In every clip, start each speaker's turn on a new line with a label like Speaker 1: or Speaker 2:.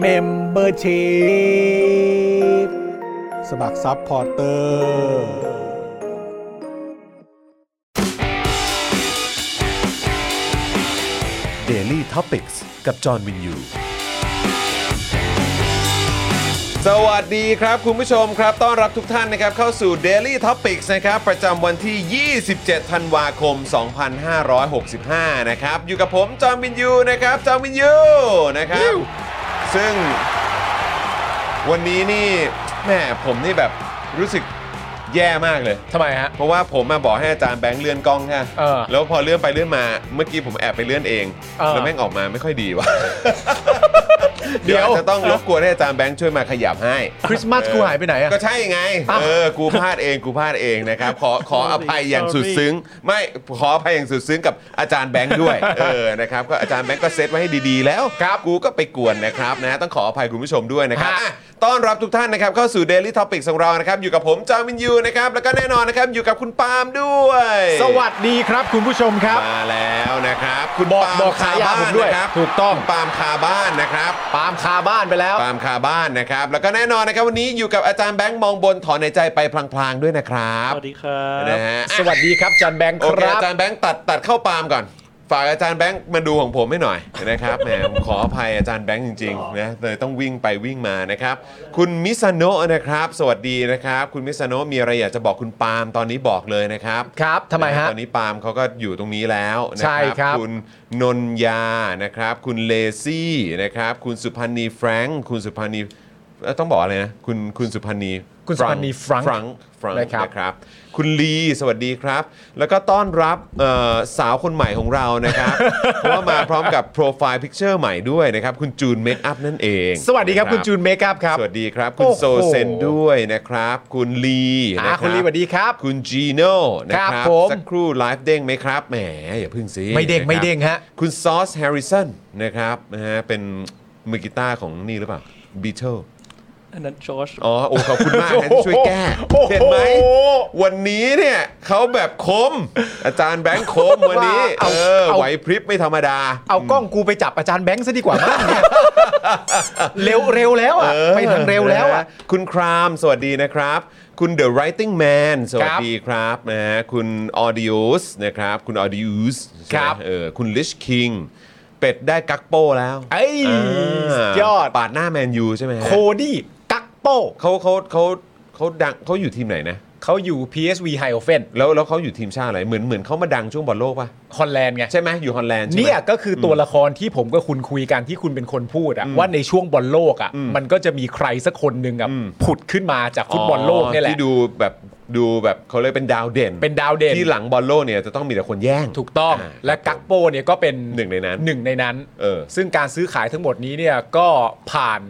Speaker 1: เมมเบอร์ชีพสมัครซัพพอร์เตอร์
Speaker 2: Daily t o p i c กกับจอห์นวินยู
Speaker 3: สวัสดีครับคุณผู้ชมครับ ต้อนรับทุกท่านนะครับเข้าสู่ Daily Topics นะครับประจำวันที่ 27 ธันวาคม 2565 นะครับอยู่กับผมจอมบินยูนะครับจอมบินยูนะครับซึ่งวันนี้นี่แหม่ผมนี่แบบรู้สึกแย่มากเลย
Speaker 4: ทำไมฮะ
Speaker 3: เพราะว่าผมมาบอกให้อาจารย์แบงค์เลื่อนกล้องฮะ
Speaker 4: เออ
Speaker 3: แล้วพอเลื่อนไปเลื่อนมาเมื่อกี้ผมแอบไปเลื่อนเอง
Speaker 4: เออ
Speaker 3: แล้วแม่งออกมาไม่ค่อยดีว่ะ
Speaker 4: เดี๋
Speaker 3: เดี๋ย
Speaker 4: ยว ว
Speaker 3: อาจจะต้องรบกวนให้อาจารย์แบงค์ช่วยมาขยับให้
Speaker 4: คริสต์มาสกูหายไปไหนอะ
Speaker 3: ก็ใช่ไง
Speaker 4: อ้าว
Speaker 3: เออ กูพลาดเอง กูพลาดเองนะครับ ขอ ขออภัยอย่างสุดซึ้ง ไม่ ขออภัยอย่างสุดซึ้งกับอาจารย์แบงค์ด้วย เออ นะครับ ก็อาจารย์แบงค์ก็เซตไว้ให้ดีๆ แล้วครับ กูก็ไปกวนนะครับนะ ต้องขออภัยคุณผู้ชมด้วยนะครับ
Speaker 4: ฮะ
Speaker 3: อ่ะต้อนรับทุกท่านนะครับ เข้าสู่ Daily Topics ของเรา นะครับ อยู่กับผมจามินยูนะครับ แล้วก็แน่นอนนะครับ อยู่กับคุณปาล์มด้วย
Speaker 4: สวัสดีครับคุณผู้ชมครับ
Speaker 3: มาแล้วนะครับ คุณ
Speaker 4: บอก
Speaker 3: ปาล์ม
Speaker 4: บอก
Speaker 3: คา
Speaker 4: ฉายา
Speaker 3: บ้า
Speaker 4: ผม
Speaker 3: น
Speaker 4: ด้วย
Speaker 3: นะครับ
Speaker 4: ถูกต้อง
Speaker 3: คุณปาล์มคาบ้านนะครับ
Speaker 4: ปาล์มคาบ้านไปแล้ว
Speaker 3: ตามคาบ้านนะครับ แล้วก็แน่นอนนะครับ วันนี้อยู่กับอาจารย์แบงค์มองบนถอนในใจไปพลางๆด้วยนะครับ
Speaker 5: สวัสดีครับ
Speaker 3: นะฮะ
Speaker 4: สวัสดีครับจันแบงค์
Speaker 3: โอ
Speaker 4: ค
Speaker 3: เครับ อาจารย์แบงค์ตัดตัดเข้าปาล์มก่อน ฝากอาจารย์แบงค์มาดูของผมให้หน่อยนะครับแหม ผมขออภัยอาจารย์แบงค์จริงๆนะเลยต้องวิ่งไปวิ่งมานะครับ คุณมิซาโนะนะครับ สวัสดีนะครับ คุณมิซาโนะมีอะไรอยากจะบอกคุณปาล์มตอนนี้บอกเลยนะครับ
Speaker 4: ครับทำไมฮะ
Speaker 3: ตอนนี้ปาล์มเขาก็อยู่ตรงนี้แล้วนะ
Speaker 4: ใช่
Speaker 3: ค
Speaker 4: ครั
Speaker 3: รับบ คุณนนยานะครับ คุณเลซี่นะครับ คุณสุพันธ์นีแฟรงค์คุณสุพันธ์นีเอ่อต้องบอกอะไรนะ คุณคุณสุพันธ์นี
Speaker 4: คุณสุพันธ์นี Frank
Speaker 3: ฟรังฟรัง
Speaker 4: นะครับ
Speaker 3: นะครับ คุณลีสวัสดีครับ แล้วก็ต้อนรับเอ่อสาวคนใหม่ของเรา นะครับ เพราะว่ามาพร้อมกับโปรไฟล์พิกเจอร์ใหม่ด้วยนะครับ คุณจูนเมคอัพนั่นเอง
Speaker 4: สวัสดีครับ
Speaker 3: นะ
Speaker 4: คุณจูนเมคอัพครับ
Speaker 3: สวัสดีครับ คุณ
Speaker 4: โอ้โห
Speaker 3: โซเซนด้วยนะครับ คุณลีนะ
Speaker 4: อ่า
Speaker 3: รับ
Speaker 4: คุณลีสวัสดีครับ
Speaker 3: คุณจีโน่นะค
Speaker 4: ครั
Speaker 3: รับบ
Speaker 4: ผม
Speaker 3: สักครู่ไลฟ์เด้งไหมครับแหมอย่าเพึ่งสิ
Speaker 4: ไม่เด้ง
Speaker 3: นะครับ
Speaker 4: ไม่เด้งฮะ
Speaker 3: คุณซอสแฮร์ริสันนะครับนะฮะเป็นมือกีตาร์ของนี่หรือเปล่าบีเทิล
Speaker 5: อันนั้นจอช
Speaker 3: อ๋อโอ้ขอบคุณ มากนะที่ช่วยแก้
Speaker 4: โอ้โห
Speaker 3: เห็นไหมวันนี้เนี่ยเขาแบบคม อาจารย์แบงค์คมวันนี้
Speaker 4: เอา
Speaker 3: เออ
Speaker 4: เอา
Speaker 3: ไหวพริบไม่ธรรมดา
Speaker 4: เอากล้องกูไปจับอาจารย์แบงค์ซะดีกว่ามั้ง เนี่ยเร็วเร็วแล้วอ่ะ
Speaker 3: เออ
Speaker 4: ไปทางเร็วแล้วอ่ะ
Speaker 3: นฮคุณคราม สวัสดีนะครับ คุณ The Writing Man สวัสดีครับนะฮะคุณ Audios นะครับ คุณ Audios ใช่ไหม
Speaker 4: ครับ
Speaker 3: เออคุณ Lish King เป็ดได้กักโป้แล้ว
Speaker 4: เอ้ยสุดยอด
Speaker 3: ปาดหน้าแมนยูใช่ไหมฮะ
Speaker 4: โคดี้กักโป้
Speaker 3: เขาเขาเขาเขาดังเขาอยู่ทีมไหนนะ
Speaker 4: เขาอยู่ PSV h i o f e n
Speaker 3: แล้วแล้วเขาอยู่ทีมชาติอะไร เหมือนเหมือนเขามาดังช่วงบอลโลกป่ะ
Speaker 4: ฮอลแลนด์ไง
Speaker 3: ใช่ไหมอยู่ฮอลแลนด์ใช่ไหม
Speaker 4: เนี่ยก็คือตัวละครที่ผมกับคุณคุยกันที่คุณเป็นคนพูดอะว่าในช่วงบอลโลกอะมันก็จะมีใครสักคนหนึ่งอะผุดขึ้นมาจากฟุตบอลโลกเนี่ยแหละ
Speaker 3: ที่ดูแบบดูแบบเขาเลยกเป็นดาวเด่น
Speaker 4: เป็นดาวเด่น
Speaker 3: ที่หลังบอลโลกเนี่ยจะต้องมีแต่คนแย่ง
Speaker 4: ถูกต้อง
Speaker 3: อ่า
Speaker 4: และกักโปเนี่ยก็เป็น
Speaker 3: หนึ่งในนั้น
Speaker 4: หนึ่งในนั้น
Speaker 3: เออ
Speaker 4: ซึ่งการซื้อขายทั้งหมดนี้เนี่ยก็ผ่าน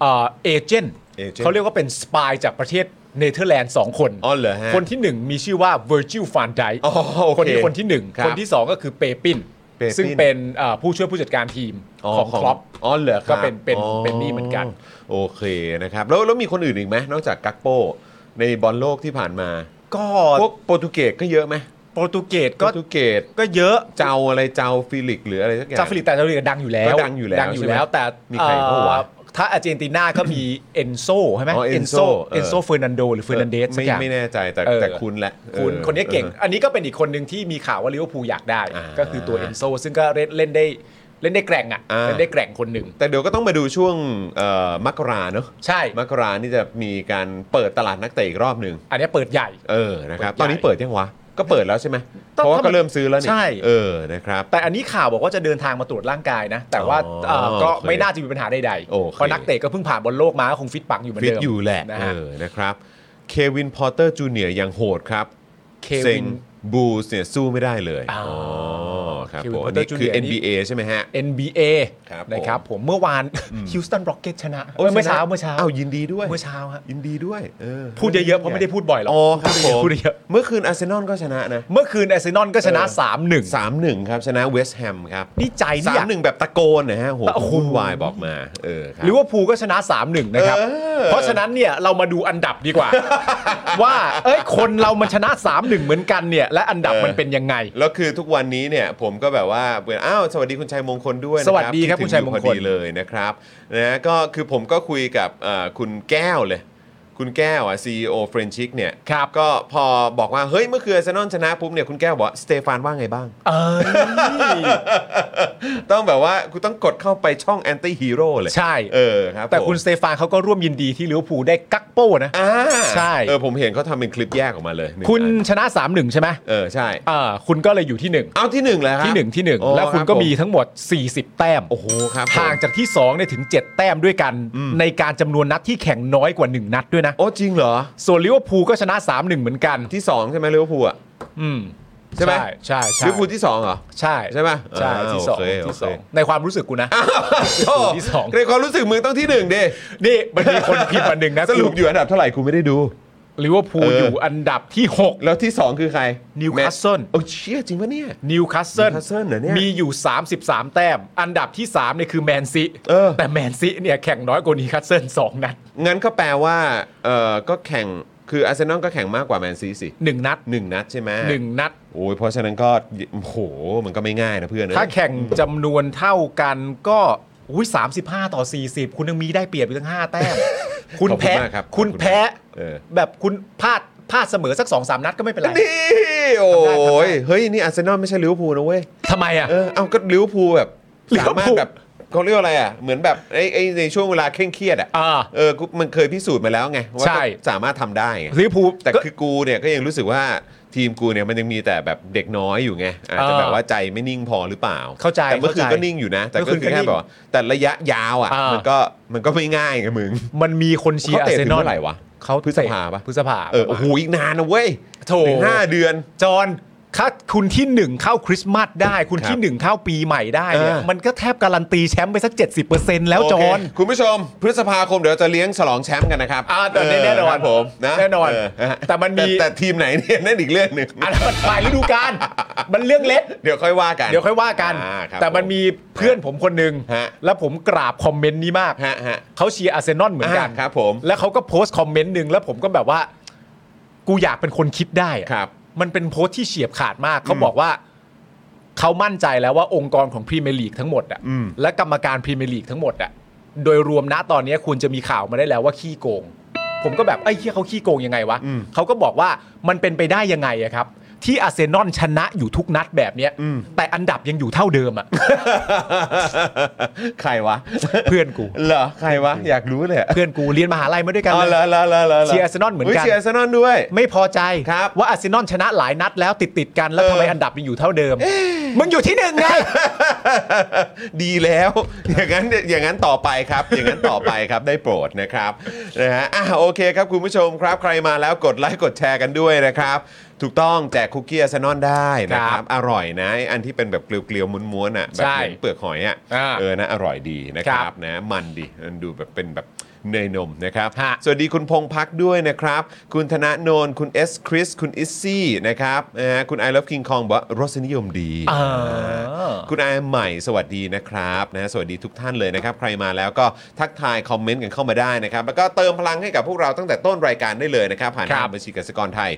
Speaker 4: เอเจนต์
Speaker 3: agent
Speaker 4: เขาเรียกว่าเป็นสปายจากประเทศเนเธอร์แลนด์สองคน
Speaker 3: อ๋อเหรอฮะ
Speaker 4: คนที่หนึ่งมีชื่อว่า Virgil van Dijk
Speaker 3: อ๋อโอเค
Speaker 4: คนนี้คนที่หนึ่ง
Speaker 3: ครับ
Speaker 4: คนที่สองก็คือเปปิน
Speaker 3: เปปิน
Speaker 4: ซึ่งเป็นเอ่อผู้ช่วยผู้จัดการทีมของครอป
Speaker 3: อ๋อเหรอครับ
Speaker 4: ก็เป็นเป็น
Speaker 3: อ๋อ
Speaker 4: เป็นนี่เหมือนกัน
Speaker 3: โอเคนะครับ แล้วแล้วมีคนอื่นอีกไหมนอกจากกักโปในบอลโลกที่ผ่านมา
Speaker 4: ก็
Speaker 3: พวกโปรตุเกสก็เยอะไหม
Speaker 4: โปรตุเกส
Speaker 3: โป
Speaker 4: ก็
Speaker 3: รตุเกส
Speaker 4: ก็เยอะ
Speaker 3: เจ้าอะไรเจ้าฟิลิกหรืออะไรสักอย่าง
Speaker 4: ซาฟริกแต่ซาฟริกดังอยู่แล้ว
Speaker 3: ก็ดังอยู่แล้ว
Speaker 4: ดังอยู่แล้ว
Speaker 3: ใช่ไหม
Speaker 4: แต่
Speaker 3: มีใครบ้างวะ
Speaker 4: เอ่อถ้าอาร์เจนตินาก็มี เอนโซใช่ไหม
Speaker 3: อ๋อ Enzo
Speaker 4: เอนโซ
Speaker 3: เออ
Speaker 4: เอนโซเฟอร์นันโดหรือเฟอร์นันเดสสัก
Speaker 3: ไม่
Speaker 4: อย่าง
Speaker 3: ไม่แน่ใจแต่
Speaker 4: เออ
Speaker 3: แต่คุณแหละ
Speaker 4: คุณ
Speaker 3: ออ
Speaker 4: คนนี้เก่ง อันนี้ก็เป็นอีกคนหนึ่งที่มีข่าวว่าลิเวอร์พูลอยากได้
Speaker 3: อ่า
Speaker 4: ก็คือตัวเอนโซซึ่งก็เล่นได้ เล่นได้แกร่งอ่ะ
Speaker 3: อ่า
Speaker 4: เล่นได้แกร่งคนหนึ่ง
Speaker 3: แต่เดี๋ยวก็ต้องมาดูช่วงเอ่อมกราเนอะ
Speaker 4: ใช่
Speaker 3: มกรานี่จะมีการเปิดตลาดนักเตะอีกรอบหนึ่ง
Speaker 4: อันเนี้ยเปิดใหญ่
Speaker 3: เออนะครับ
Speaker 4: เปิดใหญ่
Speaker 3: ตอนนี้เปิดยังวะ ก็เปิดแล้วใช่ไหมเพราะว่าก็เริ่มซื้อแล้วนี่
Speaker 4: ใช่
Speaker 3: เออนะครับ
Speaker 4: แต่อันนี้ข่าวบอกว่าจะเดินทางมาตรวจร่างกายนะ แต่ว่า
Speaker 3: อ๋อ
Speaker 4: เอ่อก็
Speaker 3: โอเค
Speaker 4: ไม่น่าจะมีปัญหาใดๆ
Speaker 3: โอเค
Speaker 4: เพราะนักเตะก็เพิ่งผ่านบอลโลกมาก็คงฟิตปังอยู่เหมือน
Speaker 3: ฟิต
Speaker 4: เดิม
Speaker 3: อยู่แหละ
Speaker 4: นะ
Speaker 3: เอ
Speaker 4: ฮะ
Speaker 3: อนะครับเควินพอตเตอร์จูเนียยังโหดครับ
Speaker 4: เควิน
Speaker 3: เซ็งบูสเนี่ยสู้ไม่ได้เลย
Speaker 4: อ๋ออ๋
Speaker 3: ครับ
Speaker 4: เควิ
Speaker 3: ผ
Speaker 4: น
Speaker 3: ม
Speaker 4: Porter
Speaker 3: อันนี่คือ
Speaker 4: Jr. นี่
Speaker 3: NBA ใช่ไหมฮะ
Speaker 4: NBA
Speaker 3: ครับผม
Speaker 4: นะครับผมเมื่อวานฮิวสตันร็อกเก็ตชนะ
Speaker 3: โย
Speaker 4: เมื่อเช้า
Speaker 3: ชนะ
Speaker 4: เมื่อเช้า
Speaker 3: อ้าวยินดีด้วย
Speaker 4: เมื่อเช้าฮะ
Speaker 3: ยินดีด้วยเออ
Speaker 4: พูดเยอะๆเพราะไม่ได้พูดบ่อยหรอก
Speaker 3: อ๋อครับผม
Speaker 4: พูดเยอะ
Speaker 3: เมื่อคืนอาร์เซนอลก็ชนะนะ
Speaker 4: ๆเมื่อคืน a อ s e เซนอลก็ชนะ
Speaker 3: เออ
Speaker 4: 3-1
Speaker 3: 3-1 ครับ ชนะเวสต์แฮมครับ
Speaker 4: นี่ใจ
Speaker 3: สา
Speaker 4: เนี่ย
Speaker 3: มหนึ่งแบบตะโกนนะฮะโห
Speaker 4: โอ้โห
Speaker 3: คุณวายบอกมาเออครั
Speaker 4: ลิเวอร์พูลก็ชนะ 3-1 นะครับ
Speaker 3: เออ
Speaker 4: เพราะฉะนั้นเนี่ยเรามาดูอันดับดีกว่า ว่าเอ้ยคนเรามันชนะ 3-1 เหมือนกันเนี่ย และอันดับมันเป็นยังไง
Speaker 3: แล้วคือทุกวันนี้เนี่ยผมก็แบบว่าเหมือนอ้าวสวัสดีคุณชัยมงคลด้วยนะ
Speaker 4: สวัสดีครับ
Speaker 3: ที่ถึ
Speaker 4: คุณชัยมงคล
Speaker 3: อพอดีเลยนะครับนะก็คือผมก็คุยกับเอ่อคุณแก้วเลย คุณแก้วอ่ะ CEO เฟรนชิกเนี่ย
Speaker 4: ครับ
Speaker 3: ก็พอบอกว่า เฮ้ย เมื่อคืนอาร์เซนอลชนะปุ๊บเนี่ยคุณแก้วบอกว่าสเตฟานว่าไงบ้าง
Speaker 4: เอ้ย
Speaker 3: ต้องแบบว่าคุณต้องกดเข้าไปช่องแอนตี้ฮีโร่เลย
Speaker 4: ใช่
Speaker 3: เออครับ
Speaker 4: แต่
Speaker 3: ผม
Speaker 4: คุณสเตฟานเขาก็ร่วมยินดีที่ลิเวอร์พูลได้กักโป้นะ
Speaker 3: อ่า
Speaker 4: ใช่
Speaker 3: เออผมเห็นเขาทำเป็นคลิปแยกออกมาเลยหนึ่ง
Speaker 4: คุณ
Speaker 3: อัน
Speaker 4: ชนะ 3-1 ใช่ไหม
Speaker 3: เออใช่
Speaker 4: อ่าคุณก็เลยอยู่ที่ 1
Speaker 3: เอาที่หนึ่งแล้วครับ
Speaker 4: ที่ 1 ที่
Speaker 3: โอ้
Speaker 4: 1 แล้วคุณ
Speaker 3: รับ
Speaker 4: ก็
Speaker 3: ผ
Speaker 4: มีทั้งหมด 40 แต้ม
Speaker 3: โอ้โหครับผม
Speaker 4: ห่างจากที่2เนี่ยถึง 7 แต้มด้วยกัน ในการจำนวนนัดที่แข่งน้อยกว่า 1 นัดด้วยนะ
Speaker 3: โอ้จริงเหรอ
Speaker 4: ส่วนลิเวอร์พูลก็ชนะ 3-1 เหมือนกัน
Speaker 3: ที่สองใช่ไหมลิเวอร์พูลอะ
Speaker 4: อืม
Speaker 3: ใช่ไหม
Speaker 4: ใช่ใช่
Speaker 3: ลิเวอร์พูลที่สองเหรอ
Speaker 4: ใช่
Speaker 3: ใช่ไหม
Speaker 4: ใช่
Speaker 3: อ่า
Speaker 4: ที่สอง
Speaker 3: โอเค
Speaker 4: ที่สอง
Speaker 3: โอเค
Speaker 4: ในความรู้สึกกูนะ
Speaker 3: โอ้
Speaker 4: ที่สอง
Speaker 3: ในความรู้สึกมึงต้องที่หนึ่งดิ
Speaker 4: นี่มันมีคนพิมพ์มาหนึ่งนะ
Speaker 3: สรุปอยู่อันดับเท่าไหร่กูไม่ได้ดู
Speaker 4: ลิเวอร์พูล
Speaker 3: เออ
Speaker 4: อ
Speaker 3: อ
Speaker 4: ยู่อันดับที่
Speaker 3: แล้วที่สองคือใคร
Speaker 4: Newcastle
Speaker 3: โอ้เชี่ยจริงปะเนี่ย
Speaker 4: 6 นิวคาสเซิล
Speaker 3: Newcastle เหรอเนี่ย
Speaker 4: มีอยู่ 33 แต้ม อันดับที่3เนี่ยคือแมนซี
Speaker 3: เออ
Speaker 4: แต่แมนซีเนี่ยแข่งน้อยกว่านิวคาสเซิล2นัด
Speaker 3: งั้นก็แปลว่าเออก็แข่งคืออาร์เซนอลก็แข่งมากกว่าแมนซีสิ
Speaker 4: 1นัด
Speaker 3: หนึ่งนัดใช่ไหม
Speaker 4: 1นัด
Speaker 3: โอ้ยเพราะฉะนั้นก็โอ้โหมันก็ไม่ง่ายนะเพื่อนนะ
Speaker 4: ถ้าแข่งจำนวนเท่ากันก็อุ้ย35 ต่อ 40 คุณยังมีได้เปรียบอยู่ตั้ง 5 แต้ม คุณ
Speaker 3: ขอบ
Speaker 4: แพ้
Speaker 3: มากรับ
Speaker 4: คุณ
Speaker 3: ขอบมาก
Speaker 4: แพ้
Speaker 3: เออ
Speaker 4: แบบคุณพลาดพลาดเสมอสัก 2 3 นัดก็ไม่เป็นไร
Speaker 3: นี่โอ้ยเฮ้ยนี่อาร์เซนอลไม่ใช่ลิเวอร์พูลนะเว้ย
Speaker 4: ทำไมอ่ะ
Speaker 3: เออเอาก็ลิเวอร์พูลแบบ
Speaker 4: ลิเว
Speaker 3: สา
Speaker 4: อร์พูล
Speaker 3: มารถแบบเขาเรียกว่าอะไรอ่ะ เหมือนแบบไอ้ไอ้ในช่วงเวลาเคร่งเครียดอ่ะ
Speaker 4: อ่า
Speaker 3: เออกูมันเคยพิสูจน์มาแล้วไง ว่า
Speaker 4: ใช่
Speaker 3: ก็สามารถทำได้ไง
Speaker 4: ลิเวอร์พูล
Speaker 3: แต่
Speaker 4: ก็
Speaker 3: คือกูเนี่ยก็ยังรู้สึกว่าทีมกูเนี่ยมันยังมีแต่แบบเด็กน้อยอยู่ไงอาจจะ
Speaker 4: อ่า
Speaker 3: แบบว่าใจไม่นิ่งพอหรือเปล่า
Speaker 4: เข้าใจ
Speaker 3: แต่เมื่อคืน
Speaker 4: เข้าใจ
Speaker 3: ก็นิ่งอยู่นะ แต่
Speaker 4: เมื่
Speaker 3: ก็
Speaker 4: อคื
Speaker 3: คือ
Speaker 4: นก็นิ่ง
Speaker 3: แค่บอกว่าแต่ระยะยาวอ่ะ
Speaker 4: อ่ามั
Speaker 3: มันก็มันก็ไม่ง่ายไงมึง
Speaker 4: มันมีคนเชียร์อา
Speaker 3: เตะ
Speaker 4: ร์เซ
Speaker 3: ถึง
Speaker 4: นอล
Speaker 3: เมื่อไหร่วะ
Speaker 4: เขา
Speaker 3: พฤษภาปะ
Speaker 4: พฤษภา
Speaker 3: เออโอ้โหอีกนานนะเว้ย
Speaker 4: โถ
Speaker 3: ถึงห้าเดือน
Speaker 4: จอนถ้าคุณที่หนึ่งเข้าคริสต์มาสได้ คุณ
Speaker 3: ครับ
Speaker 4: ที่หนึ่งเข้าปีใหม่ได้เนี่ย
Speaker 3: อ่ามั
Speaker 4: มันก็แทบการันตีแชมป์ไปสัก 70%แล้วจ
Speaker 3: โเค
Speaker 4: อน
Speaker 3: คุณผู้ชม พฤษภาคมเดี๋ยวจะเลี้ยงฉลองแชมป์กันนะครับ
Speaker 4: อ่าแต่แน่นอ
Speaker 3: ค
Speaker 4: น
Speaker 3: รับผมนะ
Speaker 4: แน่นอน
Speaker 3: เฮะ
Speaker 4: แต่มันมี
Speaker 3: แต่แต่ทีมไหนเนี่ย นั่นอีกเรื่องหนึ่ง
Speaker 4: อันนั้นมันปลายฤดูกาลมันเรื่องเล็ก
Speaker 3: เดี๋ยวค่อยว่ากัน
Speaker 4: เดี๋ยวค่อยว่ากัน
Speaker 3: อ่ครับ
Speaker 4: แต่มัน
Speaker 3: ผ
Speaker 4: มีเพื่อนผมคนหนึ่ง
Speaker 3: ฮะ
Speaker 4: แล้วผมกราบคอมเมนต์นี้มาก
Speaker 3: ฮะฮะ
Speaker 4: เขาเชียร์อาร์เซนอลเหมือนกัน
Speaker 3: อ่าครับผม
Speaker 4: แล้วเขาก็โพสต์คอมเมนต์หนึ่งแล้วผมก็แบบว่า กูอยากเป็นคนคิดได้อะ
Speaker 3: ครับ
Speaker 4: มันเป็นโพสต์ที่เฉียบขาดมาก เขาบอกว่า เขามั่นใจแล้วว่าองค์กรของพรีเมียร์ลีกทั้งหมดอะ
Speaker 3: อืม
Speaker 4: และกรรมการพรีเมียร์ลีกทั้งหมดอะโดยรวมนะตอนนี้ควรจะมีข่าวมาได้แล้วว่าขี้โกง ผมก็แบบไอ้ยเฮียเขาขี้โกงยังไงวะเขาก็บอกว่ามันเป็นไปได้ยังไงอะครับ ที่อาร์เซนอลชนะอยู่ทุกนัดแบบเนี้ยแต่อันดับยังอยู่เท่าเดิมอะ
Speaker 3: ใครวะ
Speaker 4: เพื่อนกู
Speaker 3: เหรอใครวะ อยากรู้เลยอะ
Speaker 4: เพื่อนกูเรียนมหาลัยมาด้วยกัน
Speaker 3: อ๋อ
Speaker 4: เลย
Speaker 3: เหรอเหรอเหรอเหรอ
Speaker 4: เชียร์อาร์เซนอลเหมือนกัน
Speaker 3: ยเชียร์อาร์เซนอลด้วย
Speaker 4: ไม่พอใจ
Speaker 3: ครับ
Speaker 4: ว่าอาร์เซนอลชนะหลายนัดแล้วติดติดๆกันแล้ว
Speaker 3: เออ
Speaker 4: ทำไมอันดับยังอยู่เท่าเดิม มึงอยู่ที่หนึ่งไง
Speaker 3: ดีแล้ว อย่างนั้นอย่างนั้นต่อไปครับ อย่างนั้นต่อไปครับได้โปรดนะครับนะฮะอ่ะโอเคครับคุณผู้ชมครับใครมาแล้วกดไลค์กดแชร์กันด้วยนะครับ ถูกต้องแจกคุกกี้อาร์เซนอนได้นะค
Speaker 4: ครั
Speaker 3: รับบ อร่อยนะไอ้อันที่เป็นแบบเกลียวๆม้วนๆอ่ะแบบ
Speaker 4: ใช่
Speaker 3: เหมือนเปลือกหอยอ่ะ
Speaker 4: อ่า
Speaker 3: เออนะอร่อยดีนะครั
Speaker 4: ครับ บ
Speaker 3: นะมันดีมันดูแบบเป็นแบบเนยนมนะครับ
Speaker 4: ฮะ
Speaker 3: สวัสดีคุณพงพักด้วยนะครับ คุณธนาโนน คุณเอสคริส คุณอิซซี่นะครับนะฮะคุณไอเลฟคิงคองบอกว่ารสนิยมดี
Speaker 4: อ่า
Speaker 3: คุณอาใหม่สวัสดีนะครับนะสวัสดีทุกท่านเลยนะครับ ใครมาแล้วก็ทักทายคอมเมนต์กันเข้ามาได้นะครับ แล้วก็เติมพลังให้กับพวกเราตั้งแต่ต้นรายการได้เลยนะครับ ผ่านทา
Speaker 4: ครั
Speaker 3: ง
Speaker 4: บ
Speaker 3: บัญชีกสิกรไทย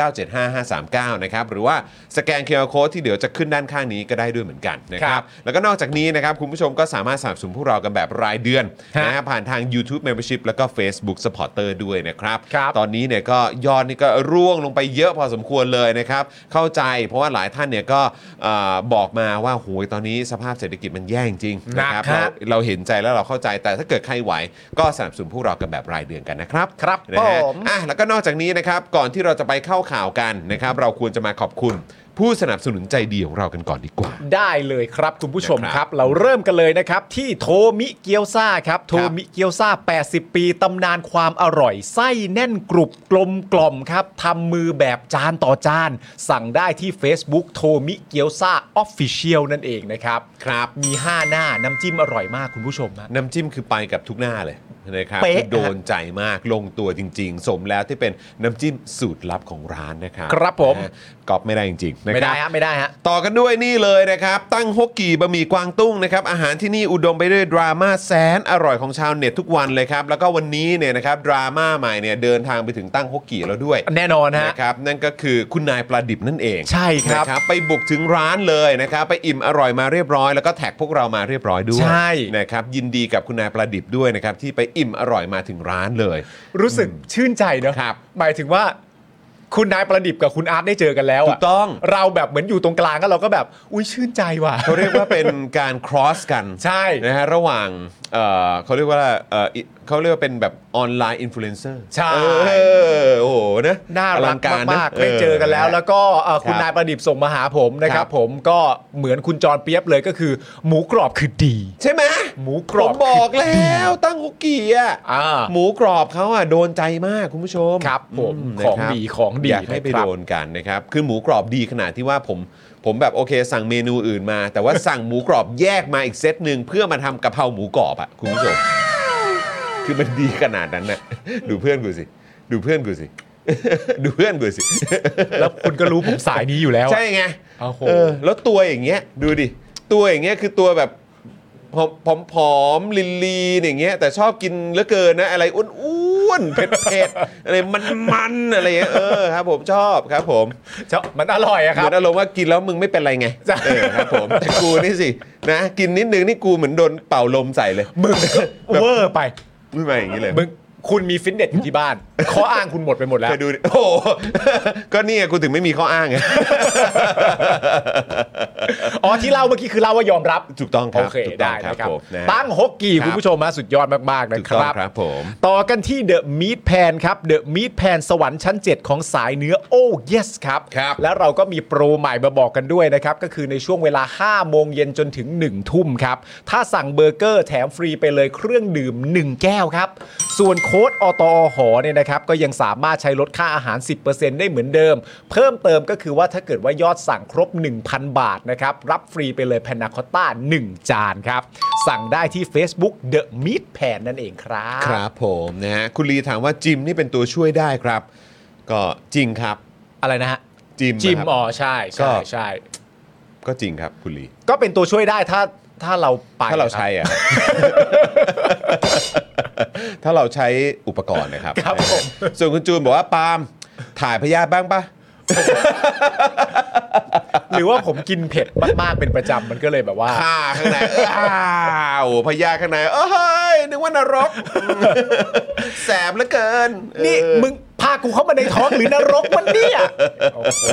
Speaker 3: 0698975539 นะครับ หรือว่าสแกนเคอร์โค้ดที่เดี๋ยวจะขึ้นด้านข้างนี้ก็ได้ด้วยเหมือนกันนะค
Speaker 4: ครั
Speaker 3: รับ
Speaker 4: บ
Speaker 3: แล้วก็นอกจากนี้นะครับ คุณผู้ชมก็สามารถสนับสนุนพวกเรากันแบบรายเดือน
Speaker 4: ฮะ
Speaker 3: นะฮะ ผ่านทาง YouTube Membership แล้วก็ Facebook Supporter ด้วยนะครับ
Speaker 4: ครับ
Speaker 3: ตอนนี้เนี่ยก็ยอดนี่ก็ร่วงลงไปเยอะพอสมควรเลยนะครับ เข้าใจเพราะว่าหลายท่านเนี่ยก็เอ่อบอกมาว่าโหยตอนนี้สภาพเศรษฐกิจมันแย่จริงๆนะครับ
Speaker 4: ห
Speaker 3: เรา
Speaker 4: นักฮะ
Speaker 3: เราเห็นใจแล้วเราเข้าใจแต่ถ้าเกิดใครไหว ก็สนับสนุนพวกเรากันแบบรายเดือนกันนะครับ
Speaker 4: ครับ
Speaker 3: นะ
Speaker 4: ผ
Speaker 3: ฮะ
Speaker 4: ม
Speaker 3: อ่ะแล้วก็นอกจากนี้นะครับ ก่อนที่เราจะไปเข้าข่าวกันนะครับ เราควรจะมาขอบคุณ ผู้สนับสนุนใจดีของเรากันก่อนดีกว่า
Speaker 4: ได้เลยครับคุณผู้ชม
Speaker 3: นะ
Speaker 4: ค
Speaker 3: ครั
Speaker 4: รั
Speaker 3: บบ
Speaker 4: เราเริ่มกันเลยนะครับ ที่โทมิเกียวซาครับโทมิเกียวซา80 ปีตำนานความอร่อย ไส้แน่นกรุบกลมกล่อมครับทำมือแบบจานต่อจาน สั่งได้ที่ Facebook โทมิเกียวซาออฟฟิเชียลนั่นเองนะครับ
Speaker 3: ครับ
Speaker 4: มี 5 หน้าน้ำจิ้มอร่อยมากคุณผู้ชมฮะ
Speaker 3: น้ำจิ้มคือไปกับทุกหน้าเลยนะครับ
Speaker 4: เป๊ะ
Speaker 3: คือโดนใจมากลงตัวจริง ๆ สมแล้วที่เป็นน้ำจิ้มสูตรลับของร้านนะครับ
Speaker 4: ครับผม
Speaker 3: นะฮะกอบไม่ได้จริงๆนะ
Speaker 4: ไม่
Speaker 3: ค
Speaker 4: ได้
Speaker 3: รับ
Speaker 4: ฮะไม่ได้ฮะ
Speaker 3: ต่อกันด้วยนี่เลยนะครับ ตั้งฮกกี่บะหมี่กวางตุ้งนะครับ อาหารที่นี่อุดมไปด้วยดราม่าแสนอร่อยของชาวเน็ตทุกวันเลยครับ แล้วก็วันนี้เนี่ยนะครับดราม่าใหม่เนี่ยเดินทางไปถึงตั้งฮกกี่แล้วด้วย
Speaker 4: แน่นอนฮะ
Speaker 3: นะครับนั่นก็คือคุณนายปลาดิบนั่นเอง
Speaker 4: ใช่ครับ
Speaker 3: นะไปบุกถึงร้านเลยนะครับ ไปอิ่มอร่อยมาเรียบร้อย แล้วก็แท็กพวกเรามาเรียบร้อยด้วย
Speaker 4: ใช่
Speaker 3: นะครับยินดีกับคุณนายปลาดิบด้วยนะครับที่ไปอิ่มอร่อยมาถึงร้านเลย
Speaker 4: รู้สึกชื่นใจเนอะ
Speaker 3: ครับ
Speaker 4: หมายถึงว่า คุณนายประดิษฐ์กับคุณอาร์ตได้เจอกันแล้วะ
Speaker 3: ถูกต้อง
Speaker 4: เราแบบเหมือนอยู่ตรงกลางก็เราก็แบบ อุ้ยชื่นใจว่ะ
Speaker 3: เขาเรียกว่าเป็นการ cross กัน
Speaker 4: ใช่
Speaker 3: นะฮะระหว่างเอ่อเขาเรียกว่าเอ่ออิเขาเรียกว่าเป็นแบบออนไลน์อินฟลูเอนเซอร์
Speaker 4: ใช่
Speaker 3: เออโอ้โหนะ
Speaker 4: น่ารัก
Speaker 3: อลังนะ
Speaker 4: มากๆได้เจอกันแล้ว
Speaker 3: ะ
Speaker 4: แล้วก็เอ่อคุณ
Speaker 3: ครับ
Speaker 4: นายประดิษฐ์ส่งมาหาผมนะค
Speaker 3: ครั
Speaker 4: รับ
Speaker 3: บ
Speaker 4: ผมก็เหมือนคุณจรเปียบเลยก็คือ หมูกรอบคือดี
Speaker 3: ใช่ไหม
Speaker 4: หมูกรอบ
Speaker 3: ผมบอกแล้วตั้งฮกกี้อ่ะ
Speaker 4: อ่า
Speaker 3: หมูกรอบเขาอ่ะโดนใจมากคุณผู้ชม
Speaker 4: ครับผม
Speaker 3: ม
Speaker 4: ของ
Speaker 3: นะครับ
Speaker 4: ดีของดี
Speaker 3: อยากให้ไป
Speaker 4: นะครับ
Speaker 3: โดนกันนะครับคือหมูกรอบดีขนาดที่ว่าผมผมแบบโอเค สั่งเมนูอื่นมา แต่ว่า สั่งหมูกรอบแยกมาอีกเซตหนึ่งเพื่อมาทำกะเพราหมูกรอบอ่ะคุณผู้ชม คือมันดีขนาดนั้นน่ะดูเพื่อนกูสิ ดูเพื่อนกูสิ ดูเพื่อนกูสิ
Speaker 4: แล้วคุณก็รู้ผมสายนี้อยู่แล้วอะ
Speaker 3: ใช่ไง
Speaker 4: โอ้โห
Speaker 3: เออแล้วตัวอย่างเงี้ยดูดิ ตัวอย่างเงี้ยคือตัวแบบผอมผอมๆลินลีนอย่างเงี้ย แต่ชอบกินเหลือเกินนะ อะไรอ้วนๆเผ็ดๆ อะไรมันๆอะไรเงี้ยเออครับผมชอบครับผม
Speaker 4: เจ้ามันอร่อยอะค
Speaker 3: เห
Speaker 4: รั
Speaker 3: มื
Speaker 4: บ
Speaker 3: อนอารมณ์ว่ากินแล้วมึงไม่เป็นไรไง
Speaker 4: ใช่
Speaker 3: เออครับผมแต่กูนี่สินะกินนิดนึงนี่กูเหมือนโดนเป่าลมใส่ เลย
Speaker 4: มึงเวอร์ไป
Speaker 3: มึงมาอย่างนี้เลย
Speaker 4: มึงคุณมีฟิตเนสอยู่ที่ บ้านข้ออ้างคุณหมดไปหมดแล้ว
Speaker 3: เคยดูดิโอ้โห ก็นี่ไงกูถึงไม่มีข้ออ้างไง
Speaker 4: อ๋อที่เล่าเมื่อกี้คือเล่าว่ายอมรับ
Speaker 3: ถูกต้องครับ
Speaker 4: โอเค
Speaker 3: ถูกต้
Speaker 4: ได้
Speaker 3: องครับ
Speaker 4: นะครับ
Speaker 3: ผมนะ
Speaker 4: ตั้งฮกกี่
Speaker 3: ครับ
Speaker 4: คุณผู้ชมฮะสุดยอดมาก ๆ นะ
Speaker 3: ถูก
Speaker 4: ค
Speaker 3: ต้อง
Speaker 4: รับ
Speaker 3: ครับผม
Speaker 4: ต่อกันที่เดอะมีทแพนครับเดอะมีทแพนสวรรค์ชั้น 7 ของสายเนื้อโอ้เยสครับ
Speaker 3: ครับ
Speaker 4: แล้วเราก็มีโปรใหม่มาบอกกันด้วยนะครับ ก็คือในช่วงเวลา 5 โมงเย็นจนถึง 1 ทุ่มครับ ถ้าสั่งเบอร์เกอร์แถมฟรีไปเลยเครื่องดื่ม 1 แก้วครับ ส่วนโค้ดอตอหอเนี่ยนะครับ ก็ยังสามารถใช้ลดค่าอาหาร 10%ได้เหมือนเดิม เพิ่มเติมก็คือว่าถ้าเกิดว่ายอดสั่งครบ 1,000 บาทนะครับ รับฟรีไปเลยแพนนาคอตต้า 1 จานครับ สั่งได้ที่ Facebook The Meat Pan นั่นเองครับ
Speaker 3: ครับผมนะฮะคุณลีถามว่าจิมนี่เป็นตัวช่วยได้ครับ ก็จริงครับ
Speaker 4: อะไรนะฮะ
Speaker 3: จิม
Speaker 4: จิม
Speaker 3: นะครับ
Speaker 4: อ๋อใช่
Speaker 3: ก็
Speaker 4: ใช่ใช่
Speaker 3: ก็จริงครับคุณลี
Speaker 4: ก็เป็นตัวช่วยได้ถ้าถ้าเราไป
Speaker 3: ถ้าเราใช้
Speaker 4: นะ
Speaker 3: อ่ะ ถ้าเราใช้อุปกรณ์นะครับ
Speaker 4: ครับผม
Speaker 3: ส่วนคุณจูนบอกว่าปาล์มถ่ายพยาธิบ้างปะ
Speaker 4: ครับหรือว่าผมกินเผ็ดมาก ๆ เป็นประจำมันก็เลยแบบว่า
Speaker 3: อ่าข้างในอ้าวพยาธิข้างในเอ้ยนึกว่านรก แสบเหลือเกิน
Speaker 4: นี่
Speaker 3: เออ
Speaker 4: มึงพากูเข้ามาในท้องหรือนรกมันเนี่ยโอ้โห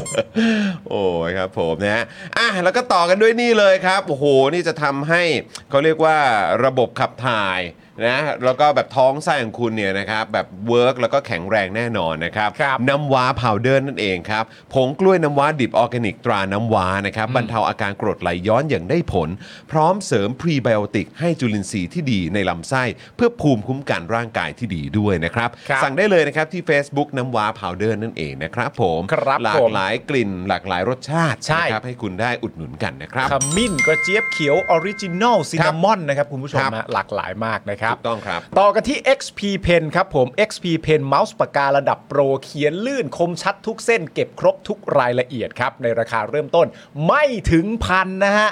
Speaker 3: โอ้ยครับผมนะฮะอ่ะแล้วก็ต่อกันด้วยนี่เลยครับโอ้โหนี่จะทำให้เขาเรียกว่าระบบขับถ่ายนะแล้วก็แบบท้องไส้ของคุณเนี่ยนะครับแบบเวิร์กแล้วก็แข็งแรงแน่นอนนะครับ
Speaker 4: ครับ
Speaker 3: น้ำว้าพาวเดอร์นั่นเองครับผงกล้วยน้ำว้าดิบออร์แกนิกตราน้ำว้านะครับบรรเทาอาการกรดไหลย้อนอย่างได้ผล พร้อมเสริมพรีไบโอติกให้จุลินทรีย์ที่ดีในลำไส้เพื่อภูมิคุ้มกันร่างกายที่ดีด้วยนะครับ
Speaker 4: ครับ
Speaker 3: สั่งได้เลยนะครับที่ Facebook น้ำว้าพาวเดอร์นั่นเองนะครับผม
Speaker 4: ครับ
Speaker 3: หลา
Speaker 4: ผ
Speaker 3: ก
Speaker 4: ม
Speaker 3: หลาย หลายกลิ่นหลากหลายรสชาติ
Speaker 4: ใช่
Speaker 3: นะครับให้คุณได้อุดหนุนกันนะครับ
Speaker 4: ขมิ้นกระเจี๊ยบเขียวออริจินอลซินนามอนนะครับคุณผู้ชม
Speaker 3: ครับ
Speaker 4: ฮะหลากหลายมากนะครับ
Speaker 3: ถูกต้องครับ
Speaker 4: ต่อกันที่ XP Pen ครับผม XP Pen เมาส์ปากการะดับโปรเขียนลื่นคมชัดทุกเส้นเก็บครบทุกรายละเอียดครับ ในราคาเริ่มต้นไม่ถึงพันนะฮะ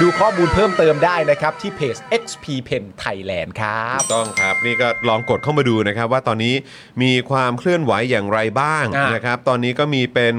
Speaker 4: ดูข้อมูลเพิ่มเติมได้นะครับ ที่เพจ XP Pen Thailand ครับ
Speaker 3: ถูกต้องครับนี่ก็ลองกดเข้ามาดูนะครับว่าตอนนี้มีความเคลื่อนไหวอย่างไรบ้าง
Speaker 4: อ่าน
Speaker 3: นะครับ ตอนนี้ก็มีเป็น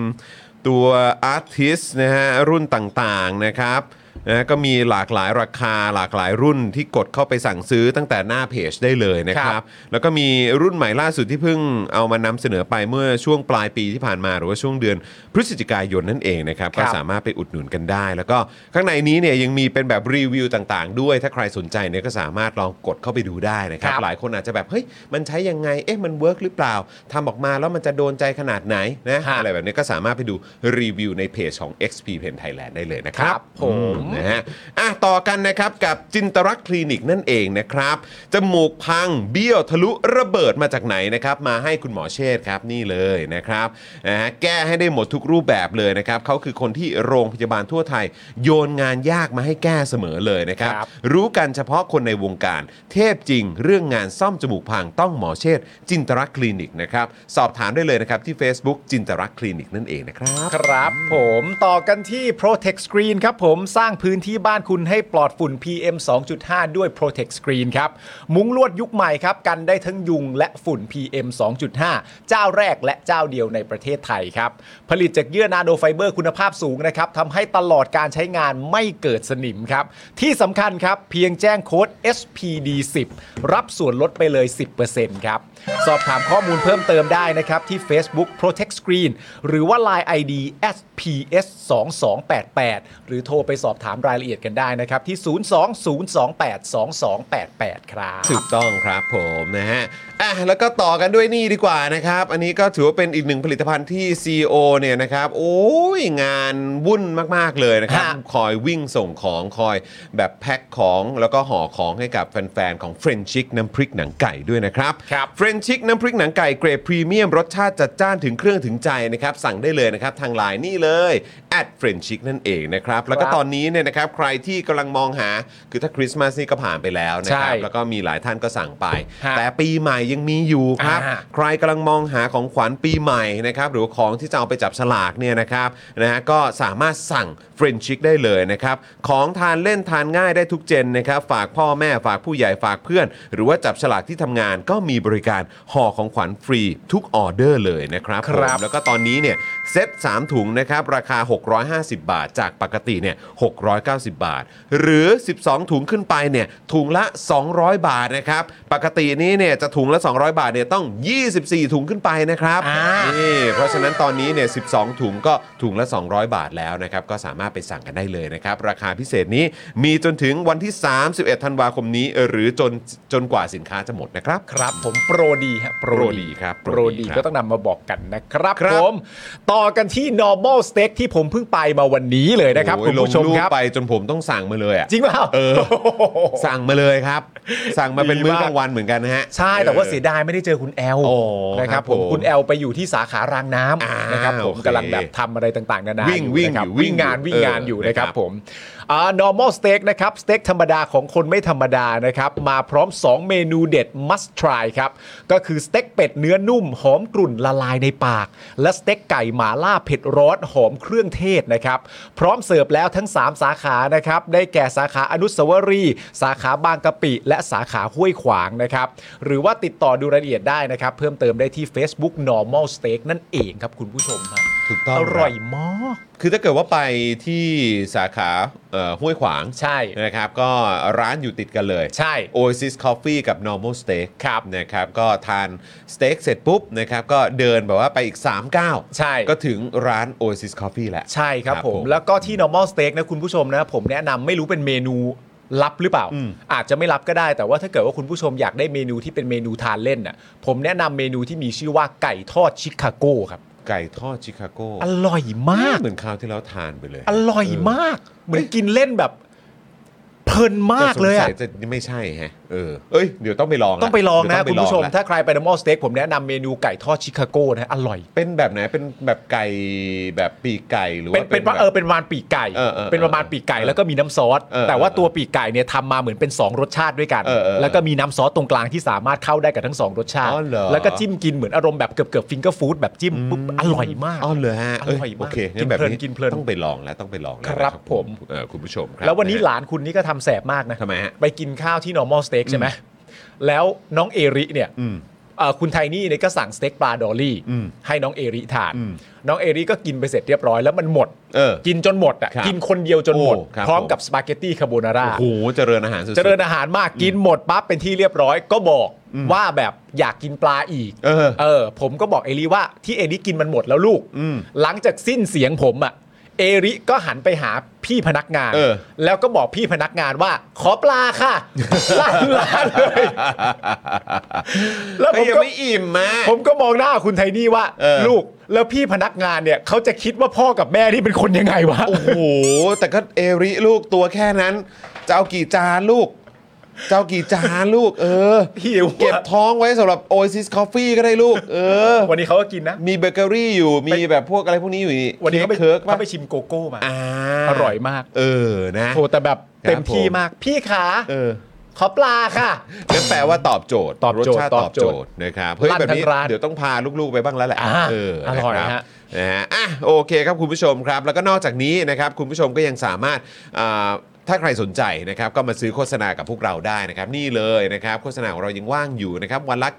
Speaker 3: ตัวอาร์ติสนะฮะรุ่นต่างๆนะครับ นะก็มีหลากหลายราคาหลากหลายรุ่นที่กดเข้าไปสั่งซื้อตั้งแต่หน้าเพจได้เลยนะค
Speaker 4: ครั
Speaker 3: รับ
Speaker 4: บ
Speaker 3: แล้วก็มีรุ่นใหม่ล่าสุดที่เพิ่งเอามานำเสนอไปเมื่อช่วงปลายปีที่ผ่านมา หรือว่าช่วงเดือนพฤศจิกายนนั่นเองนะครับ
Speaker 4: ค
Speaker 3: ก็
Speaker 4: รับ
Speaker 3: สามารถไปอุดหนุนกันได้ แล้วก็ข้างในนี้เนี่ยยังมีเป็นแบบรีวิวต่างๆ ด้วย ถ้าใครสนใจเนี่ยก็สามารถลองกดเข้าไปดูได้นะครับ
Speaker 4: ครับ
Speaker 3: หลายคนอาจจะแบบเฮ้ยมันใช้ยังไงเอ๊ะมันเวิร์กหรือเปล่าทำออกมาแล้วมันจะโดนใจขนาดไหนนะอะไรแบบนี้ก็สามารถไปดูรีวิวในเพจของ XP Pen Thailand ได้เลยนะครับ
Speaker 4: ครับผม
Speaker 3: อืนะฮะอ่ะต่อกันนะครับกับจินตรักษณ์คลินิกนั่นเองนะครับ จมูกพังเบี้ยวทะลุระเบิดมาจากไหนนะครับ มาให้คุณหมอเชษฐ์ครับนี่เลยนะครับนะฮะแก้ให้ได้หมดทุกรูปแบบเลยนะครับเขาคือคนที่โรงพยาบาลทั่วไทย โยนงานยากมาให้แก้เสมอเลยนะครับ
Speaker 4: ครับ
Speaker 3: รู้กันเฉพาะคนในวงการ เทพจริง เรื่องงานซ่อมจมูกพังต้องหมอเชษฐ์จินตรักษณ์คลินิกนะครับสอบถามได้เลยนะครับที่ Facebook จินตรักษณ์คลินิกนั่นเองนะครับ
Speaker 4: ครับผมต่อกันที่ Protect Screen ครับผมสร้างพื้นที่บ้านคุณให้ปลอดฝุ่น PM 2.5 ด้วย Protect Screen ครับมุ้งลวดยุคใหม่ครับ กันได้ทั้งยุงและฝุ่น PM 2.5 เจ้าแรกและเจ้าเดียวในประเทศไทยครับ ผลิตจากเยื่อนาโนไฟเบอร์คุณภาพสูงนะครับทำให้ตลอดการใช้งานไม่เกิดสนิมครับ ที่สำคัญครับ เพียงแจ้งโค้ด SPD 10รับส่วนลดไปเลย 10%ครับ สอบถามข้อมูลเพิ่มเติมได้นะครับ ที่ Facebook Protect Screen หรือว่า Line ID SPS 2 2 8 8หรือโทรไปสอบถามรายละเอียดกันได้นะครับ ที่ 02028 2288 ครับ
Speaker 3: ถูกต้องครับผมนะฮะอ่ะแล้วก็ต่อกันด้วยนี่ดีกว่านะครับ อันนี้ก็ถือว่าเป็นอีกหนึ่งผลิตภัณฑ์ที่ CEO เนี่ยนะครับ โอ้ยงานวุ่นมาก ๆ เลยนะครับ
Speaker 4: ฮะ
Speaker 3: คอยวิ่งส่งของคอยแบบแพ็คของแล้วก็ห่อของให้กับแฟน ๆ ของเฟรนชิกน้ำพริกหนังไก่ด้วยนะครับ
Speaker 4: ครับ
Speaker 3: เฟรนชิกน้ำพริกหนังไก่เกรดพรีเมียมรสชาติจัดจ้านถึงเครื่องถึงใจนะครับ สั่งได้เลยนะครับ ทางไลน์นี่เลยแอดเฟรนชิกนั่นเองนะครับ แล้วก็ตอนนี้เนี่ยนะครับใครที่กำลังมองหาคือถ้าคริสต์มาสนี่ก็ผ่านไปแล้วนะครับ
Speaker 4: ใช่
Speaker 3: แล้วก็มีหลายท่านก็สั่งไป
Speaker 4: ฮะ
Speaker 3: แต่ปีใหม่ยังมีอยู่ครับ
Speaker 4: อ่า
Speaker 3: ใครกำลังมองหาของขวัญปีใหม่นะครับหรือของที่จะเอาไปจับฉลากเนี่ยนะครับนะฮะก็สามารถสั่งเฟรนชิกได้เลยนะครับ ของทานเล่นทานง่ายได้ทุกเจนนะครับ ฝากพ่อแม่ฝากผู้ใหญ่ฝากเพื่อน หรือว่าจับฉลากที่ทำงานก็มีบริการห่อของขวัญฟรีทุกออเดอร์เลยนะครับ
Speaker 4: ครับ
Speaker 3: ผมแล้วก็ตอนนี้เนี่ยเซ็ต3ถุงนะครับราคา 650 บาท จากปกติเนี่ย690 บาท หรือ 12 ถุงขึ้นไปเนี่ยถุงละ 200 บาทนะครับ ปกตินี้เนี่ยจะถุงละ 200 บาทเนี่ยต้อง 24 ถุงขึ้นไปนะครับ
Speaker 4: อ่า
Speaker 3: นี่เพราะฉะนั้นตอนนี้เนี่ย12 ถุงก็ถุงละ 200 บาทแล้วนะครับ ก็สามารถไปสั่งกันได้เลยนะครับ ราคาพิเศษนี้มีจนถึงวันที่ 31 ธันวาคมนี้ หรือจนจนกว่าสินค้าจะหมดนะครับ
Speaker 4: ครับผมโปรดีฮะโปร
Speaker 3: โปรดีครับ
Speaker 4: โป
Speaker 3: โป
Speaker 4: ร
Speaker 3: รดี
Speaker 4: ดี
Speaker 3: ครับ
Speaker 4: ก็ต้องนำมาบอกกันนะครับ
Speaker 3: ครับ
Speaker 4: ผมต่อกันที่ normal steak ที่ผมเพิ่งไปมาวันนี้เลยนะครับ
Speaker 3: โอ้ย
Speaker 4: คุณผู้ชม
Speaker 3: ลงรูป
Speaker 4: ครับ
Speaker 3: ไปจนผมต้องสั่งมาเลยอะ
Speaker 4: จริงเปล่า
Speaker 3: เออ สั่งมาเลย ครับ สั่งมาเป็น
Speaker 4: ดีมา
Speaker 3: มื้อ
Speaker 4: ก
Speaker 3: กลางวันเหมือนกันนะฮะ
Speaker 4: ใช่แต่ว่าเสียดายไม่ได้เจอคุณแอล
Speaker 3: โอ้
Speaker 4: นะค
Speaker 3: ค
Speaker 4: รับ
Speaker 3: รับ
Speaker 4: ผม
Speaker 3: ผม
Speaker 4: คุณแอลไปอยู่ที่สาขารางน้
Speaker 3: อ่า
Speaker 4: ำ
Speaker 3: น
Speaker 4: นะครับผม
Speaker 3: โอเค
Speaker 4: กำลังแบบทำอะไรต่างๆ นานา
Speaker 3: วิ่ง
Speaker 4: ยู่
Speaker 3: วิ่ง
Speaker 4: นะครับ
Speaker 3: อยู่วิ่
Speaker 4: วิ่ง
Speaker 3: ง
Speaker 4: งาน
Speaker 3: อยู่
Speaker 4: วิ่งงานอยู่
Speaker 3: เออ
Speaker 4: นะครับ
Speaker 3: นะครับ
Speaker 4: ผมอ่า normal steak นะครับสเต็กธรรมดาของคนไม่ธรรมดานะครับ มาพร้อม 2 เมนูเด็ด must try ครับ ก็คือสเต็กเป็ดเนื้อนุ่ม หอมกลุ่นละลายในปาก และสเต็กไก่หมาล่าเผ็ดร้อนหอมเครื่องเทศนะครับ พร้อมเสิร์ฟแล้วทั้ง 3 สาขานะครับ ได้แก่สาขาอนุสาวรีย์สาขาบางกะปิ และสาขาห้วยขวางนะครับ หรือว่าติดต่อดูรายละเอียดได้นะครับ เพิ่มเติมได้ที่ Facebook normal steak นั่นเองครับคุณผู้ชมครับ
Speaker 3: ถูกต้อง
Speaker 4: อ
Speaker 3: คบ
Speaker 4: ร่อยมาก
Speaker 3: คือถ้าเกิดว่าไปที่สาขาเอ่อห้วยขวาง
Speaker 4: ใช่
Speaker 3: นะครับ ก็ร้านอยู่ติดกันเลย
Speaker 4: ใช่
Speaker 3: Oasis Coffee กับ Normal Steak
Speaker 4: ครับ
Speaker 3: นะครับ ก็ทานสเต็กเสร็จปุ๊บนะครับ ก็เดินแบบว่าไปอีก 3 ก้าว
Speaker 4: ใช่
Speaker 3: ก็ถึงร้าน Oasis Coffee แหละ
Speaker 4: ใช่ครับ
Speaker 3: ครับ
Speaker 4: ผ
Speaker 3: ผม ม
Speaker 4: แล้วก็ที่ normal steak นะคุณผู้ชมนะผมแนะนำไม่รู้เป็นเมนูลับหรือเปล่า อาจจะไม่ลับก็ได้แต่ว่าถ้าเกิดว่าคุณผู้ชมอยากได้เมนูที่เป็นเมนูทานเล่นน่ะผมแนะนำเมนูที่มีชื่อว่าไก่ทอดชิคาโก้ครับ
Speaker 3: ไก่ทอดชิคาโก้
Speaker 4: อร่อยมาก
Speaker 3: เหมือนคราวที่แล้วทานไปเลย
Speaker 4: อร่อยมาก เหมือนกินเล่นแบบ เพลินมากเลย
Speaker 3: แต่สง
Speaker 4: อะ
Speaker 3: สัจะไม่ใช่แฮะเออเอ้ยเดี๋ยวต้องไปลอง
Speaker 4: ต้องไปลองนะ
Speaker 3: เดี๋ยว
Speaker 4: คุณ
Speaker 3: ต้
Speaker 4: ผู้ชม
Speaker 3: ละ
Speaker 4: ถ้าใครไป normal steak ผมแนะนำเมนูไก่ทอดชิคาโก้นะอร่อย
Speaker 3: เป็นแบบไหน เป็นแบบไก่แบบปีกไก่หรือ
Speaker 4: เป็น
Speaker 3: ว่า
Speaker 4: เป็น
Speaker 3: แบบ
Speaker 4: เออเป็นประมาณปีกไก่
Speaker 3: เออเออเออน
Speaker 4: ประมาณปีกไก่
Speaker 3: เออ
Speaker 4: แล้วก็มีน้ำซอส
Speaker 3: เออ
Speaker 4: แต่ว่าตัวปีกไก่เนี่ยทำมาเหมือนเป็น 2 รสชาติด้วยกัน
Speaker 3: เออเออเออ
Speaker 4: แล้วก็มีน้ำซอสตรงกลางที่สามารถเข้าได้กับทั้ง 2 รสชาติ
Speaker 3: อ๋อเหรอ
Speaker 4: แล้วก็จิ้มกินเหมือนอารมณ์แบบเกือบเกือบฟิงเกอร์ฟู้ดแบบจิ้มปุ๊บอร่อยมาก
Speaker 3: อ๋อเหรอฮะ
Speaker 4: อร่อยมา
Speaker 3: เโอ
Speaker 4: ก
Speaker 3: เคงั้นแบบ
Speaker 4: กินเพลินกินเพลิน
Speaker 3: ต้องไปลองแล้วต้องไปลองแล้วนะครับ
Speaker 4: ผม
Speaker 3: เออคุณผู้ชมครับ
Speaker 4: แล้ววันนี้
Speaker 3: ะฮะ
Speaker 4: หลานคุณนี่ก็ทำแสบมากนะ
Speaker 3: ทำไมฮะ
Speaker 4: ไปกินข้าวที่ normal steak ใช่ไหมแล้วน้องเอริเนี่ย
Speaker 3: อืม
Speaker 4: เอ่อคุณไทนี่เนี่ยก็สั่งสเต็กปลาดอลลี่
Speaker 3: อืม
Speaker 4: ให้น้องเอริทาน
Speaker 3: อืม
Speaker 4: น้องเอริก็กินไปเสร็จเรียบร้อยแล้วมันหมด
Speaker 3: เออ
Speaker 4: กินจนหมดอ่ะ
Speaker 3: ครับ
Speaker 4: กินคนเดียวจนหมด
Speaker 3: โอ้ครับ
Speaker 4: พร้อมกับสปาเกตตี้คาโบนาร่า
Speaker 3: โอ้โหเจริญอาหารสุดๆ
Speaker 4: เจริญอาหารมากกินหมดปั๊บเป็นที่เรียบร้อย ก็บอกว่าแบบอยากกินปลาอีก
Speaker 3: เออ
Speaker 4: ผมก็บอกเอริว่าที่เอริกินมันหมดแล้วลูก
Speaker 3: อืม
Speaker 4: หลังจากสิ้นเสียงผมอะเอริก็หันไปหาพี่พนักงาน
Speaker 3: เออ
Speaker 4: แล้วก็บอกพี่พนักงานว่า ขอปลาค่ะ ล้านล้านเลย แล้ว
Speaker 3: ก็
Speaker 4: ผม
Speaker 3: ยัง
Speaker 4: ก็
Speaker 3: ไม่อิ่มมา
Speaker 4: ผมก็มองหน้าคุณไทนี่ว่า
Speaker 3: เออ
Speaker 4: ลูกแล้วพี่พนักงานเนี่ยเขาจะคิดว่าพ่อกับแม่นี่เป็นคนยังไงวะ
Speaker 3: โอ้โห แต่ก็เอริลูกตัวแค่นั้น เจ้ากี่จานลูก เจ้ากี่จานลูก เออ
Speaker 4: หิวอะ
Speaker 3: เก็บท้องไว้สำหรับ Oasis Coffee ก็ได้ลูก เออ
Speaker 4: วันนี้เขาก็กินนะ
Speaker 3: มีเบเกอรี่อยู่ มีแบบพวกอะไรพวกนี้อยู่นี่
Speaker 4: วันนี้เขาไป
Speaker 3: เคิร์กป่ะ
Speaker 4: เขาไปชิมโกโก้มา
Speaker 3: อ่า
Speaker 4: อร่อยมาก
Speaker 3: เออ นะ
Speaker 4: โทรแต่แบบเต็มที่
Speaker 3: ผม
Speaker 4: มาก พี่ขา
Speaker 3: เออ
Speaker 4: ขอปลาค่ะ
Speaker 3: นั่นแปลว่าตอบโจทย์
Speaker 4: ตอบโจ
Speaker 3: ร
Speaker 4: ทย์
Speaker 3: สชาติตอบโจทย์นะครับ เฮ้ย
Speaker 4: ลั่น
Speaker 3: แบบนี้
Speaker 4: ทั้งร้าน
Speaker 3: เดี๋ยวต้องพาลูกๆไปบ้างแล้วแหละ
Speaker 4: อ่า
Speaker 3: เออ
Speaker 4: อ
Speaker 3: นะคบ
Speaker 4: ร่อยฮะ
Speaker 3: นะฮะอ่ะโอเคครับคุณผู้ชมครับ แล้วก็นอกจากนี้นะครับคุณผู้ชมก็ยังสามารถอ่าถ้าใครสนใจนะครับก็มาซื้อโฆษณากับพวกเราได้นะครับนี่เลยนะครับโฆษณาของเรายังว่างอยู่นะครับวันละ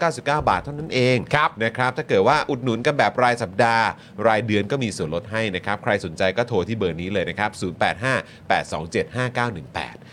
Speaker 3: 999 บาทเท่านั้นเองครับนะครับถ้าเกิดว่าอุดหนุนกันแบบรายสัปดาห์ รายเดือนก็มีส่วนลดให้นะครับใครสนใจก็โทรที่เบอร์นี้เลยนะครับ 0858275918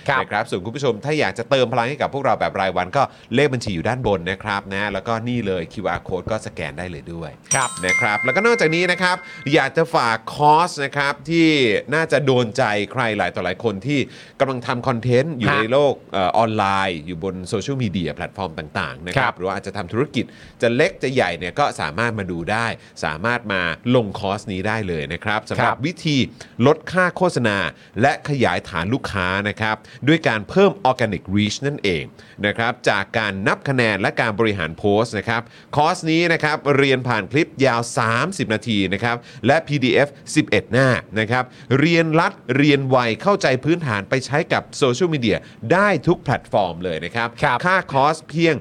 Speaker 4: ครับ
Speaker 3: นะครับส่วนคุณผู้ชมถ้าอยากจะเติมพลังให้กับพวกเราแบบรายวันก็เลขบัญชีอยู่ด้านบนนะครับนะแล้วก็นี่เลย QR code ก็สแกนได้เลยด้วย
Speaker 4: ครับ
Speaker 3: นะครับแล้วก็นอกจากนี้นะครับอยากจะฝากคอร์สนะครับที่น่าจะโดนใจใครหลายต่อหลายคนที่กำลังทำคอนเทนต์อยู่
Speaker 4: ฮะ
Speaker 3: ในโลกเออออนไลน์ อยู่บนโซเชียลมีเดียแพลตฟอร์มต่างๆนะค
Speaker 4: ค
Speaker 3: รั
Speaker 4: รั
Speaker 3: บบ หรือว่าอาจจะทำธุรกิจจะเล็กจะใหญ่เนี่ยก็สามารถมาดูได้ สามารถมาลงคอร์สนี้ได้เลยนะครับสำหรับ วิธีลดค่าโฆษณา และขยายฐานลูกค้านะครับด้วยการเพิ่ม Organic Reach นั่นเองนะครับจากการนับคะแนนและการบริหารโพสต์นะครับคอร์สนี้นะครับเรียนผ่านคลิปยาว 30 นาทีนะครับและ PDF 11 หน้านะครับเรียนรัดเรียนไวเข้าใจพื้นฐานไปใช้กับโซเชียลมีเดียได้ทุกแพลตฟอร์มเลยนะครับ
Speaker 4: ครับ
Speaker 3: ค่าคอร์สเพียง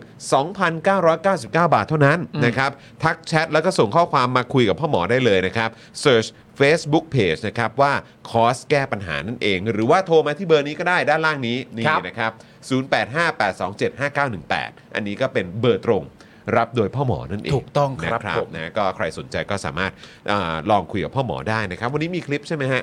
Speaker 3: 2,999 บาทเท่านั้นนะครับทักแชทแล้วก็ส่งข้อความมาคุยกับพ่อหมอได้เลยนะครับ Search Facebook Page นะครับว่าคอร์สแก้ปัญหานั่นเอง หรือว่าโทรมาที่เบอร์นี้ก็ได้ด้านล่างนี้นี่
Speaker 4: ครับ
Speaker 3: นะครับ 0858275918 อันนี้ก็เป็นเบอร์ตรงรับโดยพ่อหมอนั่นเอง
Speaker 4: ถูกต้องครับ
Speaker 3: นะ
Speaker 4: ผม
Speaker 3: นะก็ใครสนใจก็สามารถอาลองคุยกับพ่อหมอได้นะครับ วันนี้มีคลิปใช่ไหมฮะ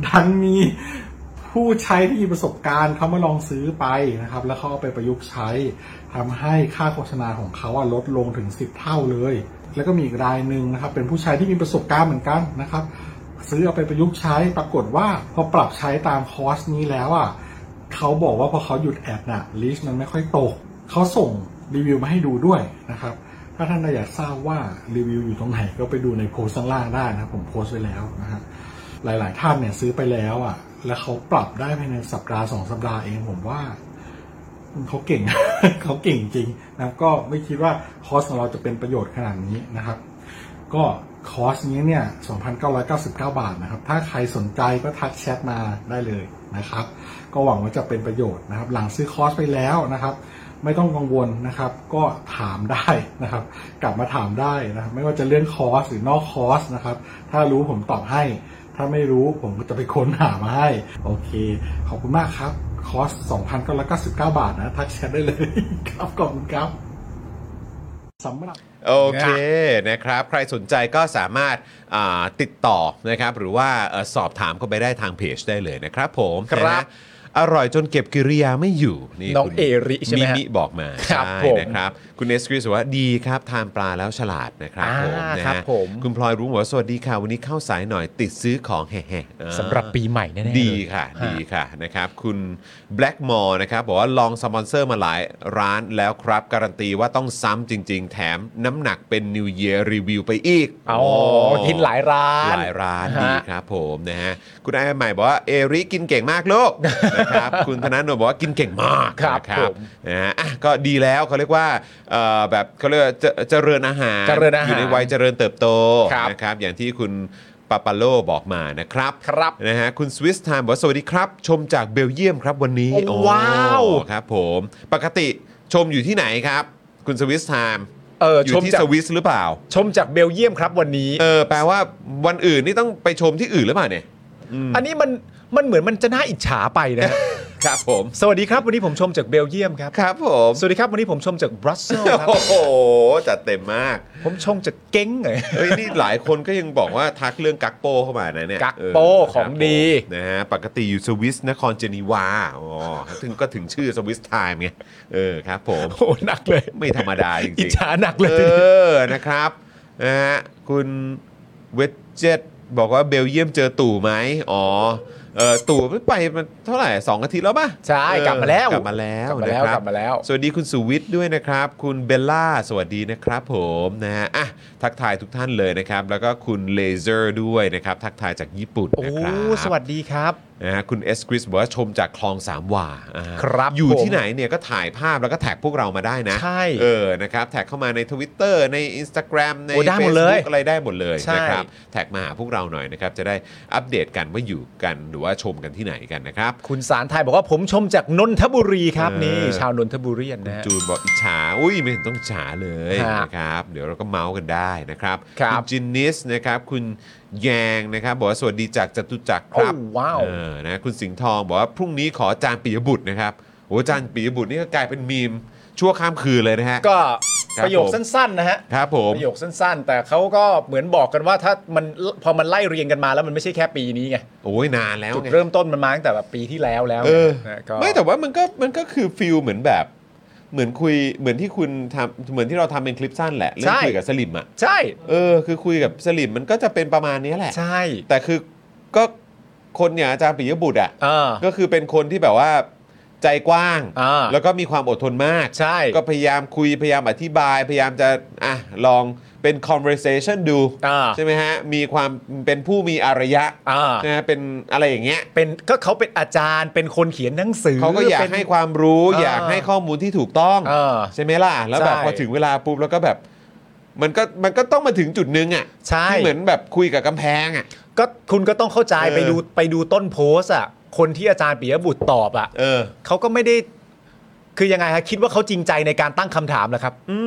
Speaker 5: ดันมีผู้ใช้ที่มีประสบการณ์เขามาลองซื้อไปนะครับ แล้วเขาเอาไปประยุกต์ใช้ทำให้ค่าโฆษณาของเขาอะลดลงถึง 10 เท่าเลย แล้วก็มีอีกรายหนึ่งนะครับ เป็นผู้ใช้ที่มีประสบการณ์เหมือนกันนะครับ ซื้อเอาไปประยุกต์ใช้ปรากฏว่าพอปรับใช้ตามคอร์สนี้แล้วอ่ะเขาบอกว่าพอเขาหยุดแอดน่ะลิสต์มันไม่ค่อยตกเขาส่งรีวิวมาให้ดูด้วยนะครับ ถ้าท่านอยากทราบว่ารีวิวอยู่ตรงไหนก็ไปดูในโพสต์ข้างล่างได้นะครับผมโพสต์ไว้แล้วนะครับ หลาย ๆ ท่านเนี่ยซื้อไปแล้วอ่ะ แล้วเขาปรับได้ภายในสัปดาห์สองสัปดาห์เองผมว่า เขาเก่ง เขาเก่งจริงนะครับก็ไม่คิดว่าคอร์สของเราจะเป็นประโยชน์ขนาดนี้นะครับ ก็คอร์สนี้เนี่ย 2,999 บาทนะครับ ถ้าใครสนใจก็ทักแชทมาได้เลยนะครับ ก็หวังว่าจะเป็นประโยชน์นะครับ หลังซื้อคอร์สไปแล้วนะครับ ไม่ต้องกังวลนะครับ ก็ถามได้นะครับ กลับมาถามได้นะครับไม่ว่าจะเรื่องคอร์สหรือนอกคอร์สนะครับ ถ้ารู้ผมตอบให้ ถ้าไม่รู้ผมก็จะไปค้นหามาให้ โอเค ขอบคุณมากครับ คอร์ส 2,999 บาทนะ ทักแชทได้เลยครับ ขอบคุณครับสำหรับ
Speaker 3: โอเคนะครับใครสนใจก็สามารถอ่าติดต่อนะครับหรือว่าเอ่อสอบถามเข้าไปได้ทางเพจได้เลยนะครับผม
Speaker 4: ครับ
Speaker 3: นะฮะอร่อยจนเก็บกิริยาไม่อยู่นี่
Speaker 4: น้อง
Speaker 3: คุณ
Speaker 4: เอริใช่ไหมฮะ
Speaker 3: มิบอกมา
Speaker 4: ครับ
Speaker 3: ใช่
Speaker 4: ผม
Speaker 3: นะครับคุณเอสคริสบอกว่าดีครับทานปลาแล้วฉลาดนะครับ
Speaker 4: อ่า
Speaker 3: ผมนะฮะ
Speaker 4: ครับผม
Speaker 3: คุณพลอยรุ้งบอกว่าสวัสดีค่ะวันนี้เข้าสายหน่อยติดซื้อของแห่ๆอ่า
Speaker 4: สำหรับปีใหม่แน่ๆ
Speaker 3: ดี
Speaker 4: เลย
Speaker 3: ค่ะ
Speaker 4: ฮะ
Speaker 3: ดีค่ะนะครับคุณ Blackmore นะครับบอกว่าลองสปอนเซอร์มาหลายร้านแล้วครับ การันตีว่าต้องซ้ำจริง ๆ แถมน้ำหนักเป็น New Year Review ไปอีก
Speaker 4: อ๋อกินหลายร้าน
Speaker 3: หลายร้าน
Speaker 4: ฮะ
Speaker 3: ดีครับผมนะฮะคุณไอ้ใหม่บอกว่า เอริกินเก่งมากลูก นะครับ คุณธนาโนบอกว่ากินเก่งมาก
Speaker 4: ครับ
Speaker 3: นะ
Speaker 4: ผม
Speaker 3: นะฮะอ่ะก็ดีแล้วเขาเรียกว่าเอ่อแบบเขาเรียกว่าเจเจริญอาหาร
Speaker 4: เจริญอาหาร
Speaker 3: ยู่ในวัยเจริญเติบโต
Speaker 4: ครับ
Speaker 3: นะครับ อย่างที่คุณปาปาโลบอกมานะครับ
Speaker 4: ครับ
Speaker 3: นะฮะคุณสวิสไทม์บอกว่าสวัสดีครับ ชมจากเบลเยียมครับวันนี้
Speaker 4: โอ้ว้าว
Speaker 3: โอ้ครับผมปกติชมอยู่ที่ไหนครับ คุณสวิสไทม์
Speaker 4: เออ
Speaker 3: อยู่
Speaker 4: ชม
Speaker 3: ที่
Speaker 4: จาก
Speaker 3: สวิสหรือเปล่า
Speaker 4: ชมจากเบลเยียมครับวันนี้
Speaker 3: เออแปลว่าวันอื่นนี่ต้องไปชมที่อื่นหรือเปล่าเนี่ย
Speaker 4: อันนี้มันมันเหมือนมันจะน่าอิจฉาไปนะฮะ
Speaker 3: ครับผม
Speaker 4: สวัสดีครับวันนี้ผมชมจากเบลเยียมครับ
Speaker 3: ครับผม
Speaker 4: สวัสดีครับวันนี้ผมชมจากบรัสเซลครับ
Speaker 3: โอ้โหจัดเต็มมาก
Speaker 4: ผมชมจากเก้งเลย
Speaker 3: เฮ้ยนี่หลายคนก็ยังบอกว่าทักเรื่องกักโปเข้ามานะเนี่ย
Speaker 4: กักโป้
Speaker 3: เครับ
Speaker 4: ของดี
Speaker 3: ผมนะฮะปกติอยู่สวิสนครเจนีวาอ๋อถึงก็ถึงชื่อสวิสไทม์ไงเออครับผม
Speaker 4: โอ้หนักเลย
Speaker 3: ไม่ธรรมดาจริงๆ
Speaker 4: อิจฉาหนักเลย
Speaker 3: เออ นะครับ นะฮะ คุณเวจเจตบอกว่าเบลเยียมเจอตู่ไหม อ๋อ เออตู่ไม่ไปมันเท่าไหร่สองอาทิตย์แล้วป่ะ
Speaker 4: ใช่
Speaker 3: เออก
Speaker 4: ลับมาแล้ว
Speaker 3: กลับมาแล้ว
Speaker 4: กลับมาแล้ว
Speaker 3: นะครั
Speaker 4: กลับมาแล้ว
Speaker 3: สวัสดีคุณสุวิทย์ด้วยนะครับ คุณเบลล่า สวัสดีนะครับผมนะฮะ อ่ะ ทักทายทุกท่านเลยนะครับ แล้วก็คุณเลเซอร์ด้วยนะครับ ทักทายจากญี่ปุ่น
Speaker 4: โอ้
Speaker 3: นะครับ
Speaker 4: สวัสดีครับ
Speaker 3: นะฮะคุณเอสคริสบอกว่าชมจากคลองสามวาอ่า
Speaker 4: ครับ
Speaker 3: อยู่
Speaker 4: ผม
Speaker 3: ที่ไหนเนี่ยก็ถ่ายภาพแล้วก็แท็กพวกเรามาได้นะ
Speaker 4: ใช่
Speaker 3: เออนะครับแท็กเข้ามาใน Twitter ใน Instagram ใน
Speaker 4: โอ้ได้หมดเลย
Speaker 3: Facebook อะไรได้หมดเลย
Speaker 4: ใช่
Speaker 3: นะครับแท็กมาหาพวกเราหน่อยนะครับ จะได้อัปเดตกันว่าอยู่กันหรือว่าชมกันที่ไหนกันนะครับ
Speaker 4: คุณสารไทยบอกว่าผมชมจากนนทบุรีครับ
Speaker 3: เออ
Speaker 4: นี่ชาวนนทบุรีนะฮะ
Speaker 3: จูนบอกอิจฉา อุ้ยไม่เห็นต้องอิจฉาเลย
Speaker 4: ครับ
Speaker 3: นะครับ เดี๋ยวเราก็เมาส์กันได้นะครับ
Speaker 4: ครับ
Speaker 3: ณจินนิสนะครับ คุณแยงนะครับ บอกว่าสวัสดีจากจตุจักรครับ
Speaker 4: โอ้ว้าว
Speaker 3: เออนะคุณสิงห์ทองบอกว่าพรุ่งนี้ขออาจารย์ปิยบุตรนะครับโอ้อาจารย์ปิยบุตรนี่ก็กลายเป็นมีมชั่วข้ามคืนเลยนะฮะ
Speaker 4: ก็
Speaker 3: ครับ
Speaker 4: ประโยคสั้นๆนะฮะ
Speaker 3: ครับผม
Speaker 4: ประโยคสั้นๆ แต่เขาก็เหมือนบอกกันว่าถ้ามันพอมันไล่เรียงกันมาแล้วมันไม่ใช่แค่ปีนี้ไง
Speaker 3: โอ้ยนานแล้ว
Speaker 4: จุด
Speaker 3: ไง
Speaker 4: เริ่มต้นมันมาตั้งแต่แบบปีที่แล้วแล้ว
Speaker 3: เออ
Speaker 4: นะก็
Speaker 3: ไม่แต่ว่ามันก็มันก็คือฟิลเหมือนแบบ เหมือนคุยเหมือนที่คุณทำเหมือนที่เราทำเป็นคลิปสั้นแหละเรื่อง
Speaker 4: ใช่
Speaker 3: คุยกับสลิมอ่ะ
Speaker 4: ใช่
Speaker 3: เออคือคุยกับสลิมมันก็จะเป็นประมาณนี้แหละ
Speaker 4: ใช่
Speaker 3: แต่คือก็คนอย่างอาจารย์ปิยบุตรอ่ะ
Speaker 4: เออ
Speaker 3: ก็คือเป็นคนที่แบบว่าใจกว้าง
Speaker 4: อ่า
Speaker 3: แล้วก็มีความอดทนมาก
Speaker 4: ใช่
Speaker 3: ก็พยายามคุยพยายามอธิบาย พยายามจะอ่ะลองเป็น conversation ดู
Speaker 4: อ่า
Speaker 3: ใช่ไหมฮะ มีความเป็นผู้มีอารยะ
Speaker 4: อ่าน
Speaker 3: นะฮะเป็นอะไรอย่างเงี้ย
Speaker 4: เป็นก็เขาเป็นอาจารย์เป็นคนเขียนหนังสือ
Speaker 3: เขาก็อยาก
Speaker 4: ป็น
Speaker 3: ให้ความรู้
Speaker 4: อ่า
Speaker 3: อยากให้ข้อมูลที่ถูกต้อง
Speaker 4: อ่า
Speaker 3: ใช่ไหมล่ะ แล้วแบบ
Speaker 4: ใช่
Speaker 3: พอถึงเวลาปุ๊บแล้วก็แบบ มันก็มันก็ต้องมาถึงจุดนึงอ่ะ
Speaker 4: ใช่
Speaker 3: ที่เหมือนแบบคุยกับกำแพงอ่ะ
Speaker 4: ก็คุณก็ต้องเข้าใจ
Speaker 3: เออ
Speaker 4: ไปดูไปดูต้นโพสต์อ่ะคนที่อาจารย์ปิยบุตรตอบอ่ะ
Speaker 3: เออ
Speaker 4: เขาก็ไม่ได้ คือยังไงฮะคิดว่าเขาจริงใจในการตั้งคำถามนะครับ อื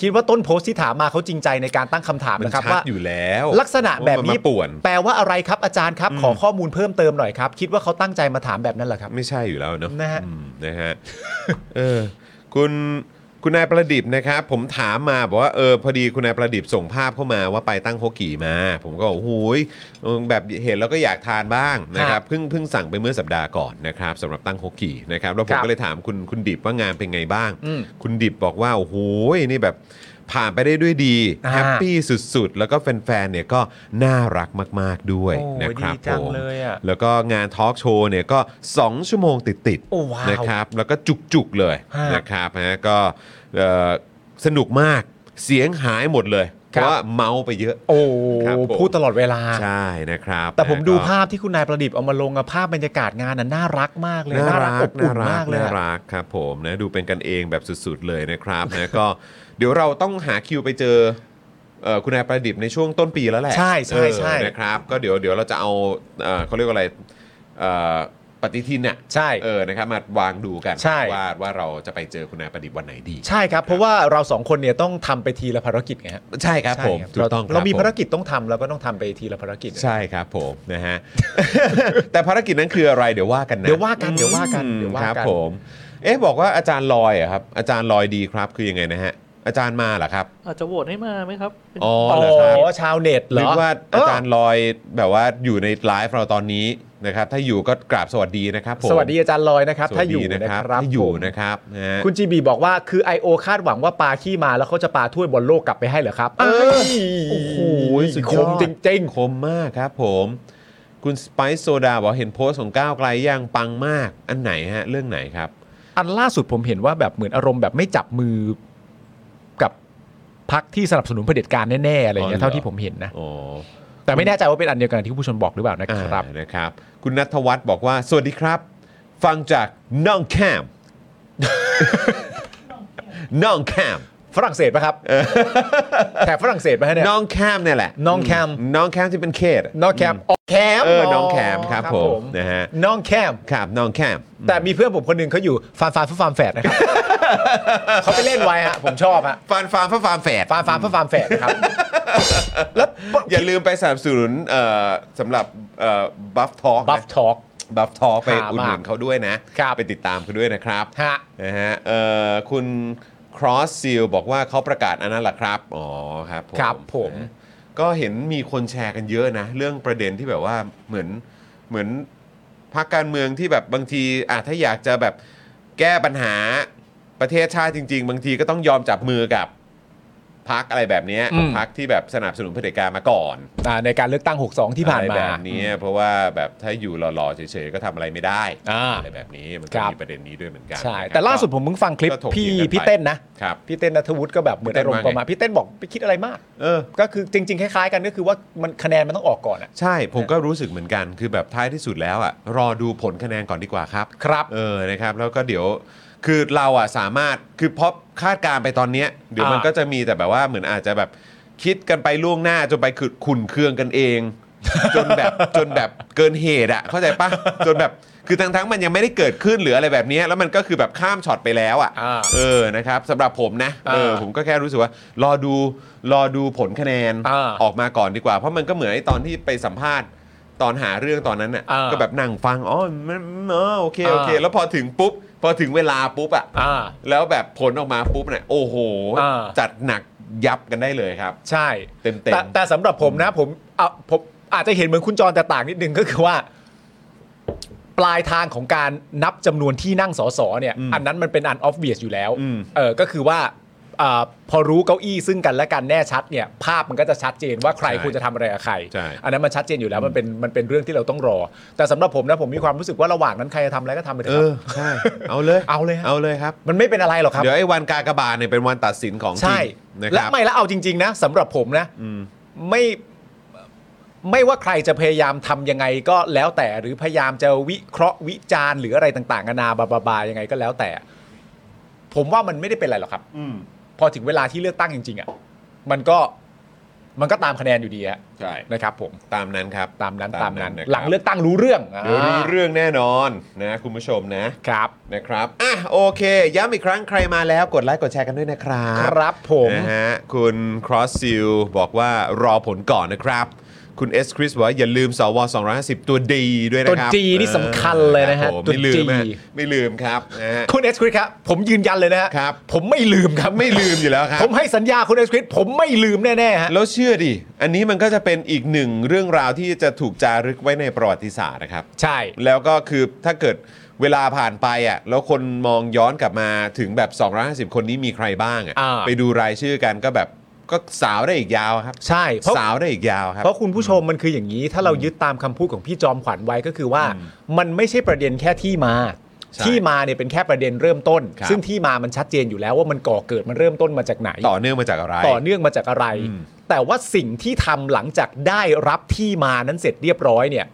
Speaker 4: คิดว่าต้นโพสต์ที่ถามมาเขาจริงใจในการตั้งคำถาม
Speaker 3: มัน
Speaker 4: นะครับ
Speaker 3: ชัด
Speaker 4: ว่า
Speaker 3: อยู่แล้ว
Speaker 4: ลักษณะแบบนี้
Speaker 3: ว่ามัมาป่วน
Speaker 4: แปลว่าอะไรครับอาจารย์ครับ ขอข้อมูลเพิ่มเติมหน่อยครับ คิดว่าเขาตั้งใจมาถามแบบนั้นเหรอครับ
Speaker 3: ไม่ใช่อยู่แล้วเนอะ
Speaker 4: นะฮะ
Speaker 3: อืมนะฮะ เออ คุณคุณนายประดิษฐ์นะครับ ผมถามมาบอกว่าเออพอดีคุณนายประดิษฐ์ส่งภาพเข้ามาว่าไปตั้งโฮกี่มา ผมก็บอกโอ้โหยเออแบบเห็นแล้วก็อยากทานบ้างนะครับเพิ่งเพิ่งสั่งไปเมื่อสัปดาห์ก่อนนะครับสำหรับตั้งโฮกี่นะครับแล้วผม
Speaker 4: ครับ
Speaker 3: ก็เลยถามคุณคุณดิบว่างานเป็นไงบ้าง
Speaker 4: อืม
Speaker 3: คุณดิบบอกว่าโอ้โหยนี่แบบผ่านไปได้ด้วยดี
Speaker 4: อ่า
Speaker 3: แฮปปี้สุดๆ แล้วก็แฟนๆเนี่ยก็น่ารักมากๆด้วย
Speaker 4: โอ้ย
Speaker 3: นะครับ
Speaker 4: ดีจัง
Speaker 3: ผม
Speaker 4: เลยอ่ะ
Speaker 3: แล้วก็งานทอล์กโชว์เนี่ยก็ 2 ชั่วโมงติด
Speaker 4: โอ้ว้าว
Speaker 3: ๆนะครับแล้วก็จุกๆเลย
Speaker 4: ฮะ
Speaker 3: นะครับฮะก็เอ่อสนุกมากเสียงหายหมดเลย เพ
Speaker 4: ครับ
Speaker 3: ราะว่าเมาไปเยอะ
Speaker 4: โอ้
Speaker 3: ครับผม
Speaker 4: พูดตลอดเวลา
Speaker 3: ใช่นะครับ
Speaker 4: แต่ผมดู
Speaker 3: นะก็
Speaker 4: ภาพที่คุณนายประดิษฐ์เอามาลงอะภาพบรรยากาศงานน่ะน่ารักมากเลย
Speaker 3: น่ารั
Speaker 4: อก บ
Speaker 3: น่า
Speaker 4: อุ่น
Speaker 3: รั
Speaker 4: มาก กเลย
Speaker 3: น่า
Speaker 4: อะ
Speaker 3: รักครับผมนะดูเป็นกันเองแบบสุดๆเลยนะครับนะก็ เดี๋ยวเราต้องหาคิวไปเจอเอ่อคุณนายประดิษฐ์ในช่วงต้นปีแล้วแหละ
Speaker 4: ใช่ใช่
Speaker 3: เออ
Speaker 4: ใช่
Speaker 3: นะครับก็เดี๋ยวเดี๋ยวเราจะเอาเอ่อเขาเรียกว่าอะไรเอ่อปฏิทินน่ะ
Speaker 4: ใช่
Speaker 3: เออ นะครับ มาวางดูกัน
Speaker 4: ใช่
Speaker 3: ว่าว่าเราจะไปเจอคุณนายประดิษฐ์วันไหนดี
Speaker 4: ใช่ครับ เพราะว่าเราสองคนเนี่ยต้องทำไปทีละภารกิจไงฮะ
Speaker 3: ใช่ครับ
Speaker 4: ใช่
Speaker 3: ผมถูก
Speaker 4: เรา
Speaker 3: ต้องคบ
Speaker 4: เรามี
Speaker 3: ผ
Speaker 4: ภารกิจต้องทำเราก็ต้องทำไปทีละภารกิจ
Speaker 3: ใช่ครับผมนะฮ ะ แต่ภารกิจนั้นคืออะไรเดี๋ยวว่ากันนะ
Speaker 4: เดี๋ยวว่ากันเดี๋ยวว่ากัน
Speaker 3: อืม
Speaker 4: เดี๋ยวว่า
Speaker 3: ครับ
Speaker 4: กัน
Speaker 3: ผม เอ๊ะบอกว่าอาจารย์ลอยเหรอครับ อาจารย์ลอยดีครับคือยังไงนะฮะ อาจารย์มาเหรอครับ
Speaker 6: อาจจะโหวตให้มาไหมครับเป็น
Speaker 3: อ๋อ
Speaker 4: อ๋
Speaker 3: เหรอครับ
Speaker 4: อชาวเน็ตเหร
Speaker 3: นึก
Speaker 4: อ
Speaker 3: ว่า
Speaker 4: เอา
Speaker 3: จารย์ลอยแบบว่าอยู่ในไลฟ์เราตอนนี้นะครับ ถ้าอยู่ก็กราบสวัสดีนะครับผม
Speaker 4: สวัสดีอาจารย์ลอยนะครับ
Speaker 3: ส
Speaker 4: ถ้า
Speaker 3: วัส
Speaker 4: อ
Speaker 3: ดี
Speaker 4: ยู่นะครับ
Speaker 3: ถ้าอยู่นะครับนะฮะ
Speaker 4: คุณจีบีบอกว่าคือ I.O. คาดหวังว่าปาขี้มาแล้วเขาจะปาถ้วยบอลโลกกลับไปให้เหรอครับ
Speaker 3: เออ
Speaker 4: โอ้
Speaker 3: โอ้โห
Speaker 4: โห
Speaker 3: สุดย
Speaker 4: ค
Speaker 3: อด
Speaker 4: มจริง
Speaker 3: คมมากครับผม คุณสไปซ์โซดาบอกเห็นโพสต์ของก้าวไกลย่างปังมาก อันไหนฮะ เรื่องไหนครับ
Speaker 4: ๆ อันล่าสุดผมเห็นว่าแบบเหมือนอารมณ์แบบไม่จับมือกับพักที่สนับสนุนเผด็จการแน่ๆอะไรอย่างเงี้
Speaker 3: อ๋
Speaker 4: ย
Speaker 3: อเหรอ
Speaker 4: เท่าที่ผมเห็นนะ
Speaker 3: อ๋อ
Speaker 4: แต่ไม่แน่ใจว่าเป็นอันเดียวกันที่ผู้ชมบอกหรือเปล่านะ
Speaker 3: อ่า
Speaker 4: ครับ
Speaker 3: นะครับ คุณนัทวัฒน์บอกว่า สวัสดีครับ แ ฟังจากน้องแค ม น้องแคม
Speaker 4: ฝรั่งเศสปะครับแถบฝรั่งเศสปะฮะเนี่ย
Speaker 3: น้องแคมเนี่ยแหละ
Speaker 4: น้องแคม
Speaker 3: น้องแคมที่เป็นเขตอะ
Speaker 4: น้องแคมอ๋อแคม
Speaker 3: เออน้องแคมครับผมนะฮะ
Speaker 4: น้องแคม
Speaker 3: ครับน้องแคม
Speaker 4: แต่มีเพื่อนผมคนหนึ่งเขาอยู่ฟาร์มฟาร์มเพื่อฟาร์มแฝด นะครับ เขาไปเล่นไว้ฮะผมชอบฮะ
Speaker 3: ฟานฟาร์มเพื่อฟาร์มแฝด
Speaker 4: ฟาร์มฟาร์มเพื่อฟาร์มแฝด นะครับ แล้ว
Speaker 3: อย่าลืมไปสนับสนุนเอ่อสำหรับบัฟทอ
Speaker 4: บัฟทอล์ก
Speaker 3: บัฟทอไป
Speaker 4: หา
Speaker 3: อุดหนุน
Speaker 4: มาก
Speaker 3: เขาด้วยนะ
Speaker 4: ครับ
Speaker 3: ไปติดตามเขาด้วยนะครับ
Speaker 4: ฮะ
Speaker 3: นะฮะเอ่อคุณครอสซิลบอกว่าเขาประกาศอันนั้นแหละครับ อ๋อครับผม
Speaker 4: ครับผม
Speaker 3: นะก็เห็นมีคนแชร์กันเยอะนะ เรื่องประเด็นที่แบบว่าเหมือนเหมือนพรรคการเมืองที่แบบบางทีอ่ะถ้าอยากจะแบบแก้ปัญหาประเทศชาติจริง ๆ บางทีก็ต้องยอมจับมือกับพรรคอะไรแบบเนี้ย
Speaker 4: อืม
Speaker 3: พรรคที่แบบสนับสนุนเผด็จการมาก่อน
Speaker 4: อ่าในการเลือกตั้ง 62 ที่ผ่าน
Speaker 3: อะไร
Speaker 4: มา
Speaker 3: แบบนี้เพราะว่าแบบถ้าอยู่หล่อๆเฉยๆก็ทำอะไรไม่ได้
Speaker 4: อ่า
Speaker 3: ไรแบบนี้มัน
Speaker 4: ค
Speaker 3: ก็
Speaker 4: รับ
Speaker 3: มีประเด็นนี้ด้วยเหมือนกัน
Speaker 4: ใช่
Speaker 3: นะครับ
Speaker 4: แต่ล่าสุดผมเพิ่งฟังคลิป
Speaker 3: ก็ถก
Speaker 4: พี่
Speaker 3: ถียงกัไป
Speaker 4: พี่เต้นนะ
Speaker 3: ครับ
Speaker 4: พี่เต้นนัทวุฒิก็แบบเหมือนอารมณ์ประมาณพี่เต้นบอกไปคิดอะไรมาก
Speaker 3: เออ
Speaker 4: ก็คือจริง ๆ คล้ายๆกันก็คือว่ามันคะแนนมันต้องออกก่อนอะ
Speaker 3: ใช่ผมก็รู้สึกเหมือนกันคือแบบท้ายที่สุดแล้วอ่ะรอดูผลคะแนนก่อนดีกว่าครับ
Speaker 4: ครับ
Speaker 3: เออนะครับแล้วก็เดี๋ยวคือเราอ่ะสามารถคือเพราะคาดการณ์ไปตอนเนี้ยเดี๋ยวมัน
Speaker 4: อ่า
Speaker 3: ก็จะมีแต่แบบว่าเหมือนอาจจะแบบคิดกันไปล่วงหน้าจนไปขุดขุนเคืองกันเอง จนแบบ จนแบบเกินเหตุอ่ะเข้าใจปะจนแบบคือทั้งทั้งๆมันยังไม่ได้เกิดขึ้นหรืออะไรแบบเนี้ยแล้วมันก็คือแบบข้ามช็อตไปแล้วอ่ะ
Speaker 4: อ่า
Speaker 3: เออนะครับสำหรับผมนะเออ
Speaker 4: อ่า
Speaker 3: ผมก็แค่รู้สึกว่ารอดูรอดูผลคะแนน
Speaker 4: อ่า
Speaker 3: ออกมาก่อนดีกว่า เพราะมันก็เหมือนไอ้ตอนที่ไปสัมภาษณ์ตอนหาเรื่องตอนนั้นน่ะ
Speaker 4: อ่า
Speaker 3: ก็แบบนั่งฟังอ๋อมันเออโอเค โอเค
Speaker 4: อ่า
Speaker 3: แล้วพอถึงปุ๊บ พอถึงเวลาปุ๊บอ่ะ
Speaker 4: อ่า
Speaker 3: แล้วแบบผลออกมาปุ๊บเนี่ยโอ้โห
Speaker 4: อ่า
Speaker 3: จัดหนักยับกันได้เลยครับ
Speaker 4: ใช่
Speaker 3: เต็มๆ
Speaker 4: แต่แต่สำหรับผมนะผมอ่ะผมอาจจะเห็นเหมือนคุณจรแต่ต่างนิดนึงก็คือว่า ปลายทางของการนับจำนวนที่นั่งสสเนี่ย อันนั้นมันเป็นอันออฟเวียสอยู่แล้วเออก็คือว่าอ่าพอรู้เก้าอี้ซึ่งกันและกันแน่ชัดเนี่ย ภาพมันก็จะชัดเจนว่าใคร
Speaker 3: ใช่
Speaker 4: ควรจะทำอะไรกับใคร
Speaker 3: ใช่
Speaker 4: อันนั้นมันชัดเจนอยู่แล้วมันเป็นมันเป็นเรื่องที่เราต้องรอ แต่สำหรับผมนะผมมีความรู้สึกว่าระหว่างนั้นใครจะทำอะไรก็ทำไปเถ
Speaker 3: เออ
Speaker 4: อะครับ
Speaker 3: ใช่ เอาเลย
Speaker 4: เอาเลยฮะ
Speaker 3: เอาเลยครับ
Speaker 4: มันไม่เป็นอะไรหรอกครับ
Speaker 3: เดี๋ยวไอ้วันกากบาทเนี่ยเป็นวันตัดสินของจริ
Speaker 4: ใช่
Speaker 3: งนะค
Speaker 4: และ
Speaker 3: รับ
Speaker 4: ไม่และเอาจริง ๆ นะสำหรับผมนะไม่ไม่ว่าใครจะพยายามทำยังไงก็แล้วแต่หรือพยายามจะวิเคราะห์วิจารณ์หรืออะไรต่างๆนานาบาบาบายังไงก็แล้วแต่ ผมว่ามันไม่ได้เป็นอะไรหรอกครับพอถึงเวลาที่เลือกตั้งจริง ๆอ่ะมันก็มันก็ตามคะแนนอยู่ดีฮะ
Speaker 3: ใช่
Speaker 4: นะครับผม
Speaker 3: ตามนั้นครับ
Speaker 4: ตามนั้นตามนั้นะ
Speaker 3: คบ
Speaker 4: หลังเลือกตั้งรู้เรื่อง
Speaker 3: เดี๋ยวรู้
Speaker 4: า
Speaker 3: เรื่องแน่นอนนะคุณผู้ชมนะ
Speaker 4: ครับ
Speaker 3: นะครับอ่ะโอเค ย้ำอีกครั้งใครมาแล้วกดไลค์กดแชร์กันด้วยนะครับ
Speaker 4: ครับผม
Speaker 3: นะฮะคุณครอสซิลบอกว่ารอผลก่อนนะครับ คุณเอสคริสบอกว่าอย่าลืมสว250 ตัวดีด้วยนะครับ
Speaker 4: ตัว G นี่สำคัญเลยนะฮะ
Speaker 3: เออครับผม
Speaker 4: ตัว
Speaker 3: ไม่ลืมนะ
Speaker 4: G
Speaker 3: ไม่ลืมครับนะฮะ
Speaker 4: คุณเอสคริสครับผมยืนยันเลยนะฮะ
Speaker 3: ครับ
Speaker 4: ผมไม่ลืมครับ
Speaker 3: ไม่ลืมอยู่แล้วครับ
Speaker 4: ผมให้สัญญาคุณเอสคริสผมไม่ลืมแน่ๆฮะ
Speaker 3: แล้วเชื่อดิ อันนี้มันก็จะเป็นอีกหนึ่งเรื่องราวที่จะถูกจารึกไว้ในประวัติศาสตร์นะครับ
Speaker 4: ใช่
Speaker 3: แล้วก็คือถ้าเกิดเวลาผ่านไปอ่ะแล้วคนมองย้อนกลับมาถึงแบบ 250 คนนี้มีใครบ้างอ่ะ
Speaker 4: อ่า
Speaker 3: ไปดูรายชื่อกันก็แบบก็สาวได้อีกยาวครับ
Speaker 4: ใช่เพราะ
Speaker 3: สาวได้อีกยาวครับ
Speaker 4: เพราะคุณผู้ชมมันคืออย่างนี้ ถ้าเรายึดตามคำพูดของพี่จอมขวัญไว้ก็คือว่า มันไม่ใช่ประเด็นแค่ที่มา
Speaker 3: ใช่
Speaker 4: ที่มาเนี่ยเป็นแค่ประเด็นเริ่มต้น
Speaker 3: ครับ
Speaker 4: ซึ่งที่มามันชัดเจนอยู่แล้วว่ามันก่อเกิดมันเริ่มต้นมาจากไหน
Speaker 3: ต่อเนื่องมาจากอะไร
Speaker 4: ต่อเนื่องมาจากอะไร
Speaker 3: อืม
Speaker 4: แต่ว่าสิ่งที่ทำหลังจากได้รับที่มานั้นเสร็จเรียบร้อยเนี่ย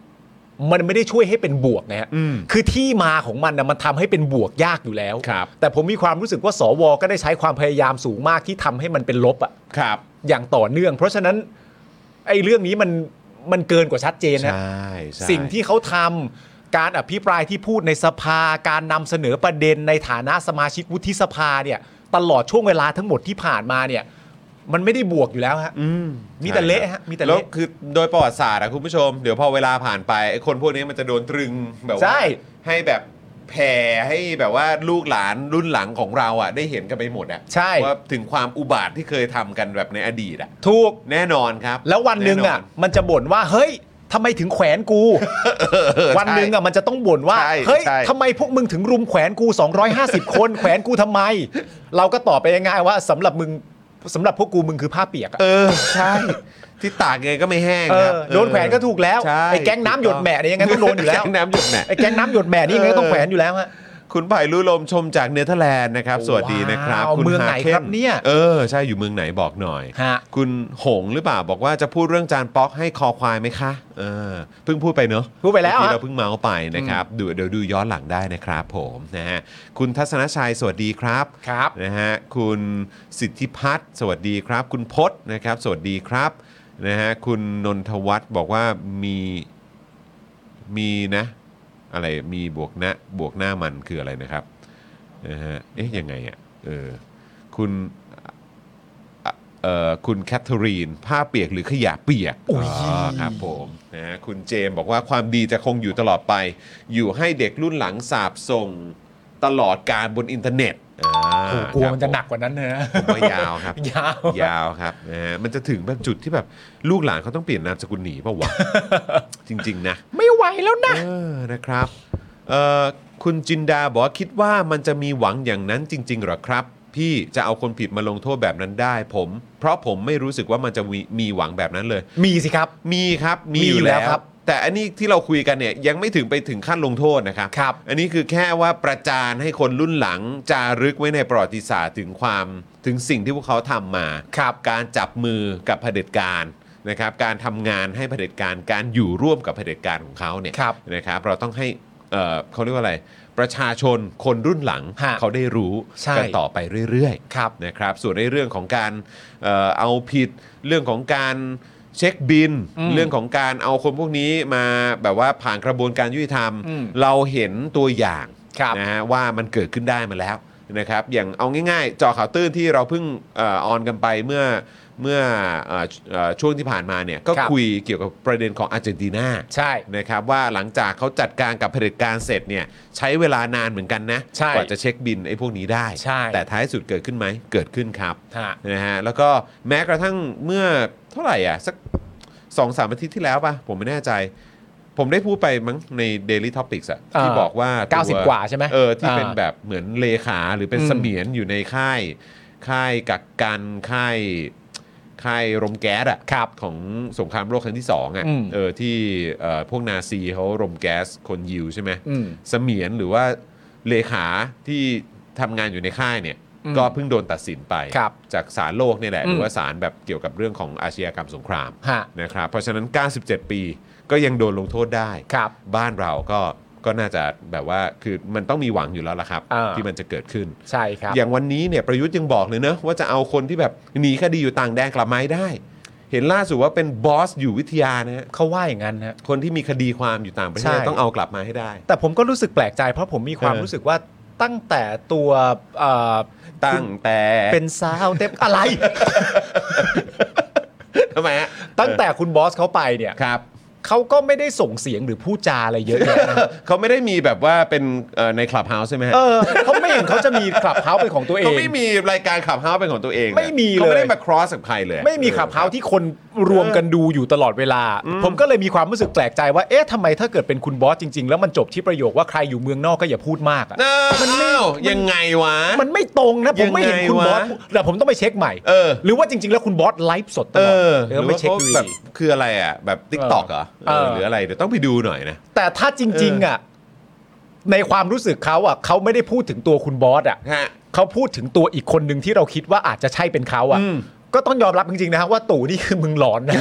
Speaker 4: มันไม่ได้ช่วยให้เป็นบวกนะฮะ
Speaker 3: อืม
Speaker 4: คือที่มาของมันนะมันทำให้เป็นบวกยากอยู่แล้ว
Speaker 3: ครับ
Speaker 4: แต่ผมมีความรู้สึกว่าสว ก็ได้ใช้ความพยายามสูงมากที่ทำให้มันเป็นลบอะ
Speaker 3: ครับ
Speaker 4: อย่างต่อเนื่อง เพราะฉะนั้นไอ้เรื่องนี้มันมันเกินกว่าชัดเจนนะ
Speaker 3: ใช่ใช่
Speaker 4: สิ่งที่เขาทำการอภิปรายที่พูดในสภา การนำเสนอประเด็นในฐานะสมาชิกวุฒิสภาเนี่ย ตลอดช่วงเวลาทั้งหมดที่ผ่านมาเนี่ย มันไม่ได้บวกอยู่แล้วฮะมีแต่เละฮะมีแต่
Speaker 3: แล้ว
Speaker 4: เละ
Speaker 3: คือโดยประวัติศาสตร์อะคุณผู้ชม เดี๋ยวพอเวลาผ่านไปไอ้คนพวกนี้มันจะโดนตรึงแบบ
Speaker 4: ใช่
Speaker 3: ว่าให้แบบแผ่ให้แบบว่าลูกหลานรุ่นหลังของเราอะได้เห็นกันไปหมดอะ
Speaker 4: ใช่
Speaker 3: ว่าถึงความอุบาทที่เคยทำกันแบบในอดีตอะ
Speaker 4: ถูก
Speaker 3: แน่นอนครับ
Speaker 4: แล้ววันหนึ่งอ่ะ
Speaker 3: แ
Speaker 4: มันจะบ่นว่า เฮ้ยทำไมถึงแขวนกู
Speaker 3: เออ
Speaker 4: วันหนึ่ง
Speaker 3: ใช่
Speaker 4: อ่ะมันจะต้องบ่นว่า
Speaker 3: ใช่
Speaker 4: เฮ้ย
Speaker 3: ใช่
Speaker 4: ทำไมพวกมึงถึงรุมแขวนกู 250 คน แขวนกูทำไม เราก็ตอบไปง่ายๆว่าสำหรับมึงสำหรับพวกกูมึงคือผ้าเปียกอะ
Speaker 3: เออใช่ ที่ตากไงก็ไม่แห้ง
Speaker 4: เอ
Speaker 3: ครับ
Speaker 4: อโดนแขวนก็ถูกแล้ว
Speaker 3: ใช่
Speaker 4: ไอ้แก๊งน้ำหยดแหม่เนี่ยยังไงต้องโดนอยู่แล้ว
Speaker 3: ก๊งน้ำหยดแหม่
Speaker 4: ไอ้แก๊งน้ำหยดแหม่นี่ยังไงก็ต้องแขวนอยู่แล้วฮะ
Speaker 3: คุณไผ่ลุลมชมจากเนเธอร์แลนด์นะครับ สวัสดีนะครับ
Speaker 4: ว้าว
Speaker 3: คุณ
Speaker 4: เมืองไหนาครับเนี่ย
Speaker 3: เออ ใช่อยู่เมืองไหนบอกหน่อย
Speaker 4: ฮะ
Speaker 3: คุณหงหรือเปล่าบอกว่าจะพูดเรื่องจานป๊อกให้คอควายไหมคะเออเพิ่งพูดไปเนอะ
Speaker 4: พูดไปแล้ว
Speaker 3: เมื่อกี้
Speaker 4: ฮะ
Speaker 3: เราเพิ่งเมาส์ไปนะครับดูเดี๋ยวดูย้อนหลังได้นะครับผมนะฮะคุณทัศนชัยสวัสดีครับ
Speaker 4: ครับ
Speaker 3: นะฮะคุณสิทธิพัฒน์สวัสดีครับ คุณพศนะครับ สวัสดีครับนะฮะคุณนนทวัฒน์บอกว่ามีมีนะ อะไรมีบวกหนะบวกหน้ามันคืออะไรนะครับนะฮะเอ๊ะยังไงอ่ะเออคุณอ่ะเอ่อคุณแคทเธอรีน ผ้าเปียกหรือขยะเปียก
Speaker 4: โอ้ย
Speaker 3: อครับผมนะฮะคุณเจมส์บอกว่าความดีจะคงอยู่ตลอดไป อยู่ให้เด็กรุ่นหลังสาบส่ง ตลอดการบนอินเทอร์เน็ตอ่า
Speaker 4: โอ้โหกลัวมันจะ
Speaker 3: ครับ
Speaker 4: หนักกว่านั้นนะ
Speaker 3: ผมว่ายาวครับ
Speaker 4: ยาว
Speaker 3: ยาวครับนะฮะมันจะถึงแบบจุดที่แบบลูกหลานเขาต้องเปลี่ยนนามสกุลหนีเป ล่าวะ จริง ๆ นะ
Speaker 4: ไม่ไหวแล้วนะ
Speaker 3: เออนะครับเอ่อคุณจินดาบอกว่าคิดว่ามันจะมีหวังอย่างนั้นจริง ๆ เหรอครับ พี่จะเอาคนผิดมาลงโทษแบบนั้นได้ผม เพราะผมไม่รู้สึกว่ามันจะมีมีหวังแบบนั้นเลย
Speaker 4: มีสิครับ
Speaker 3: มีครับ มี
Speaker 4: มี
Speaker 3: อ
Speaker 4: อยู่
Speaker 3: ยู่
Speaker 4: แล้
Speaker 3: แล้ว
Speaker 4: ว
Speaker 3: ค
Speaker 4: ครั
Speaker 3: รับ
Speaker 4: บ
Speaker 3: แต่อันนี้ที่เราคุยกันเนี่ยยังไม่ถึงไปถึงขั้นลงโทษนะครับ
Speaker 4: ครับ
Speaker 3: อันนี้คือแค่ว่าประจานให้คนรุ่นหลังจารึกไว้ในประวัติศาสตร์ถึงความถึงสิ่งที่พวกเขาทำมา
Speaker 4: ครับ
Speaker 3: การจับมือกับเผด็จการนะครับ การทำงานให้เผด็จการ การอยู่ร่วมกับเผด็จการของเขาเนี่ย
Speaker 4: ครับ
Speaker 3: นะครับ เราต้องให้เอ่อเขาเรียกว่าอะไร ประชาชนคนรุ่นหลัง
Speaker 4: ฮะ
Speaker 3: เขาได้รู้
Speaker 4: ใช่
Speaker 3: กัต่อไปเรื่อยๆ
Speaker 4: ครับ
Speaker 3: นะครับส่วนในเรื่องของการเอ่อเอาผิดเรื่องของการเช็คบิน
Speaker 4: อืม
Speaker 3: เรื่องของการเอาคนพวกนี้มาแบบว่าผ่านกระบวนการยุติธรรม
Speaker 4: อืม
Speaker 3: เราเห็นตัวอย่าง
Speaker 4: ครับ
Speaker 3: นะฮะว่ามันเกิดขึ้นได้มาแล้วนะครับอย่างเอาง่ายๆ จอข่าวตื้นที่เราเพิ่งเออออนกันไปเมื่อเมื่อเออเอ่อช่วงที่ผ่านมาเนี่ยก็
Speaker 4: ครับ
Speaker 3: คุยเกี่ยวกับประเด็นของอาร์เจนตินา
Speaker 4: ใช่
Speaker 3: นะครับว่าหลังจากเขาจัดการกับเผด็จการเสร็จเนี่ยใช้เวลานานเหมือนกันนะ
Speaker 4: ใช่
Speaker 3: กว่าจะเช็คบินไอ้พวกนี้ได้
Speaker 4: ใช่
Speaker 3: แต่ท้ายสุดเกิดขึ้นไหมเกิดขึ้นครับ
Speaker 4: ฮะ
Speaker 3: นะฮะแล้วก็แม้กระทั่งเมื่อเท่าไหร่อ่ะสักสองสามอาทิตย์ที่แล้วป่ะ ผมไม่แน่ใจ ผมได้พูดไปมั้งใน Daily Topics อะ
Speaker 4: อ่า
Speaker 3: ที่บอกว่าตัว
Speaker 4: 90กว่าใช่ไหม
Speaker 3: เออที่
Speaker 4: อ่า
Speaker 3: เป็นแบบเหมือนเลขาหรือเป็น
Speaker 4: อืม
Speaker 3: เสมียนอยู่ในค่ายค่ายกักกันค่าย ค่ายรมแก๊สอะ
Speaker 4: ครับ
Speaker 3: ของสงครามโลกครั้งที่สองอะ
Speaker 4: อืม
Speaker 3: เออที่เอ่อพวกนาซีเขารมแก๊สคนยิวใช่ไหม
Speaker 4: อืม
Speaker 3: เสมียนหรือว่าเลขาที่ทำงานอยู่ในค่ายเนี่ย
Speaker 4: อืม
Speaker 3: ก็เพิ่งโดนตัดสินไป
Speaker 4: ครับ
Speaker 3: จากศาลโลกเนี่ยแหละ
Speaker 4: อื
Speaker 3: ห
Speaker 4: ม
Speaker 3: รือว่าศาลแบบเกี่ยวกับเรื่องของอาชญากรรมสงคราม
Speaker 4: ฮะ
Speaker 3: นะครับเพราะฉะนั้น 97 ปีก็ยังโดนลงโทษได้
Speaker 4: ครับ
Speaker 3: บ้านเราก็ก็น่าจะแบบว่าคือมันต้องมีหวังอยู่แล้วล่ะครับ
Speaker 4: อ่า
Speaker 3: ที่มันจะเกิดขึ้น
Speaker 4: ใช่ครับ
Speaker 3: อย่างวันนี้เนี่ยประยุทธ์ยังบอกเลยนะว่าจะเอาคนที่แบบหนีคดีอยู่ต่างแดนกลับมาให้ได้ เห็นล่าสุดว่าเป็นบอสอยู่วิทยานะฮะ
Speaker 4: เขาว่าอย่างนั้นฮะ
Speaker 3: คนที่มีคดีความอยู่ต่างประเท
Speaker 4: ใช่
Speaker 3: ศต้องเอากลับมาให้ได้
Speaker 4: แต่ผมก็รู้สึกแปลกใจเพราะผมมีความ
Speaker 3: เออ
Speaker 4: รู้สึกว่าตั้งแต่ตัวเอ่อ
Speaker 3: ตั้งแต่
Speaker 4: เป็นสาวเต็มอะไร
Speaker 3: ทำไมฮะ
Speaker 4: ตั้งแต่คุณบอสเขาไปเนี่ย
Speaker 3: ครับ
Speaker 4: เขาก็ไม่ได้ส่งเสียงหรือพูดจาอะไรเยอะแยะนะ
Speaker 3: เขาไม่ได้มีแบบว่าเป็นเอ่อในคลับเฮาส์ใช่ไหมฮะ
Speaker 4: เออเขาไม่เห็นเขาจะมีคลับเฮาส์เป็นของตัวเอ
Speaker 3: เขา
Speaker 4: ง
Speaker 3: ไม่มีรายการขับเฮาส์เป็นของตัวเองนะ
Speaker 4: ไม่มีเลย
Speaker 3: เขาไม่ได้มา cross กับใครเลย
Speaker 4: ไม่มีคลับเฮาส์ที่คนรวมกันดูอยู่ตลอดเวลา ผมก็เลยมีความรู้สึกแปลกใจว่าเอ๊ะทำไมถ้าเกิดเป็นคุณบอสจริง ๆ แล้วมันจบที่ประโยคว่าใครอยู่เมืองนอกก็อย่าพูดมากอะ
Speaker 3: เออมันไม่ยังไงวะ
Speaker 4: มันไม่ตรงนะผมไม่เห็นคุณบอส
Speaker 3: ยังไงวะ
Speaker 4: แต่ผมต้องไปเช็คใหม่
Speaker 3: เออ
Speaker 4: หรือว่าจริง ๆ แล้วคุณบอสไลฟ์สดต
Speaker 3: เอ
Speaker 4: ลอด
Speaker 3: อ
Speaker 4: เออไม่เช็คดู
Speaker 3: หรือว่าขาแบบ
Speaker 4: ดี
Speaker 3: คืออะไรอ่ะแบบติ๊กต็อกเหรอ
Speaker 4: เออ
Speaker 3: หรืออะไรเดี๋ยวต้องไปดูหน่อยนะ
Speaker 4: แต่ถ้าจริง ๆอ่ะในความรู้สึกเขาอ่ะเขาไม่ได้พูดถึงตัวคุณบอสอ่ะ
Speaker 3: ฮะ
Speaker 4: เขาพูดถึงตัวอีกคนหนึ่งที่เราคิดว่าอาจจะใช่เป็นเขาอ่ะ
Speaker 3: อืม
Speaker 4: ก็ต้องยอมรับจริงๆนะฮะว่าตู่นี่คือมึงหลอนนะ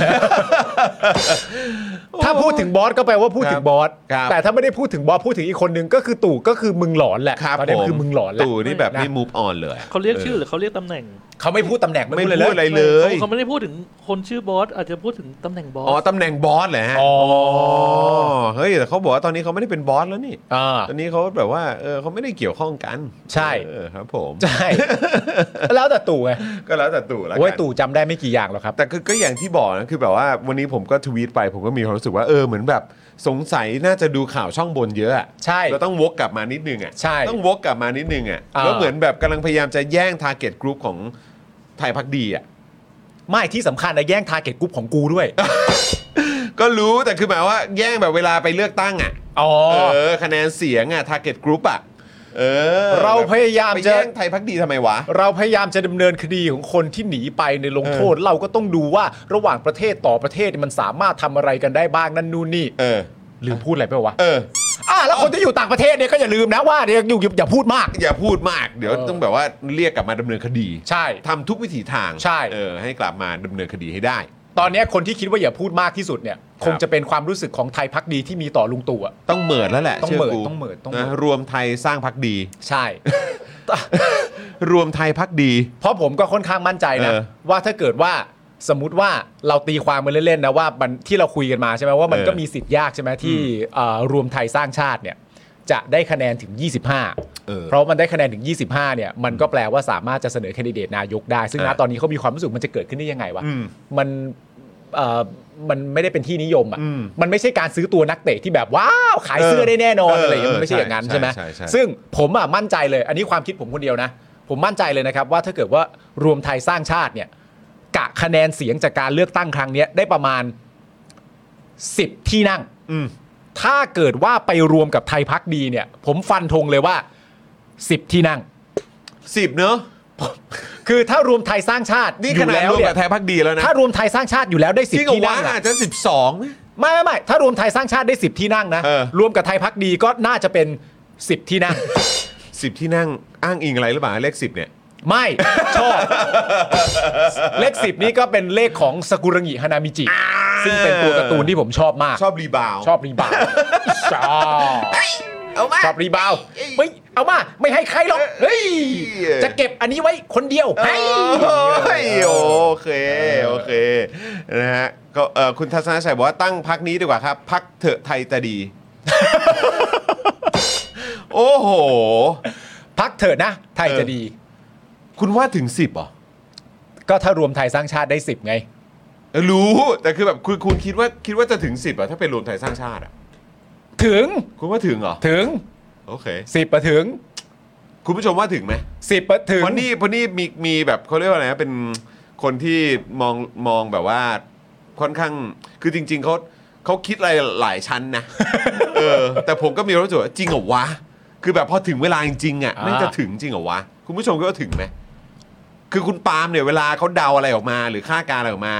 Speaker 4: ถ้าพูดถึงบอสก็แปลว่าพูดถึงบอส
Speaker 3: ครับ
Speaker 4: แต่ถ้าไม่ได้พูดถึงบอสพูดถึงอีกคนหนึ่งก็คือตู่ก็คือมึงหลอนแหละ
Speaker 3: ครับ
Speaker 4: ตอนนี้
Speaker 3: ผม
Speaker 4: คือมึงหลอนแหละ
Speaker 3: ตู่นี่แบบ
Speaker 4: ะ
Speaker 3: ไม่ move on เลยอะ
Speaker 6: เขาเรียกชื่อหรือเขาเรียกตำแหน่ง
Speaker 4: เขาไม่พูดตำแหน่ง
Speaker 3: ไม่
Speaker 4: พูด
Speaker 3: พูด
Speaker 4: เลยเลย
Speaker 3: อะไรเลย
Speaker 6: เขาไม่ได้พูดถึงคนชื่อบอสอาจจะพูดถึงตำแหน่งบอส
Speaker 3: อ๋อตำแหน่งบอสเหรอฮะ
Speaker 4: อ๋อ
Speaker 3: เฮ้ยแต่เขาบอกว่าตอนนี้เขาไม่ได้เป็นบอสแล้วนี่
Speaker 4: อ่า
Speaker 3: ตอนนี้เขาแบบว่าเออเขาไม่ได้เกี่ยวข้องกัน
Speaker 4: ใช่
Speaker 3: เออครับผม
Speaker 4: ใช่ แล้วแต่ตู่ไง
Speaker 3: ก็แล้วแต่ตู่ละกั
Speaker 4: โอ้ย
Speaker 3: น
Speaker 4: ตู่จำได้ไม่กี่อย่างหรอกครับ
Speaker 3: แต่ก็ก็อย่างที่บอกนะคือแบบว่าวันนี้ผมก็ทวีตไป ผมก็มีความรู้สึกว่าเออเหมือนแบบสงสัยน่าจะดูข่าวช่องบนเยอะอะ
Speaker 4: ใช่
Speaker 3: เราต้องวกกลับมานิดนึงอ่ะ
Speaker 4: ใช่
Speaker 3: ต้องวกกลับมานิดนึงอ่ะ
Speaker 4: อ่า
Speaker 3: แล้วเหมือนแบบกำลังพยายามจะแย่งทาร์เก็ตกลุ่มของไทยพักดีอ่ะ
Speaker 4: ไม่ที่สำคัญนะแย่งทาร์เก็ตกรุ๊ปของกูด้วย
Speaker 3: ก็รู้แต่คือหมายว่าแย่งแบบเวลาไปเลือกตั้งอ่ะ
Speaker 4: อ๋อ
Speaker 3: เออ คะแนนเสียงอ่ะ target group อ่ะ เออ
Speaker 4: เราพยายาม
Speaker 3: ไป
Speaker 4: จะ
Speaker 3: แย่งไทยพักดีทำไมวะ
Speaker 4: เราพยายามจะดำเนินคดีของคนที่หนีไปในลงโทษ เราก็ต้องดูว่าระหว่างประเทศต่อประเทศเนี่ยมันสามารถทำอะไรกันได้บ้างนั่นนู่นนี่
Speaker 3: เออ
Speaker 4: ลืมพูดอะไรไปวะ
Speaker 3: เออ
Speaker 4: อ่าแล้วคนที่อยู่ต่างประเทศเนี่ยก็อย่าลืมนะว่าเนี่ยอยู่อย่าพูดมาก
Speaker 3: อย่าพูดมาก เดี๋ยว
Speaker 4: เออ
Speaker 3: ต้องแบบว่าเรียกกลับมาดำเนินคดี
Speaker 4: ใช่
Speaker 3: ทำทุกวิถีทาง
Speaker 4: ใช่
Speaker 3: เออให้กลับมาดำเนินคดีให้ได้
Speaker 4: ตอนเนี้ยคนที่คิดว่าอย่าพูดมากที่สุดเนี่ย คงจะเป็นความรู้สึกของไทยพักดีที่มีต่อลุงตู่อะ
Speaker 3: ต้องเหมิดแล้วแหละ
Speaker 4: ต้อง
Speaker 3: ชื่
Speaker 4: เหมิด
Speaker 3: กู
Speaker 4: ต้องเหมิดต้องเหมิด
Speaker 3: นะรวมไทยสร้างพักดี
Speaker 4: ใช่
Speaker 3: รวมไทยพักดี
Speaker 4: เพราะผมก็ค่อนข้างมั่นใจนะ
Speaker 3: เออ
Speaker 4: ว่าถ้าเกิดว่าสมมติว่าเราตีความมาเล่นๆนะว่ามันที่เราคุยกันมาใช่ไหมว่ามัน
Speaker 3: เออ
Speaker 4: ก็มีสิทธิ์ยากใช่ไหมที่เอ่อรวมไทยสร้างชาติเนี่ยจะได้คะแนนถึง 25
Speaker 3: เออ
Speaker 4: เพราะมันได้คะแนนถึง 25 เนี่ยมันก็แปลว่าสามารถจะเสนอแคนดิเดตนายกได้ ซึ่ง
Speaker 3: เอ
Speaker 4: นะ
Speaker 3: อ
Speaker 4: ตอนนี้เขามีความรู้สึกมันจะเกิดขึ้นได้ยังไงวะ
Speaker 3: อืม
Speaker 4: มันเอ่อมันไม่ได้เป็นที่นิยม
Speaker 3: อืม
Speaker 4: อะ่ะมันไม่ใช่การซื้อตัวนักเตะที่แบบว้าวขายเสื้อได้แน่นอน
Speaker 3: เออ
Speaker 4: อะไรอย่างเงี้ย
Speaker 3: เออ
Speaker 4: มันไม่ใช่อย่างนั้น
Speaker 3: ใช่
Speaker 4: ใช่ไหม
Speaker 3: ใช่ใช่
Speaker 4: ซึ่ง ซึ่งผมอ่ะมั่นใจเลย อันนี้ความคิดผมคนเดียวนะ ผมมั่นใจเลยนะครับว่าถ้าเกิดว่ารวมไทยสร้างชาติเนี่ยกะคะแนนเสียงจากการเลือกตั้งครั้งเนี้ยได้ประมาณ 10 ที่นั่ง
Speaker 3: อืม
Speaker 4: ถ้าเกิดว่าไปรวมกับไทยพักดีเนี่ย ผมฟันธงเลยว่า 10 ที่นั่ง
Speaker 3: สิบเนอะ
Speaker 4: คือถ้ารวมไทยสร้างชาติ
Speaker 3: นี่
Speaker 4: อ
Speaker 3: ข
Speaker 4: ยู่
Speaker 3: นาด
Speaker 4: แล้ว
Speaker 3: รวม
Speaker 4: เนี่
Speaker 3: กับไทยพักดีแล้วนะ
Speaker 4: ถ้ารวมไทยสร้างชาติอยู่แล้วได้สิ
Speaker 3: จ
Speaker 4: บ
Speaker 3: ริงเหรอ
Speaker 4: ที่
Speaker 3: วะ
Speaker 4: นั่งอะ
Speaker 3: อาจจะสิบสองนะ
Speaker 4: ไม่ไม่ไม่ถ้ารวมไทยสร้างชาติได้สิบที่นั่งนะ
Speaker 3: เออ
Speaker 4: รวมกับไทยพักดีก็น่าจะเป็นสิบที่นั่ง
Speaker 3: สิบที่นั่งอ้างอิงอะไรหรือเปล่าเลขสิบเนี่ย
Speaker 4: ไม่ ชอบ เลขสิบนี่ก็เป็นเลขของสกุรังิฮานามิจิ ซึ่งเป็นตัวการ์ตูนที่ผมชอบมาก
Speaker 3: ชอบรีบาวด์
Speaker 4: ชอบรีบา วด์ชอบ
Speaker 3: เอามา
Speaker 4: ชอบรีบาวด์ไม่เอามา ไม่ให้ใครหรอกเฮ้ย
Speaker 3: เอ้ย
Speaker 4: จะเก็บอันนี้ไว้คนเดียว
Speaker 3: เอ
Speaker 4: เฮ้ย
Speaker 3: ้ยโอเคโอเคนะฮะก็เอ่อคุณทัศนชัยบอกว่าตั้งพักนี้ดีกว่าครับพักเถอะไทยจะ ดี โอ้โห
Speaker 4: พักเถอะนะ ไทยจะดี
Speaker 3: คุณว่าถึง 10เหรอ
Speaker 4: ก็ถ้ารวมไทยสร้างชาติได้สิบไง
Speaker 3: รู้ แต่คือแบบคุณคุณคิดว่าคิดว่าจะถึง 10เหรอถ้าเป็นรวมไทยสร้างชาติอ่ะ
Speaker 4: ถึง
Speaker 3: คุณว่าถึงเหรอ
Speaker 4: ถึง
Speaker 3: โอเค
Speaker 4: สิบประถึง
Speaker 3: คุณผู้ชมว่าถึงไหม
Speaker 4: สิบประถึง
Speaker 3: เพราะนี่เพราะนี่มีมีแบบเขาเรียกว่าอะไรนะเป็นคนที่มองมองแบบว่าค่อนข้างคือจริง ๆเขาเขาคิดอะไรหลายชั้น นะ เออ แต่ผมก็มีความรู้สึกว่าจริงเหรอวะ คือแบบพอถึงเวลาจริงๆอ่ะ
Speaker 4: อ่า
Speaker 3: ไม่งจะถึงจริงเหรอวะ คุณผู้ชมก็ถึงไหมคือคุณปาล์มเนี่ยเวลาเขาเดาอะไรออกมา หรือคาดการณ์อะไรออกมา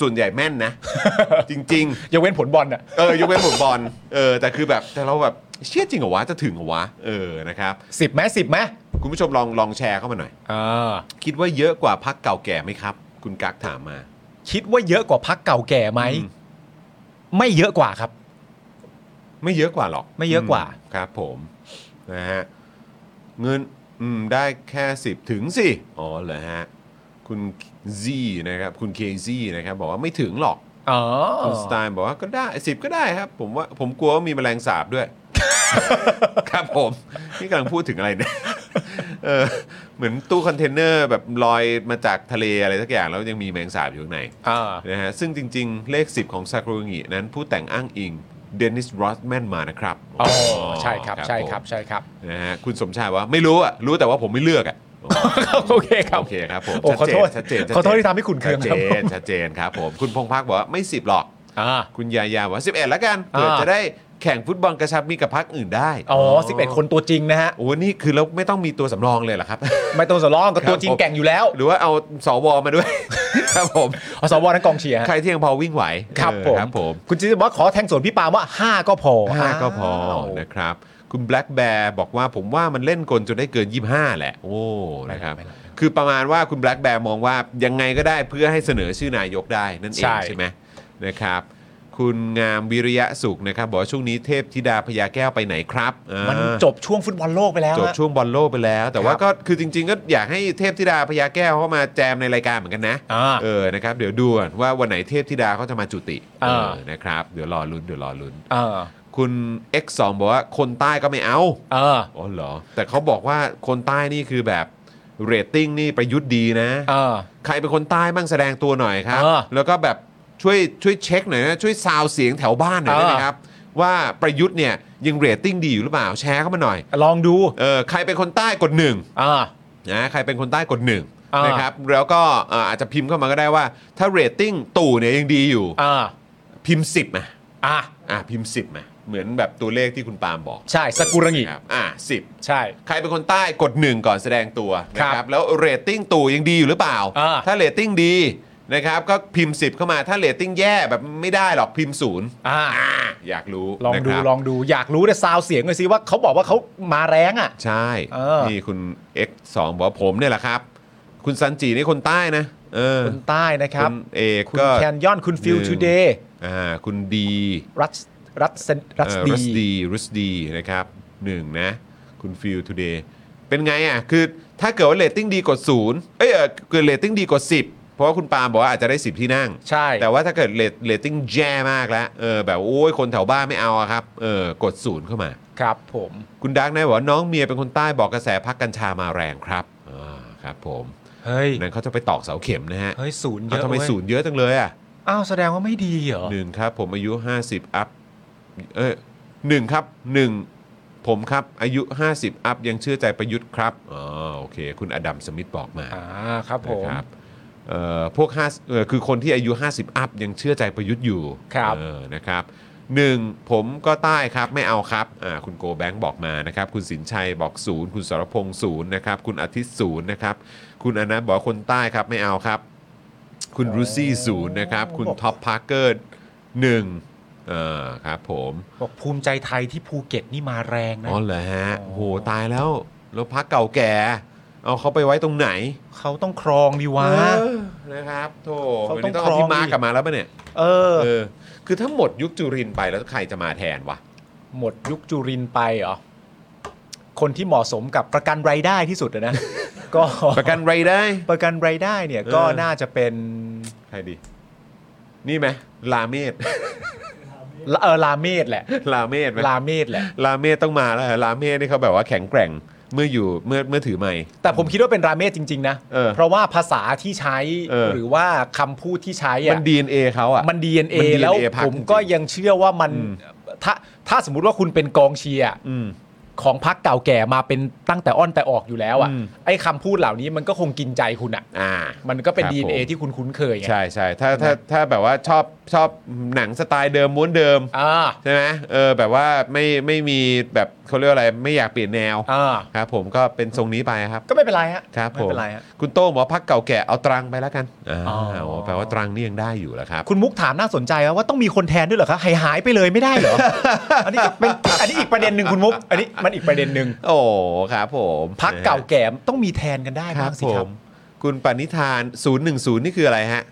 Speaker 3: ส่วนใหญ่แม่นนะ จริง ๆ
Speaker 4: ยกเว้นผลบอลน่ะ
Speaker 3: เออยกเว้นผมบอลเออแต่คือแบบแต่เราแบบเชื่อจริงเหรอวะจะถึงเหรอวะเออนะครับ
Speaker 4: สิบไหมสิบไหม
Speaker 3: คุณผู้ชมลองลองแชร์เข้ามาหน่อย
Speaker 4: อ่า
Speaker 3: คิดว่าเยอะกว่าพักเก่าแก่ไหมครับ คุณกักถามมา
Speaker 4: คิดว่าเยอะกว่าพักเก่าแก่ไหม
Speaker 3: อืม
Speaker 4: ไม่เยอะกว่าครับ
Speaker 3: ไม่เยอะกว่าหรอก
Speaker 4: ไม่เยอะกว่า
Speaker 3: มครับผมนะฮะเงินอืมได้แค่ 10 ถึงสิอ๋อเหรอฮะคุณซีนะครับคุณเคซีนะครับบอกว่าไม่ถึงหรอก
Speaker 4: อ๋อ
Speaker 3: คุณสไตน์บอกว่าก็ได้สิบก็ได้ครับ ผมว่าผมกลัวว่ามีแมลงสาบ ด้วย ครับผมนี่กำลังพูดถึงอะไรเนี่ยเออเหมือนตู้คอนเทนเนอร์แบบลอยมาจากทะเลอะไรสักอย่างแล้วยังมีแมลงสาบอยู่ข้างใน
Speaker 4: อ่า
Speaker 3: นะฮะซึ่งจริงๆ เลข 10 ของซากุรุงินั้นผู้แต่งอ้างอิงเดนิสรอสแมนมานะครับ
Speaker 4: อ๋อใช่ครับใช่ครับ
Speaker 3: ผม
Speaker 4: ใช่ครับ
Speaker 3: นะฮะคุณสมชายว่าไม่รู้อ่ะ รู้แต่ว่าผมไม่เลือกอ่ะ
Speaker 4: โอเคครับ
Speaker 3: โอเคครับผม
Speaker 4: โอ้ขอโทษ
Speaker 3: ชัดเจนชัดเจน
Speaker 4: ขอโทษที่ทำให้ขุ่นเคืองค
Speaker 3: ชั
Speaker 4: รับ
Speaker 3: ดเจนชัดเจนครับผม คุณพงพักบอกว่าไม่10หรอก
Speaker 4: อ่า
Speaker 3: คุณยายาบอกว่า11แล้วกันเผื่ออา จะได้แข่งฟุตบอลกระชับมีกับพักอื่นได้
Speaker 4: อ๋อสิบเอ็ดคนตัวจริงนะฮะ
Speaker 3: โอ้นี่คือแล้วไม่ต้องมีตัวสำรองเลยเหรอครับ
Speaker 4: ไม่ต้องสลองก็ตัวจริง
Speaker 3: ครับผม
Speaker 4: แกร่งอยู่แล้ว
Speaker 3: หรือว่าเอาสวมาด้วย ครับผม
Speaker 4: อสวทั้งกองเชียร์ฮะ
Speaker 3: ใครที่ยังพอวิ่งไหว
Speaker 4: ครับ
Speaker 3: เออ
Speaker 4: ผม
Speaker 3: ครับผม
Speaker 4: คุณจิ๊บบอกว่าขอแทงสวนพี่ปาล์มว่าห้าก็พอ
Speaker 3: ห้าก็พอ
Speaker 4: าว
Speaker 3: นะครับ คุณ Black Bear บอกว่าผมว่ามันเล่นกลจนได้เกิน 25 แหละ โอ้นะครับ คือประมาณว่าคุณ Black Bear มองว่ายังไงก็ได้เพื่อให้เสนอชื่อนายกได้นั่นเองใช่ไหมนะครับ คุณงามวิริยะสุขนะครับ บอกว่าช่วงนี้เทพธิดาพญาแก้วไปไหนครับอ่า
Speaker 4: มันจบช่วงฟุตบอลโลกไปแล้ว
Speaker 3: จบ
Speaker 4: ฮะ
Speaker 3: ช่วงบอลโลกไปแล้ว แต่ว่า
Speaker 4: ครับ
Speaker 3: ก็คือจริง ๆ ก็อยากให้เทพธิดาพญาแก้วเข้ามาแจมในรายการเหมือนกันนะ
Speaker 4: อ่า
Speaker 3: เออนะครับเดี๋ยวดูก่อนว่าวันไหนเทพธิดาเขาจะมาจุติ
Speaker 4: อ่า
Speaker 3: เออนะครับเดี๋ยวรอลุ้นเดี๋ยวรอลุ้น
Speaker 4: เออ
Speaker 3: คุณ X2 บอกว่าคนใต้ก็ไม่เอา
Speaker 4: เออ
Speaker 3: อ๋อเหรอ แต่เขาบอกว่าคนใต้นี่คือแบบเรตติ้งนี่ประยุทธ์ดีนะ
Speaker 4: เออ
Speaker 3: ใครเป็นคนใต้บ้างแสดงตัวหน่อยครับ
Speaker 4: เออ
Speaker 3: แล้วก็แบบช่วยช่วยเช็คหน่อยนะ ช่วยซาวเสียงแถวบ้านหน่อยได้ไหม
Speaker 4: เออ
Speaker 3: ครับ ว่าประยุทธ์เนี่ยยังเรตติ้งดีอยู่หรือเปล่าแชร์เข้ามาหน่อย
Speaker 4: ลองดู
Speaker 3: เออใครเป็นคนใต้กดหนึ่ง
Speaker 4: อ่า
Speaker 3: นะใครเป็นคนใต้กดหนึ่ง
Speaker 4: อ่าน
Speaker 3: นะครับแล้วก็เอ่ออาจจะพิมพ์เข้ามาก็ได้ว่า ถ้าเรตติ้งตู่เนี่ยยังดีอยู่
Speaker 4: อ่า
Speaker 3: พิมพ์สิบมา
Speaker 4: อ่า
Speaker 3: อ่ะพิมพ์สิบมาเหมือนแบบตัวเลขที่คุณปาล์มบอก
Speaker 4: ใช่สกุรังิ
Speaker 3: ครับอ่ะสิบ
Speaker 4: ใช่
Speaker 3: ใครเป็นคนใต้กดหนึ่งก่อนแสดงตัวนะค
Speaker 4: ครั
Speaker 3: รับบ แล้วเรตติ้งตู่ยังดีอยู่หรือเปล่า
Speaker 4: อ่า
Speaker 3: ถ้าเรตติ้งดี นะครับก็พิมพ์ 10 เข้ามาถ้าเรตติ้งแย่แบบไม่ได้หรอกพิมพ์ศูนย์
Speaker 4: อ่า
Speaker 3: อยากรู้
Speaker 4: ลองดู
Speaker 3: นะครับ
Speaker 4: ลองดูอยากรู้แต่ซาวเสียงเลยสิว่าเขาบอกว่าเขามาแรงอ่ะ
Speaker 3: ใช่
Speaker 4: เออ
Speaker 3: นี่คุณ X2 บอกว่าผมเนี่ยแหละครับ คุณซันจีนี่คนใต้นะ เออ
Speaker 4: คนใต้นะครับ
Speaker 3: ณเอก
Speaker 4: คุณ
Speaker 3: ก็
Speaker 4: แคนยอนคุณฟิลทูเดย์
Speaker 3: อ่าคุณดี
Speaker 4: รัสรัสรัส
Speaker 3: เอ่อ
Speaker 4: ดี
Speaker 3: รัสดีรัสดีนะครับหนึ่งนะ คุณฟิลทูเดย์เป็นไงอ่ะ คือถ้าเกิดว่าเรตติ้งดีกว่าศูนย์เอ้ยเอ่อเกิดเรตติ้งดีกว่า 10 เพราะว่าคุณปาล์มบอกว่าอาจจะได้ 10 ที่นั่ง
Speaker 4: ใช่
Speaker 3: แต่ว่าถ้าเกิดเรตเรตติ้งแย่มากแล้วเออแบบโอ้ยคนแถวบ้านไม่เอาอะครับเออกดศูนย์เข้ามา
Speaker 4: ครับผม
Speaker 3: คุณดักนายบอกว่าน้องเมียเป็นคนใต้บอกกระแสพักกัญชามาแรงครับอ่าครับผม
Speaker 4: เฮ้ย
Speaker 3: นั้นเขาจะไปตอกเสาเข็มนะฮะ
Speaker 4: เฮ้ยศูนย์เย
Speaker 3: เขา
Speaker 4: อะ
Speaker 3: ทำไม
Speaker 4: เว้ย
Speaker 3: ศูนย์เยอะจังเลยอ่ะ
Speaker 4: อ้าวแสดงว่าไม่ดีเหรอ
Speaker 3: หนึ่งครับ ผมอายุ 50 อัพเอ้ยหนึ่งครับหนึ่งผมครับอายุ 50 อัพยังเชื่อใจประยุทธ์ครับอ๋อโอเค คุณอดัมสมิธบอกมา
Speaker 4: อ่าครับผม
Speaker 3: นะครับเอ่อพวกห้าเอ่อคือคนที่อายุ 50 อัพยังเชื่อใจประยุทธ์อยู่
Speaker 4: ครับ
Speaker 3: เออนะครับหนึ่งผมก็ใต้ครับไม่เอาครับอ่าคุณโกแบงค์บอกมานะครับ คุณสินชัยบอกศูนย์คุณสรพงศ์ศูนย์นะครับ คุณอาทิตย์ศูนย์นะครับ คุณอนัทบอกว่าคนใต้ครับไม่เอาครับ คุณรูซี่ศูนย์นะครับ คุณ
Speaker 4: บอก
Speaker 3: ท็อปพาร์เกอร์หนึ่งเอ่อครับผม
Speaker 4: บอกภูมิใจไทยที่ภูเก็ตนี่มาแรงนะ
Speaker 3: อ๋อเหรอฮะ
Speaker 4: อ๋อ
Speaker 3: โหตายแล้วแล้วพักเก่าแก่ เอาเขาไปไว้ตรงไหน
Speaker 4: เขาต้องครองดีวะ
Speaker 3: เออนะครับโถ
Speaker 4: เขา
Speaker 3: วันนี้
Speaker 4: ต้อง
Speaker 3: ต้อง
Speaker 4: คร
Speaker 3: เอา
Speaker 4: อง
Speaker 3: พี่มาร์ก
Speaker 4: ดิ
Speaker 3: กลับมาแล้วป่ะเนี่ย
Speaker 4: เออ
Speaker 3: เออ คือถ้าหมดยุคจุรินทร์ไปแล้วใครจะมาแทนวะ
Speaker 4: หมดยุคจุรินทร์ไปเหรอ คนที่เหมาะสมกับประกันรายได้ที่สุด อะนะ ก็
Speaker 3: ประกันไรายได้
Speaker 4: ประกันรายได้เนี่ยก็
Speaker 3: เออ
Speaker 4: น่าจะเป็น
Speaker 3: ใครดี นี่ไหมลาเมศ
Speaker 4: เออลาเมดแหละ
Speaker 3: ลาเมศไหม
Speaker 4: ลาเมดแหละ
Speaker 3: ลาเมศต้องมาแล้วลาเมศนี่เขาแบบว่าแข็งแกร่งเมื่ออยู่เมื่อเมื่อถือไมค์
Speaker 4: แต่ผมคิดว่าเป็นราเมดจริง ๆ นะ
Speaker 3: เออ
Speaker 4: ราะว่าภาษาที่ใช้
Speaker 3: เออ
Speaker 4: หรือว่าคำพูดที่ใช้อะ
Speaker 3: มันดีเอ็นเอเขาอ่ะ
Speaker 4: มัน DNA
Speaker 3: มัน DNA
Speaker 4: แล้ว
Speaker 3: พัก
Speaker 4: ผม
Speaker 3: จริงๆ
Speaker 4: ก็ยังเชื่อว่ามัน
Speaker 3: อืม
Speaker 4: ถ้าถ้าสมมุติว่าคุณเป็นกองเชียร์
Speaker 3: อืม
Speaker 4: ของพักเก่าแก่มาเป็นตั้งแต่อ้อนแต่ออกอยู่แล้วอะ
Speaker 3: อืม
Speaker 4: ไอ้คำพูดเหล่านี้มันก็คงกินใจคุณอะ
Speaker 3: อ่า
Speaker 4: มันก็เป็น
Speaker 3: ครับ
Speaker 4: DNA
Speaker 3: ผม
Speaker 4: ที่คุณคุ้นเคยไง
Speaker 3: ใช่ใช่ถ้าถ้าถ้าแบบว่าชอบชอบหนังสไตล์เดิมม้วนเดิม
Speaker 4: อ่า
Speaker 3: ใช่ไหมเออ แบบว่าไม่ไม่มีแบบเขาเรียกว่าอะไรไม่อยากเปลี่ยนแนว
Speaker 4: อ่า
Speaker 3: ครับผมก็เป็นทรงนี้ไปครับ
Speaker 4: ก็ไม่เป็นไรฮะ
Speaker 3: ครับ
Speaker 4: ไม่
Speaker 3: ผม
Speaker 4: เป็นไรฮะ
Speaker 3: คุณโต้งบอกว่าพักเก่าแก่เอาตรังไปแล้วกันอ่า
Speaker 4: อ๋อ
Speaker 3: โอ้แปลว่าตรังนี่ยังได้อยู่แล้วครับ
Speaker 4: คุณมุกถามน่าสนใจว่าว่าต้องมีคนแทนด้วยเหรอคะหายหายไปเลยไม่ได้เหรอ อันนี้ก็เป็นอันนี้อีกประเด็นหนึ่งคุณมุก อันนี้มันอีกประเด็นหนึ่ง
Speaker 3: โอ้ครับผม
Speaker 4: พักเก่าแก่ต้องมีแทนกันได้
Speaker 3: ครับ
Speaker 4: ้า
Speaker 3: บ
Speaker 4: งสิ
Speaker 3: ผ
Speaker 4: ครับ
Speaker 3: มคุณปณิธาน 010 นี่คืออะไรฮะ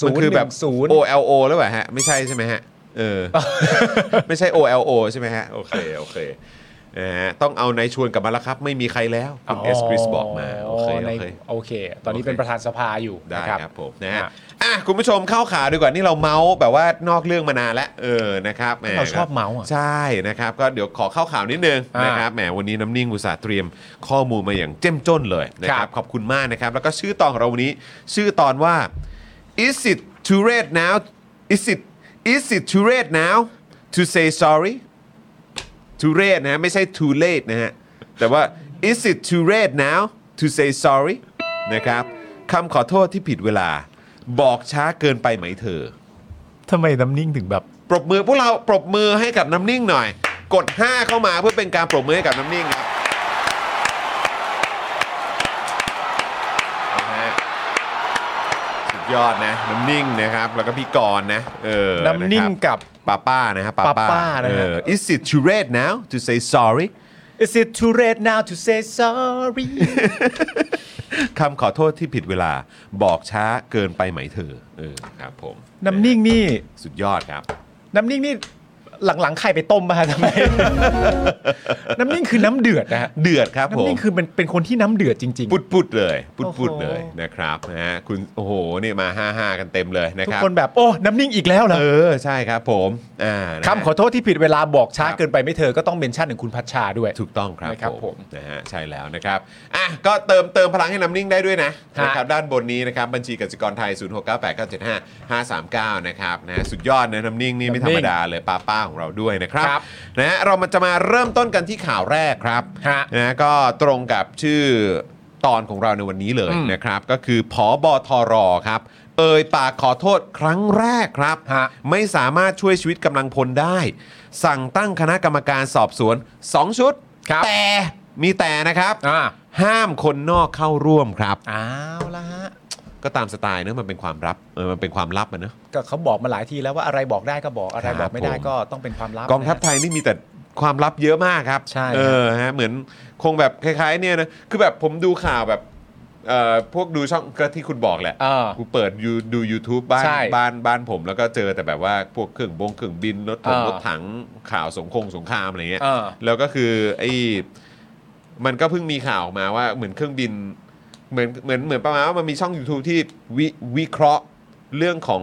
Speaker 4: ศู
Speaker 3: มัน
Speaker 4: ย์
Speaker 3: คืแบบ
Speaker 4: หงศูนย์
Speaker 3: O L O แล้วเปล่าฮะ ไม่ใช่ใช่ไหมฮะเออ ไม่ใช่ O L O ใช่ไหมฮะ โอเค โอเคนะฮะต้องเอานายชวนกลับมาแล้วครับ ไม่มีใครแล้ว คุณเอสคริสบอกมาโอเคโอ
Speaker 4: ใน
Speaker 3: เค
Speaker 4: โอเค ตอนนี้
Speaker 3: โอเค
Speaker 4: เป็นประธานสภาอยู่
Speaker 3: ได้
Speaker 4: นะ
Speaker 3: ครับผมนะฮะ
Speaker 4: อ่ะ
Speaker 3: อ่ะคุณผู้ชมเข้าข่าวดีกว่านี่เราเมาส์แบบว่านอกเรื่องมานานแล้วเออนะครับแหม
Speaker 4: เราชอบเมาส์อ่ะ
Speaker 3: ใช่นะครับ ก็เดี๋ยวขอเข้าข่าวนิดนึง
Speaker 4: อ่าน
Speaker 3: นะครับแหมวันนี้น้ำนิ่งอุตสาห์เตรียมข้อมูลมาอย่างเจ้มจ้นเลยนะค
Speaker 4: ค
Speaker 3: รั
Speaker 4: รั
Speaker 3: บบ ขอบคุณมากนะครับ แล้วก็ชื่อตอนของเราวันนี้ ชื่อตอนว่า is it too late now is it is it too late now to say sorry too late นะฮะไม่ใช่ too late นะฮะ แต่ว่า is it too late now to say sorry นะครับคำขอโทษที่ผิดเวลา บอกช้าเกินไปไหมเธอ
Speaker 4: ทำไมน้ำนิ่งถึงแบบ
Speaker 3: ปรบมือพวกเราปรบมือให้กับน้ำนิ่งหน่อย กด 5 เข้ามาเพื่อเป็นการปรบมือให้กับน้ำนิ่งครับนะฮะสุดยอดนะ น้ำนิ่งนะครับ แล้วก็พี่กรณ์นะเออ
Speaker 4: น้ำนิ่ง
Speaker 3: ะครับ
Speaker 4: กับ
Speaker 3: ป้าป้านะฮะป้า
Speaker 4: ป้าป้านะ
Speaker 3: เอ
Speaker 4: ฮะ
Speaker 3: อ is it too late now to say sorry
Speaker 4: Is it too late now to say sorry
Speaker 3: คำขอโทษที่ผิดเวลาบอกช้าเกินไปไหมเธอเออครับผม
Speaker 4: น้ำนิ่งนี่
Speaker 3: สุดยอดครับ
Speaker 4: น้ำนิ่งนี่หลังๆไข่ไปต้มมาทำไม น้ำนิ่งคือน้ำเดือดนะฮะ
Speaker 3: เดือดครับผม
Speaker 4: น้ำนิ่งคือเป็นเป็นคนที่น้ำเดือดจริง
Speaker 3: ปุดๆเลยปุดๆ
Speaker 4: โอ้โห
Speaker 3: เลยนะครับนะฮะคุณโอ้โหนี่มา5้าห้ากันเต็มเลยนะ
Speaker 4: ๆ ทุ
Speaker 3: ค
Speaker 4: ก
Speaker 3: รับ
Speaker 4: คนแบบโอ้ น้ำนิ่งอีกแล้วเหรอ
Speaker 3: เออใช่ครับผมอ่านะฮะ
Speaker 4: คำขอโทษที่ผิดเวลาบอกช้า
Speaker 3: ครับ
Speaker 4: เกินไปไม่เธอก็ต้องเมนชั่นถึงคุณพัชชาด้วย
Speaker 3: ถูกต้องครับ
Speaker 4: นะครับผม
Speaker 3: นะฮะใช่แล้วนะครับอ่ะก็เติมเติมพลังให้น้ำนิ่งได้ด้วยนะ
Speaker 4: ฮะ
Speaker 3: นะครับด้านบนนี้นะครับบัญชีกสิกรไทย 0698975539 นะครับนะฮะสุดยอดนะน้ำนิ่งนี่ไม่ธรรมดาเลยป้าป้าของเราด้วยนะครับ
Speaker 4: ครับ
Speaker 3: นะฮะเรามาจะมาเริ่มต้นกันที่ข่าวแรกครับ
Speaker 4: ฮะ
Speaker 3: นะฮะก็ตรงกับชื่อตอนของเราในวันนี้เลย
Speaker 4: อืม
Speaker 3: นะครับก็คือผอบอทรครับเอ่ยปากขอโทษครั้งแรกครับ
Speaker 4: ฮะ
Speaker 3: ไม่สามารถช่วยชีวิตกำลังพลได้ สั่งตั้งคณะกรรมการสอบสวน 2 ชุด
Speaker 4: ครับ
Speaker 3: แต่มีแต่นะครับ
Speaker 4: อ่า
Speaker 3: ห้ามคนนอกเข้าร่วมครับ
Speaker 4: อ้าวละฮะ
Speaker 3: ก็ตามสไตล์เนอะมันเป็นความลับเออมันเป็นความลับอะเนอะ
Speaker 4: ก็เขาบอกมาหลายทีแล้วว่าอะไรบอกได้ก็บอกอะไร
Speaker 3: ครับ
Speaker 4: บอกไม่ได้
Speaker 3: ผม
Speaker 4: ก็ต้องเป็นความลับ
Speaker 3: กองทัพ
Speaker 4: นะ
Speaker 3: ไทยนี่มีแต่ความลับเยอะมากครับ
Speaker 4: ใช่ครับ
Speaker 3: เออฮะเหมือนคงแบบคล้ายๆเนี่ยนะคือแบบผมดูข่าวแบบเอ่อพวกดูช่องก็ที่คุณบอกแหละ
Speaker 4: เออ
Speaker 3: กูเปิดยูดู YouTube บ้าน
Speaker 4: ใช่
Speaker 3: บ้านบ้านผม แล้วก็เจอแต่แบบว่าพวกเครื่องบงเครื่องบินรถถง
Speaker 4: อ่ารร
Speaker 3: ถถังข่าวสงครงสงครามอะไรเงี้ย
Speaker 4: อ่า
Speaker 3: แล้วก็คือไอ้มันก็เพิ่งมีข่าวออกมาว่าเหมือนเครื่องบิน เหมือนเหมือนเหมือนประมาณว่ามันมีช่อง YouTube ที่วิวิเคราะห์เรื่องของ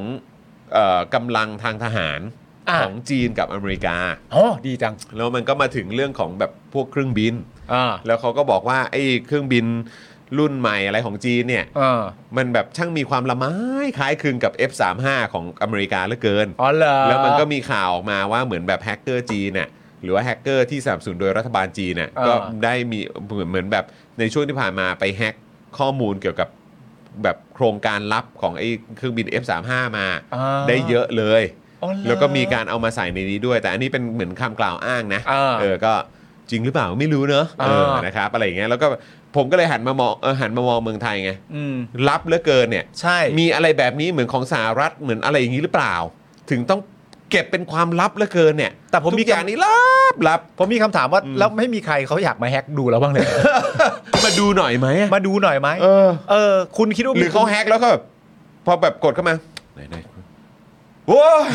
Speaker 3: เอ่อกำลังทางทหาร
Speaker 4: อ่า
Speaker 3: ของจีนกับอเมริกา
Speaker 4: อ๋อดีจัง
Speaker 3: แล้วมันก็มาถึงเรื่องของแบบพวกเครื่องบิน
Speaker 4: อ่า
Speaker 3: แล้วเขาก็บอกว่าไอ้เครื่องบินรุ่นใหม่อะไรของจีนเนี่ย
Speaker 4: อ่า
Speaker 3: มันแบบช่างมีความละไม้คล้ายคลึงกับ F35 ของอเมริกาเหลือเกิน
Speaker 4: อ๋อเหรอ
Speaker 3: แล้วมันก็มีข่าวออกมาว่าเหมือนแบบแฮกเกอร์จีนน่ะหรือว่าแฮกเกอร์ที่สนับสนุนโดยรัฐบาลจีนน่ะก็ได้มีเหมือนเหมือนแบบในช่วงที่ผ่านมาไปแฮกข้อมูลเกี่ยวกับแบบโครงการลับของไอ้เครื่องบิน F35 มา
Speaker 4: อ่า
Speaker 3: ได้เยอะเลย
Speaker 4: อ๋อเหรอ
Speaker 3: แล้วก็มีการเอามาใส่ในนี้ด้วย แต่อันนี้เป็นเหมือนคำกล่าวอ้างนะ
Speaker 4: อ่า
Speaker 3: เออก็จริงหรือเปล่าไม่รู้เนอะเออ
Speaker 4: อ่าน
Speaker 3: นะครับอะไรอย่างเงี้ยแล้วก็ผมก็เลยหันมามองเออหันมามองเมืองไทยไง
Speaker 4: อืม
Speaker 3: ลับเหลือเกินเนี่ย
Speaker 4: ใช่
Speaker 3: มีอะไรแบบนี้เหมือนของสหรัฐเหมือนอะไรอย่างนี้หรือเปล่า ถึงต้องเก็บเป็นความลับเหลือเกินเนี่ย
Speaker 4: แต่ผม
Speaker 3: ทุ
Speaker 4: มี
Speaker 3: กอย่างนี้ลับลับ
Speaker 4: ผมมีคำถามว่า
Speaker 3: อืม
Speaker 4: แล้วไม่มีใครเขาอยากมาแฮกดูเราบ้า งเลย
Speaker 3: มาดูหน่อยไหมอะ
Speaker 4: มาดูหน่อยไหม
Speaker 3: เออ
Speaker 4: เออ คุณคิดว่า
Speaker 3: หรือเขาแฮกแล้วก็แบบพอแบบกดเข้ามาไหนไหนโอ้ย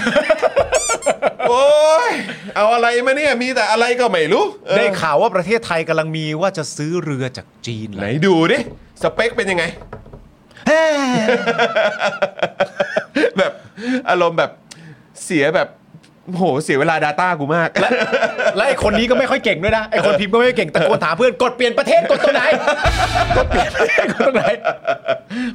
Speaker 3: โอ้ยเอาอะไรมาเนี่ยมีแต่อะไรก็ไม่รู้เออ
Speaker 4: ได้ข่าวว่าประเทศไทยกำลังมีว่าจะซื้อเรือจากจีน
Speaker 3: ไหน
Speaker 4: เลย
Speaker 3: ดูดิสเปคเป็นยังไง แบบอารมณ์แบบเสียแบบโหเสียเวลา Data กูมาก
Speaker 4: และไอคนนี้ก็ไม่ค่อยเก่งด้วยนะไอคนพิมพ์ก็ไม่ค่อยเก่งตะโกนถามเพื่อนกดเปลี่ยนประเทศกดตรงไหนกดเปลี่ยนประเทศกดตรงไหน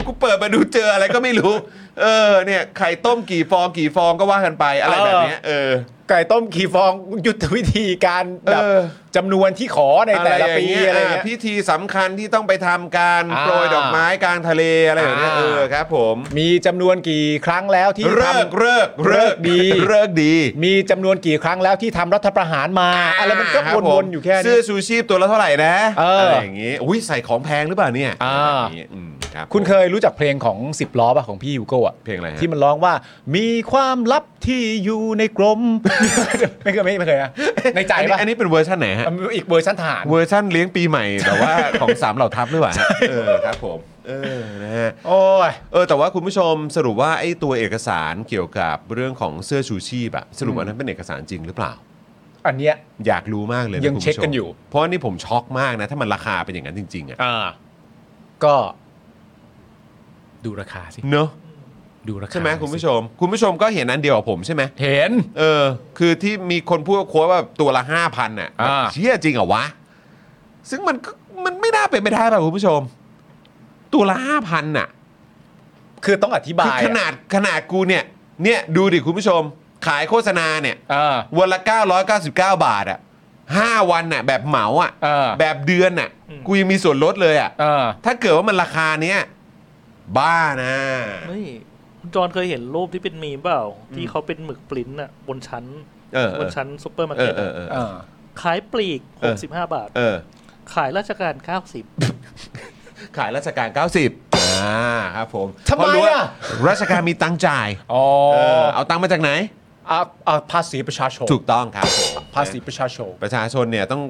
Speaker 3: กูเปิดมาดูเจออะไรก็ไม่รู้ เออ เนี่ยไข่ต้มกี่ฟองกี่ฟองก็ว่ากันไปอะไรแบบเนี้ยเออ
Speaker 4: ไก่ต้มขี่ฟองยุทธวิธีการแบบ
Speaker 3: เออ
Speaker 4: จำนวนที่ขอในแต่ละปี
Speaker 3: ย่าง
Speaker 4: อะไร
Speaker 3: เงี้ย
Speaker 4: เงี้ย
Speaker 3: พิธีสำคัญที่ต้องไปทำการ
Speaker 4: อ่า
Speaker 3: โปรยดอกไม้กลางทะเลอะไรแบบเนี้ย
Speaker 4: อ่า
Speaker 3: เออครับ ผม
Speaker 4: มีจำนวนกี่ครั้งแล้วที่
Speaker 3: เลิก
Speaker 4: ทำ
Speaker 3: เลิก
Speaker 4: เลิกดี
Speaker 3: เลิกดี
Speaker 4: มีจำนวนกี่ครั้งแล้วที่ทำรัฐประหารมาอะไรมัน
Speaker 3: ค
Speaker 4: ก็
Speaker 3: รับผ
Speaker 4: ว
Speaker 3: ม
Speaker 4: นๆอยู่แค่
Speaker 3: เสื้
Speaker 4: นี้
Speaker 3: อชูชีพตัวละเท่าไหร่นะ
Speaker 4: เอออ
Speaker 3: ไรอย่างงี้อุ้ยใส่ของแพงหรือเปล่าเนี่ย
Speaker 4: อ่า
Speaker 3: แบบนี้อืมรับ
Speaker 4: คุณ
Speaker 3: ผม
Speaker 4: เคยรู้จักเพลงของ 10 ล้อป่ะของพี่ยูโก้อะ
Speaker 3: เพลงอะไรฮะ
Speaker 4: ที่มันร้องว่ามีความลับที่อยู่ในกรม ไม่เคยไม่ไม่เคยนะในใจ
Speaker 3: อันนี้
Speaker 4: ป่ะ
Speaker 3: อันนี้เป็นเวอร์ชันไหนฮะ
Speaker 4: มันมีอีกเวอร์ชันทหาร
Speaker 3: เวอร์ชันเลี้ยงปีใหม่แต่ว่าของสามเหล่าทัพหรือเปล่าฮะเออครับผมเออนะฮะ
Speaker 4: โอ้ย
Speaker 3: เออแต่ว่าคุณผู้ชมสรุปว่าไอ้ตัวเอกสารเกี่ยวกับเรื่องของเสื้อชูชีพอะสรุป
Speaker 4: อืม
Speaker 3: อันนั้นเป็นเอกสารจริงหรือเปล่า
Speaker 4: อันเนี้ย
Speaker 3: อยากรู้มากเลยะ
Speaker 4: ยัง
Speaker 3: คุณผู้ชม
Speaker 4: เช็คกันอยู่
Speaker 3: เพราะว่านี่ผมช็อกมากนะ ถ้ามันราคาเป็นอย่างนั้นจริงๆอะ
Speaker 4: อ่าก็ ดูราคาสิ
Speaker 3: เนอะ
Speaker 4: ดูราคา
Speaker 3: ใช่ไหมคุณผู้ช
Speaker 4: สิ
Speaker 3: ม คุณผู้ชมก็เห็นอันเดียวกับผมใช่ไหม
Speaker 4: เห็น
Speaker 3: เออ คือที่มีคนพูดว่าโค้ดว่าตัวละห้าพันอ่ะ
Speaker 4: อ่า
Speaker 3: เชื่อจริงเหรอวะ ซึ่งมันก็มันไม่น่าเป็นไปได้ป่ะคุณผู้ชม ตัวละห้าพันอ่ะ
Speaker 4: คือต้องอธิบา
Speaker 3: คือยขนาดขนาดกูเนี่ย เนี่ยดูดิคุณผู้ชม ขายโฆษณาเนี่ย
Speaker 4: เออ
Speaker 3: วันละ 999 บาทอ่ะ5วันน่ะแบบเหมาอ่ะ
Speaker 4: เออ
Speaker 3: แบบเดือนน่ะ
Speaker 6: อืม
Speaker 3: กูยังมีส่วนลดเลยอ่ะ
Speaker 4: เออ
Speaker 3: ถ้าเกิดว่ามันราคาเนี้ยบ้านะ
Speaker 6: นี่คุณจอนเคยเห็นรูปที่เป็นมีมเปล่า ที่เขาเป็นหมึกปลิ้นอะบนชั้น
Speaker 3: เออบ
Speaker 6: นชั้นซุปเปอร์มาร์
Speaker 3: เอ
Speaker 6: เก็
Speaker 3: อ
Speaker 6: ต
Speaker 3: เออ
Speaker 6: อะ
Speaker 3: เออ
Speaker 4: เออ
Speaker 6: ขายปลีก 65 บาท
Speaker 3: เออ
Speaker 6: ขายราชการ 90
Speaker 3: ขายราชการ 90อ่าครับผม
Speaker 4: ทำไม
Speaker 3: เพรารู้ว่า
Speaker 4: อ่ะ
Speaker 3: ราชการมีตังค์จ่าย
Speaker 4: อ๋อ
Speaker 3: เออเอาตังค์มาจากไหน
Speaker 4: เอาเอาภาษีประชาชน
Speaker 3: ถูกต้องครับผม
Speaker 4: ภาษีประชาชน
Speaker 3: ประชาชนเนี่ยต้อง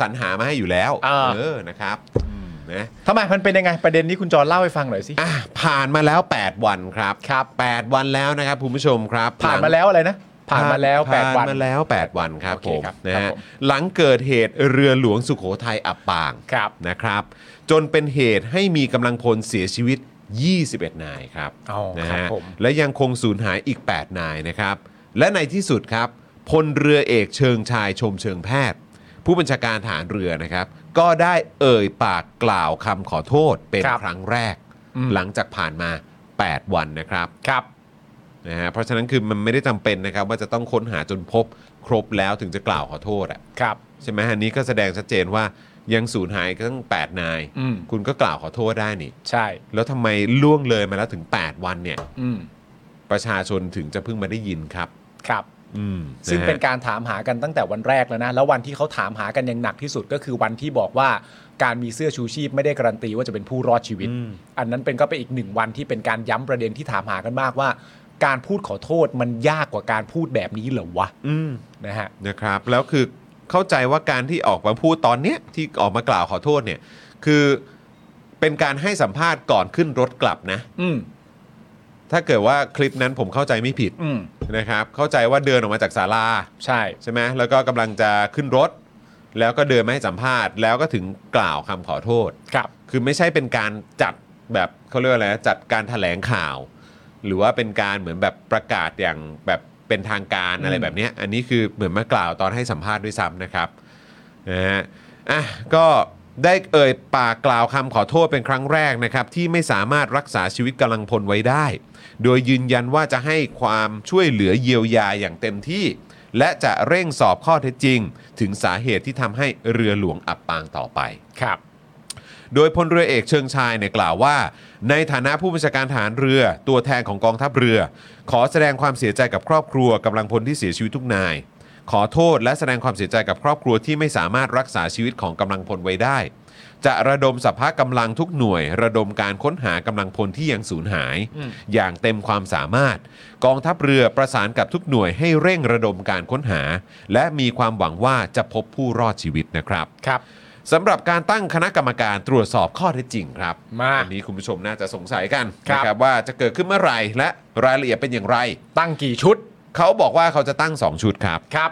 Speaker 3: สรรหามาให้อยู่แล้ว
Speaker 4: อ่า
Speaker 3: เออนะครับอืมนะ
Speaker 4: ทำไมมันเป็นยังไง ประเด็นนี้คุณจอนเล่าให้ฟังหน่อยสิ
Speaker 3: อ่ะผ่านมาแล้ว 8 วันครับครับ 8 วันแล้วนะครับคุณผู้ชมครับ
Speaker 4: ผ่าน
Speaker 3: หง
Speaker 4: มาแล้วอะไรนะ ผ่านมาแล้ว 8 วัน
Speaker 3: ผ่านมาแล้ว 8 วันครับ
Speaker 4: โอเค
Speaker 3: ผม
Speaker 4: ครับ
Speaker 3: นะครับฮะ
Speaker 4: ผม
Speaker 3: หลังเกิดเหตุเรือหลวงสุโขทัยอับปาง
Speaker 4: ครับ
Speaker 3: นะครับ จนเป็นเหตุให้มีกำลังพลเสียชีวิต 21 นายครับ
Speaker 4: อ๋อ
Speaker 3: นะครับ ฮะ
Speaker 4: ผม
Speaker 3: และยังคงสูญหายอีก 8 นายนะครับ และในที่สุดครับพลเรือเอกเชิงชายชมเชิงแพทย์ ผู้บัญชาการฐานเรือนะครับ ก็ได้เอ่ยปากกล่าวคำขอโทษเป็น
Speaker 4: ครับ
Speaker 3: ครั้งแรก
Speaker 4: อืม
Speaker 3: หลังจากผ่านมา 8 วันนะครับ
Speaker 4: ครับ
Speaker 3: นะฮะเพราะฉะนั้นคือมันไม่ได้จำเป็นนะครับ ว่าจะต้องค้นหาจนพบครบแล้วถึงจะกล่าวขอโทษอ่ะ
Speaker 4: ครับ
Speaker 3: ใช่ไหมฮะอันนี้ก็แสดงชัดเจนว่ายังสูญหายตั้ง 8 นาย
Speaker 4: อืม
Speaker 3: คุณก็กล่าวขอโทษได้นี่
Speaker 4: ใช่
Speaker 3: แล้วทำไมล่วงเลยมาแล้วถึง 8 วันเนี่ย
Speaker 4: อืม
Speaker 3: ประชาชนถึงจะเพิ่งมาได้ยินครับ
Speaker 4: ครับ
Speaker 3: อืม
Speaker 4: ซึ่งเป็น
Speaker 3: นะฮะ
Speaker 4: การถามหากันตั้งแต่วันแรกแล้วนะ แล้ววันที่เขาถามหากันอย่างหนักที่สุดก็คือวันที่บอกว่าการมีเสื้อชูชีพไม่ได้การันตีว่าจะเป็นผู้รอดชีวิต อันนั้นเป็นก็เป็นอีกหนึ่งวันที่เป็นการย้ำประเด็นที่ถามหากันมากว่า การพูดขอโทษมันยากกว่าการพูดแบบนี้เหรอวะ
Speaker 3: อืม
Speaker 4: นะฮะ
Speaker 3: นะครับแล้วคือเข้าใจว่าการที่ออกมาพูดตอนเนี้ยที่ออกมากล่าวขอโทษเนี่ย คือเป็นการให้สัมภาษณ์ก่อนขึ้นรถกลับนะ
Speaker 4: อืม
Speaker 3: ถ้าเกิดว่าคลิปนั้นผมเข้าใจไม่ผิด
Speaker 4: อืม
Speaker 3: นะครับ เข้าใจว่าเดินออกมาจากศาลา
Speaker 4: ใช่
Speaker 3: ใช่ไหมแล้วก็กำลังจะขึ้นรถ แล้วก็เดินมาให้สัมภาษณ์ แล้วก็ถึงกล่าวคำขอโทษ
Speaker 4: ครับ
Speaker 3: คือไม่ใช่เป็นการจัดแบบเขาเรียกว่าอะไรนะจัดการแถลงข่าว หรือว่าเป็นการเหมือนแบบประกาศอย่างแบบเป็นทางการอะไรแบบเนี้ยอันนี้คือเหมือนมากล่าวตอนให้สัมภาษณ์ด้วยซ้ำนะครับนะฮะอ่ะก็ได้เอ่ยปากกล่าวคำขอโทษเป็นครั้งแรกนะครับ ที่ไม่สามารถรักษาชีวิตกำลังพลไว้ได้ โดยยืนยันว่าจะให้ความช่วยเหลือเยียวยาอย่างเต็มที่ และจะเร่งสอบข้อเท็จจริง ถึงสาเหตุที่ทำให้เรือหลวงอับปางต่อไป
Speaker 4: ครับ
Speaker 3: โดยพลเรือเอกเชิงชายเนี่ยกล่าวว่า ในฐานะผู้บัญชาการทหารเรือ ตัวแทนของกองทัพเรือ ขอแสดงความเสียใจกับครอบครัวกำลังพลที่เสียชีวิตทุกนาย ขอโทษและแสดงความเสียใจกับครอบครัวที่ไม่สามารถรักษาชีวิตของกำลังพลไว้ได้ จะระดมสรรพกำลังทุกหน่วย ระดมการค้นหากำลังพลที่ยังสูญหาย อย่างเต็มความสามารถ กองทัพเรือประสานกับทุกหน่วยให้เร่งระดมการค้นหา และมีความหวังว่าจะพบผู้รอดชีวิตนะครับ
Speaker 4: ครับ
Speaker 3: สำหรับการตั้งคณะกรรมการตรวจสอบข้อเท็จจริงครับ
Speaker 4: มา
Speaker 3: อันนี้คุณผู้ชมน่าจะสงสัยกัน
Speaker 4: ครับ
Speaker 3: นะครับว่าจะเกิดขึ้นเมื่อไหร่และรายละเอียดเป็นอย่างไร
Speaker 4: ตั้งกี่ชุด
Speaker 3: เขาบอกว่าเขาจะตั้ง 2 ชุดครับ
Speaker 4: ครับ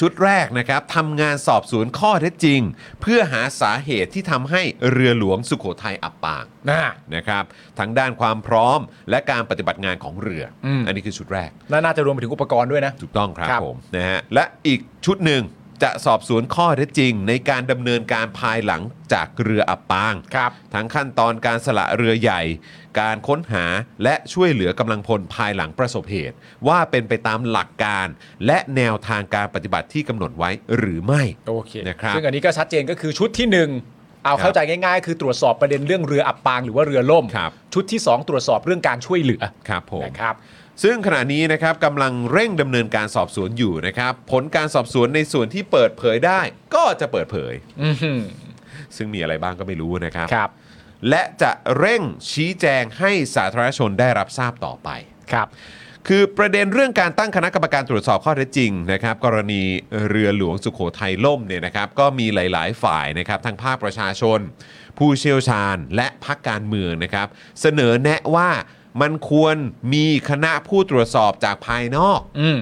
Speaker 3: ชุดแรกนะครับทำงานสอบสวนข้อเท็จจริง เพื่อหาสาเหตุที่ทำให้เรือหลวงสุโขทัยอับปาง
Speaker 4: นะ
Speaker 3: นะครับทั้งด้านความพร้อมและการปฏิบัติงานของเรืออ
Speaker 4: ม
Speaker 3: อันนี้คือชุดแรก
Speaker 4: และน่าจะรวมไปถึงอุปกรณ์ด้วยนะ
Speaker 3: ถูกต้องครับ
Speaker 4: ครับ
Speaker 3: ผมนะฮะและอีกชุดหนึ่งจะสอบสวนข้อเท็จจริง ในการดำเนินการภายหลังจากเรืออับปาง
Speaker 4: ครับ
Speaker 3: ทั้งขั้นตอนการสละเรือใหญ่ การค้นหาและช่วยเหลือกำลังพลภายหลังประสบเหตุ ว่าเป็นไปตามหลักการ และแนวทางการปฏิบัติที่กำหนดไว้หรือไม่
Speaker 4: โอเค
Speaker 3: นะครับ
Speaker 4: ซึ่งอันนี้ก็ชัดเจนก็คือชุดที่หนึ่งเอาเข้าใจง่ายๆ คือตรวจสอบประเด็นเรื่องเรืออับปางหรือว่าเรือล่ม
Speaker 3: ครับ
Speaker 4: ชุดที่สองตรวจสอบเรื่องการช่วยเหลือ
Speaker 3: ครับผม
Speaker 4: นะครับ
Speaker 3: ซึ่งขณะนี้นะครับกำลังเร่งดำเนินการสอบสวนอยู่นะครับ ผลการสอบสวนในส่วนที่เปิดเผยได้ ก็จะเปิดเผย
Speaker 4: อือหือ
Speaker 3: ซึ่งมีอะไรบ้างก็ไม่รู้นะครับ
Speaker 4: ครับ
Speaker 3: และจะเร่งชี้แจงให้สาธารณชนได้รับทราบต่อไป
Speaker 4: ครับ
Speaker 3: คือประเด็นเรื่องการตั้งคณะกรรมการตรวจสอบข้อเท็จจริงนะครับกรณีเรือหลวงสุโขทัยล่มเนี่ยนะครับก็มีหลาย ๆ ฝ่ายนะครับทั้งภาคประชาชน ผู้เชี่ยวชาญและพักการเมืองนะครับเสนอแนะว่ามันควรมีคณะผู้ตรวจสอบจากภายนอก
Speaker 4: อืม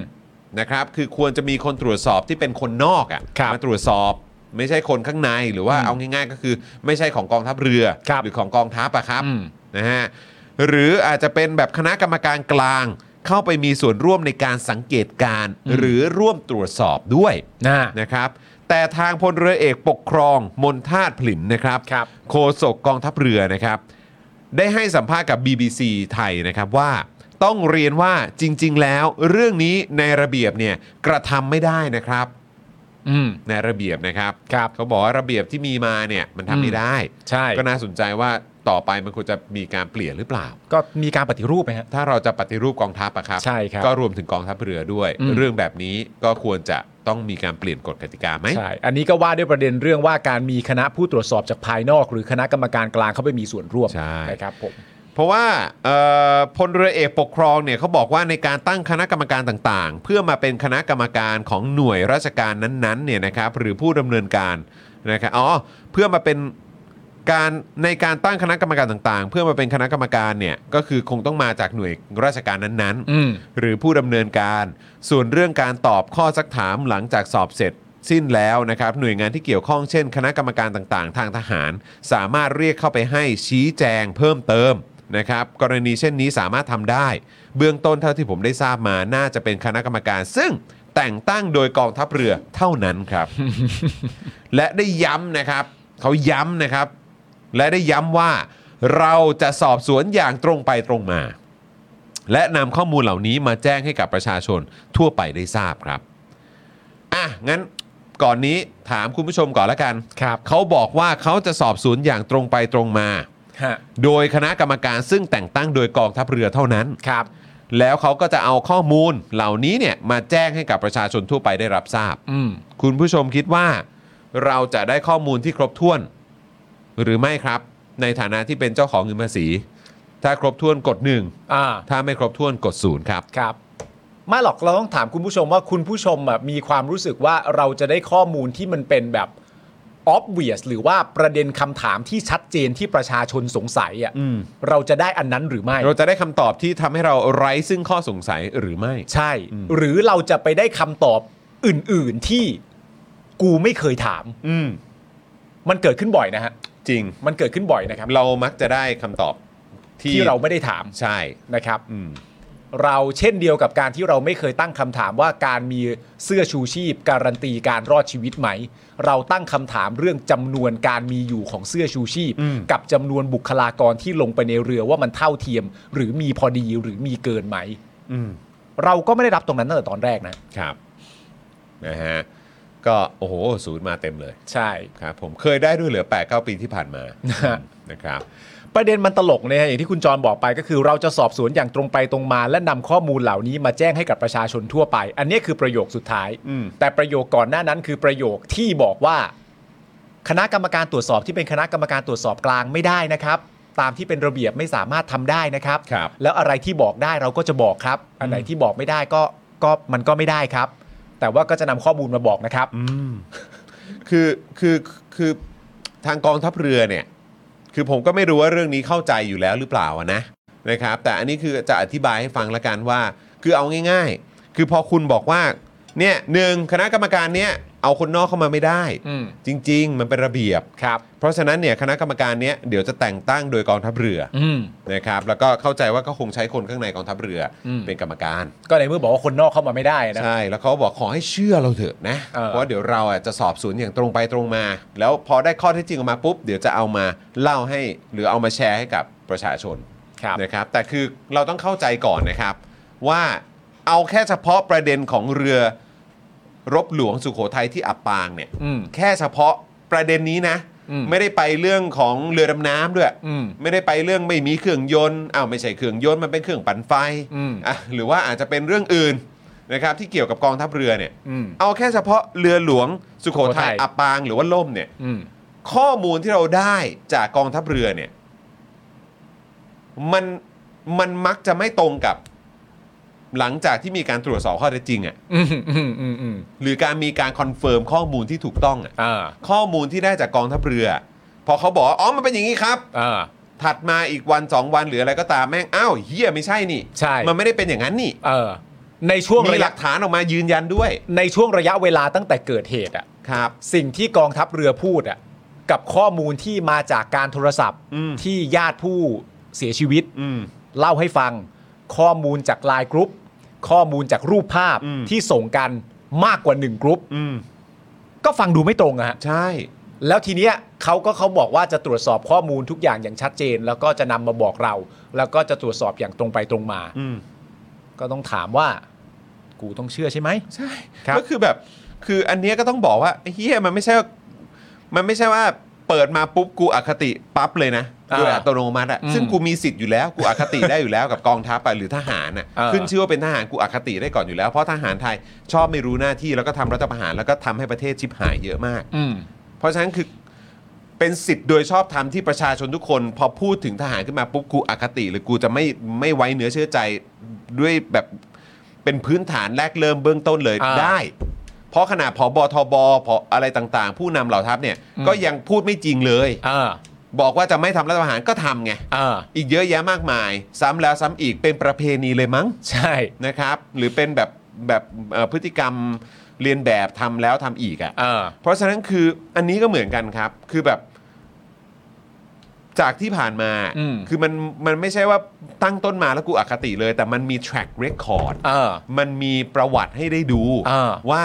Speaker 3: นะครับ คือควรจะมีคนตรวจสอบที่เป็นคนนอก
Speaker 4: ครั
Speaker 3: อะ่ะ
Speaker 4: บ
Speaker 3: มาตรวจสอบไม่ใช่คนข้างในหรือว่าเอาง่ายๆ ก็คือไม่ใช่ของกองทัพเรือ
Speaker 4: ครับ
Speaker 3: หรือของกองทัพอะครับ
Speaker 4: อืม
Speaker 3: นะฮะ หรืออาจจะเป็นแบบคณะกรรมการกลาง เข้าไปมีส่วนร่วมในการสังเกตการณ์หรือร่วมตรวจสอบด้วย
Speaker 4: นะ
Speaker 3: นะครับแต่ทางพลเรือเอกปกครองมนทาตผลินนะครับ
Speaker 4: ครับ
Speaker 3: โฆษกกองทัพเรือนะครับ ได้ให้สัมภาษณ์กับ BBC ไทยนะครับว่าต้องเรียนว่าจริง ๆ แล้วเรื่องนี้ในระเบียบเนี่ยกระทำไม่ได้นะครับ
Speaker 4: อืม
Speaker 3: ในระเบียบนะครับ
Speaker 4: ครับ
Speaker 3: เขาบอกว่าระเบียบที่มีมาเนี่ยมันทำ
Speaker 4: อืม
Speaker 3: ไม่ได้
Speaker 4: ใช่
Speaker 3: ก็น่าสนใจว่าต่อไปมันควรจะมีการเปลี่ยนหรือเปล่า
Speaker 4: ก็มีการปฏิรูปไหมฮะ
Speaker 3: ถ้าเราจะปฏิรูปกองทัพอะครับ
Speaker 4: ใช่ครับ
Speaker 3: ก็รวมถึงกองทัพเรือด้วย
Speaker 4: อืม
Speaker 3: เรื่องแบบนี้ก็ควรจะต้องมีการเปลี่ยนกฎกติกาไหม
Speaker 4: ใช่อันนี้ก็ว่าด้วยประเด็นเรื่องว่าการมีคณะผู้ตรวจสอบจากภายนอก หรือคณะกรรมการกลางเข้าไปมีส่วนร่วม
Speaker 3: ใช่
Speaker 4: นะครับผม
Speaker 3: เพราะว่าเอ่อพลเรือเอกปกครองเนี่ยเขาบอกว่าในการตั้งคณะกรรมการต่างๆ เพื่อมาเป็นคณะกรรมการของหน่วยราชการนั้นๆเนี่ยนะครับหรือผู้ดำเนินการนะครับอ๋อเพื่อมาเป็นการในการตั้งคณะกรรมการต่างๆ เพื่อมาเป็นคณะกรรมการเนี่ยก็คือคงต้องมาจากหน่วยราชการนั้น
Speaker 4: อืม
Speaker 3: ๆ หรือผู้ดำเนินการ ส่วนเรื่องการตอบข้อซักถามหลังจากสอบเสร็จ สิ้นแล้วนะครับหน่วยงานที่เกี่ยวข้องเช่น คณะกรรมการต่างๆ ทางทหาร สามารถเรียกเข้าไปให้ชี้แจงเพิ่มเติมนะครับกรณีเช่นนี้สามารถทำได้ เบื้องต้นเท่าที่ผมได้ทราบมาน่าจะเป็นคณะกรรมการ ซึ่งแต่งตั้งโดยกองทัพเรือเท่านั้นครับ และได้ย้ำนะครับเขาย้ำนะครับ และได้ย้ำว่าเราจะสอบสวนอย่างตรงไปตรงมา และนำข้อมูลเหล่านี้มาแจ้งให้กับประชาชนทั่วไปได้ทราบครับ อ่ะ งั้นก่อนนี้ถามคุณผู้ชมก่อนละกัน
Speaker 4: ครับ
Speaker 3: เขาบอกว่าเขาจะสอบสวนอย่างตรงไปตรงมา
Speaker 4: ฮะ
Speaker 3: โดยคณะกรรมการซึ่งแต่งตั้งโดยกองทัพเรือเท่านั้น
Speaker 4: ครับ
Speaker 3: แล้วเขาก็จะเอาข้อมูลเหล่านี้เนี่ยมาแจ้งให้กับประชาชนทั่วไปได้รับทราบ
Speaker 4: อืม
Speaker 3: คุณผู้ชมคิดว่าเราจะได้ข้อมูลที่ครบถ้วน หรือไม่ครับ ในฐานะที่เป็นเจ้าของเงินภาษี ถ้าครบถ้วนกดหนึ่ง
Speaker 4: อ่า
Speaker 3: ถ้าไม่ครบถ้วนกดศูนย์ครับ
Speaker 4: ครับไม่หรอกเราต้องถามคุณผู้ชมว่าคุณผู้ชมอ่ะมีความรู้สึกว่าเราจะได้ข้อมูลที่มันเป็นแบบ obvious หรือว่าประเด็นคำถามที่ชัดเจนที่ประชาชนสงสัยอ่ะ
Speaker 3: อืม
Speaker 4: เราจะได้อันนั้นหรือไม่
Speaker 3: เราจะได้คำตอบที่ทำให้เราไร้ซึ่งข้อสงสัยหรือไม่
Speaker 4: ใช่ หรือเราจะไปได้คำตอบอื่น ๆที่กูไม่เคยถาม
Speaker 3: อืม
Speaker 4: มันเกิดขึ้นบ่อยนะฮะ
Speaker 3: จริง
Speaker 4: มันเกิดขึ้นบ่อยนะครับ
Speaker 3: เรามักจะได้คำตอบที่
Speaker 4: ที่เราไม่ได้ถาม
Speaker 3: ใช่
Speaker 4: นะครับ
Speaker 3: อืม
Speaker 4: เราเช่นเดียวกับการที่เราไม่เคยตั้งคำถามว่าการมีเสื้อชูชีพ การันตีการรอดชีวิตไหม เราตั้งคำถามเรื่องจำนวนการมีอยู่ของเสื้อชูชีพ
Speaker 3: อืม
Speaker 4: กับจำนวนบุคลากรที่ลงไปในเรือว่ามันเท่าเทียม หรือมีพอดีหรือมีเกินไหม
Speaker 3: อืม
Speaker 4: เราก็ไม่ได้รับตรงนั้นตั้งแต่ตอนแรกนะ
Speaker 3: ครับนะฮะก็โอ้โหศูนย์มาเต็มเลย
Speaker 4: ใช่
Speaker 3: ครับผมเคยได้ด้วยเหลือ8ปดเก้าปีที่ผ่านมานะครับ
Speaker 4: ประเด็นมันตลกเนี่ยฮะอย่างที่คุณจรบอกไปก็คือ เราจะสอบสวนอย่างตรงไปตรงมา และนำข้อมูลเหล่านี้มาแจ้งให้กับประชาชนทั่วไป อันนี้คือประโยคสุดท้าย
Speaker 3: อืม
Speaker 4: แต่ประโยคก่อนหน้านั้นคือประโยคที่บอกว่า คณะกรรมการตรวจสอบที่เป็นคณะกรรมการตรวจสอบกลางไม่ได้นะครับ ตามที่เป็นระเบียบไม่สามารถทำได้นะครับ
Speaker 3: ครับ
Speaker 4: แล้วอะไรที่บอกได้เราก็จะบอกครับ อันไหนที่บอกไม่ได้ก็ก็มันก็ไม่ได้ครับ แต่ว่าก็จะนำข้อมูลมาบอกนะครับ
Speaker 3: อืมคือคือคือทางกองทัพเรือเนี่ย คือผมก็ไม่รู้ว่าเรื่องนี้เข้าใจอยู่แล้วหรือเปล่าอะนะนะครับ แต่อันนี้คือจะอธิบายให้ฟังละกันว่า คือเอาง่าย ๆ คือพอคุณบอกว่า เนี่ยหนึ่งคณะกรรมการเนี่ยเอาคนนอกเข้ามาไม่ได้
Speaker 4: อืม
Speaker 3: จริง ๆ มันเป็นระเบียบ
Speaker 4: ครับ
Speaker 3: เพราะฉะนั้นเนี่ยคณะกรรมการเนี้ยเดี๋ยวจะแต่งตั้งโดยกองทัพเรืออ
Speaker 4: อืม
Speaker 3: นะครับ แล้วก็เข้าใจว่าก็คงใช้คนข้างในกองทัพเรืออ
Speaker 4: ม
Speaker 3: เป็นกรรมการ
Speaker 4: ก็ในเมื่อบอกว่าคนนอกเข้ามาไม่ได้นะ
Speaker 3: ใช่ แล้วเขาบอกขอให้เชื่อเราเถอะนะ
Speaker 4: เออ
Speaker 3: เพราะเดี๋ยวเราอ่ะจะสอบสวนอย่างตรงไปตรงมา แล้วพอได้ข้อเท็จจริงออกมาปุ๊บ เดี๋ยวจะเอามาเล่าให้ หรือเอามาแชร์ให้กับประชาชน
Speaker 4: ครับ
Speaker 3: นะครับ แต่คือเราต้องเข้าใจก่อนนะครับ ว่าเอาแค่เฉพาะประเด็นของเรือรบหลวงสุโขทัยที่อับปางเนี่ย
Speaker 4: อืม
Speaker 3: แค่เฉพาะประเด็นนี้นะ
Speaker 4: อืม
Speaker 3: ไม่ได้ไปเรื่องของเรือดำน้ำด้วย
Speaker 4: อืม
Speaker 3: ไม่ได้ไปเรื่องไม่มีเครื่องยนต์อ้าวไม่ใช่เครื่องยนต์มันเป็นเครื่องปั่นไฟ
Speaker 4: อืม
Speaker 3: อ่ะหรือว่าอาจจะเป็นเรื่องอื่นนะครับ ที่เกี่ยวกับกองทัพเรือเนี่ย
Speaker 4: อืม
Speaker 3: เอาแค่เฉพาะเรือหลวงสุโข
Speaker 4: สุโขทั
Speaker 3: ทัย
Speaker 4: ย
Speaker 3: อับปางหรือว่าล่มเนี่ย
Speaker 4: อืม
Speaker 3: ข้อมูลที่เราได้จากกองทัพเรือเนี่ย มันมันมักจะไม่ตรงกับ หลังจากที่มีการตรวจสอบข้อเท็จจริงอะ่ะ
Speaker 4: อืมอืมอืมอืม
Speaker 3: หรือการมีการคอนเฟิร์มข้อมูลที่ถูกต้องอ่ะ
Speaker 4: อ่า
Speaker 3: ข้อมูลที่ได้จากกองทัพเรือ พอเขาบอกว่าอ๋อมันเป็นอย่างนี้ครับ
Speaker 4: อ่า
Speaker 3: ถัดมาอีกวัน 2 วันหรืออะไรก็ตามแม่งอ้าวเฮียไม่ใช่นี่
Speaker 4: ใช่
Speaker 3: มันไม่ได้เป็นอย่างนั้นนี่
Speaker 4: เออ ในช่วง
Speaker 3: มี
Speaker 4: ระ
Speaker 3: ห
Speaker 4: ยะ
Speaker 3: ลักฐานออกมายืนยันด้วย
Speaker 4: ในช่วงระยะเวลาตั้งแต่เกิดเหตุอ่ะ
Speaker 3: ครับ
Speaker 4: สิ่งที่กองทัพเรือพูดอ่ะกับข้อมูลที่มาจากการโทรศัพท์
Speaker 3: อืม
Speaker 4: ที่ญาติผู้เสียชีวิต
Speaker 3: อืม
Speaker 4: เล่าให้ฟัง ข้อมูลจากไลน์กรุ๊ปข้อมูลจากรูปภาพ
Speaker 3: อืม
Speaker 4: ที่ส่งกันมากกว่าหนึ่งกรุ๊ป
Speaker 3: อืม
Speaker 4: ก็ฟังดูไม่ตรงอะฮะ
Speaker 3: ใช่
Speaker 4: แล้วทีเนี้ยเขาก็เขาบอกว่าจะตรวจสอบข้อมูลทุกอย่างอย่างชัดเจน แล้วก็จะนำมาบอกเรา แล้วก็จะตรวจสอบอย่างตรงไปตรงมา
Speaker 3: อืม
Speaker 4: ก็ต้องถามว่า กูต้องเชื่อใช่ไหม
Speaker 3: ใช่
Speaker 4: ครับ
Speaker 3: ก็คือแบบ คืออันเนี้ยก็ต้องบอกว่าเฮียมันไม่ใช่มันไม่ใช่ว่าเปิดมาปุ๊บกูอคติปั๊บเลยนะโดยอัตโนมัติอะซึ่งกูมีสิทธิ์อยู่แล้วกูอคติได้อยู่แล้วกับกองทัพอะหรือทหารอะ
Speaker 4: เออ
Speaker 3: ขึ้นชื่อว่าเป็นทหารกูอคติได้ก่อนอยู่แล้วเพราะทหารไทยชอบไม่รู้หน้าที่แล้วก็ทำรัฐประหารแล้วก็ทำให้ประเทศชิบหายเยอะมาก
Speaker 4: อืม
Speaker 3: เพราะฉะนั้นคือเป็นสิทธิ์โดยชอบธรรมที่ประชาชนทุกคน พอพูดถึงทหารขึ้นมาปุ๊บกูอคติ หรือกูจะไม่ไม่ไว้เนื้อเชื่อใจด้วยแบบเป็นพื้นฐานแรกเริ่มเบื้องต้นเลย
Speaker 4: อ่า
Speaker 3: ได้ เพราะขนาดผอบอทบผออะไรต่างๆ ผู้นำเหล่าทัพเนี่ย
Speaker 4: อืม
Speaker 3: ก็ยังพูดไม่จริงเลย
Speaker 4: อ่า
Speaker 3: บอกว่าจะไม่ทำรัฐประหารก็ทำไง
Speaker 4: อ่า
Speaker 3: อีกเยอะแยะมากมาย ซ้ำแล้วซ้ำอีกเป็นประเพณีเลยมั้ง
Speaker 4: ใช่
Speaker 3: นะครับหรือเป็นแบบแบบเอ่อพฤติกรรมเรียนแบบทำแล้วทำอีก
Speaker 4: เอ
Speaker 3: อะ่ะ
Speaker 4: อ
Speaker 3: เพราะฉะนั้นคืออันนี้ก็เหมือนกันครับ คือแบบจากที่ผ่านมา
Speaker 4: อืม
Speaker 3: คือมันมันไม่ใช่ว่าตั้งต้นมาแล้วกูอคติเลย แต่มันมี track record
Speaker 4: เออ
Speaker 3: มันมีประวัติให้ได้ดู
Speaker 4: อ่า
Speaker 3: ว่า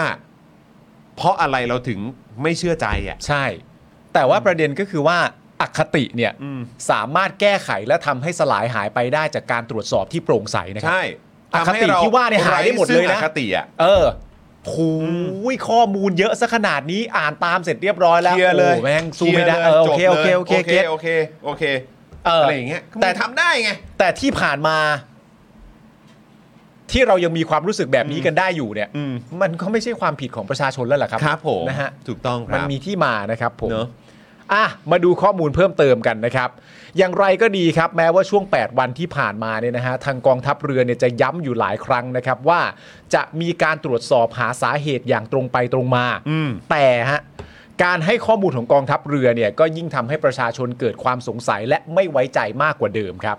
Speaker 3: เพราะอะไรเราถึงไม่เชื่อใจอ่ะ
Speaker 4: ใช่ แต่ว่าประเด็นก็คือว่าอคติเนี่ย
Speaker 3: อืม
Speaker 4: สามารถแก้ไขและทำให้สลายหายไปได้จากการตรวจสอบที่โปร่งใสนะครั
Speaker 3: ใช่
Speaker 4: อคติ
Speaker 3: ำให้เร
Speaker 4: ที่ว่าเนี่ยหายไปหมดเลยนะ
Speaker 3: ไร้ซึ่งอคติอ่ะ
Speaker 4: เออผูยข้อมูลเยอะซะขนาดนี้อ่านตามเสร็จเรียบร้อยแล้ว
Speaker 3: เคลียร์เลย
Speaker 4: โอ้แม่งสู้ไม่ได้
Speaker 3: ลียร์ล
Speaker 4: เอย อโอเคโอ
Speaker 3: จบ
Speaker 4: เค
Speaker 3: ลย
Speaker 4: โอเคเก็ต
Speaker 3: โอเคโอเคโอเค
Speaker 4: เอออ
Speaker 3: อะไรอย่างเงี้ย
Speaker 4: แต่
Speaker 3: แต่ทำได้ไง
Speaker 4: แต่ที่ผ่านมา ที่เรายังมีความรู้สึกแบบนี้กันได้อยู่เนี่ย
Speaker 3: อืม
Speaker 4: มันก็ไม่ใช่ความผิดของประชาชนแล้วล่ะครับ
Speaker 3: ครับผม
Speaker 4: นะฮะ
Speaker 3: ถูกต้องค
Speaker 4: มั
Speaker 3: รั
Speaker 4: น
Speaker 3: บ
Speaker 4: มีที่มานะครับผม
Speaker 3: เนอะ
Speaker 4: อ่ะมาดูข้อมูลเพิ่มเติมกันนะครับ อย่างไรก็ดีครับ แม้ว่าช่วง 8 วันที่ผ่านมาเนี่ยนะฮะทางกองทัพเรือเนี่ยจะย้ำอยู่หลายครั้งนะครับว่าจะมีการตรวจสอบหาสาเหตุอย่างตรงไปตรงมา
Speaker 3: อืม
Speaker 4: แต่ฮะการให้ข้อมูลของกองทัพเรือเนี่ยก็ยิ่งทำให้ประชาชนเกิดความสงสัยและไม่ไว้ใจมากกว่าเดิมครับ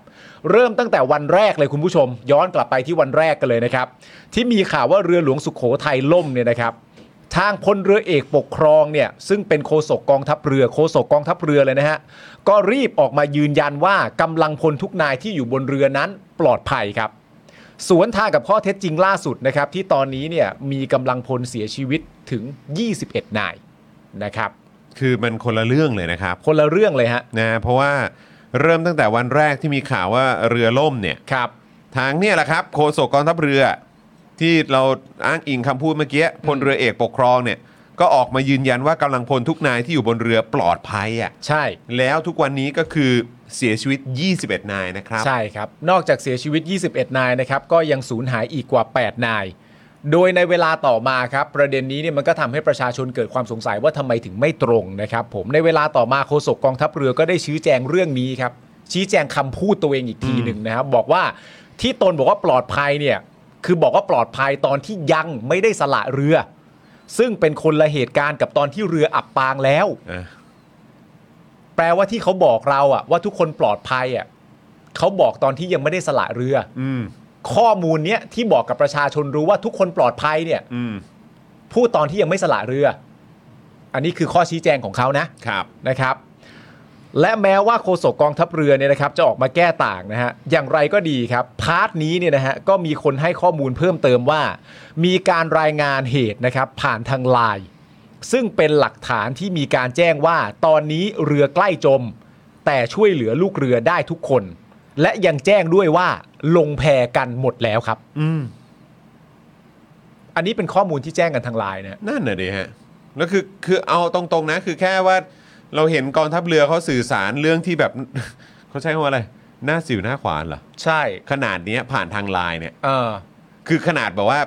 Speaker 4: เริ่มตั้งแต่วันแรกเลยคุณผู้ชม ย้อนกลับไปที่วันแรกกันเลยนะครับ ที่มีข่าวว่าเรือหลวงสุขโขทัยล่มเนี่ยนะครับ ทางพลเรือเอกปกครองเนี่ยซึ่งเป็นโฆษกกองทัพเรือโฆษกกองทัพเรือเลยนะฮะก็รีบออกมายืนยันว่ากำลังพลทุกนายที่อยู่บนเรือนั้นปลอดภัยครับ สวนทางกับข้อเท็จจริงล่าสุดนะครับ ที่ตอนนี้เนี่ยมีกำลังพลเสียชีวิตถึง 21 นายนะครับ
Speaker 3: คือมันคนละเรื่องเลยนะครับ
Speaker 4: คนละเรื่องเลยฮะ
Speaker 3: นะเพราะว่าเริ่มตั้งแต่วันแรกที่มีข่าวว่าเรือล่มเนี่ย
Speaker 4: ครับ
Speaker 3: ทางเนี่ยแหละครับโฆษกกองทัพเรือ ที่เราอ้างอิงคำพูดเมื่อกี้พลเรือเอกปกครองเนี่ย ก็ออกมายืนยันว่ากำลังพลทุกนายที่อยู่บนเรือปลอดภัยอ่ะ
Speaker 4: ใช่
Speaker 3: แล้วทุกวันนี้ก็คือเสียชีวิต 21 นายนะครับ
Speaker 4: ใช่ครับ นอกจากเสียชีวิต 21 นายนะครับ ก็ยังสูญหายอีกกว่า 8 นาย โดยในเวลาต่อมาครับ ประเด็นนี้เนี่ยมันก็ทำให้ประชาชนเกิดความสงสัยว่าทำไมถึงไม่ตรงนะครับผมในเวลาต่อมาโฆษกกองทัพเรือก็ได้ชี้แจงเรื่องนี้ครับ ชี้แจงคำพูดตัวเองอีกทีหนึ่งนะครับ บอกว่าที่ตนบอกว่าปลอดภัยเนี่ยคือบอกว่าปลอดภัยตอนที่ยังไม่ได้สละเรือ ซึ่งเป็นคนละเหตุการณ์กับตอนที่เรืออับปางแล้ว
Speaker 3: อ่ะ
Speaker 4: แปลว่าที่เขาบอกเราอะว่าทุกคนปลอดภัยอะเขาบอกตอนที่ยังไม่ได้สละเรือ
Speaker 3: อืม
Speaker 4: ข้อมูลเนี้ยที่บอกกับประชาชนรู้ว่าทุกคนปลอดภัยเนี่ย
Speaker 3: อืม
Speaker 4: พูดตอนที่ยังไม่สละเรือ อันนี้คือข้อชี้แจงของเขานะ
Speaker 3: ครับ
Speaker 4: นะครับ และแม้ว่าโฆษกกองทัพเรือเนี่ยนะครับ จะออกมาแก้ต่างนะฮะอย่างไรก็ดีครับ พาร์ทนี้เนี่ยนะฮะก็มีคนให้ข้อมูลเพิ่มเติมว่า มีการรายงานเหตุนะครับ ผ่านทางไลน์ซึ่งเป็นหลักฐานที่มีการแจ้งว่า ตอนนี้เรือใกล้จม แต่ช่วยเหลือลูกเรือได้ทุกคน และยังแจ้งด้วยว่า ลงแพกันหมดแล้วครับ
Speaker 3: อืม
Speaker 4: อันนี้เป็นข้อมูลที่แจ้งกันทางไลน์นะ
Speaker 3: นั่นน่ะดิฮะแล้วคือคือเอาตรงๆนะ คือแค่ว่าเราเห็นกองทัพเรือเขาสื่อสารเรื่องที่แบบ เขาใช้คำว่าอะไร หน้าสิวหน้าขวานเหรอ
Speaker 4: ใช่
Speaker 3: ขนาดเนี้ยผ่านทางไลน์เนี่ย
Speaker 4: เออ
Speaker 3: คือขนาดแบบว่า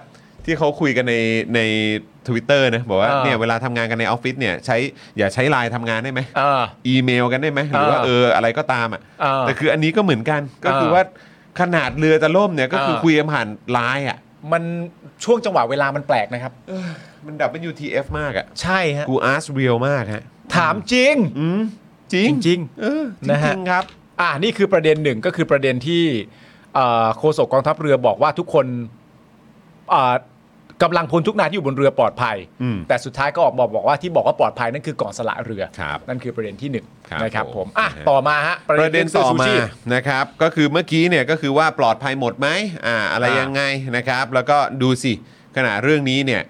Speaker 3: ที่เขาคุยกันในในทวิตเตอร์นะบอกว่า
Speaker 4: อ่า
Speaker 3: เนี่ยเวลาทำงานกันในออฟฟิศเนี่ยใช้อย่าใช้ไลน์ทำงานได้ไหม
Speaker 4: เออ
Speaker 3: อีเมลกันได้ไหมหรือว่า
Speaker 4: อ่า
Speaker 3: เอออะไรก็ตามอ่ะ
Speaker 4: อ่า
Speaker 3: แต่คืออันนี้ก็เหมือนกันก็คืออา ว่าขนาดเรือจะล่มเนี่ยก็คืออา คุยกันผ่านไลน์อ่ะ
Speaker 4: มันช่วงจังหวะเวลามันแปลกนะครับ
Speaker 3: มันดับเป็น UTF มากอ่ะ
Speaker 4: ใช่ฮะ
Speaker 3: กูอาร์สเรียลมากฮะ
Speaker 4: ถามจริง
Speaker 3: อืมจริง
Speaker 4: จริง
Speaker 3: เออจ
Speaker 4: นะฮะ
Speaker 3: ริงๆครับ
Speaker 4: อ่านี่คือประเด็นหนึ่งก็คือประเด็นที่เอ่อโฆษกกองทัพเรือบอกว่าทุกคนเอ่อกำลังพลทุกนายที่อยู่บนเรือปลอดภัย
Speaker 3: อืม
Speaker 4: แต่สุดท้ายก็ออกบอกบอกว่าที่บอกว่าปลอดภัยนั่นคือก่อนสละเรือ
Speaker 3: ครับ
Speaker 4: นั่นคือประเด็นที่หนึ่ง
Speaker 3: ครับ
Speaker 4: นะครับผ
Speaker 3: ผม
Speaker 4: มอ่ะ
Speaker 3: นะฮะ
Speaker 4: ต่อมาฮะ
Speaker 3: ประเด็น
Speaker 4: สื้
Speaker 3: ต่อ
Speaker 4: ชู
Speaker 3: มา
Speaker 4: ชีพ
Speaker 3: นะครับ ก็คือเมื่อกี้เนี่ยก็คือว่าปลอดภัยหมดไหมอ่าอะไร
Speaker 4: อ่ายั
Speaker 3: ยังไงนะครับ แล้วก็ดูสิขณะเรื่องนี้เนี่ย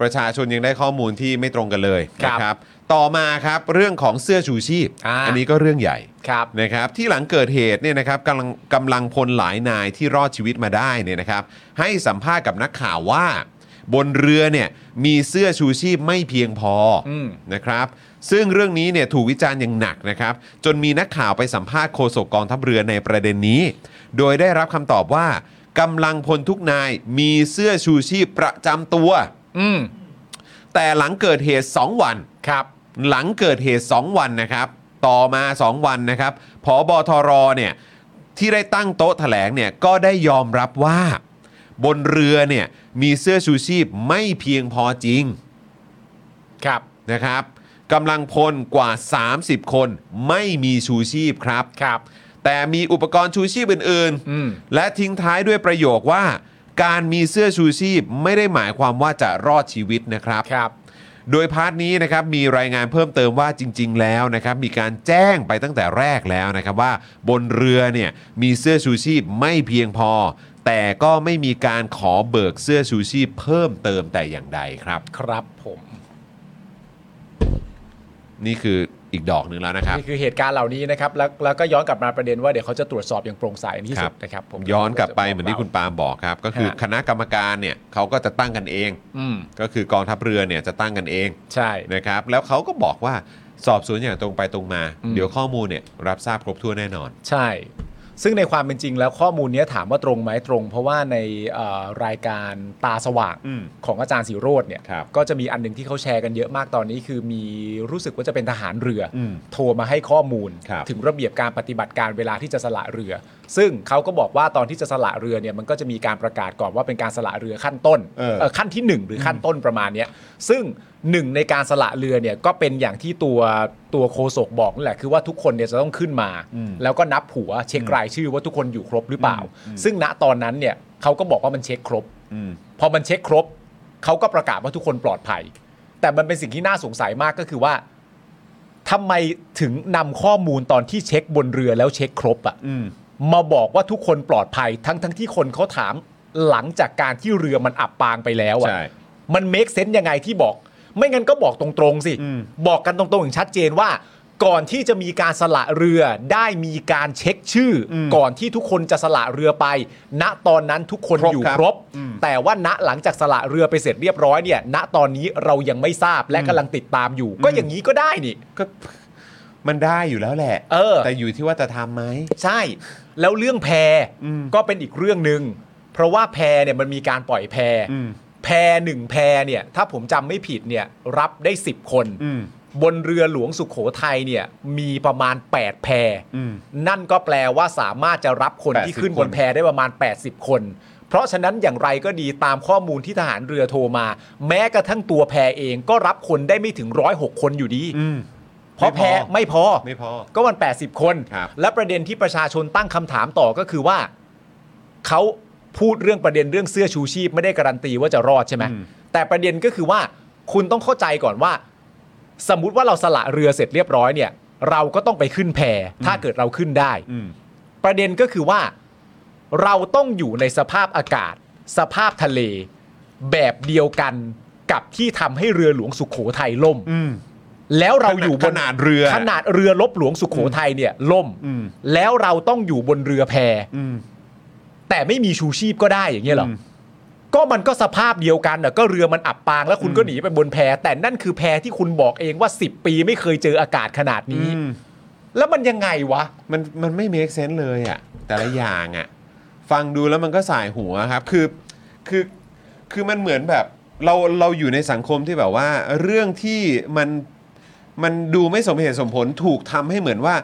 Speaker 3: ประชาชนยังได้ข้อมูลที่ไม่ตรงกันเลย
Speaker 4: ครับ
Speaker 3: นะครับ ต่อมาครับเรื่องของเสื้อชูชีพ
Speaker 4: อ่า
Speaker 3: นนี้ก็เรื่องใหญ่
Speaker 4: ครับ
Speaker 3: นะครับ ที่หลังเกิดเหตุเนี่ยนะครับกำลังกำลังพลหลายนายที่รอดชีวิตมาได้เนี่ยนะครับ ให้สัมภาษณ์กับนักข่าวว่า บนเรือเนี่ยมีเสื้อชูชีพไม่เพียงพออ
Speaker 4: อืม
Speaker 3: นะครับซึ่งเรื่องนี้เนี่ยถูกวิจารณ์อย่างหนักนะครับจนมีนักข่าวไปสัมภาษณ์โฆษกกองทัพเรือในประเด็นนี้ โดยได้รับคำตอบว่ากำลังพลทุกนายมีเสื้อชูชีพประจำตัว
Speaker 4: อืม
Speaker 3: แต่หลังเกิดเหตุ 2 วัน
Speaker 4: ครับ
Speaker 3: หลังเกิดเหตุ 2 วันนะครับ ต่อมา 2 วันนะครับผอบอทรเนี่ยที่ได้ตั้งโต๊ะแถลงเนี่ยก็ได้ยอมรับว่า บนเรือเนี่ยมีเสื้อชูชีพไม่เพียงพอจริง
Speaker 4: ครับ
Speaker 3: นะครับกำลังพลกว่า 30 คนไม่มีชูชีพครับ
Speaker 4: ครับ
Speaker 3: แต่มีอุปกรณ์ชูชีพอื่น
Speaker 4: อืม
Speaker 3: ๆ และทิ้งท้ายด้วยประโยคว่า การมีเสื้อชูชีพไม่ได้หมายความว่าจะรอดชีวิตนะครับ
Speaker 4: ครับ
Speaker 3: โดยพาร์ทนี้นะครับมีรายงานเพิ่มเติมว่าจริง ๆ แล้วนะครับมีการแจ้งไปตั้งแต่แรกแล้วนะครับว่าบนเรือเนี่ยมีเสื้อชูชีพไม่เพียงพอ แต่ก็ไม่มีการขอเบิกเสื้อชูชีพเพิ่มเติมแต่อย่างใดครับ
Speaker 4: ครับผม
Speaker 3: นี่คืออีกดอกหนึ่งแล้วนะครับ
Speaker 4: นี่คือเหตุการณ์เหล่านี้นะครับ แล้วแล้วก็ย้อนกลับมาประเด็นว่าเดี๋ยวเขาจะตรวจสอบอย่างโปร่งใสที่สุดนะครับผม
Speaker 3: ย้อนกลับไปเหมือนที่คุณปาล์มบอกครับ ก็คือ
Speaker 4: ฮะ
Speaker 3: คณะกรรมการเนี่ยเขาก็จะตั้งกันเอง
Speaker 4: อืม
Speaker 3: ก็คือกองทัพเรือเนี่ยจะตั้งกันเอง
Speaker 4: ใช่
Speaker 3: นะครับ แล้วเขาก็บอกว่าสอบสวนอย่างตรงไปตรงมา
Speaker 4: อืม
Speaker 3: เดี๋ยวข้อมูลเนี่ยรับทราบครบถ้วนแน่นอน
Speaker 4: ใช่ ซึ่งในความเป็นจริงแล้วข้อมูลเนี้ยถามว่าตรงไหมตรง เพราะว่าในเอ่อรายการตาสว่าง
Speaker 3: อืม
Speaker 4: ของอาจารย์สีโรดเนี่ย
Speaker 3: ครับ
Speaker 4: ก็จะมีอันหนึ่งที่เขาแชร์กันเยอะมากตอนนี้ คือมีรู้สึกว่าจะเป็นทหารเรือ
Speaker 3: อืม
Speaker 4: โทรมาให้ข้อมูล
Speaker 3: ครับ
Speaker 4: ถึงระเบียบการปฏิบัติการเวลาที่จะสละเรือ ซึ่งเขาก็บอกว่าตอนที่จะสละเรือเนี่ยมันก็จะมีการประกาศก่อนว่าเป็นการสละเรือขั้นต้น
Speaker 3: เออ
Speaker 4: เอ่อขั้นที่หนึ่งหรือขั้นต้นประมาณเนี้ยซึ่งหนึ่งในการสละเรือเนี่ยก็เป็นอย่างที่ตัวตัวโคศกบอกนั่นแหละคือว่าทุกคนเนี่ยจะต้องขึ้นมา แล้วก็นับหัวเช็ครายชื่อว่าทุกคนอยู่ครบหรือเปล่า ซึ่งณตอนนั้นเนี่ยเขาก็บอกว่ามันเช็คครบ
Speaker 3: อืม
Speaker 4: พอมันเช็คครบ เขาก็ประกาศว่าทุกคนปลอดภัย แต่มันเป็นสิ่งที่น่าสงสัยมากก็คือว่าทำไมถึงนำข้อมูลตอนที่เช็คบนเรือแล้วเช็คครบอะ่ะ
Speaker 3: อืม
Speaker 4: มาบอกว่าทุกคนปลอดภัย ทั้งทั้งที่คนเขาถามหลังจากการที่เรือมันอับปางไปแล้ว
Speaker 3: ใช่
Speaker 4: อะ่ะมันเมคเซนต์ยังไงที่บอก ไม่งั้นก็บอกตรงๆสิ
Speaker 3: อืม
Speaker 4: บอกกันตรงๆอย่างชัดเจนว่า ก่อนที่จะมีการสละเรือได้มีการเช็คชื่ออ
Speaker 3: ม
Speaker 4: ก่อนที่ทุกคนจะสละเรือไป ณตอนนั้นทุกคน
Speaker 3: ครบ
Speaker 4: อยู่
Speaker 3: ครับ
Speaker 4: ครบ
Speaker 3: อืม
Speaker 4: แต่ว่าณหลังจากสละเรือไปเสร็จเรียบร้อยเนี่ย ณตอนนี้เรายังไม่ทราบและกำลังติดตามอยู่ ก็อย่างนี้ก็ได้นี่
Speaker 3: ก็ มันได้อยู่แล้วแหละ
Speaker 4: เออ
Speaker 3: แต่อยู่ที่ว่าจะทำไหม
Speaker 4: ใช่ แล้วเรื่องแพร
Speaker 3: อืม
Speaker 4: ก็เป็นอีกเรื่องหนึ่งเพราะว่าแพรเนี่ยมันมีการปล่อยแพร
Speaker 3: อืม
Speaker 4: แพรหนึ่งแพรเนี่ย ถ้าผมจำไม่ผิดเนี่ยรับได้ 10 คน
Speaker 3: อืม
Speaker 4: บนเรือหลวงสุขโขทัยเนี่ยมีประมาณ 8 แพร
Speaker 3: อืม
Speaker 4: นั่นก็แปลว่าสามารถจะรับคน
Speaker 3: 80
Speaker 4: ที่ขึ้น
Speaker 3: คน
Speaker 4: บนแพรได้ประมาณ 80 คน เพราะฉะนั้นอย่างไรก็ดีตามข้อมูลที่ทหารเรือโทรมา แม้กระทั่งตัวแพรเองก็รับคนได้ไม่ถึงร้อยหกคนอยู่ดี
Speaker 3: อืม
Speaker 4: เพราะแพรไม่พอ
Speaker 3: ไม่พอ
Speaker 4: ก็มัน 80 คน
Speaker 3: ครับ
Speaker 4: และประเด็นที่ประชาชนตั้งคำถามต่อก็คือว่า เขาพูดเรื่องประเด็นเรื่องเสื้อชูชีพไม่ได้การันตีว่าจะรอดใช่ไหม แต่ประเด็นก็คือว่าคุณต้องเข้าใจก่อนว่า สมมติว่าเราสละเรือเสร็จเรียบร้อยเนี่ย เราก็ต้องไปขึ้นแพถ้าเกิดเราขึ้นได้
Speaker 3: อืม
Speaker 4: ประเด็นก็คือว่าเราต้องอยู่ในสภาพอากาศ สภาพทะเล แบบเดียวกันกับที่ทำให้เรือหลวงสุขโขทัยล่ม
Speaker 3: อืม
Speaker 4: แล้วเราอยู่บ
Speaker 3: ขนาดเรือ
Speaker 4: ขนาดเรือลบหลวงสุขโขทัยเนี่ยล่ม
Speaker 3: อืม
Speaker 4: แล้วเราต้องอยู่บนเรือแพ
Speaker 3: อืม
Speaker 4: แต่ไม่มีชูชีพก็ได้อย่างเงี้ยเหรอ
Speaker 3: อืม
Speaker 4: ก็มันก็สภาพเดียวกันน่ะก็เรือมันอับปางแล้วคุณก็หนีไปบนแพ แต่นั่นคือแพที่คุณบอกเองว่า 10 ปีไม่เคยเจออากาศขนาดนี้
Speaker 3: อืม
Speaker 4: แล้วมันยังไงวะ
Speaker 3: มันมันไม่ make sense เลยอะ่ะ แต่ละอย่างอะ่ะ ฟังดูแล้วมันก็สายหัวครับ คือคือคือมันเหมือนแบบ เราเราอยู่ในสังคมที่แบบว่า เรื่องที่มันมันดูไม่สมเหตุสมผลถูกทำให้เหมือนว่า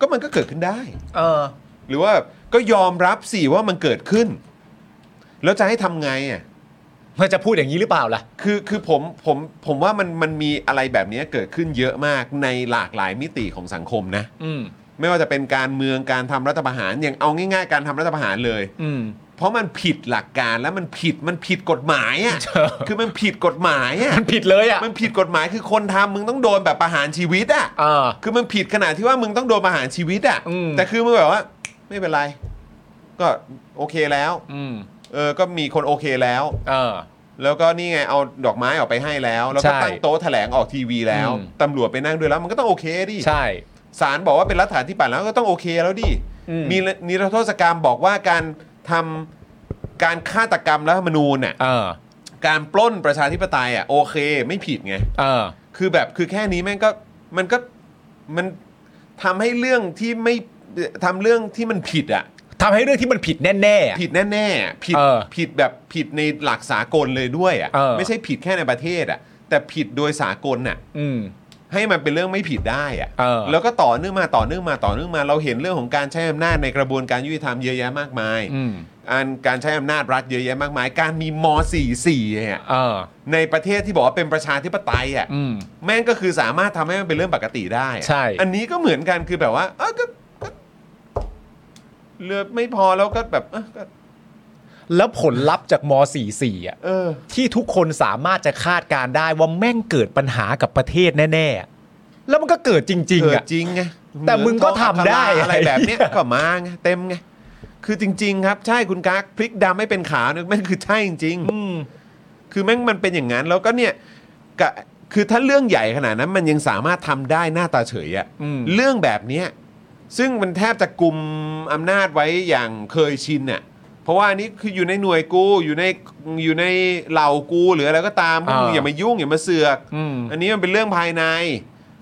Speaker 3: ก็มันก็เกิดขึ้นได้
Speaker 4: เออ
Speaker 3: หรือว่าแบบก็ยอมรับสิว่ามันเกิดขึ้น แล้วจะให้ทำไงอ่ะ
Speaker 4: มันจะพูดอย่างนี้หรือเปล่าล่ะ
Speaker 3: คือคือผมผมผมว่ามันมันมีอะไรแบบนี้เกิดขึ้นเยอะมากในหลากหลายมิติของสังคมนะ
Speaker 4: อืม
Speaker 3: ไม่ว่าจะเป็นการเมืองการทำรัฐประหารอย่างเอาง่าย ๆ การทำรัฐประหารเลย
Speaker 4: อืม
Speaker 3: เพราะมันผิดหลักการและมันผิดมันผิดกฎหมายอ่ะ คือมันผิดกฎหมายอ่ะ
Speaker 4: มันผิดเลยอ่ะ
Speaker 3: มันผิดกฎหมายคือคนทำมึงต้องโดนแบบประหารชีวิตอ่ะ
Speaker 4: เออ
Speaker 3: คือมันผิดขนาดที่ว่ามึงต้องโดนประหารชีวิตอ่ะ
Speaker 4: อืม
Speaker 3: แต่คือมึงแบบว่า ไม่เป็นไร ก็โอเคแล้ว
Speaker 4: อืม
Speaker 3: เออก็มีคนโอเคแล้ว
Speaker 4: เออ
Speaker 3: แล้วก็นี่ไงเอาดอกไม้ออกไปให้แล้ว แล้วก็
Speaker 4: ใช่
Speaker 3: ตั้งโต๊ะแถลงออกทีวีแล้ว
Speaker 4: อืม
Speaker 3: ตำรวจไปนั่งด้วยแล้วมันก็ต้องโอเคดิ
Speaker 4: ใช่
Speaker 3: ศาลบอกว่าเป็นรัฐาธิปัตย์แล้วก็ต้องโอเคแล้วดิ
Speaker 4: อืม
Speaker 3: มีนิรโทษกรรมบอกว่าการทำการฆาตกรรมรัฐธรรมนูญน่ะ
Speaker 4: เออ
Speaker 3: การปล้นประชาธิปไตยอ่ะโอเคไม่ผิดไง
Speaker 4: เออ
Speaker 3: คือแบบคือแค่นี้แม่งก็มันก็มันทำให้เรื่องที่ไม่ทำเรื่องที่มันผิดอ่ะ
Speaker 4: ทำให้เรื่องที่มันผิดแน่ๆอ่ะ
Speaker 3: ผิดแน่ๆอ่ะผิด
Speaker 4: เออ
Speaker 3: ผิดแบบผิดในหลักสากลเลยด้วยอ่ะ
Speaker 4: เออ
Speaker 3: ไม่ใช่ผิดแค่ในประเทศอ่ะ แต่ผิดโดยสากลน่ะ
Speaker 4: อืม
Speaker 3: ให้มันเป็นเรื่องไม่ผิดได้อะ
Speaker 4: เออ
Speaker 3: แล้วก็ต่อเนื่องมาต่อเนื่องมาต่อเนื่องมา เราเห็นเรื่องของการใช้อำนาจในกระบวนการยุติธรรมเยอะแยะมากมาย
Speaker 4: อืม
Speaker 3: อันการใช้อำนาจรัฐเยอะแยะมากมาย การมีม .44 เนี่ย
Speaker 4: เออ
Speaker 3: ในประเทศที่บอกว่าเป็นประชาธิปไตยอ่ะ
Speaker 4: อืม
Speaker 3: แม่งก็คือสามารถทำให้มันเป็นเรื่องปกติได้อะ
Speaker 4: ใช่
Speaker 3: อันนี้ก็เหมือนกันคือแบบว่า เออก็ก็เลือดไม่พอแล้วก็แบบเออก็
Speaker 4: แล้วผลลัพธ์จากม .44 อ่ะ
Speaker 3: เออ
Speaker 4: ที่ทุกคนสามารถจะคาดการณ์ได้ว่าแม่งเกิดปัญหากับประเทศแน่ๆ แล้วมันก็เกิดจริง
Speaker 3: เกิด
Speaker 4: ๆอ่ะ
Speaker 3: จริงไง
Speaker 4: แต่มึงก็ทำได้
Speaker 3: เหมือนทองอัคราอะไร
Speaker 4: ไอ้เหี้ย
Speaker 3: แบบเนี้ยก็มาไงเต็มไง คือจริง ๆ ครับ ใช่คุณกั๊กพลิกดำไม่เป็นขาวเนี่ยแม่งคือใช่จริงๆ
Speaker 4: อืม
Speaker 3: คือแม่งมันเป็นอย่างนั้น แล้วก็เนี่ยกะคือถ้าเรื่องใหญ่ขนาดนั้นมันยังสามารถทำได้หน้าตาเฉยอะ
Speaker 4: อืม
Speaker 3: เรื่องแบบเนี้ยซึ่งมันแทบจะกลุ่มอำนาจไว้อย่างเคยชินน่ะเพราะว่าอันนี้คืออยู่ในหน่วยกูอยู่ในอยู่ในเหล่ากูหรืออะไรก็ตามพวกมึงอย่ามายุ่งอย่ามาเสือก
Speaker 4: อืม
Speaker 3: อันนี้มันเป็นเรื่องภายใน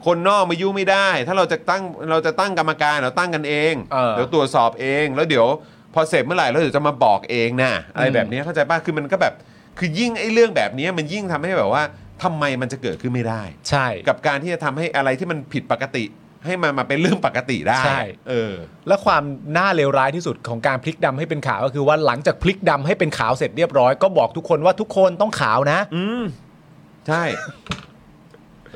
Speaker 3: คนนอกมายุ่งไม่ได้ ถ้าเราจะตั้งเราจะตั้งกรรมการเราตั้งกันเอง
Speaker 4: เออ
Speaker 3: ยวตรวจสอบเองแล้วเดี๋ยวพอเสร็จเมื่อไหร่แล้วเดี๋ยวจะมาบอกเองนะอะไรแบบนี้เข้าใจป่ะคือมันก็แบบคือยิ่งไอ้เรื่องแบบนี้มันยิ่งทำให้แบบว่าทำไมมันจะเกิดขึ้นไม่ได้
Speaker 4: ใช่
Speaker 3: กับการที่จะทำให้อะไรที่มันผิดปกติ ให้มันมาเป็นเรื่องปกติได้
Speaker 4: ใช่
Speaker 3: เออ
Speaker 4: และความน่าเลวร้ายที่สุดของการพลิกดำให้เป็นขาวก็คือว่าหลังจากพลิกดำให้เป็นขาวเสร็จเรียบร้อย ก็บอกทุกคนว่าทุกคนต้องขาวนะ
Speaker 3: อืม ใช่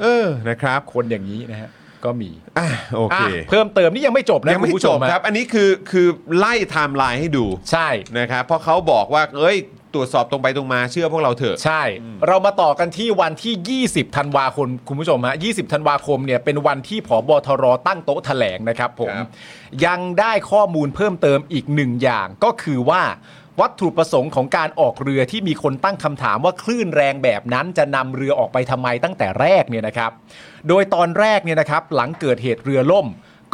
Speaker 3: เออนะครับ
Speaker 4: คนอย่างนี้นะฮะก็มี
Speaker 3: อ่ะโอเค
Speaker 4: ะเพิ่มเติมนี่ยังไม่จบนะ
Speaker 3: ยังไม่
Speaker 4: คุณผู้
Speaker 3: จ
Speaker 4: ช
Speaker 3: บ
Speaker 4: อะ
Speaker 3: ครับ อันนี้คือคือไล่ไทม์ไลน์ให้ดู
Speaker 4: ใช่
Speaker 3: นะครับเพราะเขาบอกว่า เอ้ย ตรวจสอบตรงไปตรงมาเชื่อพวกเราเถอะ
Speaker 4: ใช่ เรามาต่อกันที่วันที่ 20 ธันวาคมคุณผู้ชมฮะ20 ธันวาคมเนี่ยเป็นวันที่ผบทรตั้งโต๊ะแถลงนะครับผม
Speaker 3: ครับ
Speaker 4: ยังได้ข้อมูลเพิ่มเติมอีกหนึ่งอย่างก็คือว่า วัตถุประสงค์ของการออกเรือที่มีคนตั้งคำถามว่าคลื่นแรงแบบนั้นจะนำเรือออกไปทำไมตั้งแต่แรกเนี่ยนะครับ โดยตอนแรกเนี่ยนะครับหลังเกิดเหตุเรือล่ม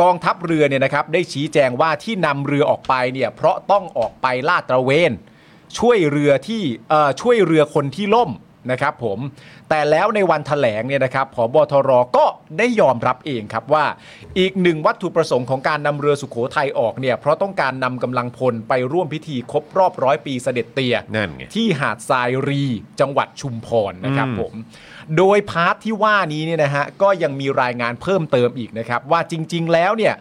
Speaker 4: กองทัพเรือเนี่ยนะครับได้ชี้แจงว่าที่นำเรือออกไปเนี่ยเพราะต้องออกไปลาดตระเวน ช่วยเรือที่เอ่อช่วยเรือคนที่ล่มนะครับผม แต่แล้วในวันถแถลงเนี่ยนะครับผบทรก็ได้ยอมรับเองครับว่า อีกหนึ่งวัตถุประสงค์ของการนำเรือสุโขทัยออกเนี่ยเพราะต้องการนำกำลังพลไปร่วมพิธีครบรอบร้อยปีเสด็จเตีย
Speaker 3: นั่นไง
Speaker 4: ที่หาดทรายรีจังหวัดชุมพรนะครับผม โดยพาร์ทที่ว่านี้เนี่ยนะฮะก็ยังมีรายงานเพิ่มเติมอีกนะครับ ว่าจริง ๆ แล้วเนี่ย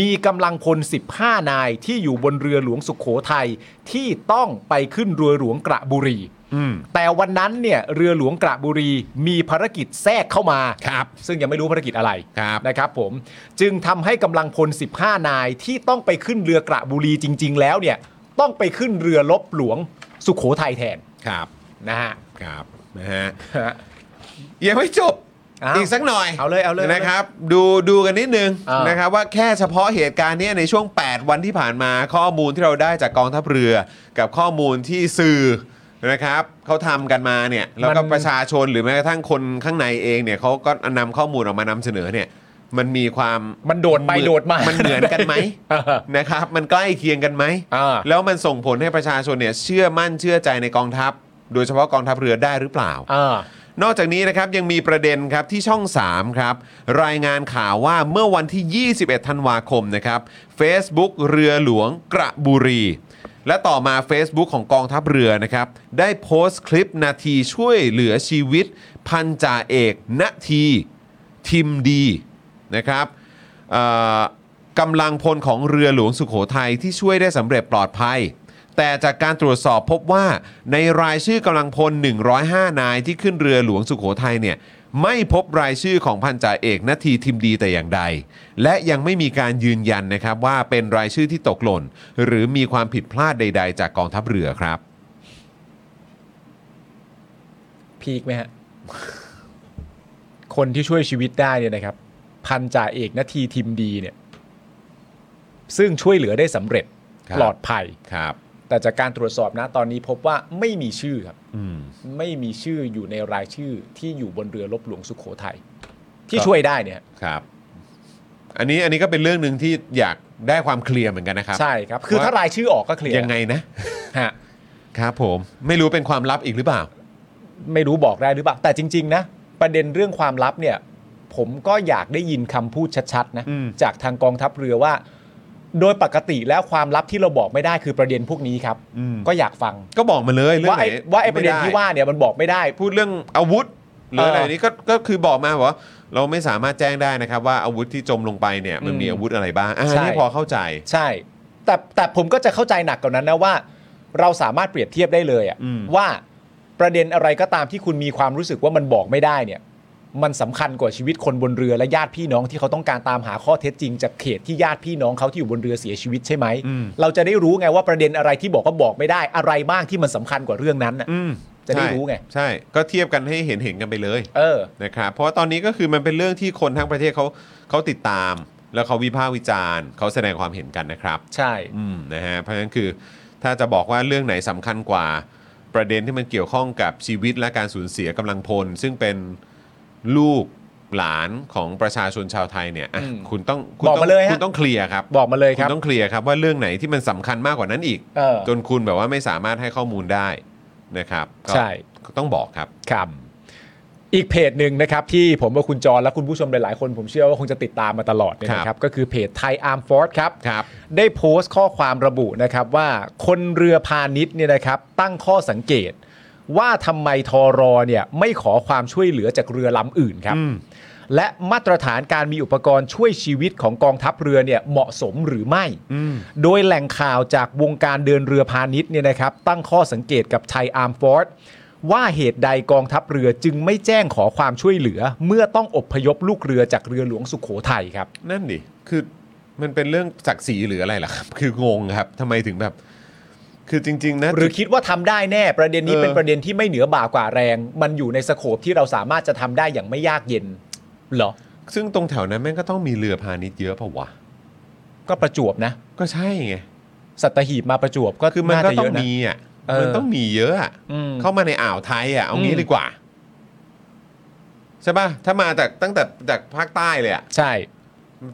Speaker 4: มีกำลังพล 15 นายที่อยู่บนเรือหลวงสุขโขทัยที่ต้องไปขึ้นเรือหลวงกระบุรี
Speaker 3: อืม
Speaker 4: แต่วันนั้นเนี่ยเรือหลวงกระบุรีมีภารกิจแทรกเข้ามา
Speaker 3: ครับ
Speaker 4: ซึ่งยังไม่รู้ภารกิจอะไร
Speaker 3: ครับ
Speaker 4: นะครับผม จึงทำให้กำลังพล 15 นายที่ต้องไปขึ้นเรือกระบุรีจริง ๆ แล้วเนี่ยต้องไปขึ้นเรือลบหลวงสุขโขทัยแทน
Speaker 3: ครับ
Speaker 4: นะฮ ะ
Speaker 3: ครับนะฮะยังไม่จบ
Speaker 4: อ้าว
Speaker 3: อีกสักหน่อย
Speaker 4: เอาเลยเอาเลย
Speaker 3: นะครับ ดูดูกันนิดนึง
Speaker 4: อ่าน
Speaker 3: นะครับว่าแค่เฉพาะเหตุการณ์เนี้ในช่วง 8 วันที่ผ่านมาข้อมูลที่เราได้จากกองทัพเรือ กับข้อมูลที่สื่อนะครับเขาทำกันมาเนี่ยแล้วก็ประชาชนหรือแม้กระทั่งคนข้างในเองเนี่ยเขาก็นำข้อมูลออกมานำเสนอเนี่ยมันมีความ
Speaker 4: มันโดดไปโดดมาน
Speaker 3: เหมือนกัน ไหม
Speaker 4: เออ
Speaker 3: นะครับมันใกล้เคียงกันไหม
Speaker 4: อ่า
Speaker 3: แล้วมันส่งผลให้ประชาชนเนี่ยเชื่อมั่นเชื่อใจในกองทัพ โดยเฉพาะกองทัพเรือได้หรือเปล่า
Speaker 4: อ่าน
Speaker 3: อกจากนี้นะครับยังมีประเด็นครับที่ช่อง 3 ครับ รายงานข่าวว่าเมื่อวันที่ 21 ธันวาคมนะครับ Facebook เรือหลวงกระบุรี และต่อมา Facebook ของกองทัพเรือนะครับ ได้โพสต์คลิปนาทีช่วยเหลือชีวิต พันจ่าเอกนาที ทิมดีนะครับเอ่อกำลังพลของเรือหลวงสุขโขทัยที่ช่วยได้สำเร็จปลอดภัย แต่จากการตรวจสอบพบว่าในรายชื่อกำลังพล 105 นายที่ขึ้นเรือหลวงสุขโขทัยเนี่ยไม่พบรายชื่อของพันจ่าเอกนาทีทิมดีแต่อย่างใด และยังไม่มีการยืนยันนะครับว่าเป็นรายชื่อที่ตกหล่น หรือมีความผิดพลาดใด ๆ จากกองทัพเรือครับ
Speaker 4: พีคไหมฮะ คนที่ช่วยชีวิตได้เนี่ยนะครับ พันจ่าเอกนาทีทิมดีเนี่ย ซึ่งช่วยเหลือได้สำเร็จ
Speaker 3: ครับ
Speaker 4: ปลอดภัย
Speaker 3: ครับ
Speaker 4: แต่จากการตรวจสอบนะตอนนี้พบว่าไม่มีชื่อครับ
Speaker 3: อืม
Speaker 4: ไม่มีชื่ออยู่ในรายชื่อที่อยู่บนเรือลบหลวงสุขโขทัยที่
Speaker 3: ครับ
Speaker 4: ช่วยได้เนี่ย
Speaker 3: ครับ อันนี้อันนี้ก็เป็นเรื่องหนึ่งที่อยากได้ความเคลียร์เหมือนกันนะครับ
Speaker 4: ใช่ครับ คือ
Speaker 3: ว่า
Speaker 4: ถ้ารายชื่อออกก็เคลียร์
Speaker 3: ยังไงนะ
Speaker 4: ฮะ
Speaker 3: ครับผมไม่รู้เป็นความลับอีกหรือเปล่า
Speaker 4: ไม่รู้บอกได้หรือเปล่า แต่จริง ๆ นะ ประเด็นเรื่องความลับเนี่ย ผมก็อยากได้ยินคำพูดชัด ๆ นะ
Speaker 3: อืม
Speaker 4: จากทางกองทัพเรือว่า โดยปกติแล้วความลับที่เราบอกไม่ได้คือประเด็นพวกนี้ครับ ก็อยากฟัง
Speaker 3: ก็บอกมาเลยเรื่อง
Speaker 4: ว่า
Speaker 3: ไหน
Speaker 4: ไอ้ว่าไอ้ประเด็น
Speaker 3: ม่
Speaker 4: ที่ว่าเนี่ยมันบอกไม่ได้
Speaker 3: พูดเรื่องอาวุธหรืออะไร
Speaker 4: เออ
Speaker 3: นี้ก็ก็คือบอกมาว่าเราไม่สามารถแจ้งได้นะครับ ว่าอาวุธที่จมลงไปเนี่ยมัน
Speaker 4: อืม
Speaker 3: มีอาวุธอะไรบ้างอ่า
Speaker 4: ใช่
Speaker 3: นี่พอเข้าใจ
Speaker 4: ใช่ แต่แต่ผมก็จะเข้าใจหนักกว่านั้นนะว่า เราสามารถเปรียบเทียบได้เลยอะ
Speaker 3: อืม
Speaker 4: ว่าประเด็นอะไรก็ตามที่คุณมีความรู้สึกว่ามันบอกไม่ได้เนี่ย มันสำคัญกว่าชีวิตคนบนเรือและญาติพี่น้องที่เขาต้องการตามหาข้อเท็จจริงจากเขตที่ญาติพี่น้องเขาที่อยู่บนเรือเสียชีวิตใช่ไหมเราจะได้รู้ไงว่าประเด็นอะไรที่บอกว่าบอกไม่ได้อะไรบ้างที่มันสำคัญกว่าเรื่องนั้นน่ะ
Speaker 3: อืม
Speaker 4: จะได้
Speaker 3: ใช่
Speaker 4: รู้ไง
Speaker 3: ใช่ก็เทียบกันให้เห็นเห็นกันไปเลย
Speaker 4: เออ
Speaker 3: นะครับเพราะว่าตอนนี้ก็คือมันเป็นเรื่องที่คนทั้งประเทศเขาเขาติดตาม แล้วเขาวิพากษ์วิจารณ์เขาแสดงความเห็นกันนะครับ
Speaker 4: ใช่
Speaker 3: อืมนะฮะเพราะฉะนั้นคือถ้าจะบอกว่าเรื่องไหนสำคัญกว่าประเด็นที่มันเกี่ยวข้องกับชีวิตและการสูญเสียกำลังพล ซึ่งเป็นลูกหลานของประชาชนชาวไทยเนี่ยอ่ะ
Speaker 4: อืม
Speaker 3: คุณต้องคุ
Speaker 4: บอก
Speaker 3: ต้ง
Speaker 4: มาเลยฮะ
Speaker 3: คุณต้องเคลียร์ครับ
Speaker 4: บอกมาเลยค
Speaker 3: ณ
Speaker 4: รับ
Speaker 3: ต้องเคลียร์ครับว่าเรื่องไหนที่มันสำคัญมากกว่านั้นอีก
Speaker 4: เออ
Speaker 3: จนคุณแบบว่าไม่สามารถให้ข้อมูลได้นะครับก็
Speaker 4: ใช่
Speaker 3: ก็ต้องบอกครับ
Speaker 4: ครับ อีกเพจหนึ่งนะครับที่ผมกับคุณจรและคุณผู้ชมหลายๆคนผมเชื่อว่าคงจะติดตามมาตลอดเนี่ยนะค
Speaker 3: ครั
Speaker 4: รับบ ก็คือเพจไทยอาร์มฟอร์ดครับ
Speaker 3: ครับ
Speaker 4: ได้โพสต์ข้อความระบุนะครับว่าคนเรือพาณิชย์เนี่ยนะครับตั้งข้อสังเกต ว่าทำไมทอรอเนี่ยไม่ขอความช่วยเหลือจากเรือลำอื่นครับ และมาตรฐานการมีอุปกรณ์ช่วยชีวิตของกองทัพเรือเนี่ยเหมาะสมหรือไม่ โดยแหล่งข่าวจากวงการเดินเรือพาณิชย์เนี่ยนะครับตั้งข้อสังเกตกับไทยอาร์มฟอร์ดว่าเหตุใดกองทัพเรือจึงไม่แจ้งขอความช่วยเหลือ เมื่อต้องอบพยพลูกเรือจากเรือหลวงสุโขทัยครับ
Speaker 3: นั่นดิ คือมันเป็นเรื่องศักดิ์ศรีหรืออะไรล่ะครับ คืองงครับทำไมถึงแบบ คือจริง ๆ นะ
Speaker 4: หรือคิดว่าทำได้แน่ประเด็นนี้
Speaker 3: เออ
Speaker 4: เป็นประเด็นที่ไม่เหนือบ่ากว่าแรง มันอยู่ในสโคปที่เราสามารถจะทำได้อย่างไม่ยากเย็นเหรอ
Speaker 3: ซึ่งตรงแถวนั้นแม่งก็ต้องมีเรือพาณิชย์เยอะเปล่าวะ
Speaker 4: ก็ประจวบนะ
Speaker 3: ก็ใช่ไง
Speaker 4: สัตหีบมาประจวบก็
Speaker 3: คือมัน
Speaker 4: น่า
Speaker 3: ก็
Speaker 4: จะ
Speaker 3: ต้อง
Speaker 4: เยอะนะ
Speaker 3: มีอ่ะ
Speaker 4: เออ
Speaker 3: มันต้องมีเยอะอะ
Speaker 4: อืม
Speaker 3: เข้ามาในอ่าวไทยอ่ะ เอางี้
Speaker 4: อืม
Speaker 3: ดีกว่า ใช่ป่ะ ถ้ามาจากตั้งแต่จากภาคใต้เลยอ่ะ
Speaker 4: ใช่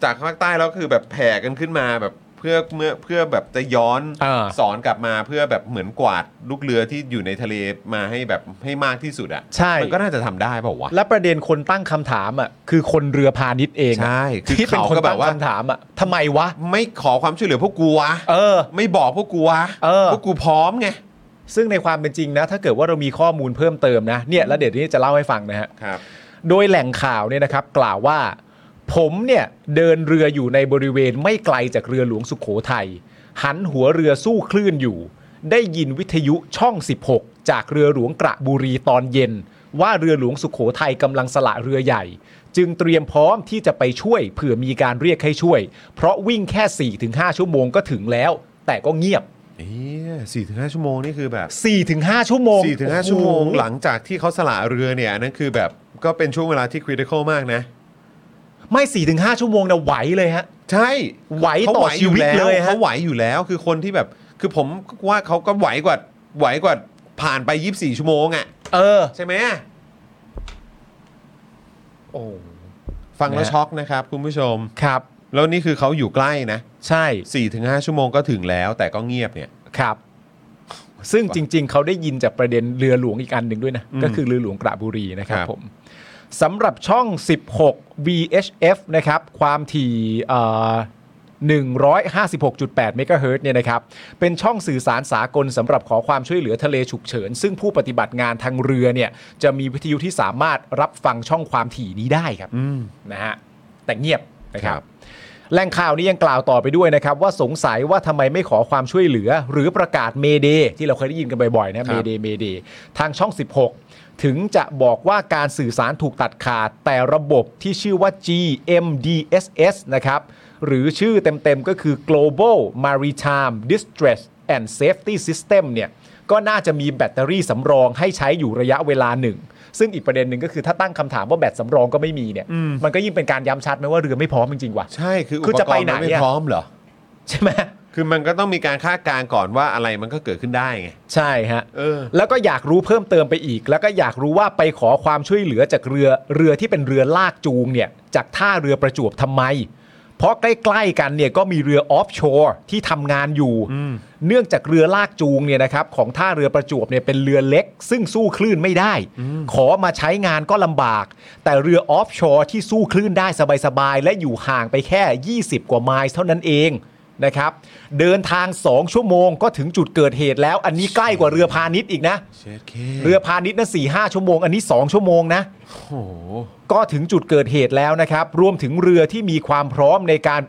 Speaker 3: จากภาคใต้แล้วคือแบบแผ่กันขึ้นมาแบบเพื่อเมื่อเพื่อแบบจะย้อน
Speaker 4: อ่า
Speaker 3: สอนกลับมาเพื่อแบบเหมือนกวาดลูกเรือที่อยู่ในทะเลมาให้แบบให้มากที่สุดอ่ะ
Speaker 4: ใช่
Speaker 3: มันก็น่าจะทำได้เปล่าวะ
Speaker 4: และประเด็นคนตั้งคำถามอ่ะคือคนเรือพาณิชย์เองอะ
Speaker 3: ใช่คือ
Speaker 4: ที่เป็น
Speaker 3: เขา
Speaker 4: คน
Speaker 3: ก็แบ
Speaker 4: ตั้
Speaker 3: บ
Speaker 4: ง
Speaker 3: ว่า
Speaker 4: คำถามอ่ะทำไมวะ
Speaker 3: ไม่ขอความช่วยเหลือพวกกูวะ
Speaker 4: เออ
Speaker 3: ไม่บอกพวกกูวะ
Speaker 4: เออ
Speaker 3: พวกกูพร้อมไง
Speaker 4: ซึ่งในความเป็นจริงนะ ถ้าเกิดว่าเรามีข้อมูลเพิ่มเติมนะเนี่ยแล้วเดี๋ยวนี้จะเล่าให้ฟังนะฮะ
Speaker 3: ครับ
Speaker 4: โดยแหล่งข่าวเนี่ยนะครับกล่าวว่า ผมเนี่ยเดินเรืออยู่ในบริเวณไม่ไกลจากเรือหลวงสุขโขทัยหันหัวเรือสู้คลื่นอยู่ ได้ยินวิทยุช่อง 16 จากเรือหลวงกระบุรีตอนเย็น ว่าเรือหลวงสุขโขทัยกำลังสละเรือใหญ่ จึงเตรียมพร้อมที่จะไปช่วยเผื่อมีการเรียกให้ช่วย เพราะวิ่งแค่ 4-5 ชั่วโมงก็ถึงแล้ว แต่ก็เงียบ
Speaker 3: เอ้ยสี่ถึงห้าชั่วโมงนี่คือแบบ
Speaker 4: 4-5 ชั่วโมง
Speaker 3: สี่ถึงห้าชั่วโมง
Speaker 4: โอ้โ
Speaker 3: หลังจากที่เขาสละเรือเนี่ยอันนั่นคือแบบก็เป็นช่วงเวลาที่คริติคอลมากนะ
Speaker 4: ไม่4-5 ชั่วโมงนะไหวเลยฮะ
Speaker 3: ใช่
Speaker 4: ไหว
Speaker 3: เขา
Speaker 4: ต่อชีวิต
Speaker 3: ไห
Speaker 4: เลยฮะ
Speaker 3: เขาไหวอยู่แล้วคือคนที่แบบ คือผมว่าเขาก็ไหวกว่าไหวกว่าผ่านไป 24 ชั่วโมงอ่ะ
Speaker 4: เออ
Speaker 3: ใช่ไหม
Speaker 4: โอ้
Speaker 3: ฟังแล้วช็อกนะครับคุณผู้ชม
Speaker 4: ครับ
Speaker 3: แล้วนี่คือเขาอยู่ใกล้นะ
Speaker 4: ใช่
Speaker 3: 4-5 ชั่วโมงก็ถึงแล้ว แต่ก็เงียบเนี่ย
Speaker 4: ครับ ซึ่งจริง ๆ เขาได้ยินจากประเด็นเรือหลวงอีกอันหนึ่งด้วยนะ ก็คือเรือหลวงกระบุรีนะครับ
Speaker 3: ครับ
Speaker 4: ผมสำหรับช่อง 16 VHF นะครับ ความถี่เอ่อ156.8 เมกะเฮิรตซ์เนี่ยนะครับ เป็นช่องสื่อสารสากลสำหรับขอความช่วยเหลือทะเลฉุกเฉิน ซึ่งผู้ปฏิบัติงานทางเรือเนี่ย จะมีวิทยุที่สามารถรับฟังช่องความถี่นี้ได้ครับ
Speaker 3: อืม
Speaker 4: นะฮะแต่เงียบนะครั
Speaker 3: ครับ บ
Speaker 4: แหล่งข่าวนี้ยังกล่าวต่อไปด้วยนะครับ ว่าสงสัยว่าทำไมไม่ขอความช่วยเหลือ หรือประกาศเมเดที่เราเคยได้ยินกันบ่อยๆนะเมเดเมเดทางช่อง 16 ถึงจะบอกว่าการสื่อสารถูกตัดขาด แต่ระบบที่ชื่อว่า GMDSS นะครับ หรือชื่อเต็มๆก็คือ Global Maritime Distress and Safety System เนี่ยก็น่าจะมีแบตเตอรี่สำรองให้ใช้อยู่ระยะเวลาหนึ่ง ซึ่งอีกประเด็นหนึ่งก็คือถ้าตั้งคำถามว่าแบตสำรองก็ไม่มีเนี่ย มันก็ยิ่งเป็นการย้ำชัดไหมว่าเรือไม่พร้อมจริงๆว่ะ
Speaker 3: ใช่คืออุ
Speaker 4: คือ
Speaker 3: ป
Speaker 4: จะ
Speaker 3: ก
Speaker 4: ไป
Speaker 3: รณ์
Speaker 4: ไหน
Speaker 3: มันไม่
Speaker 4: อะ
Speaker 3: พร้อมเหรอ
Speaker 4: ใช่ไหม
Speaker 3: คือมันก็ต้องมีการคาดการณ์ก่อนว่าอะไรมันก็เกิดขึ้นได้ไง
Speaker 4: ใช่ฮะ
Speaker 3: เออ
Speaker 4: แล้วก็อยากรู้เพิ่มเติมไปอีก แล้วก็อยากรู้ว่าไปขอความช่วยเหลือจากเรือเรือที่เป็นเรือลากจูงเนี่ยจากท่าเรือประจวบทำไม เพราะใกล้ๆกันเนี่ยก็มีเรือออฟชอร์ที่ทำงานอยู่ เนื่องจากเรือลากจูงเนี่ยนะครับของท่าเรือประจวบเนี่ยเป็นเรือเล็ก ซึ่งสู้คลื่นไม่ได้ ขอมาใช้งานก็ลำบาก แต่เรือออฟชอร์ที่สู้คลื่นได้สบายๆและอยู่ห่างไปแค่ 20 กว่าไมล์เท่านั้นเอง นะครับ เดินทาง 2 ชั่วโมงก็ถึงจุดเกิดเหตุแล้ว อันนี้ใกล้กว่าเรือพาณิชย์อีกนะ
Speaker 3: เชเค
Speaker 4: เรือพาณิชย์นะสี่ห้าชั่วโมง อันนี้ 2 ชั่วโมงนะ
Speaker 3: โอ้โห
Speaker 4: ก็ถึงจุดเกิดเหตุแล้วนะครับ รวมถึงเรือที่มีความพร้อมในการ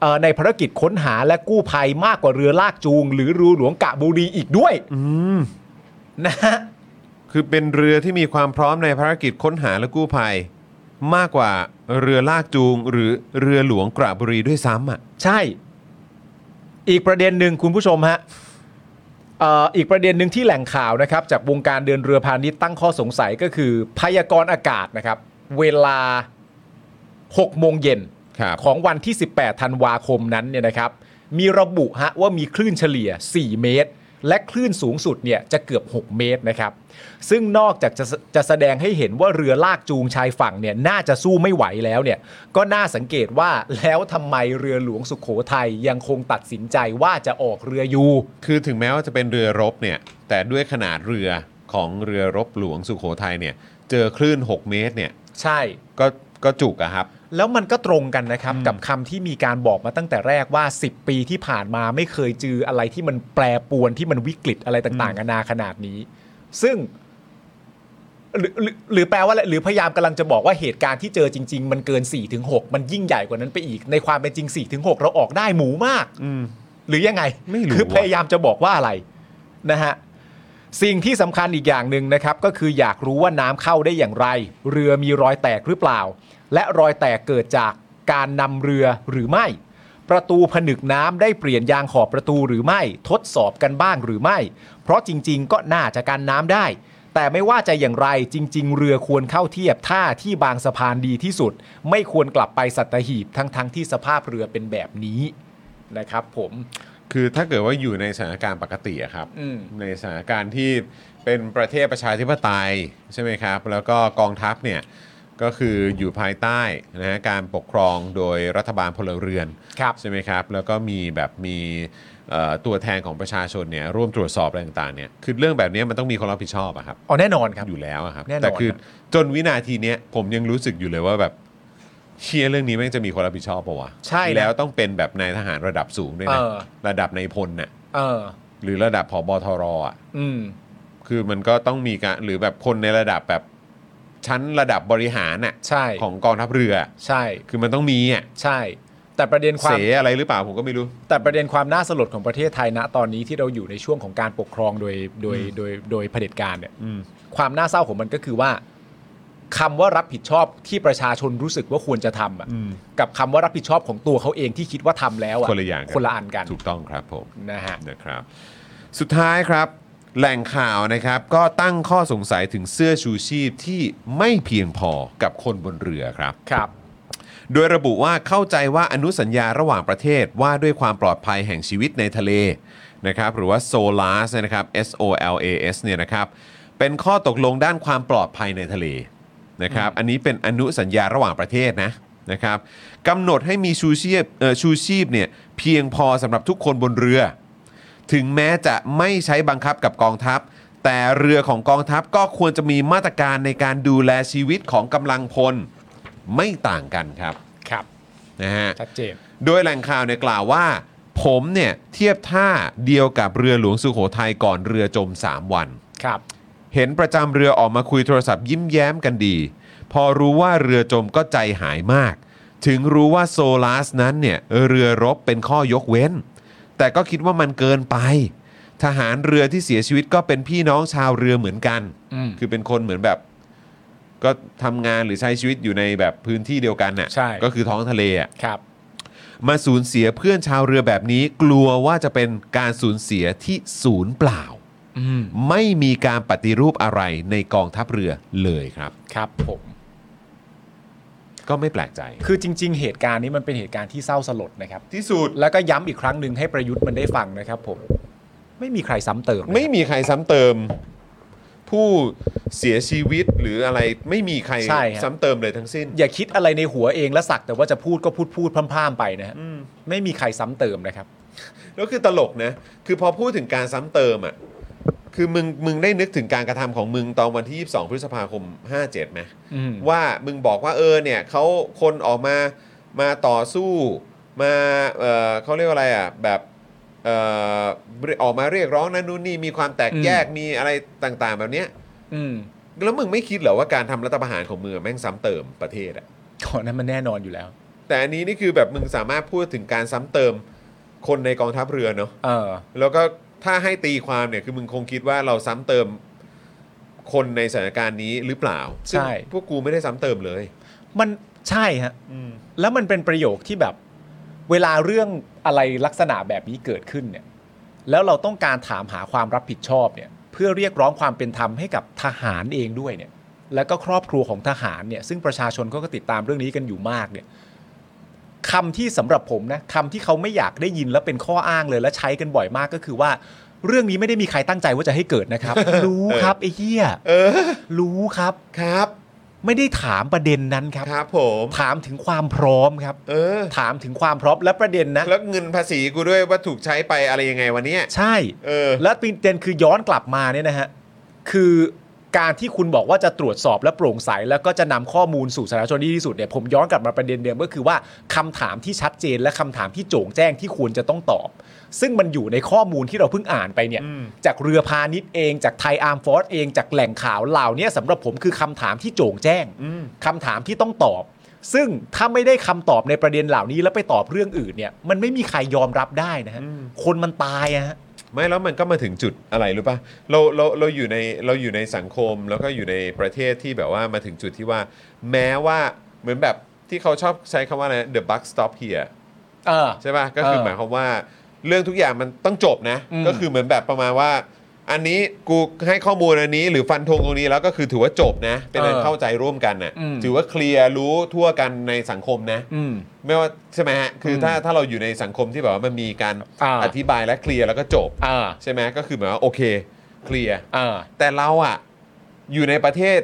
Speaker 4: เอ่อในภารกิจค้นหาและกู้ภัยมากกว่าเรือลากจูง หรือเรูหลวงกะบุรีอีกด้วยนะฮะ
Speaker 3: คือเป็นเรือที่มีความพร้อมในภารกิจค้นหาและกู้ภัย มากกว่าเรือลากจูงหรือเรือหลวงกระบุรีด้วยซ้ำอ่ะ
Speaker 4: ใช่ อีกประเด็นหนึ่งคุณผู้ชมฮะ เอ่ออีกประเด็นหนึ่งที่แหล่งข่าวนะครับ จากวงการเดินเรือพาณิชย์ตั้งข้อสงสัยก็คือ พยากรณ์อากาศนะครับ เวลา 6 โมงเย็น
Speaker 3: ครับ
Speaker 4: ของวันที่ 18 ธันวาคมนั้นเนี่ยนะครับ มีระบุฮะว่ามีคลื่นเฉลี่ย 4 เมตร และคลื่นสูงสุดเนี่ยจะเกือบ 6 เมตรนะครับ ซึ่งนอกจากจะจะแสดงให้เห็นว่าเรือลากจูงชายฝั่งเนี่ยน่าจะสู้ไม่ไหวแล้วเนี่ย ก็น่าสังเกตว่าแล้วทำไมเรือหลวงสุขโขทัยยังคงตัดสินใจว่าจะออกเรืออยู่
Speaker 3: คือถึงแม้ว่าจะเป็นเรือรบเนี่ย แต่ด้วยขนาดเรือของเรือรบหลวงสุโขทัยเนี่ย เจอคลื่น 6 เมตรเนี่ย
Speaker 4: ใช่
Speaker 3: ก็ก็จุกอะครับ
Speaker 4: แล้วมันก็ตรงกันนะครับ
Speaker 3: อืม
Speaker 4: กับคำที่มีการบอกมาตั้งแต่แรกว่า 10 ปีที่ผ่านมาไม่เคยเจออะไรที่มันแปรปรวนที่มันวิกฤตอะไรต่างๆกันานาขนาดนี้ ซึ่งหรือหรือหรือแปลว่าอะไรหรือพยายามกำลังจะบอกว่าเหตุการณ์ที่เจอจริง ๆ มันเกิน4ี่ถึงหมันยิ่งใหญ่กว่านั้นไปอีก ในความเป็นจริง4ี่ถึงหเราออกได้หมูมาก
Speaker 3: อืม
Speaker 4: หรือยังไง
Speaker 3: ไม่รู้
Speaker 4: คือ
Speaker 3: ว่ะ
Speaker 4: พยายามจะบอกว่าอะไรนะฮะสิ่งที่สำคัญอีกอย่างหนึ่งนะครับ ก็คืออยากรู้ว่าน้ำเข้าได้อย่างไร เรือมีรอยแตกหรือเปล่า และรอยแตกเกิดจากการนำเรือหรือไม่ ประตูผนึกน้ำได้เปลี่ยนยางขอบประตูหรือไม่ ทดสอบกันบ้างหรือไม่ เพราะจริง ๆ ก็น่าจะกันน้ำได้ แต่ไม่ว่าจะอย่างไรจริง ๆ เรือควรเข้าเทียบท่าที่บางสะพานดีที่สุด ไม่ควรกลับไปสัตหีบทั้งๆที่สภาพเรือเป็นแบบนี้นะครับผม
Speaker 3: คือถ้าเกิดว่าอยู่ในสถานการณ์ปกติอะครับ
Speaker 4: อืม
Speaker 3: ในสถานการณ์ที่เป็นประเทศประชาธิปไตยใช่ไหมครับ แล้วก็กองทัพเนี่ยก็คืออยู่ภายใต้นะฮะการปกครองโดยรัฐบาลพลเรือน
Speaker 4: ครับ
Speaker 3: ใช่ไหมครับ แล้วก็มีแบบมีเอ่อตัวแทนของประชาชนเนี่ยร่วมตรวจสอบอะไรต่างๆเนี่ยคือเรื่องแบบเนี้ยมันต้องมีคนรับผิดชอบอะครับ
Speaker 4: อ๋อแน่นอนครับ
Speaker 3: อยู่แล้วอะครับ
Speaker 4: แน่นอน
Speaker 3: แต่คือ
Speaker 4: ครับ
Speaker 3: จนวินาทีเนี้ยผมยังรู้สึกอยู่เลยว่าแบบเชียเรื่องนี้แม่งจะมีคนรับผิดชอบปะวะ
Speaker 4: ใช่นะ
Speaker 3: แล้วต้องเป็นแบบนายทหารระดับสูงด้วยนะ
Speaker 4: เออ
Speaker 3: ระดับนายพลน่ะ
Speaker 4: เออ
Speaker 3: หรือระดับผบทรอ่ะ
Speaker 4: อืม
Speaker 3: คือมันก็ต้องมีการหรือแบบคนในระดับแบบชั้นระดับบริหารน่ะ
Speaker 4: ใช่
Speaker 3: ของกองทัพเรือ
Speaker 4: ใช่
Speaker 3: คือมันต้องมีอ่ะ
Speaker 4: ใช่ แต่ประเด็นควา
Speaker 3: เส
Speaker 4: ม
Speaker 3: อะไรหรือเปล่าผมก็ไม่รู้
Speaker 4: แต่ประเด็นความน่าสลดของประเทศไทยณตอนนี้ที่เราอยู่ในช่วงของการปกครองโดยโดยโดยโดยเผด็จการเนี่ย
Speaker 3: อืม
Speaker 4: ความน่าเศร้าของมันก็คือว่าคำว่ารับผิดชอบที่ประชาชนรู้สึกว่าควรจะทำอ่ะ
Speaker 3: อืม
Speaker 4: กับคำว่ารับผิดชอบของตัวเขาเองที่คิดว่าทำแล้วอ่ะ
Speaker 3: คนละอย่างกัน
Speaker 4: คนละอันกัน
Speaker 3: ถูกต้องครับผม
Speaker 4: นะฮะ
Speaker 3: นะครับสุดท้ายครับแหล่งข่าวนะครับก็ตั้งข้อสงสัยถึงเสื้อชูชีพที่ไม่เพียงพอกับคนบนเรือครับ
Speaker 4: ครับ
Speaker 3: โดยระบุว่าเข้าใจว่าอนุสัญญาระหว่างประเทศว่าด้วยความปลอดภัยแห่งชีวิตในทะเลนะครับหรือว่า SOLAS นะครับ S O L A S เนี่ยนะครับเป็นข้อตกลงด้านความปลอดภัยในทะเลนะครับอันนี้เป็นอนุสัญญาระหว่างประเทศนะนะครับกำหนดให้มีชูชีพเอ่อชูชีพเนี่ยเพียงพอสำหรับทุกคนบนเรือ ถึงแม้จะไม่ใช้บังคับกับกองทัพ แต่เรือของกองทัพก็ควรจะมีมาตรการในการดูแลชีวิตของกำลังพลไม่ต่างกันครับ
Speaker 4: ครับ
Speaker 3: นะฮะ
Speaker 4: ชัดเจน
Speaker 3: โดยแหล่งข่าวเนี่ยกล่าวว่า ผมเนี่ยเทียบท่าเดียวกับเรือหลวงสุโขทัยก่อนเรือจม 3 วัน
Speaker 4: ครับ
Speaker 3: เห็นประจำเรือออกมาคุยโทรศัพท์ยิ้มแย้มกันดี พอรู้ว่าเรือจมก็ใจหายมาก ถึงรู้ว่าโซลาสนั้นเนี่ยเรือรบเป็นข้อยกเว้น แต่ก็คิดว่ามันเกินไป ทหารเรือที่เสียชีวิตก็เป็นพี่น้องชาวเรือเหมือนกัน
Speaker 4: อืม
Speaker 3: คือเป็นคนเหมือนแบบ ก็ทำงานหรือใช้ชีวิตอยู่ในแบบพื้นที่เดียวกันน่ะ
Speaker 4: ใช่
Speaker 3: ก็คือท้องทะเลอ่ะ
Speaker 4: ครับ
Speaker 3: มาสูญเสียเพื่อนชาวเรือแบบนี้กลัวว่าจะเป็นการสูญเสียที่ศูนย์เปล่า
Speaker 4: อืม
Speaker 3: ไม่มีการปฏิรูปอะไรในกองทัพเรือเลยครับ
Speaker 4: ครับผม
Speaker 3: ก็ไม่แปลกใจ
Speaker 4: คือจริง ๆ เหตุการณ์นี้มันเป็นเหตุการณ์ที่เศร้าสลดนะครับ
Speaker 3: ที่สุด
Speaker 4: แล้วก็ย้ำอีกครั้งหนึ่งให้ประยุทธ์มันได้ฟังนะครับผม ไม่มีใครซ้ำเติมนะ
Speaker 3: ไม่มีใครซ้ำเติม ผู้เสียชีวิตหรืออะไรไม่มีใคร
Speaker 4: ใช่ฮะ
Speaker 3: ซ้ำเติมเลยทั้งสิ้น
Speaker 4: อย่าคิดอะไรในหัวเองและสักแต่ว่าจะพูดก็พูดพูดพร่ำๆไปนะฮะไม่มีใครซ้ำเติมนะครับ
Speaker 3: แล้วคือตลกนะ คือพอพูดถึงการซ้ำเติมอ่ะ คือมึงมึงได้นึกถึงการกระทำของมึงตอนวันที่ 22 พฤษภาคม 57ไหม
Speaker 4: อืม
Speaker 3: ว่ามึงบอกว่าเออเนี่ยเขาคนออกมามาต่อสู้มาเออเขาเรียกว่าอะไรอ่ะแบบเออออกมาเรียกร้องนั่นนู่นนี่มีความแตกแยกมีอะไรต่างๆ แบบเนี้ย
Speaker 4: อืม
Speaker 3: แล้วมึงไม่คิดเหรอว่าการทำรัฐประหารของมึงอะแม่งซ้ำเติมประเทศอ่ะ
Speaker 4: ตอนนั้นมันแน่นอนอยู่แล้ว
Speaker 3: แต่อันนี้นี่คือแบบมึงสามารถพูดถึงการซ้ำเติมคนในกองทัพเรือเนาะ
Speaker 4: เออ
Speaker 3: แล้วก็ถ้าให้ตีความเนี่ยคือมึงคงคิดว่าเราซ้ำเติมคนในสถานการณ์นี้หรือเปล่าซึ่ง
Speaker 4: ใช่
Speaker 3: พวกกูไม่ได้ซ้ำเติมเลย
Speaker 4: มันใช่ฮะ แล้วมันเป็นประโยคที่แบบ เวลาเรื่องอะไรลักษณะแบบนี้เกิดขึ้นเนี่ย แล้วเราต้องการถามหาความรับผิดชอบเนี่ย เพื่อเรียกร้องความเป็นธรรมให้กับทหารเองด้วยเนี่ย แล้วก็ครอบครัวของทหารเนี่ย ซึ่งประชาชนเขาก็ติดตามเรื่องนี้กันอยู่มากเนี่ยคำที่สำหรับผมนะคำที่เขาไม่อยากได้ยินและเป็นข้ออ้างเลยและใช้กันบ่อยมากก็คือว่า เรื่องนี้ไม่ได้มีใครตั้งใจว่าจะให้เกิดนะครับ รู้ครับไอ้เหี้ย
Speaker 3: เออ
Speaker 4: รู้ครับ
Speaker 3: ครับ
Speaker 4: ไม่ได้ถามประเด็นนั้นครับ
Speaker 3: ครับผม
Speaker 4: ถามถึงความพร้อมครับ
Speaker 3: เออ
Speaker 4: ถามถึงความพร้อมและประเด็นนะ
Speaker 3: แล้วเงินภาษีกูด้วยว่าถูกใช้ไปอะไรยังไงวันเนี้ย
Speaker 4: ใช่
Speaker 3: เออ
Speaker 4: และประเด็นคือย้อนกลับมาเนี่ยนะฮะ คือ การที่คุณบอกว่าจะตรวจสอบและโปร่งใส แล้วก็จะนำข้อมูลสู่สาธารณชนที่ดีที่สุดเนี่ยผมย้อนกลับมาประเด็นเดิมก็คือว่าคำถามที่ชัดเจนและคำถามที่โจ่งแจ้งที่ควรจะต้องตอบ ซึ่งมันอยู่ในข้อมูลที่เราเพิ่งอ่านไปเนี่ยจากเรือพาณิชย์เองจากไทยอาร์มฟอร์สเองจากแหล่งข่าวเหล่าเนี้สำหรับผมคือคำถามที่โจ่งแจ้งคำถามที่ต้องตอบ ซึ่งถ้าไม่ได้คำตอบในประเด็นเหล่านี้แล้วไปตอบเรื่องอื่นเนี่ย มันไม่มีใครยอมรับได้นะฮะคนมันตายอะฮะ
Speaker 3: ไม่แล้วมันก็มาถึงจุดอะไรรู้ปะเราเราเราอยู่ในเราอยู่ในสังคมแล้วก็อยู่ในประเทศที่แบบว่ามาถึงจุดที่ว่า แม้ว่าเหมือนแบบที่เขาชอบใช้คำว่าอะไร the buck stop here
Speaker 4: เออ
Speaker 3: ใช่ปะก็คือ
Speaker 4: เออ
Speaker 3: หมายความว่าเรื่องทุกอย่างมันต้องจบนะ
Speaker 4: อืม
Speaker 3: ก็คือเหมือนแบบประมาณว่า อันนี้กูให้ข้อมูลอันนี้หรือฟันธงตรงนี้แล้วก็คือถือว่าจบนะ เป็นการ
Speaker 4: เออ
Speaker 3: เข้าใจร่วมกันน่ะ
Speaker 4: อืม
Speaker 3: ถือว่าเคลียร์รู้ทั่วกันในสังคมนะ
Speaker 4: อืม
Speaker 3: ไม่ว่าใช่ไหมฮะคืออ
Speaker 4: ม
Speaker 3: ถ้าถ้าเราอยู่ในสังคมที่แบบว่ามันมีการ
Speaker 4: อ่า
Speaker 3: อธิบายและเคลียร์แล้วก็จบ
Speaker 4: อ่า
Speaker 3: ใช่ไหมก็คือหมายว่าโอเคเคลียร์
Speaker 4: อ่า
Speaker 3: แต่เราอะอยู่ในประเทศ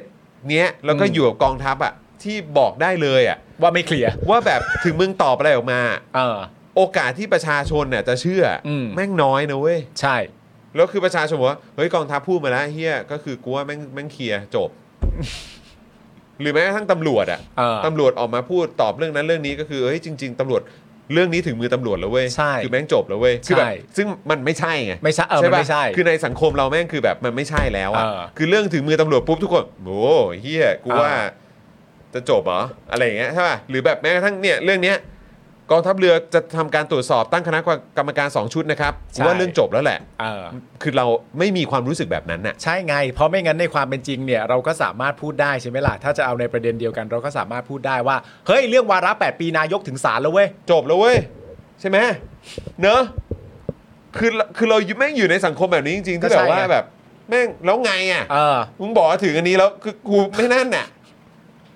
Speaker 3: เนี้ยแล้วก็
Speaker 4: อืม
Speaker 3: อยู่กับกองทัพอะที่บอกได้เลยอะ
Speaker 4: ว่าไม่เคลียร์
Speaker 3: ว่าแบบถึงมึงตอบอะไรออกมา
Speaker 4: อ่า
Speaker 3: โอกาสที่ประชาชนเนี่ยจะเชื่ออ
Speaker 4: ม
Speaker 3: แม่งน้อยนะเว้ย
Speaker 4: ใช่
Speaker 3: แล้วคือประชาชนบอกว่าเฮ้ยกองทัพพูดมาแล้วเฮียก็คือกูว่าแม่งแม่งเคลียร์จบ หรือแม้กระทั่งตำรวจอะ
Speaker 4: เออ
Speaker 3: ตำรวจออกมาพูดตอบเรื่องนั้นเรื่องนี้ก็คือเฮ้ยจริง ๆตำรวจเรื่องนี้ถึงมือตำรวจแล้วเว้ย
Speaker 4: ใช่
Speaker 3: คือแม่งจบแล้วเว้ยคือแบบ
Speaker 4: ใช่
Speaker 3: ซึ่งมันไม่ใช่ไง
Speaker 4: ไม่ใช่เออมัน
Speaker 3: ปะ
Speaker 4: ไม่ใช่
Speaker 3: คือในสังคมเราแม่งคือแบบมันไม่ใช่แล้วอะ
Speaker 4: เออ
Speaker 3: คือเรื่องถึงมือตำรวจปุ๊บทุกคนโอ้เฮียกู
Speaker 4: เออ
Speaker 3: ว่าจะจบเหรออะไรอย่างเงี้ยใช่ป่ะ หรือแบบแม้กระทั่งเนี่ยเรื่องเนี้ยกองทัพเรือจะทำการตรวจสอบตั้งคณะกรรมการ 2 ชุดนะครับกูว่าเรื่องจบแล้วแหละ
Speaker 4: เออ
Speaker 3: คือเราไม่มีความรู้สึกแบบนั้นน่ะ
Speaker 4: ใช่ไง เพราะไม่งั้นในความเป็นจริงเนี่ยเราก็สามารถพูดได้ใช่ไหมล่ะ ถ้าจะเอาในประเด็นเดียวกัน เราก็สามารถพูดได้ว่า เฮ้ย เรื่องวาระ8ปีนายกถึงศาลแล้วเว้ย
Speaker 3: จบแล้วเว้ย ใช่ไหมเนอะคือคือเราแม่งอยู่ในสังคมแบบนี้จริงๆที่
Speaker 4: ก็
Speaker 3: แบ
Speaker 4: ใช่
Speaker 3: บว่า
Speaker 4: ไง
Speaker 3: แบบแม่งแล้วไงอ่ะ
Speaker 4: เออ
Speaker 3: มึงบอกว่าถึงอันนี้แล้วคือกูไม่นั่นน่ะ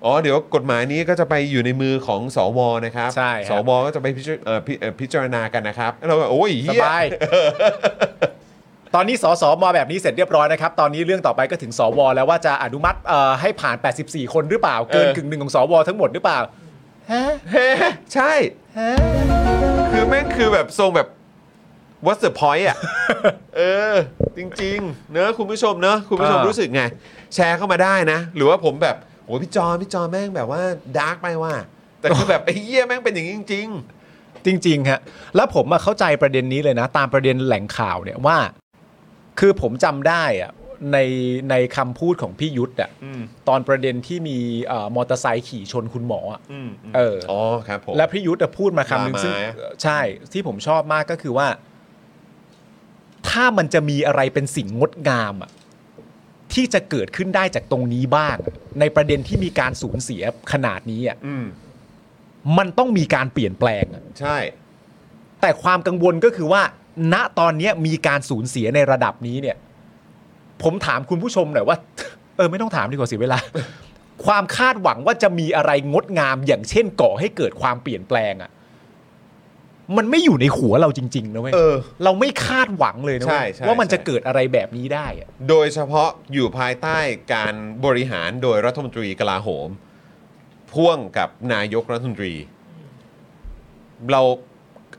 Speaker 3: อ๋อเดี๋ยวกฎหมายนี้ก็จะไปอยู่ในมือของสวนะครับ
Speaker 4: ใช่ครับ
Speaker 3: สวก็จะไปพิจารเอ่อพิเอ่อพิจารณากันนะครับแล้วเราก็โอ้ย
Speaker 4: ส
Speaker 3: เฮีย
Speaker 4: บาย ตอนนี้สสมาแบบนี้เสร็จเรียบร้อยนะครับ ตอนนี้เรื่องต่อไปก็ถึงสวแล้วว่าจะอนุมัติเอ่อให้ผ่าน 84 คนหรือเปล่า เกินกึ่งหนึ่งของสวทั้งหมดหรือเปล่า ฮะ
Speaker 3: เฮ้ใช่ คือแม่งคือแบบทรงแบบ what's the point อ่ะ เออ จริง ๆ เนอะคุณผู้ชมเนอะคุณผู้ชม
Speaker 4: เออ
Speaker 3: รู้สึกไง แชร์เข้ามาได้นะ หรือว่าผมแบบโอ้ยพี่จอนพี่จอนแม่งแบบว่าดาร์กไปว่ะแต่คือแบบไอ้เหี้ยแม่งเป็นอย่างนี้จริง ๆ
Speaker 4: จริงๆฮะแล้วผมมาเข้าใจประเด็นนี้เลยนะ ตามประเด็นแหล่งข่าวเนี่ยว่า คือผมจำได้อะในในคำพูดของพี่ยุทธอะตอนประเด็นที่มีเอ่อมอเตอร์ไซค์ขี่ชนคุณหมออะเอออ
Speaker 3: อ๋อครับผม
Speaker 4: และพี่ยุทธอะพูดมาคำหนึ่ง
Speaker 3: มา
Speaker 4: ซึ่ง
Speaker 3: ไม้อะ
Speaker 4: ใช่ที่ผมชอบมากก็คือว่า ถ้ามันจะมีอะไรเป็นสิ่งงดงามอะที่จะเกิดขึ้นได้จากตรงนี้บ้างอะในประเด็นที่มีการสูญเสียขนาดนี้อะ
Speaker 3: อืม
Speaker 4: มันต้องมีการเปลี่ยนแปลงอะ
Speaker 3: ใช่
Speaker 4: แต่ความกังวลก็คือว่า ณตอนเนี้ยมีการสูญเสียในระดับนี้เนี่ย ผมถามคุณผู้ชมหน่อยว่า เออไม่ต้องถามดีกว่าเสียเวลา ความคาดหวังว่าจะมีอะไรงดงามอย่างเช่นก่อให้เกิดความเปลี่ยนแปลงอะ่ะ มันไม่อยู่ในหัวเราจริง ๆ นะเว้ย
Speaker 3: เออ
Speaker 4: เราไม่คาดหวังเลยนะ
Speaker 3: ใช่
Speaker 4: เว้ย
Speaker 3: ใช่
Speaker 4: ว่ามัน
Speaker 3: ใช่
Speaker 4: จะเกิดอะไรแบบนี้ได้อะ
Speaker 3: โดยเฉพาะอยู่ภายใต้การบริหารโดยรัฐมนตรีกลาโหม พ่วงกับนายกรัฐมนตรี เรา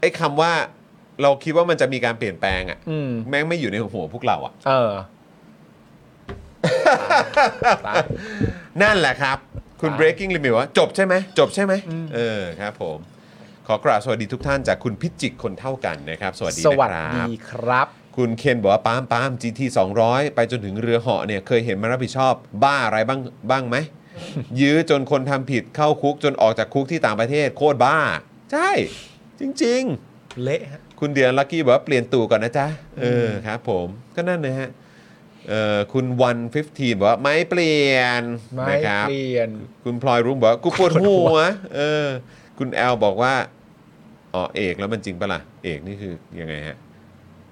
Speaker 3: ไอ้คำว่า เราคิดว่ามันจะมีการเปลี่ยนแปลง
Speaker 4: อืม
Speaker 3: อะ่ะแม่งไม่อยู่ในหัวพวกเราอะ่ะ
Speaker 4: เออ
Speaker 3: นั่นแหละครับ คุณ breaking limit ว่าจบใช่ไหมจบใช่ไหมเออครับผม ขอกราบสวัสดีทุกท่านจากคุณพิจิกคนเท่ากันนะครับ สวัสดี
Speaker 4: ส
Speaker 3: นะ
Speaker 4: วัส
Speaker 3: ครับ
Speaker 4: ดีครับ
Speaker 3: คุณเคนบอกว่าปาล์มปาล์ม GT 200 ไปจนถึงเรือเหาะเนี่ยเคยเห็นมารับผิดชอบ บ้าอะไรบ้างบ้างไหม ยื้อจนคนทำผิดเข้าคุกจนออกจากคุกที่ต่างประเทศโคตรบ้า ใช่ จริง
Speaker 4: เละฮะ
Speaker 3: ๆ คุณเดือนลักกี้บอกว่าเปลี่ยนตู่ก่อนนะจ๊ะ เออครับผมก็นั่นนะฮะเอ่อคุณวัน15บอกว่าไม่เปลี่ยน
Speaker 4: ไม่
Speaker 3: นะครับ
Speaker 4: เปลี่ยน
Speaker 3: คุณพลอยรุ้งบอกว่ากูปวดหั
Speaker 4: ปวดหั
Speaker 3: ว
Speaker 4: ว
Speaker 3: เออ คุณแอลบอกว่าอ๋อเอกแล้วมันจริงปะล่ะเอกนี่คือยังไงฮะ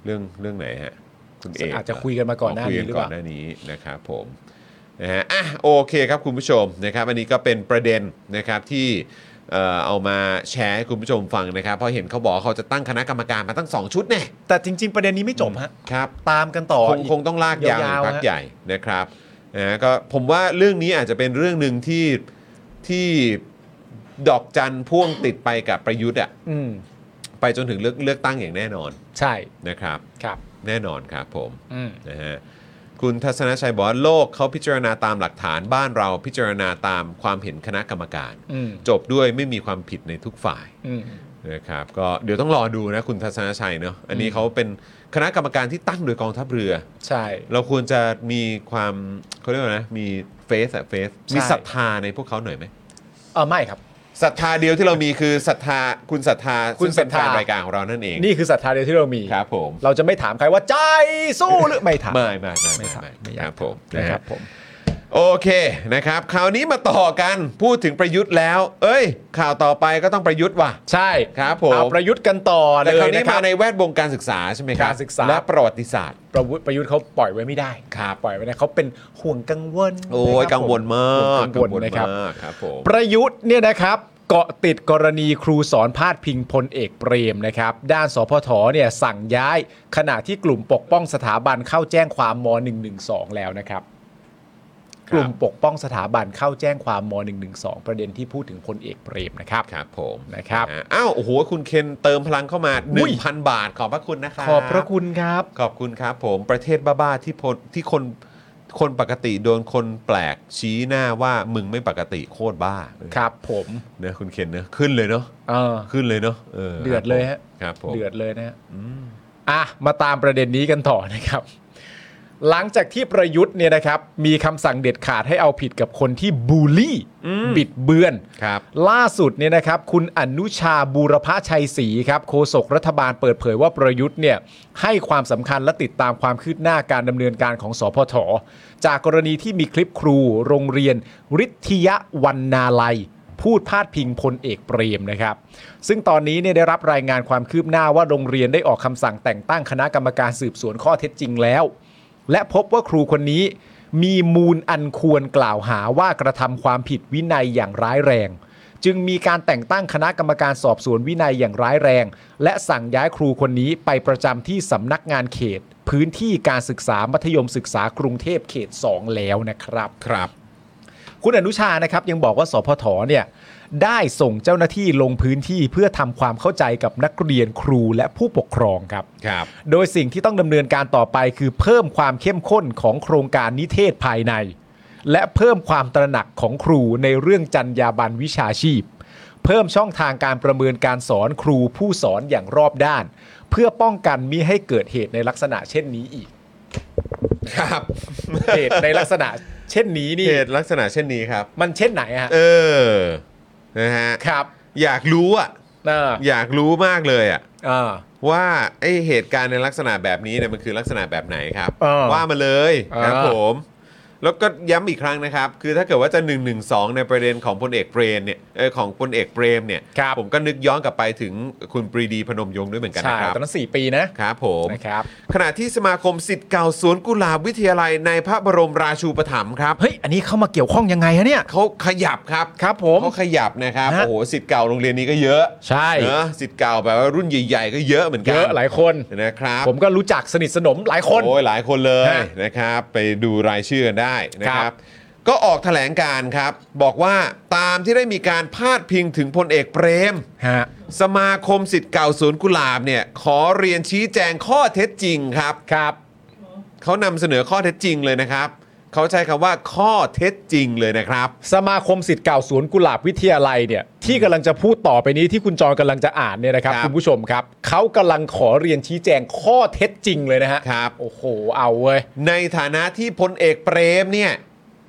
Speaker 3: เรื่องเรื่องไหนฮะ คุณเอก
Speaker 4: อาจจะคุยกันมาก่อนหน้านี้หรือเป
Speaker 3: คุยกัก่อ
Speaker 4: ล่า
Speaker 3: นหน้านี้นะครับผมนะฮะอ่ะโอเคครับคุณผู้ชมนะครับ อันนี้ก็เป็นประเด็นนะครับที่เอ่อเอามาแชร์ให้คุณผู้ชมฟังนะครับเพราะเห็นเขาบอกว่าเขาจะตั้งคณะกรรมการมาตั้ง 2 ชุดเนี่ย
Speaker 4: แต่จริง ๆ ประเด็นนี้ไม่จบฮะ
Speaker 3: ครับ
Speaker 4: ตามกันต่อ
Speaker 3: คง
Speaker 4: อีก
Speaker 3: คงต้องลากยาวย
Speaker 4: าว วๆ
Speaker 3: พัก
Speaker 4: ฮะ
Speaker 3: ใหญ่นะครับนะฮะก็ผมว่าเรื่องนี้อาจจะเป็นเรื่องหนึ่งที่ที่ดอกจันพ่วงติดไปกับประยุทธ์อะ
Speaker 4: อืม
Speaker 3: ไปจนถึงเลือกเลือกตั้งอย่างแน่นอน
Speaker 4: ใช่
Speaker 3: นะครับ
Speaker 4: ครับ
Speaker 3: แน่นอนครับผม
Speaker 4: อืม
Speaker 3: นะฮะ คุณทัศนชัยบอกว่าโลกเขาพิจารณาตามหลักฐานบ้านเราพิจารณาตามความเห็นคณะกรรมการ
Speaker 4: อืม
Speaker 3: จบด้วยไม่มีความผิดในทุกฝ่าย
Speaker 4: อืม
Speaker 3: นะครับก็เดี๋ยวต้องรอดูนะคุณทัศนชัยเนาะอันนี้เขาเป็นคณะกรรมการที่ตั้งโดยกองทัพเรือ
Speaker 4: ใช่
Speaker 3: เราควรจะมีความเขาเรียกว่านะมีเฟสอะเฟส
Speaker 4: ใช่
Speaker 3: มีศรัทธาในพวกเขาหน่อยไหม
Speaker 4: เออไม่ครับ
Speaker 3: ศรัทธาเดียวที่เรามีคือศรัทธาคุณศรัทธา
Speaker 4: คุณ
Speaker 3: ซึ่งเป็น
Speaker 4: ศรัทธา
Speaker 3: แฟนรายการของเรานั่นเอง
Speaker 4: นี่คือศรัทธาเดียวที่เรามี
Speaker 3: ครับผม
Speaker 4: เราจะไม่ถามใครว่าใจสู้หรือ ไม่ถาม
Speaker 3: ไม่ไม่ไม่ไม่
Speaker 4: ไม่ถาม
Speaker 3: ไม่
Speaker 4: ไม่อ
Speaker 3: ค
Speaker 4: ยาก
Speaker 3: รับผมนะ
Speaker 4: นะ
Speaker 3: ค
Speaker 4: ค
Speaker 3: รั
Speaker 4: รั
Speaker 3: บบ
Speaker 4: ผม
Speaker 3: โอเคนะครับคราวนี้มาต่อกันพูดถึงประยุทธ์แล้ว เอ้ย ข่าวต่อไปก็ต้องประยุทธ์ว่ะ
Speaker 4: ใช่
Speaker 3: ครับผม
Speaker 4: เอาประยุทธ์กันต่อเล
Speaker 3: แต่คราวย นี้
Speaker 4: นะครั
Speaker 3: มา
Speaker 4: บ
Speaker 3: ในแวดวงการศึกษาใช่ไหมครับ
Speaker 4: การศึกษา
Speaker 3: และประวัติศาสตร์
Speaker 4: ประวุฒิประยุทธ์เขาปล่อยไว้ไม่ได้ครับปล่อยไว้นะเขาเป็นห่วงกังวล
Speaker 3: โอ้ย
Speaker 4: นะครับ
Speaker 3: กังวลมา
Speaker 4: ห่ว
Speaker 3: ก
Speaker 4: งกังวลนะครับ
Speaker 3: มากครับผม
Speaker 4: ประยุทธ์เนี่ยนะครับเกาะติดกรณีครูสอนพาดพิงพลเอกเปรมนะครับ ด้านสพทเนี่ยสั่งย้าย ขณะที่กลุ่มปกป้องสถาบันเข้าแจ้งความม .112 แล้วนะครับ กลุ่มปกป้องสถาบันเข้าแจ้งความม .112 ประเด็นที่พูดถึงพลเอกเปรมนะครับ
Speaker 3: ครับผม
Speaker 4: นะครับ
Speaker 3: อ่ะอ้าวโอ้โหคุณเคนเติมพลังเข้ามา
Speaker 4: อุ้ย
Speaker 3: 1,000 บาทขอบพระคุณนะครับ
Speaker 4: ขอบพระคุณครับ
Speaker 3: ขอบคุณครับผมประเทศบ้าๆที่พลที่คนคนปกติโดนคนแปลกชี้หน้าว่ามึงไม่ปกติโคตรบ้า
Speaker 4: ครับผม
Speaker 3: เนอะคุณเคนเนอะขึ้นเลยเนอะ
Speaker 4: เออ
Speaker 3: ขึ้นเลยเนอะ
Speaker 4: เดือดเลยฮะ
Speaker 3: ครับผม
Speaker 4: เดือดเลยนะฮะ
Speaker 3: ม
Speaker 4: อ่ะมาตามประเด็นนี้กันต่อนะครับ หลังจากที่ประยุทธ์เนี่ยนะครับ มีคำสั่งเด็ดขาดให้เอาผิดกับคนที่บูลลี่ บิดเบือน
Speaker 3: ครับ
Speaker 4: ล่าสุดเนี่ยนะครับ คุณอนุชาบูรพชัยศรีครับโฆษกรัฐบาลเปิดเผยว่าประยุทธ์เนี่ยให้ความสำคัญและติดตามความคืบหน้าการดำเนินการของสพทจากกรณีที่มีคลิปครูโรงเรียนฤทธิยวันนาลัย พูดพาดพิงพลเอกเปรมนะครับ ซึ่งตอนนี้เนี่ยได้รับรายงานความคืบหน้าว่าโรงเรียนได้ออกคำสั่งแต่งตั้งคณะกรรมการสืบสวนข้อเท็จจริงแล้ว และพบว่าครูคนนี้มีมูลอันควรกล่าวหาว่ากระทำความผิดวินัยอย่างร้ายแรง จึงมีการแต่งตั้งคณะกรรมการสอบสวนวินัยอย่างร้ายแรง และสั่งย้ายครูคนนี้ไปประจำที่สำนักงานเขต พื้นที่การศึกษามัธยมศึกษากรุงเทพเขต 2 แล้วนะครับ
Speaker 3: ครับ
Speaker 4: คุณอนุชานะครับยังบอกว่าสพทเนี่ยได้ส่งเจ้าหน้าที่ลงพื้นที่เพื่อทำความเข้าใจกับนักเรียนครูและผู้ปกครองครับ
Speaker 3: ครับ
Speaker 4: โดยสิ่งที่ต้องดำเนินการต่อไปคือเพิ่มความเข้มข้นของโครงการนิเทศภายใน และเพิ่มความตระหนักของครูในเรื่องจรรยาบรรณวิชาชีพ เพิ่มช่องทางการประเมินการสอนครูผู้สอนอย่างรอบด้าน เพื่อป้องกันมิให้เกิดเหตุในลักษณะเช่นนี้อีก
Speaker 3: ครับ
Speaker 4: เหตุในลักษณะเช่นนี้นี่
Speaker 3: เหตุลักษณะเช่นนี้ครับ
Speaker 4: มันเช่นไหนอะฮะ
Speaker 3: เออนะฮะ
Speaker 4: ครับ
Speaker 3: อยากรู้อ่ะ
Speaker 4: เออ
Speaker 3: อยากรู้มากเลยอ่ะ
Speaker 4: เออ
Speaker 3: ว่าไอเหตุการณ์ในลักษณะแบบนี้เนี่ยมันคือลักษณะแบบไหนครับ
Speaker 4: เออ
Speaker 3: ว่ามาเลยครับ
Speaker 4: เออ
Speaker 3: ผม แล้วก็ย้ำอีกครั้งนะครับ คือถ้าเกิดว่าจะ1นึในประเด็นของพลเอกเปรมเนี่ยเออของพลเอกเปรมเนี่ย
Speaker 4: ครับ
Speaker 3: ผมก็นึกย้อนกลับไปถึงคุณปรีดีพนมยงค์ด้วยเหมือนกัน
Speaker 4: ใช่
Speaker 3: นะครับ
Speaker 4: ตอนนั้นสี่ปีนะครับ
Speaker 3: ผม
Speaker 4: นะครับ
Speaker 3: ขณะที่สมาคมสิทธิ์เก่าสวนกุหลาบวิทยาลัยในพระบรมราชูปถัมภ์ครับ
Speaker 4: เฮ้ยอันนี้เข้ามาเกี่ยวข้องยังไงฮะเนี่ย
Speaker 3: เขาขยับครับ
Speaker 4: ครับผม
Speaker 3: เขาขยับนะครับ
Speaker 4: ฮะ
Speaker 3: โอ้โหสิทธิ์เก่าโรงเรียนนี้ก็เยอะ
Speaker 4: ใช่
Speaker 3: เนอะสิทธิ์เก่าแบบว่ารุ่นใหญ่ ๆ ก็เยอะเหมือน
Speaker 4: เย
Speaker 3: กัน
Speaker 4: อะหลายคน
Speaker 3: นะครับ
Speaker 4: ผมก็รู้จักสนิทสนมหลายคน
Speaker 3: โอ้ยหลายคนเลย
Speaker 4: ฮะ
Speaker 3: นะครับ ไปดูรายชื่อกันได้นะค
Speaker 4: ครั
Speaker 3: รับ
Speaker 4: บ
Speaker 3: ก็ออกแถลงการณ์ครับ บอกว่าตามที่ได้มีการพาดพิงถึงพลเอกเปรม
Speaker 4: ฮะ
Speaker 3: สมาคมสิทธิ์เก่าสวนกุหลาบเนี่ย ขอเรียนชี้แจงข้อเท็จจริงครับ
Speaker 4: ครับ
Speaker 3: เขานำเสนอข้อเท็จจริงเลยนะครับ เขาใช้คำว่าข้อเท็จจริงเลยนะครับ
Speaker 4: สมาคมสิทธิ์เก่าสวนกุหลาบวิทยาลัยเนี่ยที่กำลังจะพูดต่อไปนี้ที่คุณจรกำลังจะอ่านเนี่ยนะครับ
Speaker 3: ครับ
Speaker 4: คุณผู้ชมครับเขากำลังขอเรียนชี้แจงข้อเท็จจริงเลยนะฮะ
Speaker 3: ครับ
Speaker 4: โอ้โหเอาเว้ย
Speaker 3: ในฐานะที่พลเอกเปรมเนี่ย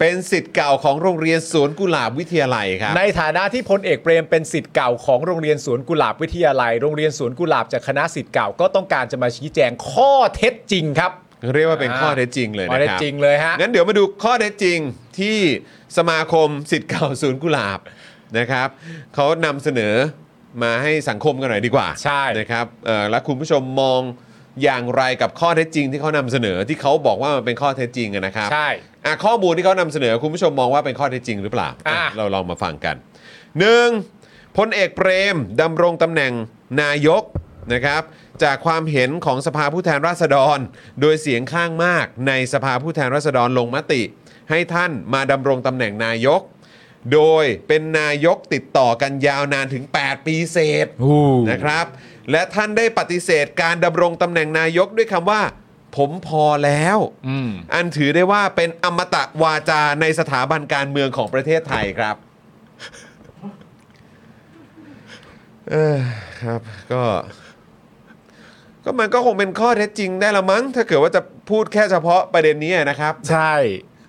Speaker 3: เป็นสิทธิ์เก่าของโรงเรียนสวนกุหลาบวิทยาลัยครับ
Speaker 4: ในฐานะที่พลเอกเปรมเป็นสิทธิ์เก่าของโรงเรียนสวนกุหลาบวิทยาลัย โรงเรียนสวนกุหลาบจากคณะสิทธิ์เก่าก็ต้องการจะมาชี้แจงข้อเท็จจริงครับ
Speaker 3: เรียกว่าเป็น
Speaker 4: อ่า
Speaker 3: ข้อเท็จจริงเลย
Speaker 4: ข้อ
Speaker 3: นะ
Speaker 4: เท็จ
Speaker 3: ครับ
Speaker 4: จริงเลยฮะ
Speaker 3: งั้นเดี๋ยวมาดูข้อเท็จจริงที่สมาคมสิทธิ์เก่าศูนย์กุหลาบ นะครับเขานำเสนอมาให้สังคมกันหน่อยดีกว่า
Speaker 4: ใช่
Speaker 3: นะครับเอ่อและคุณผู้ชมมองอย่างไรกับข้อเท็จจริง ที่เขานำเสนอที่เขาบอกว่ามันเป็นข้อเท็จจริงอะนะครับ
Speaker 4: ใช่
Speaker 3: อ่ะข้อมูลที่เขานำเสนอคุณผู้ชมมองว่าเป็นข้อเท็จจริงหรือเปล่า
Speaker 4: อ่ะ
Speaker 3: อ่ะเราลองมาฟังกัน 1. พลเอกเปรมดำรงตำแหน่งนายกนะครับ จากความเห็นของสภาผู้แทนราษฎร โดยเสียงข้างมากในสภาผู้แทนราษฎรลงมติ ให้ท่านมาดำรงตำแหน่งนายก โดยเป็นนายกติดต่อกันยาวนานถึง 8 ปีเศษ
Speaker 4: โอ้
Speaker 3: นะครับ และท่านได้ปฏิเสธการดำรงตำแหน่งนายกด้วยคำว่า ผมพอแล้ว
Speaker 4: อืม
Speaker 3: อันถือได้ว่าเป็นอมตะวาจาในสถาบันการเมืองของประเทศไทยครับ เออครับก็ ก็มันก็คงเป็นข้อเท็จจริงได้ละมั้ง ถ้าเกิดว่าจะพูดแค่เฉพาะประเด็นนี้นะครับ
Speaker 4: ใช่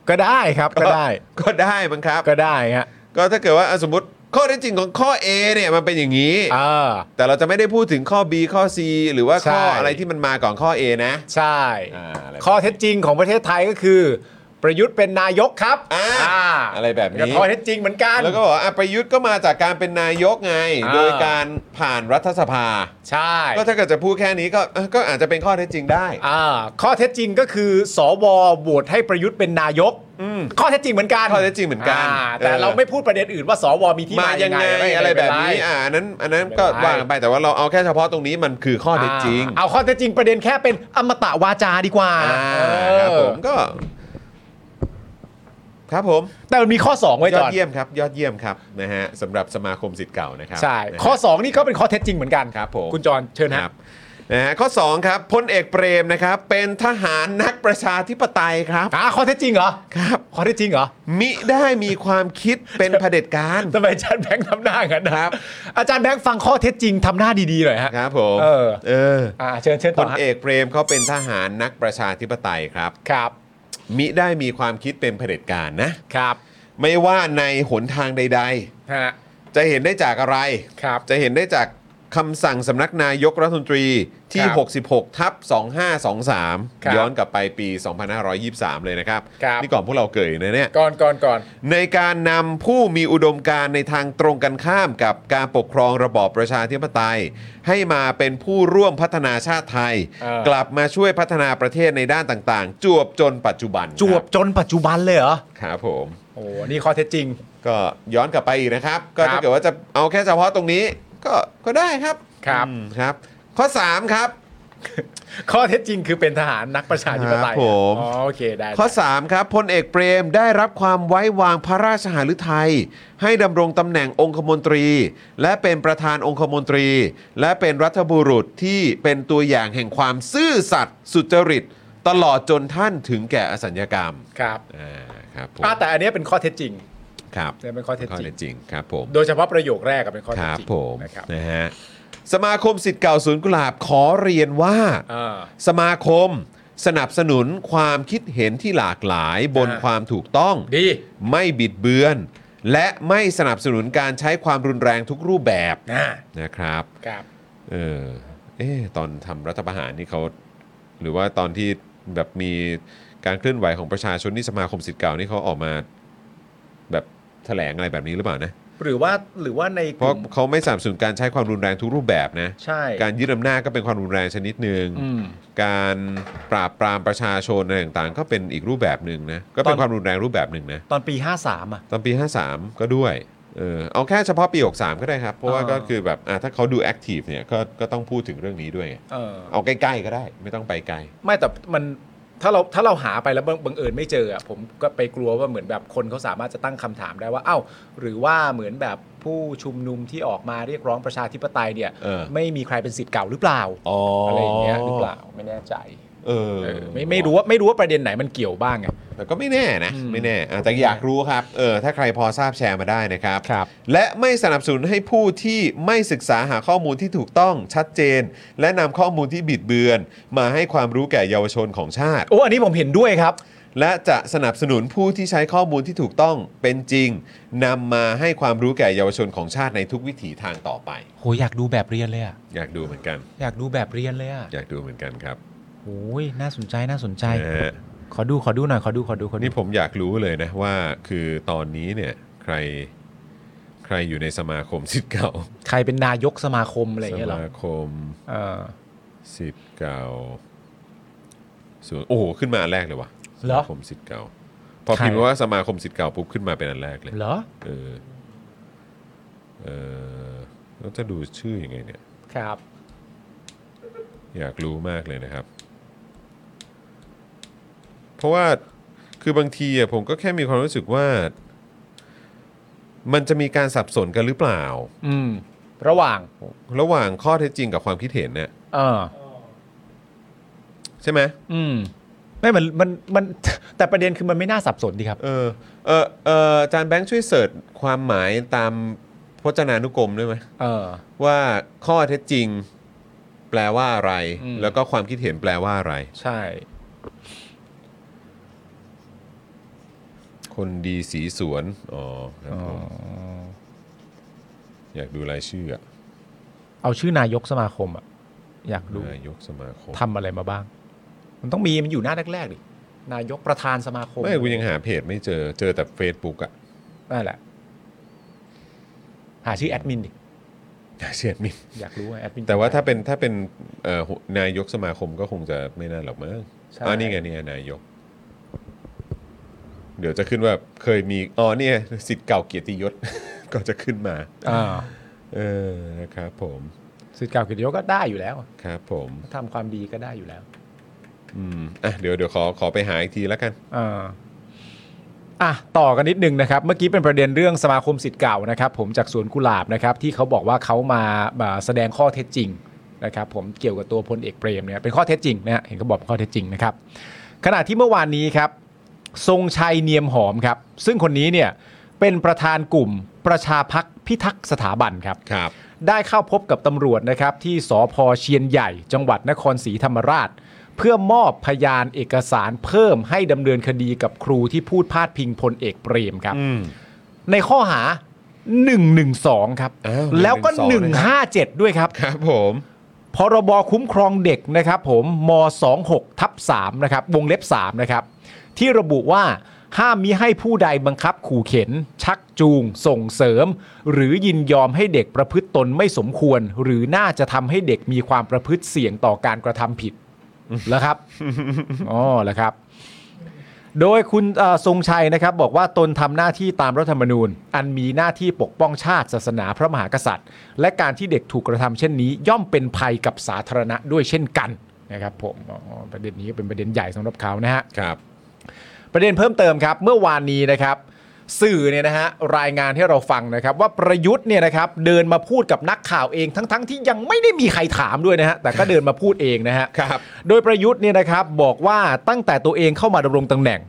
Speaker 4: ก็ได้ครับก็ได้
Speaker 3: ก็ได้มั้งครับ
Speaker 4: ก็ได้ฮะ
Speaker 3: ก็ถ้าเกิดว่าอ่ะสมมติข้อเท็จจริงของข้อ A เนี่ยมันเป็นอย่างนี้
Speaker 4: เออ
Speaker 3: แต่เราจะไม่ได้พูดถึงข้อ B ข้อ C หรือว่าข้อ
Speaker 4: ใช่
Speaker 3: อะไรที่มันมาก่อนข้อ A นะ
Speaker 4: ใช่
Speaker 3: อ่าอะไร
Speaker 4: ข้อเท็จจริงของประเทศไทยก็คือ ประยุทธ์เป็นนายกครับ
Speaker 3: อ่าอะไรแบบนี้
Speaker 4: ก็ข้อเท็จจริงเหมือนกัน
Speaker 3: แล้วก็บอกว่าอ่ะประยุทธ์ก็มาจากการเป็นนายกไง
Speaker 4: อ่า
Speaker 3: โดยการผ่านรัฐสภา
Speaker 4: ใช่
Speaker 3: ก็ถ้าเกิดจะพูดแค่นี้ก็เอ้อก็อาจจะเป็นข้อเท็จจริงได้
Speaker 4: อ่าข้อเท็จจริงก็คือสวโหวตให้ประยุทธ์เป็นนายก
Speaker 3: อืม
Speaker 4: ข้อเท็จจริงเหมือนกัน
Speaker 3: ข้อเท็จจริงเหมือนกันา
Speaker 4: แต่
Speaker 3: เออ
Speaker 4: เราไม่พูดประเด็นอื่นว่าสวมีที่
Speaker 3: มา
Speaker 4: มา
Speaker 3: ยั
Speaker 4: ยัง ง
Speaker 3: ไง
Speaker 4: ไง
Speaker 3: อะไรแบบนี้
Speaker 4: ไม่เป็ไร
Speaker 3: อ่าอันนั้นอันนั้น
Speaker 4: ไม่
Speaker 3: ก็
Speaker 4: เป็นไร
Speaker 3: ว่ากันไปแต่ว่าเราเอาแค่เฉพาะตรงนี้มันคือข้อเท็จจริง
Speaker 4: อ่าเอาข้อเท็จจริงประเด็นแค่เป็นอมตะวาจาดีกว่า
Speaker 3: อ่า
Speaker 4: เ
Speaker 3: ค
Speaker 4: ออ
Speaker 3: รับผมก็ ครับผม
Speaker 4: แต่มันมีข้อสองไว้
Speaker 3: ย
Speaker 4: จ
Speaker 3: อ
Speaker 4: อ
Speaker 3: ด
Speaker 4: น
Speaker 3: เยี่ยมครับ ยอดเยี่ยมครับนะฮะสำหรับสมาคมสิทธิ์เก่านะครั
Speaker 4: ใช่
Speaker 3: นะฮะ
Speaker 4: ข้อ 2 นี่ก็เป็นข้อเท็จจริงเหมือนกัน
Speaker 3: ครับผม
Speaker 4: คุณจรเชิญ
Speaker 3: ค
Speaker 4: ฮะ
Speaker 3: รับนะฮะข้อ 2 ครับพลเอกเปรมนะครับ เป็นทหารนักประชาธิปไตยครับ
Speaker 4: อ่าข้อเท็จจริงเหรอ
Speaker 3: ครับ
Speaker 4: ข้อเท็จจริงเหรอ
Speaker 3: มิได้มีความคิดเป็นเผด็จการ
Speaker 4: ทำไมอาจารย์แบงค์ทำหน้างั้นนะครับ อาจารย์แบงค์ฟังข้อเท็จจริงทำหน้าดีๆหน่อยฮะ
Speaker 3: ครับผม
Speaker 4: เออ
Speaker 3: เออ
Speaker 4: อ่าเชิญเชิญ
Speaker 3: พ
Speaker 4: ต่อ
Speaker 3: ล
Speaker 4: ฮะ
Speaker 3: เอกเปรมเขาเป็นทหารนักประชาธิปไตยครับ
Speaker 4: ครับ
Speaker 3: มิได้มีความคิดเป็นเผด็จการนะ
Speaker 4: ครับ
Speaker 3: ไม่ว่าในหนทางใด
Speaker 4: ฮะ
Speaker 3: ๆ จะเห็นได้จากอะไร
Speaker 4: ครับ
Speaker 3: จะเห็นได้จากคำสั่งสำนักนายกรัฐมนตรีที่
Speaker 4: ครับ
Speaker 3: 66 ทับ
Speaker 4: ครับ
Speaker 3: 2523 ย้อนกลับไปปี 2523 เลยนะครับ
Speaker 4: ครับ
Speaker 3: นี่ก่อนพวกเราเกิดอยู่นะเนี่ย
Speaker 4: ก่อนก่อนก่อน
Speaker 3: ในการนำผู้มีอุดมการณ์ในทางตรงกันข้ามกับการปกครองระบอบประชาธิปไตย ให้มาเป็นผู้ร่วมพัฒนาชาติไทย กลับมาช่วยพัฒนาประเทศในด้านต่างๆ จวบจนปัจจุบัน
Speaker 4: จวบจนปัจจุบันเลยเหรอ
Speaker 3: ครับผม
Speaker 4: โอ้นี่ข้อเท็จจริง
Speaker 3: ก็ย้อนกลับไปอีกนะครับ ก็
Speaker 4: ครั
Speaker 3: ถ้า
Speaker 4: บ
Speaker 3: เกิดว่าจะเอาแค่เฉพาะตรงนี้ ก็ก็ได้ครับ
Speaker 4: ครับ
Speaker 3: อืมครับ ข้อ 3 ครับ
Speaker 4: ข้อเท็จจริงคือเป็นทหารนักประชาธิปไตย
Speaker 3: ครับผม
Speaker 4: อ๋อโอเคได้
Speaker 3: ข้อ 3 ครับพลเอกเปรมได้รับความไว้วางพระราชหฤทัยให้ดำรงตำแหน่งองคมนตรี และเป็นประธานองคมนตรี และเป็นรัฐบุรุษที่เป็นตัวอย่างแห่งความซื่อสัตย์สุจริต ตลอดจนท่านถึงแก่อสัญญกรรม
Speaker 4: ครับ
Speaker 3: อ่าครับผม
Speaker 4: อ่าแต่อันเนี้ยเป็นข้อเท็จจริง
Speaker 3: ครับ
Speaker 4: เนี่ยเป็นข้อเท็จ
Speaker 3: ข้อ
Speaker 4: จริ
Speaker 3: เท็
Speaker 4: ง
Speaker 3: จจริงครับผม
Speaker 4: โดยเฉพาะประโยคแรกอะเป็นข้อ
Speaker 3: ค
Speaker 4: เท็จ
Speaker 3: รับ
Speaker 4: จริง
Speaker 3: ผม
Speaker 4: นะครับ
Speaker 3: นะฮะสมาคมสิทธิ์เก่าศูนย์กุหลาบขอเรียนว่า
Speaker 4: อ่า
Speaker 3: สมาคม สนับสนุนความคิดเห็นที่หลากหลายบน
Speaker 4: อ่า
Speaker 3: ความถูกต้อง
Speaker 4: ดี
Speaker 3: ไม่บิดเบือน และไม่สนับสนุนการใช้ความรุนแรงทุกรูปแบบ
Speaker 4: นะ
Speaker 3: นะครับ
Speaker 4: ครับ
Speaker 3: เออเอะตอนทำรัฐประหารนี่เขา หรือว่าตอนที่แบบมีการเคลื่อนไหวของประชาชนนี่สมาคมสิทธิ์เก่านี่เขาออกมา แบบแถลงอะไรแบบนี้หรือเปล่านะ
Speaker 4: หรือว่าหรือว่าใน
Speaker 3: เพ
Speaker 4: ก
Speaker 3: ราะ
Speaker 4: ลุ่ม
Speaker 3: เขาไม่สนับสนุนการใช้ความรุนแรงทุกรูปแบบนะ
Speaker 4: ใช่
Speaker 3: การยึดอำนาจก็เป็นความรุนแรงชนิดหนึ่ง
Speaker 4: อืม
Speaker 3: การปราบปรามประชาชนอะไรต่างๆ ก็เป็นอีกรูปแบบหนึ่งนะ ก็เป็
Speaker 4: ต
Speaker 3: น
Speaker 4: อน
Speaker 3: ความรุนแรงรูปแบบหนึ่งนะ
Speaker 4: ตอนปี 53 อ่ะ
Speaker 3: ตอนปี 53 ก็ด้วย เออ เอาแค่เฉพาะปี 63 ก็ได้ครับ เพราะว่า
Speaker 4: อ่า
Speaker 3: ก็คือแบบอ่ะถ้าเขาดูแอคทีฟเนี่ย ก็ ก็ต้องพูดถึงเรื่องนี้ด้วยไง
Speaker 4: เออ
Speaker 3: เอาใกล้ๆก็ได้ ไม่ต้องไปไกล
Speaker 4: ไม่แต่มันถ้าเราถ้าเราหาไปแล้วบังบังเอิญไม่เจออ่ะผมก็ไปกลัวว่าเหมือนแบบคนเขาสามารถจะตั้งคำถามได้ว่า เอ้า หรือว่าเหมือนแบบผู้ชุมนุมที่ออกมาเรียกร้องประชาธิปไตยเนี่ย
Speaker 3: เออ
Speaker 4: ไม่มีใครเป็นสิทธิ์เก่าหรือเปล่า
Speaker 3: อ๋อ
Speaker 4: อะ
Speaker 3: อะไร
Speaker 4: อย่างเงี้ยหรือเปล่าไม่แน่ใจ
Speaker 3: เออ
Speaker 4: เออไม่ไม่รู้ว่าไม่รู้ว่าประเด็นไหนมันเกี่ยวบ้างไง
Speaker 3: แต่ก็ไม่แน่นะ
Speaker 4: อืม
Speaker 3: ไม่แน่อ่ะแต่อยากรู้ครับ เออ ถ้าใครพอทราบแชร์มาได้นะครับ
Speaker 4: ครับ
Speaker 3: และไม่สนับสนุนให้ผู้ที่ไม่ศึกษาหาข้อมูลที่ถูกต้องชัดเจน และนำข้อมูลที่บิดเบือน มาให้ความรู้แก่เยาวชนของชาติ
Speaker 4: โอ้อันนี้ผมเห็นด้วยครับ
Speaker 3: และจะสนับสนุนผู้ที่ใช้ข้อมูลที่ถูกต้องเป็นจริงนำมาให้ความรู้แก่เยาวชนของชาติในทุกวิถีทางต่อไป
Speaker 4: โหอยากดูแบบเรียนเลยอ่ะ
Speaker 3: อยากดูเหมือนกัน
Speaker 4: อยากดูแบบเรียนเลยอ่ะ
Speaker 3: อยากดูเหมือนกันครับ
Speaker 4: โอ้ยน่าสนใจน่าสนใจ
Speaker 3: นะฮะ
Speaker 4: ขอดูขอดูหน่อยขอดูขอดูขอดู
Speaker 3: นี่ผมอยากรู้เลยนะว่าคือตอนนี้เนี่ยใครใครอยู่ในสมาคมสิทธิ์เก่า
Speaker 4: ใครเป็นนายกสมาคมอะไร
Speaker 3: ส
Speaker 4: อย่างเงี้ยเหรอ
Speaker 3: มาคม
Speaker 4: เออ
Speaker 3: สิทธิ์เก่าส่วนโอ้โหขึ้นมาอันแรกเลยวะสมาคมสิทธิ์เก่า พอพิมพ์ว่าสมาคมสิทธิ์เก่าปุ๊บขึ้นมาเป็นอันแรกเลย
Speaker 4: เหรอ
Speaker 3: เออ เออแล้วจะดูชื่ออยังไงเนี่ย
Speaker 4: ครับ
Speaker 3: อยากรู้มากเลยนะครับ เพราะว่าคือบางทีอะผมก็แค่มีความรู้สึกว่า มันจะมีการสับสนกันหรือเปล่า
Speaker 4: อืม ระหว่าง
Speaker 3: ระหว่างข้อเท็จจริงกับความคิดเห็นเนี่ย
Speaker 4: เออ
Speaker 3: ใช่ไหม
Speaker 4: อืมไม่มันมันมัน แต่ประเด็นคือมันไม่น่าสับสนดีครับ
Speaker 3: เออเออเอออาจารย์แบงค์ช่วยเสิร์ชความหมายตามพจนานุกรมด้วยไหม
Speaker 4: เออ
Speaker 3: ว่าข้อเท็จจริง แปลว่าอะไร
Speaker 4: อืม
Speaker 3: แล้วก็ความคิดเห็นแปลว่าอะไร
Speaker 4: ใช่
Speaker 3: คนดีสีสวนอ๋อครับผมอยากดูรายชื่ออะ
Speaker 4: เอาชื่อนายกสมาคมอะอยากดู
Speaker 3: นายกสมาคม
Speaker 4: ทำอะไรมาบ้าง มันต้องมีมันอยู่หน้าแรกๆดินายกประธานสมาคม
Speaker 3: ไม่กูยังหาเพจไม่เจอเจอแต่ Facebook อะ
Speaker 4: นั่นแหละ หาชื่อแอดมินดิ
Speaker 3: น่าเชียดมิน
Speaker 4: อยากรู้ว่าแอดมิน
Speaker 3: แต่ว่าถ้าเป็นถ้าเป็นเอ่อหัวนายกสมาคมก็คงจะไม่น่าหรอกมั้ง
Speaker 4: ใช่
Speaker 3: อ๋อนี่ไงนี่ไงนายก เดี๋ยวจะขึ้นว่าเคยมีอ๋อเนี่ยสิทธิ์เก่าเกียรติยศ ก็จะขึ้นมา
Speaker 4: อ่า
Speaker 3: เออนะครับผม
Speaker 4: สิทธิ์เก่าเกิจยศก็ได้อยู่แล้ว
Speaker 3: ครับผม
Speaker 4: ทำความดีก็ได้อยู่แล้ว
Speaker 3: อืมอ่ะเดี๋ยวเดี๋ยวขอขอไปหาอีกทีแล้วกัน
Speaker 4: อ่าอ่ะต่อกันนิดนึงนะครับ เมื่อกี้เป็นประเด็นเรื่องสมาคมสิทธิ์เก่านะครับ ผมจากสวนกุหลาบนะครับ ที่เขาบอกว่าเขามามาแสดงข้อเท็จจริงนะครับผมเกี่ยวกับตัวพลเอกเปรมเนี่ยเป็นข้อเท็จจริงนะฮะเห็นเขาบอกเป็นข้อเท็จจริงนะครับ ขณะที่เมื่อวานนี้ครับ ทรงชัยเนียมหอมครับ ซึ่งคนนี้เนี่ยเป็นประธานกลุ่มประชาพักพิทักษ์สถาบันครับ
Speaker 3: ครับ
Speaker 4: ได้เข้าพบกับตำรวจนะครับที่สพเชียนใหญ่ จังหวัดนครศรีธรรมราช เพื่อมอบพยานเอกสารเพิ่มให้ดำเนินคดีกับครูที่พูดพาดพิงพลเอกเปรมครับ
Speaker 3: อืม
Speaker 4: ในข้อหา 112 ครับ
Speaker 3: อ้าว
Speaker 4: แล้วก็
Speaker 3: 112นะครั
Speaker 4: 157 ด้วยครับ
Speaker 3: ครับผม
Speaker 4: พรบคุ้มครองเด็กนะครับผมม 26ทับ3นะครับวงเล็บ3นะครับที่ระบุว่าห้ามมิให้ผู้ใดบังคับขู่เข็น ชักจูง ส่งเสริม หรือยินยอมให้เด็กประพฤติตนไม่สมควร หรือน่าจะทำให้เด็กมีความประพฤติเสี่ยงต่อการกระทำผิดแล้วครับ อ๋อแล้วครับ โดยคุณเอ่อทรงชัยนะครับ บอกว่าตนทำหน้าที่ตามรัฐธรรมนูญ อันมีหน้าที่ปกป้องชาติศาสนาพระมหากษัตริย์ และการที่เด็กถูกกระทำเช่นนี้ ย่อมเป็นภัยกับสาธารณะด้วยเช่นกันนะครับผมอ๋อประเด็นนี้ก็เป็นประเด็นใหญ่สำหรับเขานะฮะ
Speaker 3: ครับ
Speaker 4: ประเด็นเพิ่มเติมครับ เมื่อวานนี้นะครับ สื่อเนี่ยนะฮะรายงานให้เราฟังนะครับ ว่าประยุทธ์เนี่ยนะครับเดินมาพูดกับนักข่าวเองทั้งๆที่ยังไม่ได้มีใครถามด้วยนะฮะแต่ก็เดินมาพูดเองนะฮะ
Speaker 3: ครับ
Speaker 4: โดยประยุทธ์เนี่ยนะครับบอกว่าตั้งแต่ตัวเองเข้ามาดำรงตำแหน่ง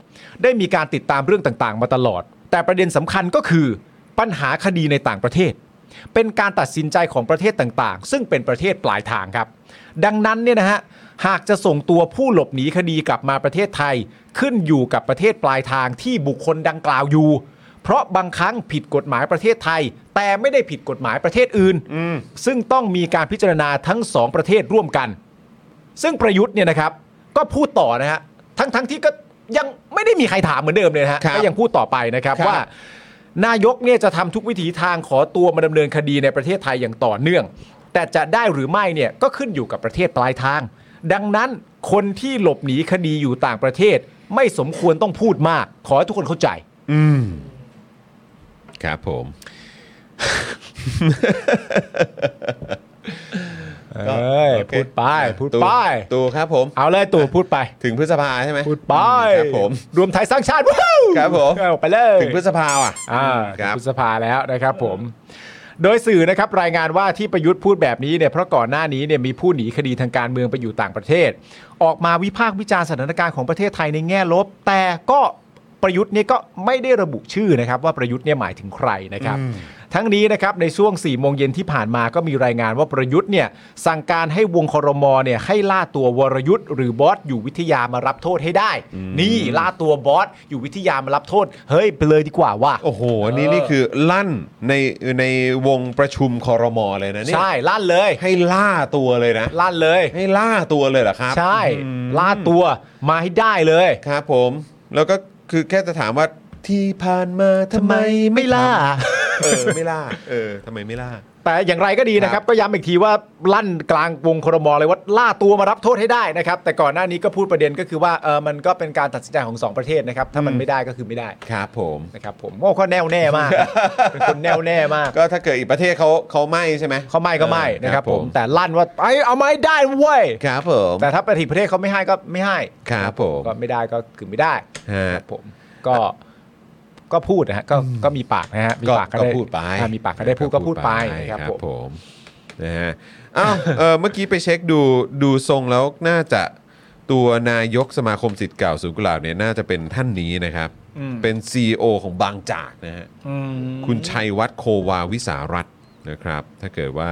Speaker 4: ได้มีการติดตามเรื่องต่างๆ มาตลอด แต่ประเด็นสำคัญก็คือปัญหาคดีในต่างประเทศ เป็นการตัดสินใจของประเทศต่างๆ ซึ่งเป็นประเทศปลายทางครับ ดังนั้นเนี่ยนะฮะหากจะส่งตัวผู้หลบหนีคดีกลับมาประเทศไทย ขึ้นอยู่กับประเทศปลายทางที่บุคคลดังกล่าวอยู่ เพราะบางครั้งผิดกฎหมายประเทศไทย แต่ไม่ได้ผิดกฎหมายประเทศอื่น ซึ่งต้องมีการพิจารณาทั้งสองประเทศร่วมกัน ซึ่งประยุทธ์เนี่ยนะครับก็พูดต่อนะฮะทั้งทั้งที่ก็ยังไม่ได้มีใครถามเหมือนเดิมเลยนะฮะ
Speaker 3: ครับ
Speaker 4: ก็ยังพูดต่อไปนะครับ
Speaker 3: ครับ
Speaker 4: ว่า นายกเนี่ยจะทำทุกวิถีทางขอตัวมาดำเนินคดีในประเทศไทยอย่างต่อเนื่อง แต่จะได้หรือไม่เนี่ยก็ขึ้นอยู่กับประเทศปลายทาง ดังนั้นคนที่หลบหนีคดีอยู่ต่างประเทศ ไม่สมควรต้องพูดมาก ขอให้ทุกคนเข้าใจ
Speaker 3: อืม ครับผม
Speaker 4: เอ้ย
Speaker 3: โอเค
Speaker 4: พูดไป
Speaker 3: อ่ะ
Speaker 4: พูด
Speaker 3: ตู่
Speaker 4: ไป
Speaker 3: ตู่ครับผม
Speaker 4: เอาเลยตู่พูดไป
Speaker 3: ถึงพฤษภาใช่ไหม
Speaker 4: พูดไป
Speaker 3: ครับผม
Speaker 4: รวมไทยสร้างชาติวู้ฮู้
Speaker 3: ครับผม
Speaker 4: เอาไปเลย
Speaker 3: ถึงพฤษภาอ่ะ
Speaker 4: อ่า
Speaker 3: ครับ
Speaker 4: พฤษภาแล้วนะครับผม โดยสื่อนะครับรายงานว่าที่ประยุทธ์พูดแบบนี้เนี่ยเพราะก่อนหน้านี้เนี่ยมีผู้หนีคดีทางการเมืองไปอยู่ต่างประเทศ ออกมาวิพากษ์วิจารณ์สถานการณ์ของประเทศไทยในแง่ลบ แต่ก็ประยุทธ์เนี่ยก็ไม่ได้ระบุชื่อนะครับ ว่าประยุทธ์เนี่ยหมายถึงใครนะครับ ทั้งนี้นะครับในช่วง4ี่โมงเย็นที่ผ่านมาก็มีรายงานว่าประยุทธ์เนี่ยสั่งการให้วงคอรมอเนี่ยให้ล่าตัววรยุทธ์หรือบอสอยู่วิทยามารับโทษให้ได้ นี่ล่าตัวบอสอยู่วิทยามารับโทษ เฮ้ยไปเลยดีกว่าว่า
Speaker 3: โอ้โห อันนี้นี่คือลั่นในในวงประชุมคอรมอเลยนะเนี่ย
Speaker 4: ใช่ลั่นเลย
Speaker 3: ให้ล่าตัวเลยนะ
Speaker 4: ลั่นเลย
Speaker 3: ให้ล่าตัวเลยเหรอครับ
Speaker 4: ใช่ล่าตัวมาให้ได้เลย
Speaker 3: ครับผม แล้วก็คือแค่จะถามว่าที่ผ่านมาทำไม
Speaker 4: ไม่ล่า
Speaker 3: เออไม่ล่า เออทำไมไม่ล่า
Speaker 4: แต่อย่างไรก็ดีนะค
Speaker 3: ครั
Speaker 4: รับ
Speaker 3: บ
Speaker 4: ก็ย้ำอีกทีว่าลั่นกลางวงครมอเลยว่าล่าตัวมารับโทษให้ได้นะครับ แต่ก่อนหน้านี้ก็พูดประเด็นก็คือว่าเออมันก็เป็นการตัดสินใจของสองประเทศนะครับ ถ้ามันไม่ได้ก็คือไม่ได้
Speaker 3: ครับผม
Speaker 4: นะครับผมโอ้ก็แน่วแน่มาก เป็นคนแน่วแน่มาก
Speaker 3: ก็ถ้าเกิดอีกประเทศเขาเขาไม่ใช่ไหม
Speaker 4: เขาไม่ก็ไม่นะครับผม
Speaker 3: แต่
Speaker 4: แต่ลั่นว่าไอ้ยเอาไม่ได้เว้ย
Speaker 3: ครับผม
Speaker 4: แต่ถ้าประเทศประเทศเขาไม่ให้ก็ไม่ให้
Speaker 3: ครับผม
Speaker 4: ก็ไม่ได้ก็คือไม่ได้
Speaker 3: ฮะ
Speaker 4: ครับผมก็ก็พูดนะฮะก็ก็มีปากนะฮะมี
Speaker 3: ก็
Speaker 4: ปาก
Speaker 3: ก็
Speaker 4: ได้
Speaker 3: พูดไป
Speaker 4: อ่ามีปากก็ได้พูดก็พูดไปนะครับผม
Speaker 3: ม นะฮะอ้าวเออเมื่อกี้ไปเช็คดูดูทรงแล้วน่าจะ ตัวนายกสมาคมสิทธิ์เก่าศูนย์กุหลาบเนี่ยน่าจะเป็นท่านนี้นะครับ เป็น CEO ของบางจากนะฮะ
Speaker 4: อืม
Speaker 3: คุณชัยวัฒน์โควาวิสารัตน์นะครับ ถ้าเกิดว่า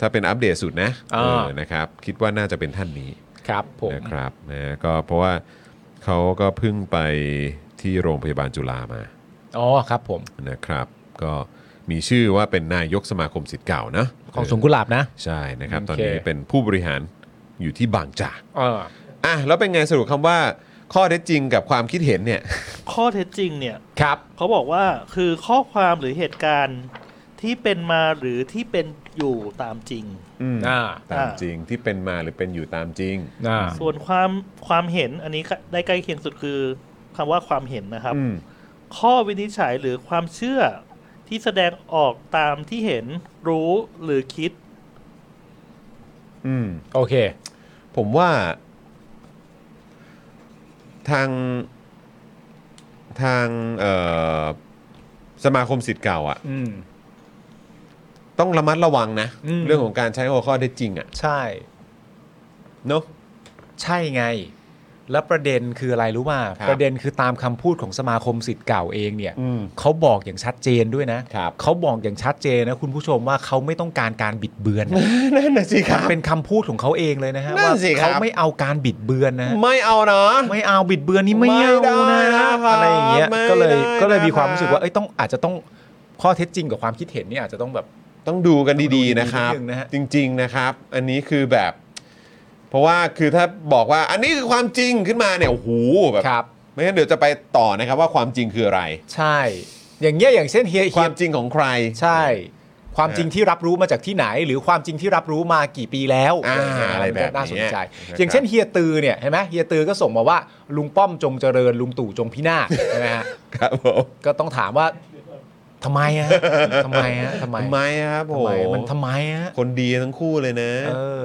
Speaker 3: ถ้าเป็นอัปเดตสุดนะเออนะครับ คิดว่าน่าจะเป็นท่านนี้
Speaker 4: ครับผม
Speaker 3: นะครับนะก็เพราะว่าเขาก็เพิ่งไปที่โรงพยาบาลจุฬามา
Speaker 4: อ๋อครับผม
Speaker 3: นะครับ ก็มีชื่อว่าเป็นนายกสมาคมสิทธิ์เก่านะ
Speaker 4: ของสวนกุหลาบนะ
Speaker 3: ใช่นะครับ ตอน
Speaker 4: โอเค
Speaker 3: นี้เป็นผู้บริหารอยู่ที่บางจาก
Speaker 4: เออ
Speaker 3: อ่ะแล้วเป็นไงสรุปคำว่าข้อเท็จจริงกับความคิดเห็นเนี่ย
Speaker 6: ข้อเท็จจริงเนี่ย
Speaker 4: ครับ
Speaker 6: เขาบอกว่าคือข้อความหรือเหตุการณ์ที่เป็นมาหรือที่เป็นอยู่ตามจริง
Speaker 4: อ่า
Speaker 3: ตามจริงที่เป็นมาหรือเป็นอยู่ตามจริง
Speaker 4: อ่า
Speaker 6: ส่วนความความเห็นอันนี้ก็ได้ใกล้เคียงสุดคือคำว่าความเห็นนะครับ
Speaker 3: อืม
Speaker 6: ข้อวินิจฉัยหรือความเชื่อที่แสดงออกตามที่เห็นรู้หรือคิด
Speaker 3: อืม
Speaker 4: โอเค
Speaker 3: ผมว่าทางทางเอ่อสมาคมสิทธิ์เก่าอะ่ะ
Speaker 4: อืม
Speaker 3: ต้องระมัดระวังนะ
Speaker 4: อืม
Speaker 3: เรื่องของการใช้หัวข้อเท็จจริงอะ่ะ
Speaker 4: ใช่
Speaker 3: เนาะ
Speaker 4: ใช่ไง แล้วประเด็นคืออะไรรู้ป่ะ
Speaker 3: ครับ
Speaker 4: ประเด็นคือตามคำพูดของสมาคมสิทธิ์เก่าเองเนี่ย
Speaker 3: อืม
Speaker 4: เขาบอกอย่างชัดเจนด้วยนะครับ เขาบอกอย่างชัดเจนนะคุณผู้ชมว่าเขาไม่ต้องการการบิดเบือนนะ
Speaker 3: นั่นน่ะสิครับ
Speaker 4: เป็นคำพูดของเขาเองเลยนะฮะ
Speaker 3: นั่น
Speaker 4: ว่า
Speaker 3: สิครับ
Speaker 4: เขาไม่เอาการบิดเบือนนะ
Speaker 3: ไม่เอานะ
Speaker 4: ไม่เอาบิดเบือนนี่ไม่
Speaker 3: ไม่
Speaker 4: เอา
Speaker 3: ได้
Speaker 4: นะ
Speaker 3: นะครับ
Speaker 4: อะไรอย่างเงี้ย
Speaker 3: ไม่
Speaker 4: ก็เลย
Speaker 3: ได้
Speaker 4: ก็เลยมี
Speaker 3: นะครับ
Speaker 4: ความรู้สึกว่าเอ้ยต้องอาจจะต้องข้อเท็จจริงกับความคิดเห็นเนี่ยอาจจะต้องแบบ
Speaker 3: ต้องดูกัน
Speaker 4: ต้องดู
Speaker 3: ดี
Speaker 4: ดีๆ
Speaker 3: ๆนะครับ
Speaker 4: นิดนึงนะฮะ
Speaker 3: จริง ๆนะครับ อันนี้คือแบบ เพราะว่าคือถ้าบอกว่า อันนี้คือความจริงขึ้นมาเนี่ยโอ้โหแบบ
Speaker 4: ครับ
Speaker 3: ไม่งั้นเดี๋ยวจะไปต่อนะครับ ว่าความจริงคืออะไร
Speaker 4: ใช่ อย่างเงี้ยอย่างเช่นเฮีย
Speaker 3: ค
Speaker 4: เฮี
Speaker 3: วาย มจริงของใคร
Speaker 4: ใช่ ความจริงที่รับรู้มาจากที่ไหน หรือความจริงที่รับรู้มากี่ปีแล้ว
Speaker 3: อ่าอะไร
Speaker 4: มั
Speaker 3: แบ
Speaker 4: น
Speaker 3: บ
Speaker 4: ก็น่าสนใจ
Speaker 3: นี้
Speaker 4: อย่างเช่น
Speaker 3: นะครับ
Speaker 4: เฮียตือเนี่ยเห็นไหมเฮียตือก็ส่งมาว่าลุงป้อมจงเจริญลุงตู่จงพินาศใช่ไหมฮะ
Speaker 3: ครับผม
Speaker 4: ก็ต้องถามว่าทำไมฮะทำไมฮะทำไม
Speaker 3: ทำไมครับ
Speaker 4: ทำ
Speaker 3: โอ้
Speaker 4: ไม
Speaker 3: โห
Speaker 4: มันทำไมฮะ
Speaker 3: คนดีทั้งคู่เลยนะ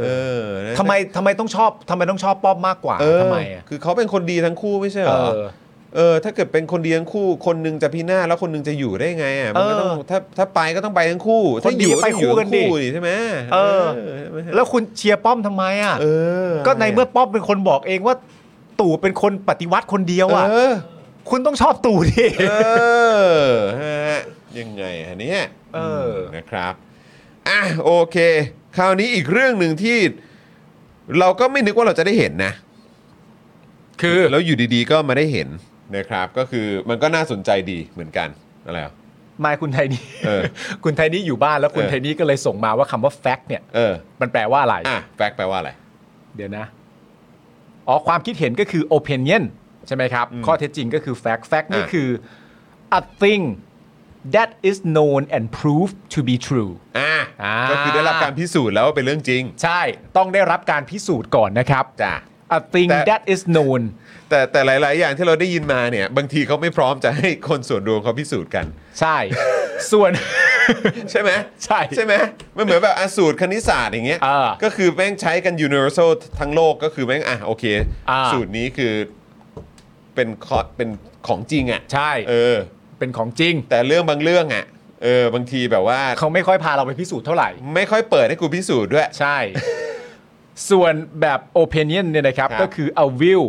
Speaker 4: เออ
Speaker 3: อนะ
Speaker 4: ทำไมทำไมต้องชอบทำไมต้องชอบป้อมมากกว่า
Speaker 3: เออ
Speaker 4: ทำไมอ่ะ
Speaker 3: คือเขาเป็นคนดีทั้งคู่ไม่ใช่เหร
Speaker 4: เอ
Speaker 3: อ
Speaker 4: อ
Speaker 3: เออ ถ้าเกิดเป็นคนดีทั้งคู่ คนหนึงจะพินาศแล้วคนหนึงจะอยู่ได้ไงอ่ะ มันก็ต้อง
Speaker 4: เออ
Speaker 3: ถ้าถ้าไปก็ต้องไปทั้งคู่ ถ้าอยู่
Speaker 4: คนดีไปคู่กันดิ
Speaker 3: อยู่ทั้งคู่ใช่ไหม
Speaker 4: เออ
Speaker 3: ใช่ไหม
Speaker 4: แล้วคุณเชียร์ป้อมทำไมอ่ะ
Speaker 3: เออ
Speaker 4: ก็ในเมื่อป้อมเป็นคนบอกเองว่าตู่เป็นคนปฏิวัติคนเดียวอ่ะ
Speaker 3: เออ
Speaker 4: คุณต้องชอบตู่ดิ
Speaker 3: เออฮะยังไงฮะเนี่ย
Speaker 4: เอออื
Speaker 3: มนะครับอ่ะโอเค คราวนี้อีกเรื่องหนึ่งที่ เราก็ไม่นึกว่าเราจะได้เห็นนะ
Speaker 4: คือ
Speaker 3: แล้วอยู่ดีๆ ก็มาได้เห็นนะครับ ก็คือมันก็น่าสนใจดีเหมือนกันอะไรอ่ะ
Speaker 4: ไมายคุณไทนี่
Speaker 3: เออ
Speaker 4: คุณไทนี่อยู่บ้านแล้วคุณ
Speaker 3: เออ
Speaker 4: ไทนี่ก็เลยส่งมาว่าคำว่าแฟกต์เนี่ย
Speaker 3: เออ
Speaker 4: มันแปลว่าอะไร
Speaker 3: อ่ะแฟกต์แปลว่าอะไร
Speaker 4: เดี๋ยวนะ อ๋อ ความคิดเห็นก็คือ opinion ใช่ไหมครับ
Speaker 3: อืม
Speaker 4: ข้อเท็จจริงก็คือ fact fact นี่
Speaker 3: อ่ะ
Speaker 4: คือ a thing that is known and proved to be true
Speaker 3: อ่ะ
Speaker 4: อ่า
Speaker 3: ก็คือได้รับการพิสูจน์แล้วว่าเป็นเรื่องจริง
Speaker 4: ใช่ ต้องได้รับการพิสูจน์ก่อนนะครับ
Speaker 3: จ้ะ
Speaker 4: a thing
Speaker 3: แต่
Speaker 4: that is known
Speaker 3: แต่แต่หลาย ๆ อย่างที่เราได้ยินมาเนี่ย บางทีเขาไม่พร้อมจะให้คนส่วนรวมเขาพิสูจน์กัน
Speaker 4: ใช่ ส่วน
Speaker 3: ใช่ไหม
Speaker 4: ใช่
Speaker 3: ใช่ไหมมันเหมือนแบบอะสูตรคณิตศาสตร์อย่างเงี้ย
Speaker 4: เออ
Speaker 3: ก็คือแม่งใช้กัน universal ทั้งโลกก็คือแม่งอ่ะโอเค
Speaker 4: อ่า
Speaker 3: สูตรนี้คือเป็นคอเป็นของจริงอ่ะ
Speaker 4: ใช่
Speaker 3: เออ
Speaker 4: เป็นของจริง
Speaker 3: แต่เรื่องบางเรื่องอ่ะเออบางทีแบบว่า
Speaker 4: เขาไม่ค่อยพาเราไปพิสูจน์เท่าไหร่
Speaker 3: ไม่ค่อยเปิดให้กูพิสูจน์ด้วย
Speaker 4: ใช่ ส่วนแบบ opinion เนี่ยนะครับ
Speaker 3: ครับ
Speaker 4: ก็คือ a view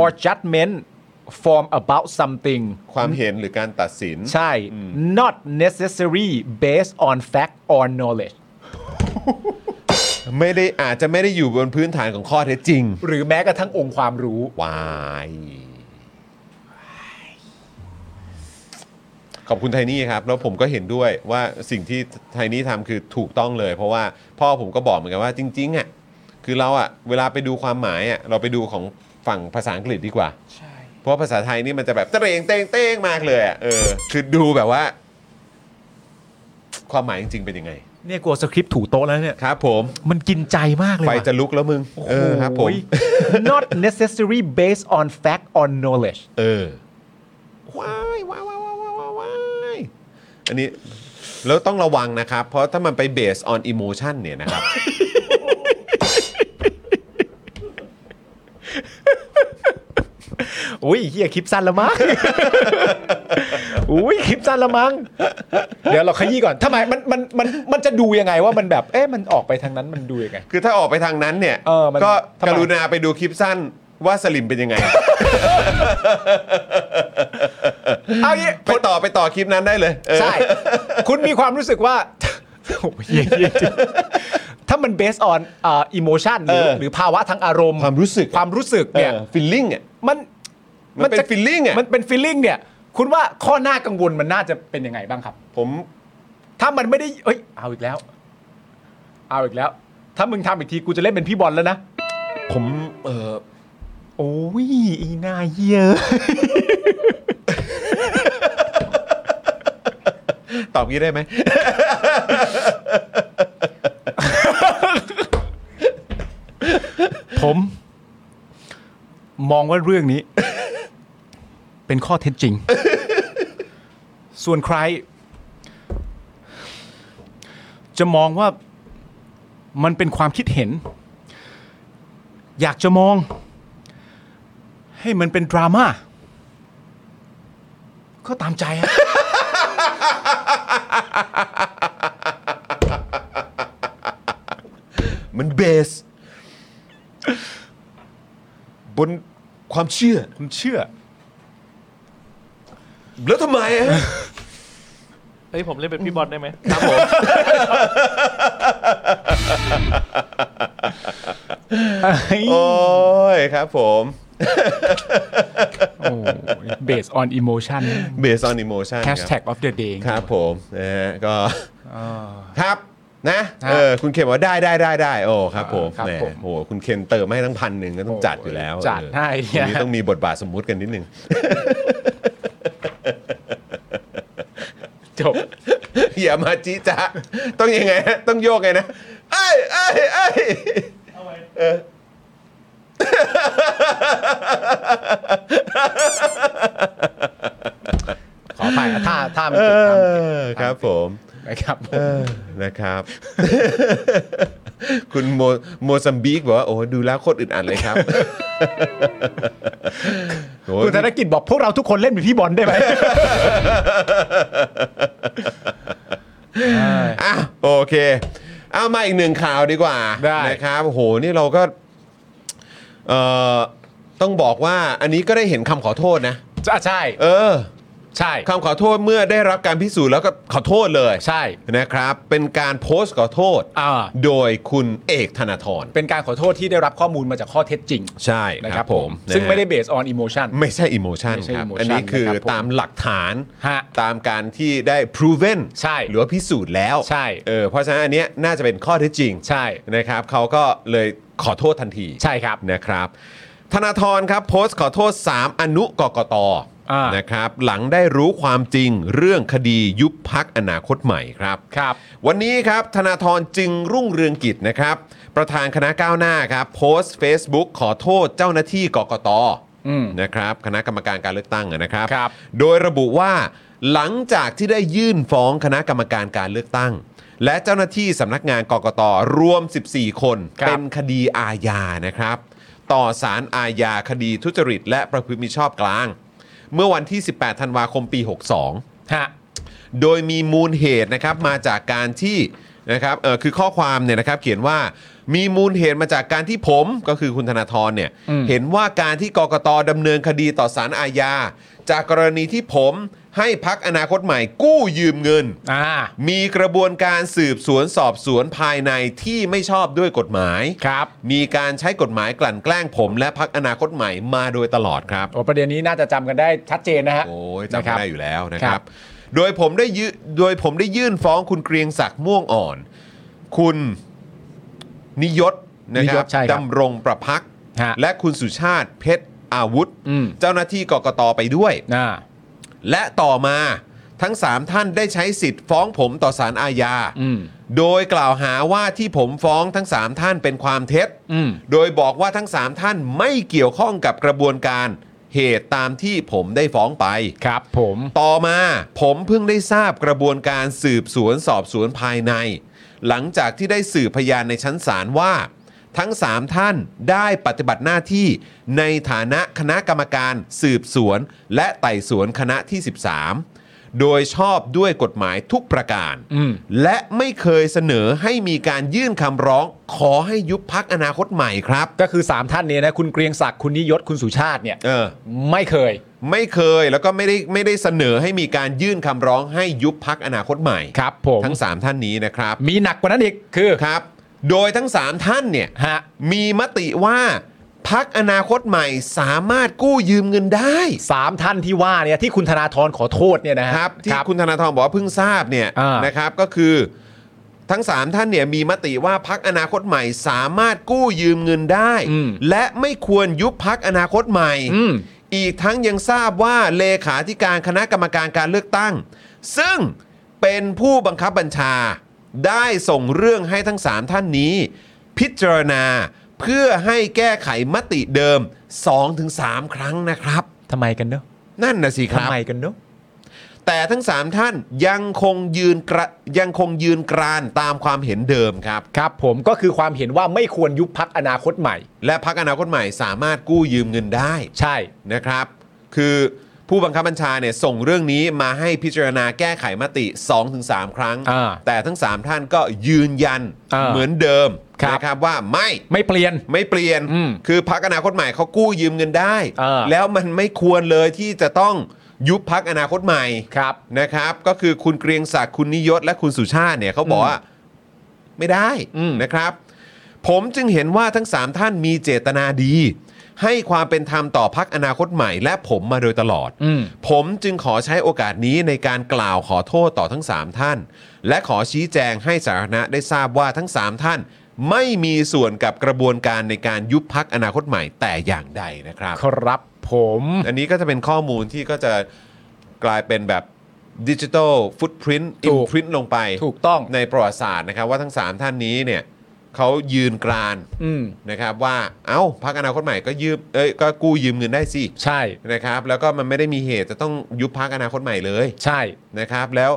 Speaker 4: or judgment form about something
Speaker 3: ความเห็นหรือการตัดสิน
Speaker 4: ใช่ not necessary based on fact or knowledge
Speaker 3: ไม่ได้อาจจะไม่ได้อยู่บนพื้นฐานของข้อเท็จจริง
Speaker 4: หรือแม้กระทั่งองค์ความรู้
Speaker 3: วาย ขอบคุณไทนี่ครับ แล้วผมก็เห็นด้วยว่าสิ่งที่ไทนี่ทำคือถูกต้องเลย เพราะว่าพ่อผมก็บอกเหมือนกันว่าจริงๆอ่ะคือเราอ่ะเวลาไปดูความหมายอ่ะเราไปดูของฝั่งภาษาอังกฤษดีกว่า เพราะภาษาไทยนี่มันจะแบบเตรงเตงเตงมากเลยอ่ะเออคือดูแบบว่า ความหมายจริงๆเป็นยังไง
Speaker 4: เนี่ยกลัวสคริปต์ถูโต๊ะแล้วเนี่ย
Speaker 3: ครับ ผม
Speaker 4: มันกินใจมากเลย
Speaker 3: ไฟ
Speaker 4: ว่ะ
Speaker 3: จะลุกแล้วมึง
Speaker 4: โอ้โห
Speaker 3: เออครับผม
Speaker 4: not necessary based on fact or knowledge
Speaker 3: เออว้ายว้ายว้ายว้ายว้ายว้ายว้ายอันนี้แล้วต้องระวังนะครับ เพราะถ้ามันไปเบสออนอิโมชันเนี่ยนะครับ
Speaker 4: อุ้ยเฮียคลิปสั้นละ มั้ง อุ้ยคลิปสั้นละมั้ง เดี๋ยวเราขยี้ก่อนทำไมมันมันมันมันจะดูยังไงว่ามันแบบ เอ๊ะมันออกไปทางนั้นมันดูยังไง
Speaker 3: คือถ้าออกไปทางนั้นเนี่ย
Speaker 4: เออมัน
Speaker 3: ก็
Speaker 4: ทำไม
Speaker 3: กรุณาไปดูคลิปสั้น ว่าสลิมเป็นยังไง
Speaker 4: เอางี้
Speaker 3: ไปต่อไปต่อคลิปนั้นได้เลยเออ
Speaker 4: ใช่ คุณมีความรู้สึกว่า โอ้ยเหี้ยเหี้ยจริงถ้ามัน based on อ่า emotion หรือหรือภาวะทางอารมณ์
Speaker 3: ความรู้สึก
Speaker 4: ความรู้สึกเนี่ย
Speaker 3: ฟีลลิ่งอ่ะ
Speaker 4: มัน
Speaker 3: มันเป็น feeling อะ
Speaker 4: มันเป็น feeling เนี่ย คุณว่าข้อหน้ากังวลมันน่าจะเป็นยังไงบ้างครับ
Speaker 3: ผม
Speaker 4: ถ้ามันไม่ได้เอ้ย เอาอีกแล้ว เอาอีกแล้ว ถ้ามึงทำอีกทีกูจะเล่นเป็นพี่บอลแล้วนะ
Speaker 3: ผมเออ
Speaker 4: โอ้ยอีหนาเหี้ยอะ
Speaker 3: ตอบงี้ได้ไหม
Speaker 4: ผม มองว่าเรื่องนี้ เป็นข้อเท็จจริง ส่วนใคร จะมองว่ามันเป็นความคิดเห็น อยากจะมอง ให้มันเป็นดราม่าก็ตามใจอะ
Speaker 3: มันเบส บนความเชื่อ
Speaker 4: ผมเชื่อ
Speaker 3: แล้วทำไมอะ
Speaker 6: เฮ้ยผมเล่นเป็นพี่บอลได้ไหม
Speaker 3: โอ้ยครับผม
Speaker 4: เบสออนอิโมชัน
Speaker 3: เบส on emotion ค
Speaker 4: แฮ
Speaker 3: รับ
Speaker 4: ชแท็กออฟเดอะเดย์
Speaker 3: ครับผมนะฮะก็ครับนะ
Speaker 4: ฮะ
Speaker 3: เออคุณเคนบอกว่าได้ได้ได้ได้โอ้ครับผม
Speaker 4: ครับ
Speaker 3: แหม
Speaker 4: ผม
Speaker 3: โหคุณเคนเติมให้ตั้งพันหนึ่งก็ต้อง
Speaker 4: โอ้
Speaker 3: จัดอยู่แล้ว
Speaker 4: จัด
Speaker 3: เออ
Speaker 4: ให้เนี่ย
Speaker 3: วันนี้ต้องมีบทบาทสมมุติกันนิดนึง
Speaker 4: จบ
Speaker 3: อย่ามาจีจ้าต้องยังไงฮะต้องโยกไงนะเอ้ยเอ้ยเอ้ย
Speaker 4: ขอไปถ้าถ้ามัน
Speaker 3: เอ
Speaker 4: เกิดท
Speaker 3: อครับผม
Speaker 4: ำนะครับผม
Speaker 3: เออนะครับ คุณโมโมซัมบิกบอกว่าโอ้ดูแล้วโคตรอึดอัดเลยครับ โอ้
Speaker 4: คุณธนกิจบอกพวกเราทุกคนเล่นเป็นพี่บอลได้ไหม
Speaker 3: อ่ะโอเค เอามาอีกหนึ่งข่าวดีกว่า
Speaker 4: ได้
Speaker 3: นะครับโอ้โหนี่เราก็เอ่อต้องบอกว่าอันนี้ก็ได้เห็นคำขอโทษนะ
Speaker 4: อ่ะใช่
Speaker 3: เออ
Speaker 4: ใช่
Speaker 3: คำขอโทษเมื่อได้รับการพิสูจน์แล้วก็ขอโทษเลย
Speaker 4: ใช่
Speaker 3: นะครับ เป็นการโพสต์ขอโทษ
Speaker 4: อ่า
Speaker 3: โดยคุณเอกธนาธร
Speaker 4: เป็นการขอโทษที่ได้รับข้อมูลมาจากข้อเท็จจริง
Speaker 3: ใช่
Speaker 4: นะครับผม ซึ่งไม่ได้เบสออนอิโมชัน
Speaker 3: ไม่ใช่อิโมชัน
Speaker 4: ไม่ใช่
Speaker 3: ครับ
Speaker 4: emotion
Speaker 3: อันนี้คือ
Speaker 4: นะครับผม
Speaker 3: ตามหลักฐาน
Speaker 4: ฮะ
Speaker 3: ตามการที่ได้ proven
Speaker 4: ใช่
Speaker 3: หรือว่าพิสูจน์แล้ว
Speaker 4: ใช่
Speaker 3: เออเพราะฉะนั้นอันเนี้ยน่าจะเป็นข้อเท็จจริง
Speaker 4: ใช่
Speaker 3: นะครับเขาก็เลยขอโทษทันที
Speaker 4: ใช่ครับ
Speaker 3: นะครับ ธนาธรครับโพสต์ขอโทษ 3 อนุกกต
Speaker 4: อ่าน
Speaker 3: นะครับ หลังได้รู้ความจริงเรื่องคดียุบพักอนาคตใหม่ครับ
Speaker 4: ครับ
Speaker 3: วันนี้ครับธนาธรจึงรุ่งเรืองกิจนะครับ ประธานคณะก้าวหน้าครับโพสต์ Facebook ขอโทษเจ้าหน้าที่กกต
Speaker 4: อืม
Speaker 3: นะครับคณะกรรมการการเลือกตั้งอะนะครับ
Speaker 4: ครับ
Speaker 3: โดยระบุว่าหลังจากที่ได้ยื่นฟ้องคณะกรรมการการเลือกตั้ง และเจ้าหน้าที่สำนักงานกกตรวม 14 คน
Speaker 4: ครับ
Speaker 3: เป็นคดีอาญานะครับ ต่อสารอาญาคดีทุจริต และประพฤติมิชอบกลาง เมื่อวันที่ 18 ธันวาคมปี 62
Speaker 4: ฮะ
Speaker 3: โดยมีมูลเหตุนะครับมาจากการที่นะครับเออคือข้อความเนี่ยนะครับเขียนว่ามีมูลเหตุมาจากการที่ผมก็คือคุณธนาธรเนี่ย
Speaker 4: อืม
Speaker 3: เห็นว่าการที่กกตดำเนินคดีต่อศาลอาญา จากกรณีที่ผมให้พักอนาคตใหม่กู้ยืมเงิน
Speaker 4: อ่า
Speaker 3: มีกระบวนการสืบสวนสอบสวนภายในที่ไม่ชอบด้วยกฎหมาย
Speaker 4: ครับ
Speaker 3: มีการใช้กฎหมายกลั่นแกล้งผม และพักอนาคตใหม่มาโดยตลอดครับ
Speaker 4: โอ้ประเด็นนี้น่าจะจำกันได้ชัดเจนนะฮะ
Speaker 3: โอ้ยจำ
Speaker 4: นะค
Speaker 3: ไม่
Speaker 4: รับ
Speaker 3: ได้อยู่แล้วนะค
Speaker 4: ค
Speaker 3: รั
Speaker 4: รับ บ
Speaker 3: โดยผมได้ยืโดยผมได้ยื่นฟ้องคุณเกรียงศักดิ์ม่วงอ่อน คุณนิยศนะ
Speaker 4: นิ
Speaker 3: ค
Speaker 4: ย
Speaker 3: รับ
Speaker 4: ศใช่ครับ
Speaker 3: ดำรงประพักษ์
Speaker 4: ฮะ
Speaker 3: และคุณสุชาติเพชรอาวุธ
Speaker 4: อืม
Speaker 3: เจ้าหน้าที่กกตไปด้วย
Speaker 4: อ่า
Speaker 3: และต่อมาทั้ง 3 ท่านได้ใช้สิทธิ์ฟ้องผมต่อศาลอาญา
Speaker 4: อืม
Speaker 3: โดยกล่าวหาว่าที่ผมฟ้องทั้ง 3 ท่านเป็นความเท็จ
Speaker 4: อืม
Speaker 3: โดยบอกว่าทั้ง 3 ท่านไม่เกี่ยวข้องกับกระบวนการเหตุตามที่ผมได้ฟ้องไป
Speaker 4: ครับผม
Speaker 3: ต่อมาผมเพิ่งได้ทราบกระบวนการสืบสวนสอบสวนภายใน หลังจากที่ได้สืบพยานในชั้นศาลว่า ทั้ง 3 ท่านได้ปฏิบัติหน้าที่ในฐานะคณะกรรมการสืบสวน และไต่สวนคณะที่ 13 โดยชอบด้วยกฎหมายทุกประการ
Speaker 4: อืม
Speaker 3: และไม่เคยเสนอให้มีการยื่นคำร้อง ขอให้ยุบพักอนาคตใหม่ครับ
Speaker 4: ก็คือ 3 ท่านเนี้นะคุณเกรียงศักดิ์คุณนิยศคุณสุชาติเนี่ย
Speaker 3: เออ
Speaker 4: ไม่เคย
Speaker 3: ไม่เคยแล้วก็ไม่ได้ไม่ได้เสนอให้มีการยื่นคำร้องให้ยุบพักอนาคตใหม่
Speaker 4: ครับผม
Speaker 3: ทั้ง 3 ท่านนี้นะครับ
Speaker 4: มีหนักกว่านั้นอีกคือ
Speaker 3: ครับ โดยทั้ง 3 ท่านเนี่ย
Speaker 4: ฮะ
Speaker 3: มีมติว่าพักอนาคตใหม่สามารถกู้ยืมเงินได้
Speaker 4: สามท่านที่ว่าเนี่ยที่คุณธนาธรขอโทษเนี่ยนะฮะ
Speaker 3: ครับที่
Speaker 4: รับ
Speaker 3: คุณธนาธรบอกว่าเพิ่งทราบเนี่ย
Speaker 4: อ่าน
Speaker 3: นะครับก็คือทั้ง 3 ท่านเนี่ยมีมติว่าพักอนาคตใหม่สามารถกู้ยืมเงินได้ และไม่ควรยุบพักอนาคตใหม่
Speaker 4: อืม
Speaker 3: อีกทั้งยังทราบว่าเลขาธิการคณะกรรมการการเลือกตั้ง ซึ่งเป็นผู้บังคับบัญชา ได้ส่งเรื่องให้ทั้ง 3 ท่านนี้ พิจารณาเพื่อให้แก้ไขมติเดิม 2-3 ครั้งนะครับ
Speaker 4: ทำไมกันเนอะ
Speaker 3: นั่นนะสิค
Speaker 4: ทำ
Speaker 3: รับ
Speaker 4: ไมกันเนอะ
Speaker 3: แต่ทั้ง 3 ท่านยังคงยืนกระยังคงยืนกรานตามความเห็นเดิมครับ
Speaker 4: ครับ ผมก็คือความเห็นว่าไม่ควรยุบพักอนาคตใหม่
Speaker 3: และพักอนาคตใหม่สามารถกู้ยืมเงินได้
Speaker 4: ใช่
Speaker 3: นะครับ คือผู้บังคับบัญชาเนี่ยส่งเรื่องนี้มาให้พิจารณาแก้ไขมติ 2-3 ครั้ง
Speaker 4: อ่า
Speaker 3: แต่ทั้ง 3 ท่านก็ยืนยัน
Speaker 4: อ่า
Speaker 3: เหมือนเดิม
Speaker 4: ครับ
Speaker 3: นะครับว่าไม่
Speaker 4: ไม่เปลี่ยน
Speaker 3: ไม่เปลี่ยน
Speaker 4: อืม
Speaker 3: คือพักอนาคตใหม่เขากู้ยืมเงินได้
Speaker 4: อ่า
Speaker 3: แล้วมันไม่ควรเลยที่จะต้องยุบพักอนาคตใหม่
Speaker 4: ครับ
Speaker 3: นะครับ ก็คือคุณเกรียงศักดิ์คุณนิยศและคุณสุชาติเนี่ยเขาบอกว่าไม่ได้
Speaker 4: อืม
Speaker 3: นะครับ ผมจึงเห็นว่าทั้ง 3 ท่านมีเจตนาดี ให้ความเป็นธรรมต่อพักอนาคตใหม่ และผมมาโดยตลอด
Speaker 4: อืม
Speaker 3: ผมจึงขอใช้โอกาสนี้ในการกล่าวขอโทษต่อทั้ง 3 ท่าน และขอชี้แจงให้สาธารณะได้ทราบว่าทั้ง 3 ท่าน ไม่มีส่วนกับกระบวนการในการยุบพักอนาคตใหม่แต่อย่างใดนะครับ
Speaker 4: ครับผม
Speaker 3: อันนี้ก็จะเป็นข้อมูลที่ก็จะกลายเป็นแบบดิจิทัลฟุตพิ้นอิ
Speaker 4: ถู
Speaker 3: น
Speaker 4: ก
Speaker 3: พิ้นลงไป
Speaker 4: ถูกต้อง
Speaker 3: ในประวัติศาสตร์นะครับว่าทั้ง 3 ท่านนี้เนี่ยเขายืนกราน
Speaker 4: อืม
Speaker 3: นะครับว่าเอ้าพักอนาคตใหม่ก็ยืมเอ้ยก็กู้ยืมเงินได้สิ
Speaker 4: ใช่
Speaker 3: นะครับ แล้วก็มันไม่ได้มีเหตุจะต้องยุบพักอนาคตใหม่เลย
Speaker 4: ใช่
Speaker 3: นะครับ แล้ว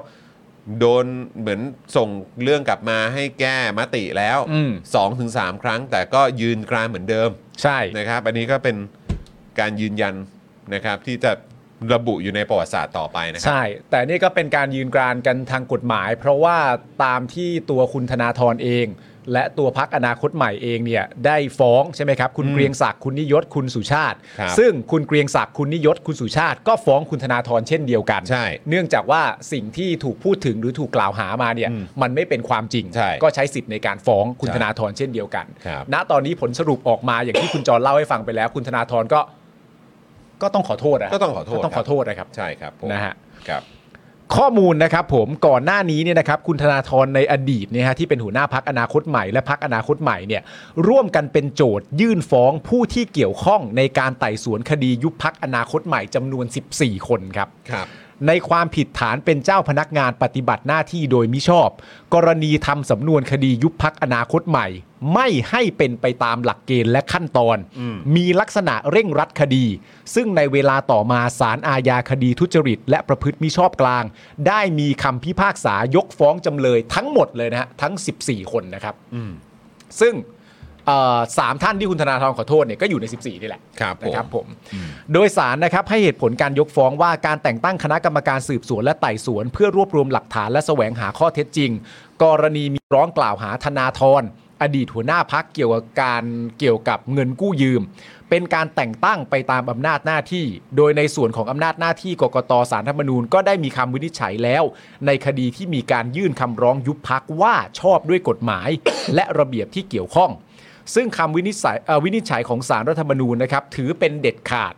Speaker 3: โดนเหมือนส่งเรื่องกลับมาให้แก้มติแล้ว
Speaker 4: อืม
Speaker 3: สองถึงสามครั้ง แต่ก็ยืนกรานเหมือนเดิม
Speaker 4: ใช่
Speaker 3: นะครับ อันนี้ก็เป็นการยืนยันนะครับที่จะระบุอยู่ในประวัติศาสตร์ต่อไปนะครับ
Speaker 4: ใช่ แต่นี่ก็เป็นการยืนกรานกันทางกฎหมาย เพราะว่าตามที่ตัวคุณธนาธรเอง และตัวพักอนาคตใหม่เองเนี่ยได้ฟ้องใช่ไหมครับ คุณเกรียงศักดิ์คุณนิยศคุณสุชาติ
Speaker 3: ครับ
Speaker 4: ซึ่งคุณเกรียงศักดิ์คุณนิยศคุณสุชาติ ก็ฟ้องคุณธนาธรเช่นเดียวกัน
Speaker 3: ใช่
Speaker 4: เนื่องจากว่าสิ่งที่ถูกพูดถึงหรือถูกกล่าวหามาเนี่ย
Speaker 3: อืม
Speaker 4: มันไม่เป็นความจริง
Speaker 3: ใช่
Speaker 4: ก็ใช้สิทธิ์ในการฟ้องคุณ
Speaker 3: ใช่
Speaker 4: ธนาธรเช่นเดียวกัน
Speaker 3: ครับ
Speaker 4: ณตอนนี้ผลสรุปออกมาอย่างที่คุณจรเล่าให้ฟังไปแล้ว คุณธนาธรก็ก็ต้องขอโทษนะ
Speaker 3: ก็ต้องขอโทษ
Speaker 4: ต้องขอโทษนะครับ
Speaker 3: ใช่ครับผม
Speaker 4: นะฮะ
Speaker 3: ครับ
Speaker 4: ข้อมูลนะครับผมก่อนหน้านี้เนี่ยนะครับคุณธนาธรในอดีตเนี่ยฮะที่เป็นหัวหน้าพักอนาคตใหม่และพักอนาคตใหม่เนี่ยร่วมกันเป็นโจทยื่นฟ้องผู้ที่เกี่ยวข้องในการไต่สวนคดียุบพักอนาคตใหม่จำนวน 14 คนครับ
Speaker 3: ครับ
Speaker 4: ในความผิดฐานเป็นเจ้าพนักงานปฏิบัติหน้าที่โดยมิชอบ กรณีทำสำนวนคดียุบพักอนาคตใหม่ ไม่ให้เป็นไปตามหลักเกณฑ์และขั้นตอน มีลักษณะเร่งรัดคดี ซึ่งในเวลาต่อมาศาลอาญาคดีทุจริต และประพฤติมิชอบกลาง ได้มีคำพิพากษายกฟ้องจำเลยทั้งหมดเลยนะฮะทั้ง 14 คนนะครับซึ่งเอ่อสามท่านที่คุณธนาธรขอโทษเนี่ยก็อยู่ใน 14 นี่แหละ
Speaker 3: ครับผม
Speaker 4: นะครับผมโดยสารนะครับให้เหตุผลการยกฟ้องว่าการแต่งตั้งคณะกรรมการสืบสวนและไต่สวน เพื่อรวบรวมหลักฐานและแสวงหาข้อเท็จจริง กรณีมีร้องกล่าวหาธนาธรอดีตหัวหน้าพักเกี่ยวกับการเกี่ยวกับเงินกู้ยืม เป็นการแต่งตั้งไปตามอำนาจหน้าที่ โดยในส่วนของอำนาจหน้าที่กกตสารรัฐธรรมนูญก็ได้มีคำวินิจฉัยแล้ว ในคดีที่มีการยื่นคำร้องยุบพักว่าชอบด้วยกฎหมาย และระเบียบที่เกี่ยวข้อง ซึ่งคำวินิจฉัยเอ่อวินิจฉัยของสารรัฐธรรมนูญนะครับ ถือเป็นเด็ดขาด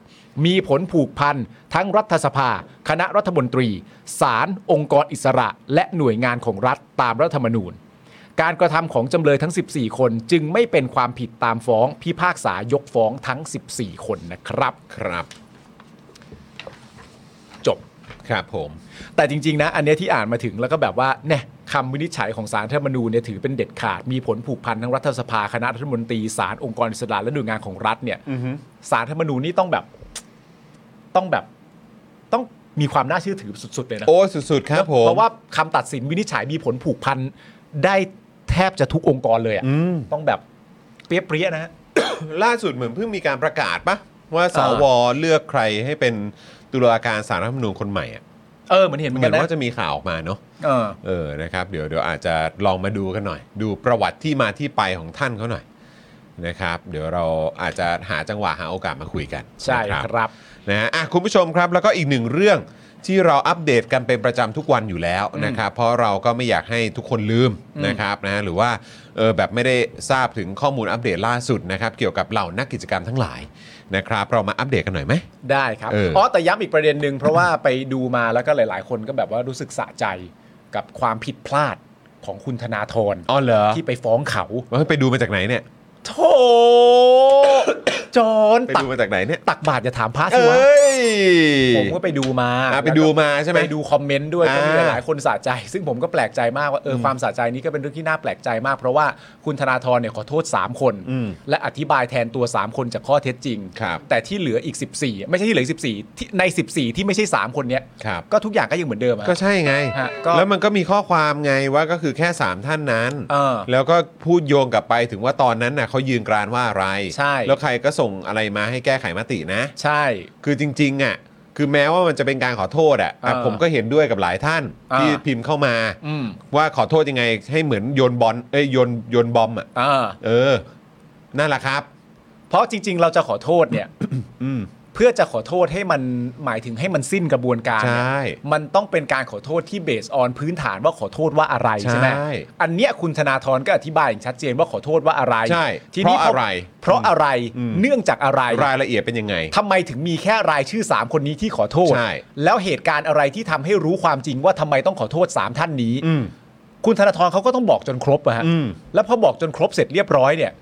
Speaker 4: มีผลผูกพันทั้งรัฐสภา คณะรัฐมนตรีศาลองค์กรอิสระ และหน่วยงานของรัฐตามรัฐธรรมนูญ การกระทำของจำเลยทั้ง 14 คนจึงไม่เป็นความผิดตามฟ้อง พิพากษายกฟ้องทั้ง 14 คนนะครับ
Speaker 3: ครับ
Speaker 4: จบ
Speaker 3: ครับผม
Speaker 4: แต่จริง ๆ นะ อันเนี้ยที่อ่านมาถึงแล้วก็แบบว่าเนี่ยคำวินิจฉัยของสารรัฐธรรมนูญเนี่ยถือเป็นเด็ดขาด มีผลผูกพันทั้งรัฐสภา คณะรัฐมนตรีศาลองค์กรอิสระและหน่วยงานของรัฐเนี่ยสารรัฐธรรมนูญนี่ต้องแบบ ต้องแบบ ต้องมีความน่าเชื่อถือสุด ๆ เลยนะ
Speaker 3: โอ้ยสุดๆครับผม
Speaker 4: เพราะว่าคำตัดสินวินิจฉัยมีผลผูกพันได้แทบจะทุกองค์กรเลยอะ
Speaker 3: อืม
Speaker 4: ต้องแบบเปรี้ยเปรี้ยๆนะฮะ
Speaker 3: ล่าสุดเหมือนเพิ่งมีการประกาศปะว่าส
Speaker 4: อ่า
Speaker 3: วเลือกใครให้เป็นตุลาการสารรัฐธรรมนูญคนใหม่อะ
Speaker 4: เออเหมือนเห็นเห
Speaker 3: เห
Speaker 4: มือ
Speaker 3: มื
Speaker 4: นกั
Speaker 3: อน น
Speaker 4: นะ
Speaker 3: ว่าจะมีข่าวออกมาเนาะ
Speaker 4: เออ
Speaker 3: เออนะครับเดี๋ยวเดี๋ยวอาจจะลองมาดูกันหน่อย ดูประวัติที่มาที่ไปของท่านเขาหน่อยนะครับเดี๋ยวเราอาจจะหาจังหวะหาโอกาสมาคุยกัน
Speaker 4: ใช่
Speaker 3: นะ
Speaker 4: ครับ
Speaker 3: นะฮะอ่ะคุณผู้ชมครับแล้วก็อีกหนึ่งเรื่องที่เราอัปเดตกันเป็นประจำทุกวันอยู่แล้วนะครับเพราะเราก็ไม่อยากให้ทุกคนลืม
Speaker 4: อืม
Speaker 3: นะครับนะหรือว่าเออแบบไม่ได้ทราบถึงข้อมูลอัปเดตล่าสุดนะครับเกี่ยวกับเหล่านักกิจกรรมทั้งหลายนะครับเรามาอัปเดตกันหน่อยไหม
Speaker 4: ได้ครับ
Speaker 3: เอออ๋
Speaker 4: อ๋อแต่ย้ำอีกประเด็นหนึ่งเพราะว่าไปดูมาแล้วก็หลาย ๆ คนก็แบบว่ารู้สึกสะใจกับความผิดพลาดของคุณธนาธร
Speaker 3: อ๋อเหรอ
Speaker 4: ที่ไปฟ้องเขา
Speaker 3: ว่าไปดูมาจากไหนเนี่ย
Speaker 4: โธ่ จอน
Speaker 3: ไป
Speaker 4: ตัก
Speaker 3: ดูมาจากไหนเนี่ย
Speaker 4: ตักบาทอย่าถามพระสิวะ
Speaker 3: เอ้ย
Speaker 4: ผมก็ไปดูมา
Speaker 3: อ่ะไปดูมาใช่ไหม
Speaker 4: ไปดูคอมเมนต์ด้วย
Speaker 3: อ่า
Speaker 4: ก็มีหลายๆคนสะใจ ซึ่งผมก็แปลกใจมากว่าเอออความสะใจนี้ก็เป็นเรื่องที่น่าแปลกใจมาก เพราะว่าคุณธนาธรเนี่ยขอโทษ 3 คน
Speaker 3: อืม
Speaker 4: และอธิบายแทนตัว 3 คนจากข้อเท็จจริง
Speaker 3: ครับ
Speaker 4: แต่ที่เหลืออีก 14 ไม่ใช่ที่เหลืออีก14ที่ใน 14 ที่ไม่ใช่ 3 คนเนี้ย
Speaker 3: ครับ
Speaker 4: ก็ทุกอย่างก็ยังเหมือนเดิมอะ
Speaker 3: ก็ใช่ไง
Speaker 4: ฮะก็
Speaker 3: แล้วมันก็มีข้อความไงว่าก็คือแค่ 3 ท่านนั้น
Speaker 4: เออ
Speaker 3: แล้วก็พูดโยงกลับไปถึงว่าตอนนั้นน่ะเขายืนกรานว่าอะไร
Speaker 4: ใช่
Speaker 3: แล้วใครก็ส่งอะไรมาให้แก้ไขมตินะ
Speaker 4: ใช่
Speaker 3: คือจริงๆอ่ะคือแม้ว่ามันจะเป็นการขอโทษอ่ะแต่
Speaker 4: เออ
Speaker 3: ผมก็เห็นด้วยกับหลายท่าน
Speaker 4: เออ
Speaker 3: ที่พิมพ์เข้ามา
Speaker 4: อืม
Speaker 3: ว่าขอโทษยังไงให้เหมือนโยนบอลเอ้ยโยนโยนบอมอ่ะ
Speaker 4: อ่า
Speaker 3: เออ นั่นแหละครับ
Speaker 4: เพราะจริง ๆ เราจะขอโทษเนี่ย
Speaker 3: อืม
Speaker 4: เพื่อจะขอโทษให้มันหมายถึงให้มันสิ้นกระบวนการเนี่ย
Speaker 3: ใช่
Speaker 4: มันต้องเป็นการขอโทษที่เบสออนพื้นฐานว่าขอโทษว่าอะไรใช่ไหม
Speaker 3: ใช่
Speaker 4: อันเนี้ยคุณธนาธรก็อธิบายอย่างชัดเจนว่าขอโทษว่าอะไร
Speaker 3: ใช่
Speaker 4: ทีนี้
Speaker 3: เพราะอะไร
Speaker 4: เพราะอะไร
Speaker 3: อืม
Speaker 4: เนื่องจากอะไร
Speaker 3: รายละเอียดเป็นยังไง
Speaker 4: ทำไมถึงมีแค่รายชื่อ 3 คนนี้ที่ขอโทษ
Speaker 3: ใช่
Speaker 4: แล้วเหตุการณ์อะไรที่ทำให้รู้ความจริงว่าทำไมต้องขอโทษ 3 ท่านนี้
Speaker 3: อืม
Speaker 4: คุณธนาธรเขาก็ต้องบอกจนครบอะฮะ
Speaker 3: อืม
Speaker 4: แล้วพอบอกจนครบเสร็จเรียบร้อยเนี่ย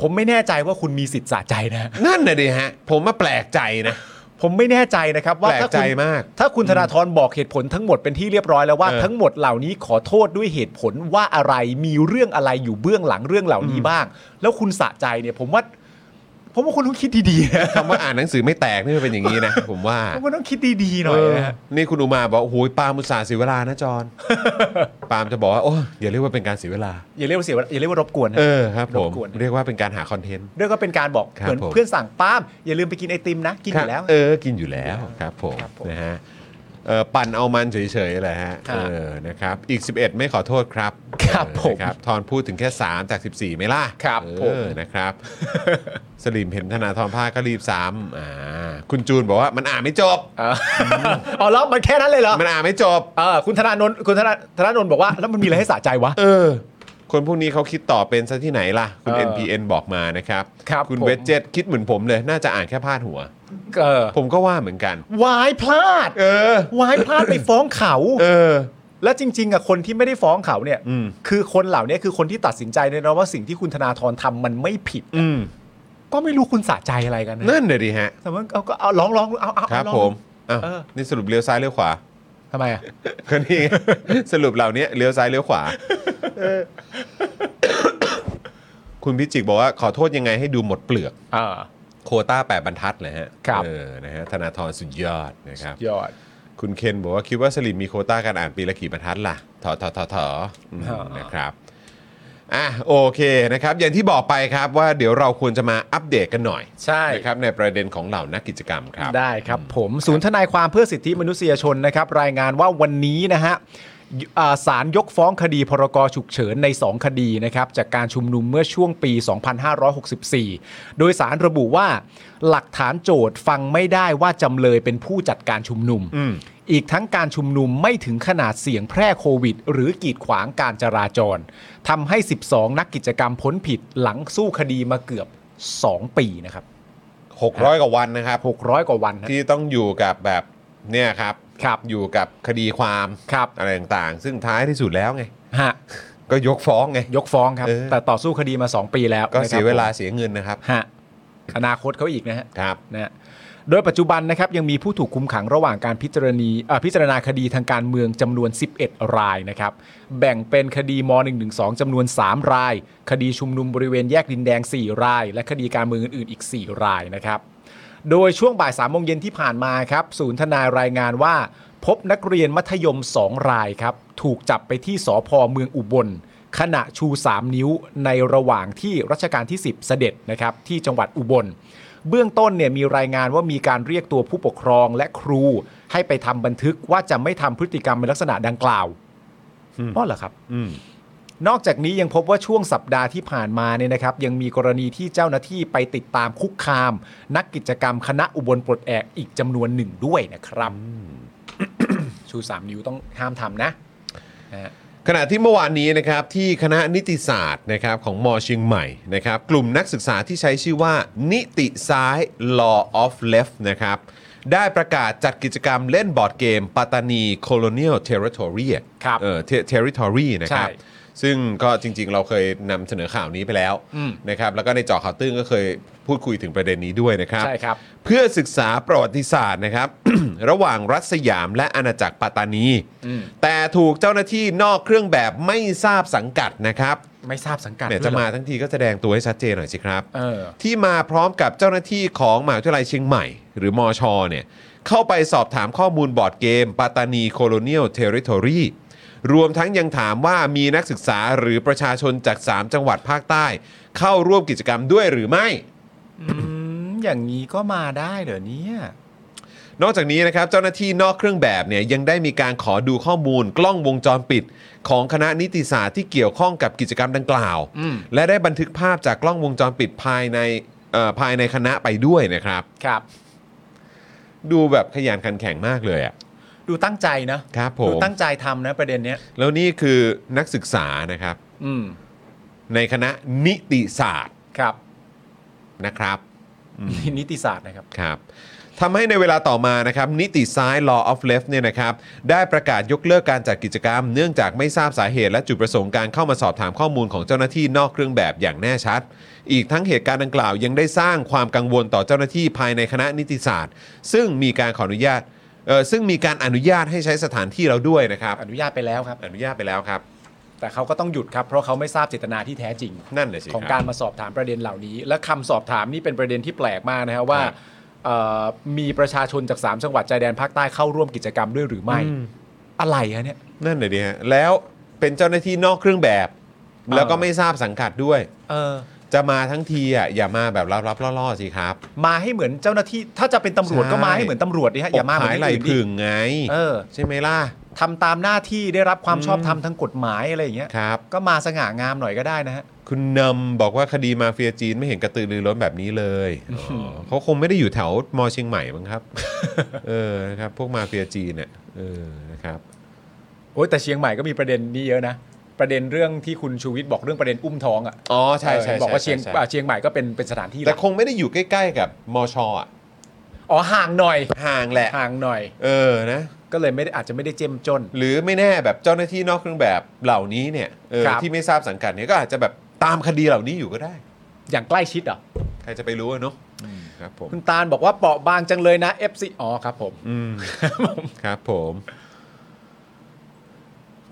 Speaker 4: ผมไม่แน่ใจว่าคุณมีสิทธิ์สะใจนะ
Speaker 3: นั่นน่ะดิฮะ ผมมาแปลกใจนะ
Speaker 4: ผมไม่แน่ใจนะครับว่า
Speaker 3: แปลก
Speaker 4: ถ้าคุณ
Speaker 3: ใจมาก
Speaker 4: ถ้าคุณธนาธรบอกเหตุผลทั้งหมดเป็นที่เรียบร้อยแล้วว่า
Speaker 3: เออ
Speaker 4: ทั้งหมดเหล่านี้ขอโทษด้วยเหตุผลว่าอะไรมีเรื่องอะไรอยู่เบื้องหลังเรื่องเหล่านี้บ้าง แล้วคุณสะใจเนี่ย ผมว่า ผมว่าคุณต้องคิดดีๆนะ
Speaker 3: คำว่าอ่านหนังสือไม่แตกนี่มันเป็นอย่างนี้นะ ผมว่า
Speaker 4: ผมว่าต้องคิดดีๆหน่อยนะฮะ
Speaker 3: เออนี่คุณอุมาบอกโอ้โหปาล์มอุตสาห์เสียเวลานะจ อน ปาล์มจะบอกว่า โอ้ยอย่าเรียกว่าเป็นการเสียเวลา
Speaker 4: อย่าเรียกว่าเสียเวลาอย่าเรียกว่ารบกวนนะ
Speaker 3: เออครับผม
Speaker 4: รบกวนนะ
Speaker 3: เรียกว่าเป็นการหาคอนเทนต์
Speaker 4: เรื่องก็เป็นการบอก
Speaker 3: ครับ
Speaker 4: เหมือน
Speaker 3: ผม
Speaker 4: เพื่อนสั่งป้ามอย่าลืมไปกินไอติมนะ กินอยู่แล้ว
Speaker 3: ครับเออ กินอยู่แล้วครับผม
Speaker 4: ครับผม
Speaker 3: นะฮะเออปั่นเอามันเฉยๆเลยฮะ
Speaker 4: ครับ
Speaker 3: เออนะครับอีก 11 ไม่ขอโทษครับ
Speaker 4: ครับ
Speaker 3: เออ
Speaker 4: ผม
Speaker 3: นะครับทอนพูดถึงแค่ 3 จาก 14ไหม่ล่ะ
Speaker 4: ครับ
Speaker 3: เออ
Speaker 4: ผม
Speaker 3: นะครับ สลิมเห็นธนาทรผ้าก็รีบซ้ำอ่าคุณจูนบอกว่ามันอ่านไม่จบ
Speaker 4: อ่ะอ๋อแล้วมันแค่นั้นเลยเหรอ
Speaker 3: มันอ่านไม่จบ
Speaker 4: เออคุณธนาโนนคุณธนาธนาโนนบอกว่า แล้วมันมีอะไรให้สะใจวะ
Speaker 3: เออ คนพวกนี้เขาคิดต่อเป็นซะที่ไหนล่ะ คุณ
Speaker 4: เออ
Speaker 3: NPN บอกมานะครับ
Speaker 4: ครับ
Speaker 3: ณ
Speaker 4: ผม
Speaker 3: เวจเจ็ตคิดเหมือนผมเลย น่าจะอ่านแค่พาดหัว
Speaker 4: เออ
Speaker 3: ผมก็ว่าเหมือนกัน
Speaker 4: วายพลาด
Speaker 3: เออ
Speaker 4: วายพลาดไปฟ้องเขา
Speaker 3: เออ
Speaker 4: และจริง ๆอะคนที่ไม่ได้ฟ้องเขาเนี่ย
Speaker 3: อืม
Speaker 4: คือคนเหล่านี้คือคนที่ตัดสินใจเลยนะว่าสิ่งที่คุณธนาธรทำมันไม่ผิด
Speaker 3: อืม
Speaker 4: ก็ไม่รู้คุณสะใจอะไรกันนะ
Speaker 3: นั่นเลยดิฮะ
Speaker 4: แต่ว่าเอาก็เอาร้องร้องเอาเอาเอา
Speaker 3: ครับ
Speaker 4: ลอง
Speaker 3: ผมอ้าว
Speaker 4: เออ
Speaker 3: นี่สรุปเลี้ยวซ้ายเลี้ยวขวา
Speaker 4: ทำไมอะ
Speaker 3: ก็นี่ไง สรุปเหล่านี้เลี้ยวซ้ายเลี้ยวขวา คุณพิจิกบอกว่าขอโทษยังไงให้ดูหมดเปลือก
Speaker 4: อ่า
Speaker 3: โควต้าแปดบรรทัดเลยฮะ
Speaker 4: ครับ
Speaker 3: เออนะฮะธนาธรสุดยอดนะครับ
Speaker 4: ยอด
Speaker 3: คุณเคนบอกว่าคิดว่าสลิมมีโควต้าการอ่านปีละกี่บรรทัดล่ะถอถอถอถออืม
Speaker 4: อ่าน
Speaker 3: นะครับ อ่ะโอเคนะครับ อย่างที่บอกไปครับว่าเดี๋ยวเราควรจะมาอัปเดตกันหน่อย
Speaker 4: ใช่
Speaker 3: นะครับในประเด็นของเหล่านักกิจกรรมครับ
Speaker 4: ได้ครับผมศูนย์ทนายความเพื่อสิทธิมนุษยชนนะครับ รายงานว่าวันนี้นะฮะอ่าศาลยกฟ้องคดีพรกฉุกเฉินใน 2 คดีนะครับจากการชุมนุมเมื่อช่วงปี 2564 โดยสารระบุว่าหลักฐานโจทย์ฟังไม่ได้ว่าจำเลยเป็นผู้จัดการชุมนุม
Speaker 3: อืม
Speaker 4: อีกทั้งการชุมนุมไม่ถึงขนาดเสี่ยงแพร่โควิด หรือกีดขวางการจราจรทำให้ 12 นักกิจกรรมพ้นผิดหลังสู้คดีมาเกือบ 2 ปีนะครับ
Speaker 3: 600 กว่าวันนะครับ
Speaker 4: 600 กว่าวันนะ
Speaker 3: ที่ต้องอยู่กับแบบเนี่ยครับ
Speaker 4: ครับ
Speaker 3: อยู่กับคดีความ
Speaker 4: ครับ
Speaker 3: อะไรต่างๆ ซึ่งท้ายที่สุดแล้วไง
Speaker 4: ฮะ
Speaker 3: ก็ยกฟ้องไง
Speaker 4: ยกฟ้องครับ
Speaker 3: เออ
Speaker 4: แต่ต่อสู้คดีมา 2 ปีแล้ว
Speaker 3: ก็เสียเวลา
Speaker 4: นะครับ
Speaker 3: เสียเงินนะครับ
Speaker 4: ผมฮะอนาคตเขาอีกนะฮะ
Speaker 3: ครับ
Speaker 4: นะฮะโดยปัจจุบันนะครับยังมีผู้ถูกคุมขังระหว่างการพิจารณีเอ่อพิจารณาคดีทางการเมืองจำนวน 11 รายนะครับ แบ่งเป็นคดีม .112 จำนวน 3 ราย คดีชุมนุมบริเวณแยกดินแดง 4 ราย และคดีการเมืองอื่นๆอีก 4 รายนะครับ โดยช่วงบ่ายสามโมงเย็นที่ผ่านมาครับ ศูนย์ทนายรายงานว่า พบนักเรียนมัธยม 2 รายครับ ถูกจับไปที่สอพอเมืองอุบล ขณะชู 3 นิ้วในระหว่างที่รัชกาลที่ 10 เสด็จนะครับ ที่จังหวัดอุบล เบื้องต้นเนี่ยมีรายงานว่ามีการเรียกตัวผู้ปกครองและครู ให้ไปทำบันทึกว่าจะไม่ทำพฤติกรรมในลักษณะดังกล่าว
Speaker 3: อืม
Speaker 4: อ๋อเหรอครับ
Speaker 3: อืม
Speaker 4: นอกจากนี้ยังพบว่าช่วงสัปดาห์ที่ผ่านมาเนี่ยนะครับ ยังมีกรณีที่เจ้าหน้าที่ไปติดตามคุกคาม นักกิจกรรมคณะอุบลปลดแอกอีกจำนวนหนึ่งด้วยนะครับ ชู 3 นิ้วต้องห้ามทำนะนะฮะ
Speaker 3: ขณะที่เมื่อวานนี้นะครับที่คณะนิติศาสตร์นะครับของมอเชียงใหม่นะครับกลุ่มนักศึกษาที่ใช้ชื่อว่า นิติซ้าย Law of Left นะครับได้ประกาศจัดกิจกรรมเล่นบอร์ดเกม ปัตตานี Colonial Territory
Speaker 4: ครับ
Speaker 3: เออ Ter- Territory นะครับ
Speaker 4: ใช่
Speaker 3: ซึ่งก็จริงๆ เราเคยนำเสนอข่าวนี้ไปแล้ว
Speaker 4: อืม
Speaker 3: นะครับแล้วก็ในเจอข่าวตื้นก็เคยพูดคุยถึงประเด็นนี้ด้วยนะครับ
Speaker 4: ใช่ครับ
Speaker 3: เพื่อศึกษาประวัติศาสตร์นะครับ ระหว่างรัฐสยามและอาณาจักรปัตตานี
Speaker 4: อืม
Speaker 3: แต่ถูกเจ้าหน้าที่นอกเครื่องแบบไม่ทราบสังกัดนะครับ
Speaker 4: ไม่ทราบสังกัด
Speaker 3: เนี่ย
Speaker 4: ด้
Speaker 3: จะ
Speaker 4: วหรอ
Speaker 3: มาทั้งทีก็แสดงตัวให้ชัดเจนหน่อยสิครับ
Speaker 4: เออ
Speaker 3: ที่มาพร้อมกับเจ้าหน้าที่ของมหาวิทยาลัยเชียงใหม่ หรือมอชอเนี่ยเข้าไปสอบถามข้อมูลบอร์ดเกมปัตตานีโคโลเนียลเทริทอรีรวมทั้งยังถามว่ามีนักศึกษาหรือประชาชนจาก 3 จังหวัดภาคใต้ เข้าร่วมกิจกรรมด้วยหรือไม่
Speaker 4: อืม อย่างนี้ก็มาได้เหรอเนี่ย
Speaker 3: นอกจากนี้นะครับเจ้าหน้าที่นอกเครื่องแบบเนี่ยยังได้มีการขอดูข้อมูลกล้องวงจรปิด ของคณะนิติศาสตร์ที่เกี่ยวข้องกับกิจกรรมดังกล่าว
Speaker 4: อืม
Speaker 3: และได้บันทึกภาพจากกล้องวงจรปิดภายในเอ่อภายในคณะไปด้วยนะครับ
Speaker 4: ครับ
Speaker 3: ดูแบบขยันขันแข็งมากเลยอะ
Speaker 4: ดูตั้งใจนะครับ
Speaker 3: ผ
Speaker 4: ดู
Speaker 3: ม
Speaker 4: ตั้งใจทำนะประเด็นเนี้ย
Speaker 3: แล้วนี่คือนักศึกษานะครับ
Speaker 4: อืม
Speaker 3: ในคณะนิติศาสตร์
Speaker 4: ครับ
Speaker 3: นะครับ
Speaker 4: นี่นิติศาสตร์นะครับ
Speaker 3: ครับทำให้ในเวลาต่อมานะครับนิติซ้าย Law of Left เนี่ยนะครับได้ประกาศยกเลิกการจัดกิจกรรม เนื่องจากไม่ทราบสาเหตุและจุดประสงค์การเข้ามาสอบถามข้อมูลของเจ้าหน้าที่นอกเครื่องแบบอย่างแน่ชัด อีกทั้งเหตุการณ์ดังกล่าวยังได้สร้างความกังวลต่อเจ้าหน้าที่ภายในคณะนิติศาสตร์ ซึ่งมีการขออนุญาตเอ่อซึ่งมีการอนุญาตให้ใช้สถานที่เราด้วยนะครับ
Speaker 4: อนุญาตไปแล้วครับ
Speaker 3: อนุญาตไปแล้วครับ
Speaker 4: แต่เขาก็ต้องหยุดครับ เพราะเขาไม่ทราบเจตนาที่แท้จริง
Speaker 3: นั่นเลยสิ
Speaker 4: ของการ
Speaker 3: คั
Speaker 4: ร
Speaker 3: บ
Speaker 4: มาสอบถามประเด็นเหล่านี้ และคำสอบถามนี่เป็นประเด็นที่แปลกมากนะครับว่า
Speaker 3: ครับ
Speaker 4: เอ่อมีประชาชนจาก 3 จังหวัดชายแดนภาคใต้เข้าร่วมกิจกรรมด้วยหรือไม่
Speaker 3: อืม
Speaker 4: อะไรฮะเนี่ย
Speaker 3: นั่นเลยดิฮะแล้วเป็นเจ้าหน้าที่นอกเครื่องแบบ
Speaker 4: ออ
Speaker 3: แล้วก็ไม่ทราบสังกัดด้วย
Speaker 4: เออ
Speaker 3: จะมาทั้งทีอ่ะอย่ามาแบบลับๆล่อๆสิครับ
Speaker 4: มาให้เหมือนเจ้าหน้าที่ ถ้าจะเป็นตำรวจ
Speaker 3: ใช่
Speaker 4: ก็มาให้เหมือนตำรวจดิฮะอย่ามาเหมือน
Speaker 3: ขาย
Speaker 4: คน
Speaker 3: ไหล
Speaker 4: อื่นดิ
Speaker 3: พึ่งไง
Speaker 4: เออ
Speaker 3: ใช่ไหมล่ะ
Speaker 4: ทำตามหน้าที่ได้รับความชอบธรรมทางกฎหมายอะไรอย่างเงี้ย
Speaker 3: ครับ
Speaker 4: ก็มาสง่างามหน่อยก็ได้นะฮะ
Speaker 3: คุณนำบอกว่าคดีมาเฟียจีนไม่เห็นกระตือรือร้นแบบนี้เลยอ๋อเขาคงไม่ได้อยู่แถวมอเชียงใหม่มั้งครับ เออนะครับ พวกมาเฟียจีนเนี่ยเออนะครับ
Speaker 4: โอ้ยแต่เชียงใหม่ก็มีประเด็นนี้เยอะนะ ประเด็นเรื่องที่คุณชูวิทย์บอกเรื่องประเด็นอุ้มท้องอ่ะ
Speaker 3: อ๋อใช่ใช่
Speaker 4: เออบอกว่า
Speaker 3: ใช่
Speaker 4: เชียง
Speaker 3: ใช่
Speaker 4: อ่าเชียงใหม่ก็เป็นเป็นสถานที่ห
Speaker 3: แต่
Speaker 4: ลัก
Speaker 3: คงไม่ได้อยู่ใกล้ ๆ กับมอชอ่ะ
Speaker 4: อ๋อห่างหน่อย
Speaker 3: ห่างแหละ
Speaker 4: ห่างหน่อย
Speaker 3: เออนะ
Speaker 4: ก็เลยไม่ได้อาจจะไม่ได้เจ้มจน
Speaker 3: หรือไม่แน่แบบเจ้าหน้าที่นอกเครื่องแบบเหล่านี้เนี่ยเออ
Speaker 4: ครับ
Speaker 3: ที่ไม่ทราบสังกัดเนี่ยก็อาจจะแบบตามคดีเหล่านี้อยู่ก็ได้
Speaker 4: อย่างใกล้ชิดเหรอ
Speaker 3: ใครจะไปรู้อะเนาะครับผม
Speaker 4: คุณตาลบอกว่าเปราะบางจังเลยนะ FC อ๋อครับผม
Speaker 3: อืมครับผม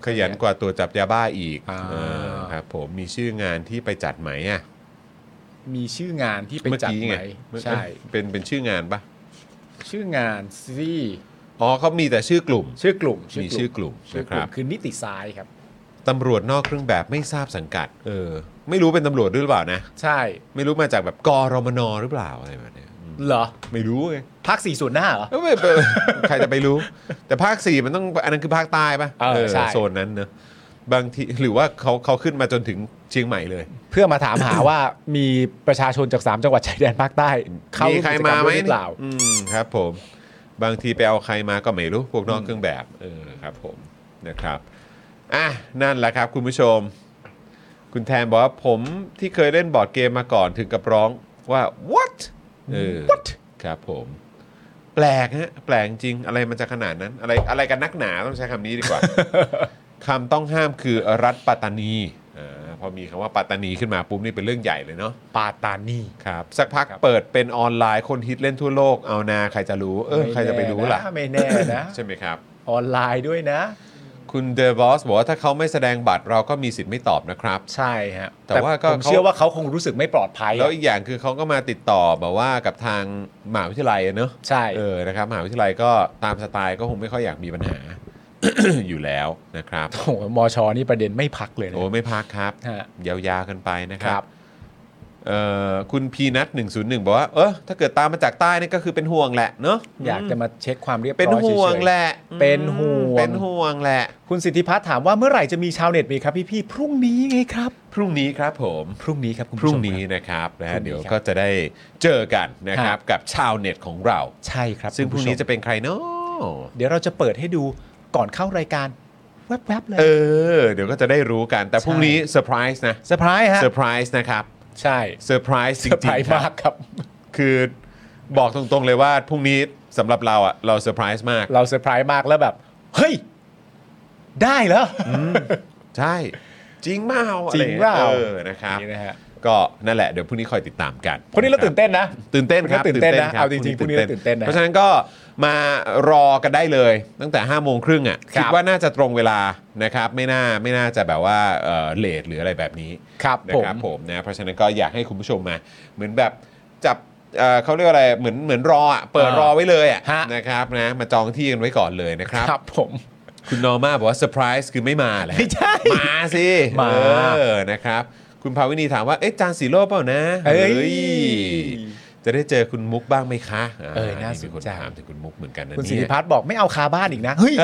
Speaker 3: ขยันกว่าตัวจับยาบ้าอีก
Speaker 4: อ่า
Speaker 3: เออครับผมมีชื่องานที่ไปจัดไหมอ่ะ
Speaker 4: มีชื่องานที่ไป
Speaker 3: เมื่อ
Speaker 4: จัด
Speaker 3: กี้
Speaker 4: ไห
Speaker 3: ไง
Speaker 4: ม
Speaker 3: เมื่อ
Speaker 4: ใช่
Speaker 3: เป็นเป็นชื่องานปะ
Speaker 4: ชื่องานซี
Speaker 3: อ๋อเขามีแต่ชื่อกลุ่ม
Speaker 4: ชื่อกลุ่ม
Speaker 3: มีชื่อกลุ่ม
Speaker 4: ชื่อ
Speaker 3: นะ
Speaker 4: ก
Speaker 3: ค
Speaker 4: ลุ่
Speaker 3: รั
Speaker 4: ม
Speaker 3: บ
Speaker 4: คือนิติซ้ายครับ
Speaker 3: ตำรวจนอกเครื่องแบบไม่ทราบสังกัด เออ ไม่รู้เป็นตำรวจด้วยหรือเปล่านะ
Speaker 4: ใช่
Speaker 3: ไม่รู้มาจากแบบกรมนหรือเปล่าอะไรแบบเนี้ยอืม
Speaker 4: เหรอ
Speaker 3: ไม่รู้ไง
Speaker 4: ภาคสี่ส่วนหน้าเหรอ
Speaker 3: เออไม่เป็นใครจะไปรู้ แต่ภาคสี่มันต้องอันนั้นคือภาคใต้ปะ
Speaker 4: เออใช่
Speaker 3: โซนนั้นเนอะบางทีหรือว่าเขาเขาขึ้นมาจนถึงเชียงใหม่เลย
Speaker 4: เพื่อมาถามหาว่ามีประชาชนจากสามจังหวัดชายแดนภาคใต้ เข้า
Speaker 3: มี
Speaker 4: ว
Speaker 3: ใคร
Speaker 4: กิจก
Speaker 3: มาไหม
Speaker 4: ด้วยหรือเปล่า
Speaker 3: อืมครับผมบางทีไปเอาใครมาก็ไม่รู้ พวกนอกเครื่องแบบเออครับผมนะครับอ่ะนั่นแหละครับคุณผู้ชม คุณแทนบอกว่าผมที่เคยเล่นบอร์ดเกมมาก่อนถึงกับร้องว่า what เออ what ครับผม แปลกฮะแปลกจริงอะไรมันจะขนาดนั้น อะไรอะไรกันนักหนาต้องใช้คำนี้ ดีกว่า คำต้องห้ามคือรัฐปัตตานีอ่าพอมีคำว่าปัตตานีขึ้นมาปุ๊บนี่เป็นเรื่องใหญ่เลยเนาะ
Speaker 4: ปาตานี
Speaker 3: ครับสักพักเปิดเป็นออนไลน์คนฮิตเล่นทั่วโลกเอานาใครจะรู้ เออ
Speaker 4: ไม่
Speaker 3: ใครจะไปรู้ล่ะ
Speaker 4: แน่นะไม่แน่นะ
Speaker 3: ใช่ไหมครับ
Speaker 4: ออนไลน์ด้วยนะ
Speaker 3: คุณเดอะบอสบอกว่าถ้าเขาไม่แสดงบัตรเราก็มีสิทธิ์ไม่ตอบนะครับ
Speaker 4: ใช่ฮะ
Speaker 3: แต่ว่าก็
Speaker 4: ผม
Speaker 3: เขา
Speaker 4: เชื่อว่าเขาคงรู้สึกไม่ปลอดภัยอะ
Speaker 3: แล้วอีกอย่างคือเขาก็มาติดต่อแบบว่ากับทางมหาวิทยาลัยอะเนอะ
Speaker 4: ใช่
Speaker 3: เออนะครับมหาวิทยาลัยก็ตามสไตล์ก็คงไม่ค่อยอยากมีปัญหา อยู่แล้วนะครับ
Speaker 4: โอ้โหมอชอนี่ประเด็นไม่พักเลยนะ
Speaker 3: โอ้ไม่พักครับ
Speaker 4: ฮะ
Speaker 3: ยาวๆกันไปนะค
Speaker 4: ค
Speaker 3: รั
Speaker 4: รับ บ
Speaker 3: เอ่อคุณพีนัท101 บอกว่า เออถ้าเกิดตามมาจากใต้นี่ก็คือเป็นห่วงแหละเนาะ
Speaker 4: อยากจะมาเช็คความเรียบร้อย
Speaker 3: เป็นห่วง
Speaker 4: เฉยๆ
Speaker 3: แหละ
Speaker 4: เป็นห่วง
Speaker 3: เป็นห่วงแหละ
Speaker 4: คุณสิทธิพัฒน์ถามว่าเมื่อไหร่จะมีชาวเน็ตมีครับพี่พี่ๆพรุ่งนี้ไงครับ
Speaker 3: พรุ่งนี้ครับผม
Speaker 4: พรุ่งนี้ครับคุณ
Speaker 3: พ
Speaker 4: ผู้ชม
Speaker 3: รุ่ง
Speaker 4: คบ
Speaker 3: นี้นะครับนะ
Speaker 4: พ
Speaker 3: ฮะ
Speaker 4: รุ่งนี้
Speaker 3: เดี๋ยว
Speaker 4: ครับ
Speaker 3: ก็จะได้เจอกันนะครับ
Speaker 4: ฮะ
Speaker 3: กับชาวเน็ตของเรา
Speaker 4: ใช่ครับ
Speaker 3: ซึ่งพ
Speaker 4: คุณ
Speaker 3: รุ่ง
Speaker 4: ผู้ชม
Speaker 3: นี้จะเป็นใครเนาะ
Speaker 4: เดี๋ยวเราจะเปิดให้ดูก่อนเข้ารายการแวบๆเลย
Speaker 3: เออ เดี๋ยวก็จะได้รู้กัน แต่
Speaker 4: ใช่
Speaker 3: พรุ่งนี้เซอร์ไพรส์นะ
Speaker 4: เซอร์ไพรส์ฮะ
Speaker 3: เซอร์ไพรส์นะครับ
Speaker 4: ใช่
Speaker 3: เซอร์ไพรส์จ
Speaker 4: เซ
Speaker 3: ริ
Speaker 4: อร์ไพรง ส์
Speaker 3: ๆค
Speaker 4: มา
Speaker 3: รั
Speaker 4: ก
Speaker 3: บ
Speaker 4: ครับ
Speaker 3: คือบอกตรงๆเลยว่าพรุ่งนี้สำหรับเราอะเราเซอร์ไพรส์มาก
Speaker 4: เราเซอร์ไพรส์มากแล้วแบบ เฮ้ย ได้เหรออ
Speaker 3: ใช่ จริงเมาอะ
Speaker 4: จริ
Speaker 3: ไอง ย่ย
Speaker 4: เปล่า
Speaker 3: เออนะครับ
Speaker 4: นี่นะฮะ
Speaker 3: ก็นั่นแหละเดี๋ยวพรุ่งนี้คอยติดตามกัน
Speaker 4: คนนี้เราตื่นเต้นนะ
Speaker 3: ตื่นเต้นครับ
Speaker 4: พรุ่งนี้ตื่นเต้นนะ
Speaker 3: คบ
Speaker 4: เอาจริงๆพรุ่งนี้เราตื่นเต้นนะ
Speaker 3: เพราะฉะนั้นก็มารอกันได้เลย ตั้งแต่5้าโมงครึ่งอ่ะ
Speaker 4: ครับ
Speaker 3: ดว่าน่าจะตรงเวลานะครับ ไม่น่าไม่น่าจะแบบว่าเออเลทหรืออะไรแบบนี้
Speaker 4: ครับ
Speaker 3: นะ
Speaker 4: ผ
Speaker 3: ครับ
Speaker 4: ม
Speaker 3: ผมนะเพราะฉะนั้นก็อยากให้คุณผู้ชมมา เหมือนแบบจับเอ่อเขาเรียกว่าอะไรเหมือนเหมือนรออ่ะเปิด
Speaker 4: อ่าร ร
Speaker 3: อไว้เลยอ่ะ
Speaker 4: ฮะ
Speaker 3: นะครับนะมาจองที่กันไว้ก่อนเลยนะครับ
Speaker 4: ครับผม
Speaker 3: คุณนอร์มาบอกว่าเซอร์ไพรส์คือไม่มาแหละ
Speaker 4: ไม่ใช่
Speaker 3: มาสิ
Speaker 4: มา
Speaker 3: เออนะครับ คุณภาวินีถามว่า เอ๊ะจานสีโลเปล่านะ
Speaker 4: เอ้ย
Speaker 3: จะได้เจอคุณมุกบ้างไหมคะ
Speaker 4: เออน่า
Speaker 3: มีค
Speaker 4: สนใจ
Speaker 3: ถามถึงคุณมุกเหมือนกันนะ
Speaker 4: คุณสิท
Speaker 3: เนี่
Speaker 4: ธิ
Speaker 3: ย
Speaker 4: พัฒน์บอกไม่เอาคาบ้านอีกนะเฮ้ย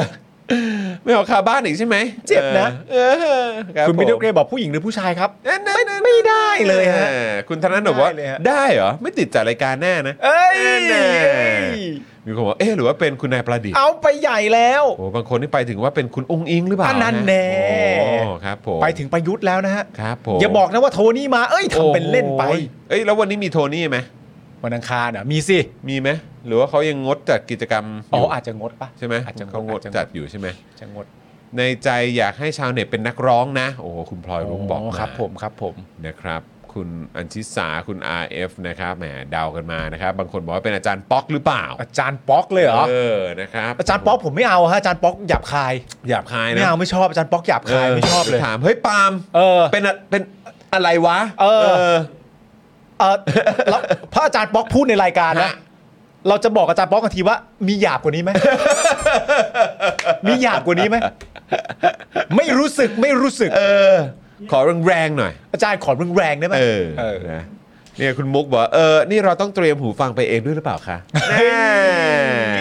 Speaker 3: ไม่เอาคาบ้านอีกใช่ไหม
Speaker 4: เจ็บนะ
Speaker 3: เออเออรับ
Speaker 4: คุณ
Speaker 3: ผ
Speaker 4: มิดเดิลเกรย์บอกผู้หญิงหรือผู้ชายครับ
Speaker 3: นั่นๆๆ
Speaker 4: ไม่ได้เลยฮะ
Speaker 3: ออคุณธนาหนูบอกว่า
Speaker 4: ไม่ได้เลยฮะ
Speaker 3: ได้เหรอ ไม่ติดจัดรายการแน่นะ
Speaker 4: เอ้ย
Speaker 3: แน่ มีคนบอกเอ๊ะหรือว่าเป็นคุณนายประดิษฐ์
Speaker 4: เอาไปใหญ่แล้ว
Speaker 3: โอ้บางคนนี่ไปถึงว่าเป็นคุณองค์อิงหรือเปล่า
Speaker 4: อันนั้
Speaker 3: นั่
Speaker 4: นแน่
Speaker 3: โอ้ครับผม
Speaker 4: ไปถึงประยุทธ์แล้วนะฮะ
Speaker 3: ครับผม
Speaker 4: อย่าบอกนะว่าโทนี่มา เอ้ยทำเป็นเล่นไป
Speaker 3: โอ้โหเอ้ยแล้ววันนี้มีโทนี่ไหม
Speaker 4: วันอังคารอ่ะ มีสิ
Speaker 3: มีไหมหรือว่าเขายังงดจัดกิจกรรม
Speaker 4: อ๋อ
Speaker 3: ยู่
Speaker 4: อาจจะงดปะ
Speaker 3: ใช่ไหม
Speaker 4: อาจจะง
Speaker 3: เขางด
Speaker 4: อาะ
Speaker 3: จัดอยู่ใช่ไหม
Speaker 4: อาจจะงด
Speaker 3: ในใจอยากให้ชาวเน็ตเป็นนักร้องนะ โอ้โหคุณพลอยรุ้งบอกา
Speaker 4: ครับผมครับผม
Speaker 3: นะครับ คุณอัญชิสาคุณ RF นะครับแหมเดากันมานะครับ บางคนบอกว่าเป็นอาจารย์ป๊อกหรือเปล่า
Speaker 4: อาจารย์ป๊อกเลยเหรอ
Speaker 3: เออนะครับ
Speaker 4: อาจารย์ป๊อกผมไม่เอาฮะ อาจารย์ป๊อกหยาบคาย
Speaker 3: หยาบคายนะ
Speaker 4: ไม่เอาไม่ชอบ อาจารย์ป๊อกหยาบคายไม่ชอบเลย
Speaker 3: ถามเฮ้ยปาล์ม
Speaker 4: เออ
Speaker 3: เป็นอะเป็นอะไรวะ
Speaker 4: เออ เออแล้วพระอาจารย์ป๊อกพูดในรายการนะ
Speaker 3: ฮะ
Speaker 4: เราจะบอกอาจารย์ป๊อกกันทีว่า มีหยาบกว่า นี้ไหม มีหยาบกว่านี้ไหม ไม่รู้สึกไม่รู้สึก
Speaker 3: เออ ขอแรงๆหน่อย
Speaker 4: อาจารย์ขอแรงๆได้ไหม
Speaker 3: เออนะเนี่ยคุณมุกบอกว่าเออ นี่เราต้องเตรียมหูฟังไปเองด้วยหรือเปล่าคะแน่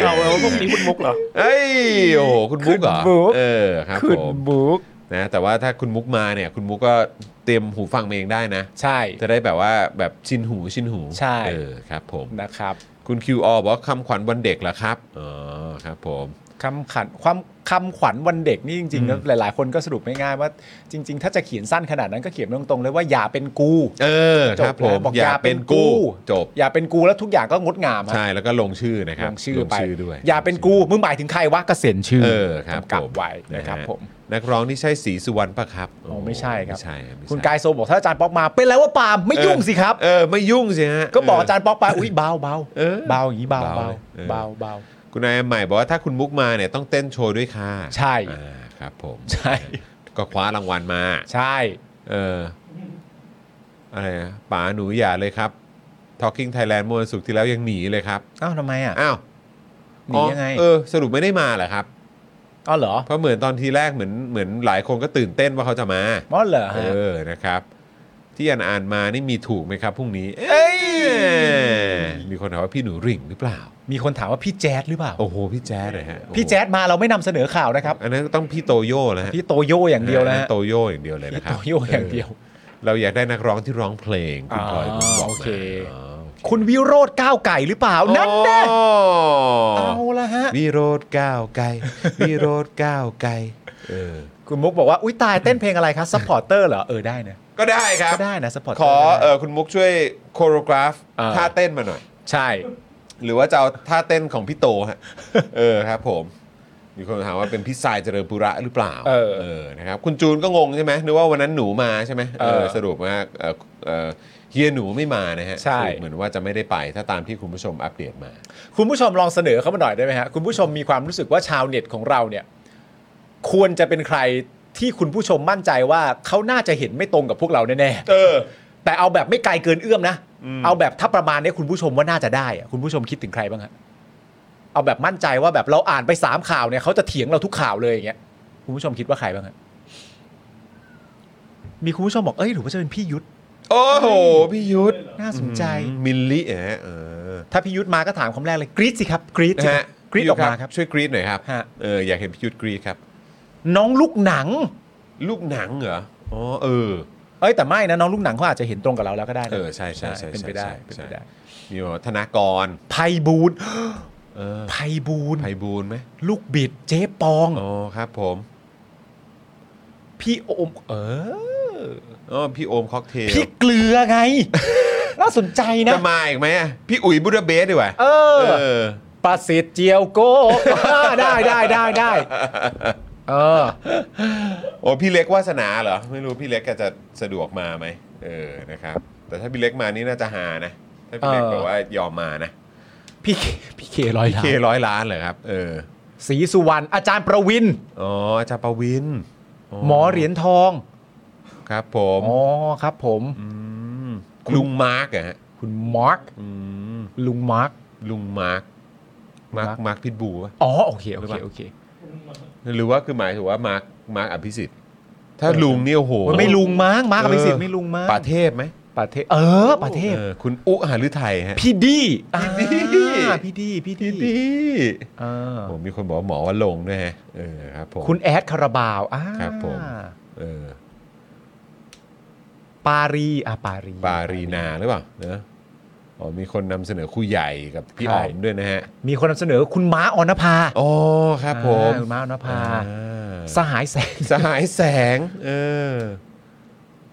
Speaker 6: เอาแล้วพวกนี้คุณมุกเหรอ
Speaker 3: เอ้ยโอ้โหคุณมุกเหรอ
Speaker 4: คุณมุก
Speaker 3: เออครับ
Speaker 4: ขึ้
Speaker 3: ผ
Speaker 4: น
Speaker 3: ม
Speaker 4: บุ๊ก
Speaker 3: นะแต่ว่าถ้าคุณมุกมาเนี่ย คุณมุกก็เตรียมหูฟังมาเองได้นะ
Speaker 4: ใช่
Speaker 3: จะได้แบบว่าแบบชินหูชินหู
Speaker 4: ใช่
Speaker 3: เออครับผม
Speaker 4: นะครับ
Speaker 3: คุณ QR บอกว่าคำขวัญวันเด็กเหรอครับอ๋อครับผม
Speaker 4: คำขันความคำขวัญวันเด็กนี่จริงๆแล้วหลายๆ คนก็สรุปไม่ง่ายๆว่า จริง ๆ ถ้าจะเขียนสั้นขนาดนั้นก็เขียนตรงๆเลยว่าอย่าเป็นกู
Speaker 3: เออ
Speaker 4: จ
Speaker 3: ครับ บผ
Speaker 4: แล้ว
Speaker 3: ม
Speaker 4: บอกอย่
Speaker 3: อา
Speaker 4: ย่า
Speaker 3: เป็
Speaker 4: เป็น น
Speaker 3: กู
Speaker 4: กู
Speaker 3: จบ
Speaker 4: อย่าเป็นกูแล้วทุกอย่างก็งดงามอะ
Speaker 3: ใช่แล้วก็ลงชื่อนะครับ
Speaker 4: ลงชื่อไป
Speaker 3: ด้วย
Speaker 4: อย่าเป็นกูมึงหมายถึงใครวะเกษียณชื่
Speaker 3: เออครับ
Speaker 4: กำกับ
Speaker 3: ผม
Speaker 4: ไว้นะครับ
Speaker 3: ฮ
Speaker 4: ผม
Speaker 3: นักร้องนี่ใช่สีสุวรรณปะครับ
Speaker 4: โอ้ไม่ใช่ครับ
Speaker 3: ไม่ใช่ไม่ใช่
Speaker 4: คุณกายโซบอกถ้าอาจารย์ป๊อกมา เป็นแล้วว่าปาล์มไม่ยุ่งสิครับ
Speaker 3: เออไม่ยุ่งสิฮะ
Speaker 4: ก็บอกอา
Speaker 3: เ
Speaker 4: จารย์ป๊อกไปอุ้ยเบาเบา
Speaker 3: เออ
Speaker 4: เบาอย่างนี้เบา
Speaker 3: เบา
Speaker 4: เบา
Speaker 3: เลย
Speaker 4: เบาเบา
Speaker 3: คุณนายใหม่บอกว่าถ้าคุณมุกมาเนี่ยต้องเต้นโชว์ด้วยค่ะ
Speaker 4: ใช่
Speaker 3: อ่าครับผม
Speaker 4: ใช่
Speaker 3: ก็คว้ารางวัลมา
Speaker 4: ใช่
Speaker 3: เอออะไรนะป๋าหนูอย่าเลยครับ Talking Thailand เมื่อวันศุกร์ที่แล้วยังหนีเลยครับ
Speaker 4: อ้าวทำไมอ่ะ
Speaker 3: อ้าว
Speaker 4: หนียังไง
Speaker 3: อ๋อเออ สรุปไม่ได้มาเหรอครับ
Speaker 4: อ๋อเหรอ
Speaker 3: เพราะเหมือนตอนทีแรกเหมือนเหมือนหลายคนก็ตื่นเต้นว่าเขาจะมา
Speaker 4: อ๋อเหรอ
Speaker 3: เอ
Speaker 4: ฮะ
Speaker 3: อ นะครับ ที่อ่านอ่านมานี่มีถูกไหมครับพรุ่งนี้ เอ้ย มีคนถามว่าพี่หนูริ่งหรือเปล่า
Speaker 4: มีคนถามว่าพี่แจ๊ดหรือเปล่า
Speaker 3: โอ้โห พี่แจ๊ดเลยฮะโอ้โห
Speaker 4: พี่แจ๊ดมาเราไม่นำเสนอข่าวนะครับ
Speaker 3: อันนั้นต้องพี่โตโย่แล้วฮะ
Speaker 4: พี่โตโยอย่างเดียวนะ
Speaker 3: อั
Speaker 4: ฮะ
Speaker 3: โตโย่อย่างเดียวเลยนะ
Speaker 4: พี่
Speaker 3: ครับ
Speaker 4: โตโยอย่างเดียว
Speaker 3: เราอยากได้นักร้องที่ร้องเพลง คุณ
Speaker 4: อ่า
Speaker 3: พลอยคุณบอกมา
Speaker 4: โอเค
Speaker 3: อ๋อ
Speaker 4: คุณวิโรธก้าวไก่หรือเปล่า นั่นแน่
Speaker 3: โอ้
Speaker 4: เอาละฮะ
Speaker 3: วิโรดก้าวไกลวิโรดก้าวไกลเออ
Speaker 4: คุณมุกบอกว่า อุ้ยตายเต้นเพลงอะไรคะซัพพอร์เตอร์เหรอ เออได้นะ
Speaker 3: ก็ได้ครับ
Speaker 4: ก็ได้นะซัพพอร์เตอ
Speaker 3: ข
Speaker 4: ร์
Speaker 3: อเออคุณมุกช่วยโคโรกราฟ
Speaker 4: อ่า
Speaker 3: ท่าเต้นมาหน่อย
Speaker 4: ใช่
Speaker 3: หรือว่าจะเอาท่าเต้นของพี่โตฮะ เออครับผม มีคนถามว่าเป็นพี่สายเจริญปุระหรือเปล่า
Speaker 4: เออ
Speaker 3: นะครับ คุณจูนก็งงใช่ไหมนึกว่าวันนั้นหนูมาใช่ไหม
Speaker 4: เออ
Speaker 3: สรุปว่าเออเออเฮียหนูไม่มานะฮะ
Speaker 4: ใช่
Speaker 3: สรุปเหมือนว่าจะไม่ได้ไปถ้าตามที่คุณผู้ชมอัปเดตมา
Speaker 4: คุณผู้ชมลองเสนอเข้ามาหน่อยได้ไหมฮะ คุณผู้ชมมีความรู้สึกว่าชาวเน็ตของเราเนี่ย ควรจะเป็นใครที่คุณผู้ชมมั่นใจว่าเขาน่าจะเห็นไม่ตรงกับพวกเราแน่ๆ
Speaker 3: เออ
Speaker 4: แต่เอาแบบไม่ไกลเกินเอื้อมนะ เอาแบบถ้าประมาณเนี้ยคุณผู้ชมว่าน่าจะได้อะคุณผู้ชมคิดถึงใครบ้างฮะ เอาแบบมั่นใจว่าแบบเราอ่านไปสามข่าวเนี่ยเขาจะเถียงเราทุกข่าวเลยอย่างเงี้ย คุณผู้ชมคิดว่าใครบ้างฮะ มีคุณผู้ชมบอก เอ้ยหรือว่าจะเป็นพี่ยุทธ
Speaker 3: โอ้โห พี่ยุทธ
Speaker 4: น่าสนใจ
Speaker 3: มิลลิเหรอฮะเออ
Speaker 4: ถ้าพี่ยุทธมาก็ถามคำแรกเลยกรี๊ดสิครับกรี๊ดสิ
Speaker 3: นะ
Speaker 4: ครั
Speaker 3: ฮะ
Speaker 4: บกรี๊ดออกมาครับ
Speaker 3: ช่วยกรีดหน่อยครับ
Speaker 4: ฮะ
Speaker 3: เอออยากเห็นพี่ยุทธกรีดครับ
Speaker 4: น้องลูกหนัง
Speaker 3: ลูกหนังเหรออ๋อเออ
Speaker 4: เอ้ยแต่ไม่นะน้องลูกหนังเขาอาจจะเห็นตรงกับเราแล้วก็ได้นะ
Speaker 3: เออใช่ใช่ใช่
Speaker 4: เป็นไปได้
Speaker 3: ใช่
Speaker 4: เป็น
Speaker 3: ใช่
Speaker 4: ไปได้
Speaker 3: มีบอกว่าธนากร
Speaker 4: ไพบูลย์
Speaker 3: เออ
Speaker 4: ไพบูลย์
Speaker 3: ไพบูลย์ไหม
Speaker 4: ลูกบิดเจ๊ปอง
Speaker 3: อ๋อครับผม
Speaker 4: พี่โอมเออ
Speaker 3: อ๋อพี่โอมค็อกเทล
Speaker 4: พี่เกลือไง น่าสนใจนะ
Speaker 3: จะมาอีกไหมอะพี่อุ๋ยบูดาเบสดีกว่า
Speaker 4: เออ
Speaker 3: เออ
Speaker 4: ประสิทธิ์เจียวโก้ ได้ได้ได้ได้เออ
Speaker 3: โอ้พี่เล็กวาสนาเหรอไม่รู้พี่เล็กแกจะสะดวกมาไหมเออนะครับ แต่ถ้าพี่เล็กมานี่น่าจะหานะถ้าพี่เล็ก
Speaker 4: เออ
Speaker 3: แบบว่ายอมมานะ
Speaker 4: พี่เคพี่เคร้อยล้า
Speaker 3: เคน ร้อยล้านเหรอครับ เออ
Speaker 4: ศรีสุวรรณอาจารย์ประวิน
Speaker 3: อ๋ออาจารย์ประวิน
Speaker 4: หมอเหรียญทอง
Speaker 3: ครับ ผม
Speaker 4: อ๋อครับผม
Speaker 3: มลุงมาร์กอะฮะ
Speaker 4: คุณมาร์ค
Speaker 3: อืม
Speaker 4: ลุงมาร์ค
Speaker 3: ลุงมาร์กมาร์ก
Speaker 4: มาร์ค
Speaker 3: มาร์กพิทบูลปะ
Speaker 4: อ๋อโอเคโอ
Speaker 3: หรือ
Speaker 4: เค
Speaker 3: เปล่า
Speaker 4: โอเค
Speaker 3: หรือว่าคือหมายถึงว่ามาร์กมาร์กอภิสิทธิ์ ถ้า
Speaker 4: เออ
Speaker 3: ลุงเนี่ยโอ้โห
Speaker 4: มันไม่ลุงมาร์คมาร์คกับไปสิท
Speaker 3: เออ
Speaker 4: ธิ์ไม่ลุงมาร์ค
Speaker 3: ป่าเทพไหม
Speaker 4: ประเทศ เออประเทศ
Speaker 3: เออคุณอุหารือไทยฮะ
Speaker 4: พี่ดีอ่า
Speaker 3: พี่ดี้
Speaker 4: พี่ดีพี่
Speaker 3: พี่
Speaker 4: ดี
Speaker 3: ดี
Speaker 4: อ่า
Speaker 3: ผมมีคนบอกว่าหมอว่าลงค์ด้วยฮะเออครับผม
Speaker 4: คุณแอดคาราบาวอ่า
Speaker 3: ครับผม เออ
Speaker 4: ปารีอ่าปารี
Speaker 3: ปารีนาหรือเปล่าเนอะอ๋อมีคนนำเสนอครู่ใหญ่กับพี่
Speaker 4: ใช่
Speaker 3: อ๋อมด้วยนะฮะ
Speaker 4: มีคนนำเสนอคุณม้าออนภา
Speaker 3: อ๋อครับผม
Speaker 4: อ่าคุณม้าออนภา
Speaker 3: อ่า
Speaker 4: สหายแสง
Speaker 3: สหายแสง เออ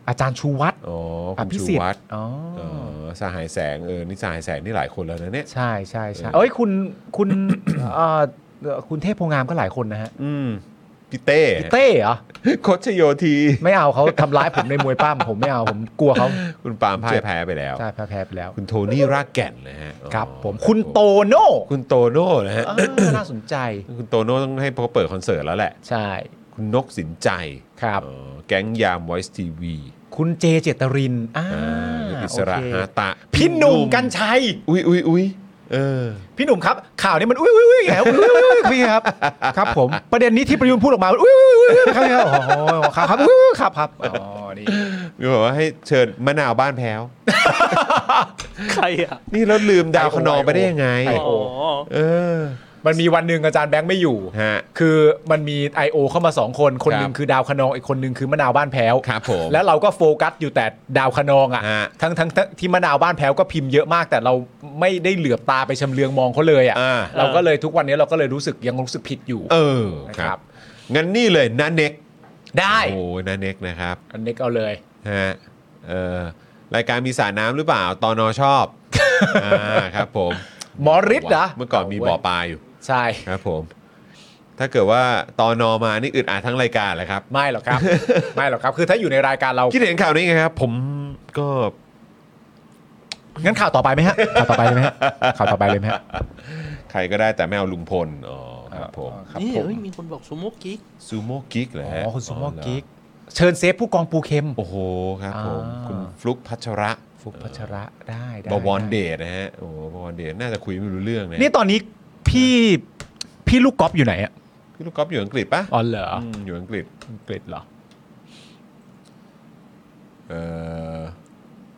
Speaker 4: อาจารย์ชูวัตร
Speaker 3: อ๋อ
Speaker 4: อ
Speaker 3: คุณ
Speaker 4: ภิ
Speaker 3: ชู
Speaker 4: สิท
Speaker 3: วัตร
Speaker 4: ธิ์อ๋อ
Speaker 3: เอ
Speaker 4: อ
Speaker 3: อสหายแสงเออนี่สหายแสงนี่หลายคนแล้วนะเนี่ย
Speaker 4: ใช่ใช่ใช่
Speaker 3: เออ
Speaker 4: เอ้ยคุณคุณ เอ่อเอ่อคุณเทพโพงามก็หลายคนนะฮะ
Speaker 3: อืมพี่เต้
Speaker 4: พี่เต้เหรอ
Speaker 3: โคชโยที
Speaker 4: ไม่เอาเขาทำร้ายผมในมวยป้ามผมไม่เอาผมกลัวเขา
Speaker 3: คุณปาล์มพ่ายแพ้ไปแล้ว
Speaker 4: ใช่แพ้แพ้ไปแล้ว
Speaker 3: คุณโทนี่รากแก่นนะฮะอ๋อ
Speaker 4: ครับผมคุณโตโน่
Speaker 3: คุณโตโน่นะฮะ
Speaker 4: อ่าน่าสนใจ
Speaker 3: คุณโตโน่ต้องให้พอเปิดคอนเสิร์ตแล้วแหละ
Speaker 4: ใช่
Speaker 3: คุณนกสินใจ
Speaker 4: ครับ
Speaker 3: อ๋อแก๊งยามไวส์ทีวี
Speaker 4: คุณเจเจตรินอ่า
Speaker 3: อิสระ
Speaker 4: โอเค
Speaker 3: ฮาตะ
Speaker 4: พี่หนุ่มกันชัย
Speaker 3: อุ้ยอุ้ยอุ้ยเออ
Speaker 4: พี่หนุ่มครับข่าวนี้มันอุ้ยอุ้ยอุ้ยแหมอุ้ยอุ้ยอุ้ยพี่ครับครับ ผมประเด็นนี้ที่ประยุนพูดออกมามันอุ้ยอุ้ยอุ้ยอุ้ยครับพี่ครับโอ้โหครับครับอุ้ยอุ้ยครับครับอ๋อนี่
Speaker 3: มีบอกว่าให้เชิญมะนาวบ้านแพ้ว
Speaker 6: ใครอ่ะ
Speaker 3: นี่แล้วลืมดาวขนองไปได้ยังไง
Speaker 6: อ๋อ
Speaker 3: เออ
Speaker 4: มันมีวันหนึ่งอาจารย์แบงค์ไม่อยู่
Speaker 3: ฮะ
Speaker 4: คือมันมี I.O. เข้ามา 2 คนคนหนึ
Speaker 3: ค
Speaker 4: ง
Speaker 3: รับ
Speaker 4: คือดาวคะนองอีกคนหนึงคือมะนาวบ้านแพ้ว
Speaker 3: ครับผม
Speaker 4: แล้วเราก็โฟกัสอยู่แต่ดาวคะนองอ่ะ
Speaker 3: ฮะ
Speaker 4: ทั้งทั้งทั้งที่มะนาวบ้านแพ้วก็พิมพ์เยอะมาก แต่เราไม่ได้เหลือบตาไปชำเลืองมองเขาเลย
Speaker 3: อ่า
Speaker 4: อ่ะเราก็เลยทุกวันนี้เราก็เลยรู้สึกยังรู้สึกผิดอยู่
Speaker 3: เออค
Speaker 4: ครั
Speaker 3: รับ
Speaker 4: บ
Speaker 3: งั้นนี่เลยนาเน็ก
Speaker 4: ได้
Speaker 3: โอ้นาเน็กนะครับ
Speaker 4: อันนี้ก็เอาเลย
Speaker 3: ฮะเออรายการมีสระน้ำหรือเปล่าตอนอช อบ อ่าครับผม
Speaker 4: หมอฤทธิ์เหรอ
Speaker 3: เมื่อก่อนมีบ่อปลาอยู่
Speaker 4: ใช่
Speaker 3: ครับผม ถ้าเกิดว่าตอนอมานี่อึดอัดทั้งรายการเลยครับ
Speaker 4: ไม่หรอก ครับ ไม่หรอกครับ คือถ้าอยู่ในรายการเรา
Speaker 3: คิดเห็นข่าวนี้ไงครับ ผมก็
Speaker 4: งั้นข่าวต่อไปไหมฮะข่าวต่อไปเลยไหมฮะข่าวต่อไปเลยไหมฮะ
Speaker 3: ใครก็ได้แต่ไม่เอาลุงพลอ๋อครับผม
Speaker 4: ครับ
Speaker 6: นี่
Speaker 4: ผม
Speaker 6: เอ้ยมีคนบอกซูโม่กิ๊ก
Speaker 3: ซูโม่กิ๊กเหรอ
Speaker 4: อ๋
Speaker 3: ฮะ
Speaker 4: อคุณซูโม่กิ๊กเชิญเซฟผู้กองปูเข็ม
Speaker 3: โอ้โหครับผม
Speaker 4: อ่า
Speaker 3: คุณฟลุกพัชระ
Speaker 4: ฟุกพัชระได้ได้
Speaker 3: บวร
Speaker 4: ได้
Speaker 3: เดชนะฮะโอ้โหบวรเดชน่าจะคุยไม่รู้เรื่องนะ
Speaker 4: นี่ตอนนี้พี่พี่ลูกกอล์ฟอยู่ไหนอะ
Speaker 3: พี่ลูกกอล์ฟอยู่อังกฤษปะ
Speaker 4: อ๋อเหรอ
Speaker 3: มอยู่อังกฤษ
Speaker 4: อังกฤษเหรอ
Speaker 3: เอ่อ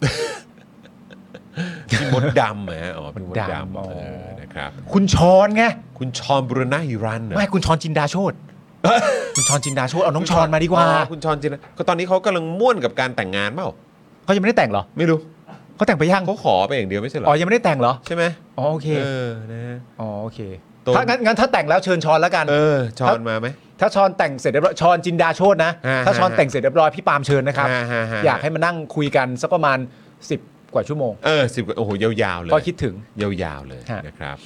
Speaker 3: พี่มดดำนะฮะอ๋อพี่มด
Speaker 4: มด
Speaker 3: ดำ
Speaker 4: ดำอ๋อ
Speaker 3: เออนะครับ
Speaker 4: คุณชอนไง
Speaker 3: คุณชอนบุรณะฮิรันเหรอ
Speaker 4: ไม่คุณชอนจินดาโชตคุณชอนจินดาโชตเอาน้องชอนมาดีกว่า
Speaker 3: อ๋อคุณชอนจริงก็ตอนนี้เขากำลังม่วนกับการแต่งงานเปล่า
Speaker 4: เขายังไม่ได้แต่งเหรอ
Speaker 3: ไม่รู้
Speaker 4: เขาแต่งไปยัง
Speaker 3: เขาขอไปอย่างเดียวไม่ใช่เหรอ
Speaker 4: อ๋อยังไม่ได้แต่งเหรอ
Speaker 3: ใช่ไหม
Speaker 4: อ๋อโอเค
Speaker 3: เออนะฮะ
Speaker 4: อ๋อโอเค
Speaker 3: ตรง
Speaker 4: ถ้างั้นงั้นถ้าแต่งแล้วเชิญชอนแล้วกัน
Speaker 3: เออชอนมาไหม
Speaker 4: ถ้าชอนแต่งเสร็จเรียบร้อยชอนจินดาโชตนะ
Speaker 3: ฮะ
Speaker 4: ถ้าชอน
Speaker 3: ฮะ
Speaker 4: แต่งเสร็จเรียบร้อยพี่ปาล์มเชิญนะครับ
Speaker 3: ฮะฮะฮะ
Speaker 4: อยากให้มานั่งคุยกันสักประมาณ 10 กว่าชั่วโมง
Speaker 3: เออสิบโอ้โหยาวๆเลย
Speaker 4: ก็คิดถึง
Speaker 3: ยาวๆเลย
Speaker 4: ฮะ
Speaker 3: นะครับ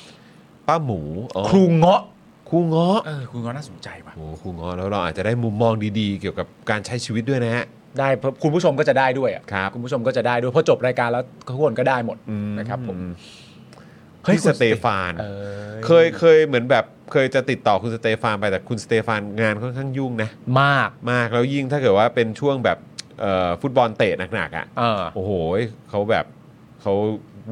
Speaker 3: ป้าหมูอ๋อ
Speaker 4: ครูเงาะ
Speaker 3: ครูเงาะ
Speaker 4: เออครูเงาะน่าสนใจว่ะ
Speaker 3: โอ้โหครูเงาะแล้วเราอาจจะได้มุมมองดีๆ เกี่ยวกับการใช้ชีวิตด้วยนะฮะ
Speaker 4: ได้เพราะคุณผู้ชมก็จะได้ด้วยอะ
Speaker 3: ครับ
Speaker 4: คุณผู้ชมก็จะได้ด้วยเพอจบรายการแล้วทุกคนก็ได้หมดนะครับผม
Speaker 3: เฮ้ยสเตฟาน
Speaker 4: เออ
Speaker 3: เคยเคยเหมือนแบบเคยจะติดต่อคุณสเตฟานไปแต่คุณสเตฟานงานค่อนข้างยุ่งนะ
Speaker 4: มาก
Speaker 3: มากแล้วยิ่งถ้าเกิดว่าเป็นช่วงแบบเอ่อฟุตบอลเตะหนักๆอ่ะ
Speaker 4: เออ
Speaker 3: โอ้โหเขาแบบเขา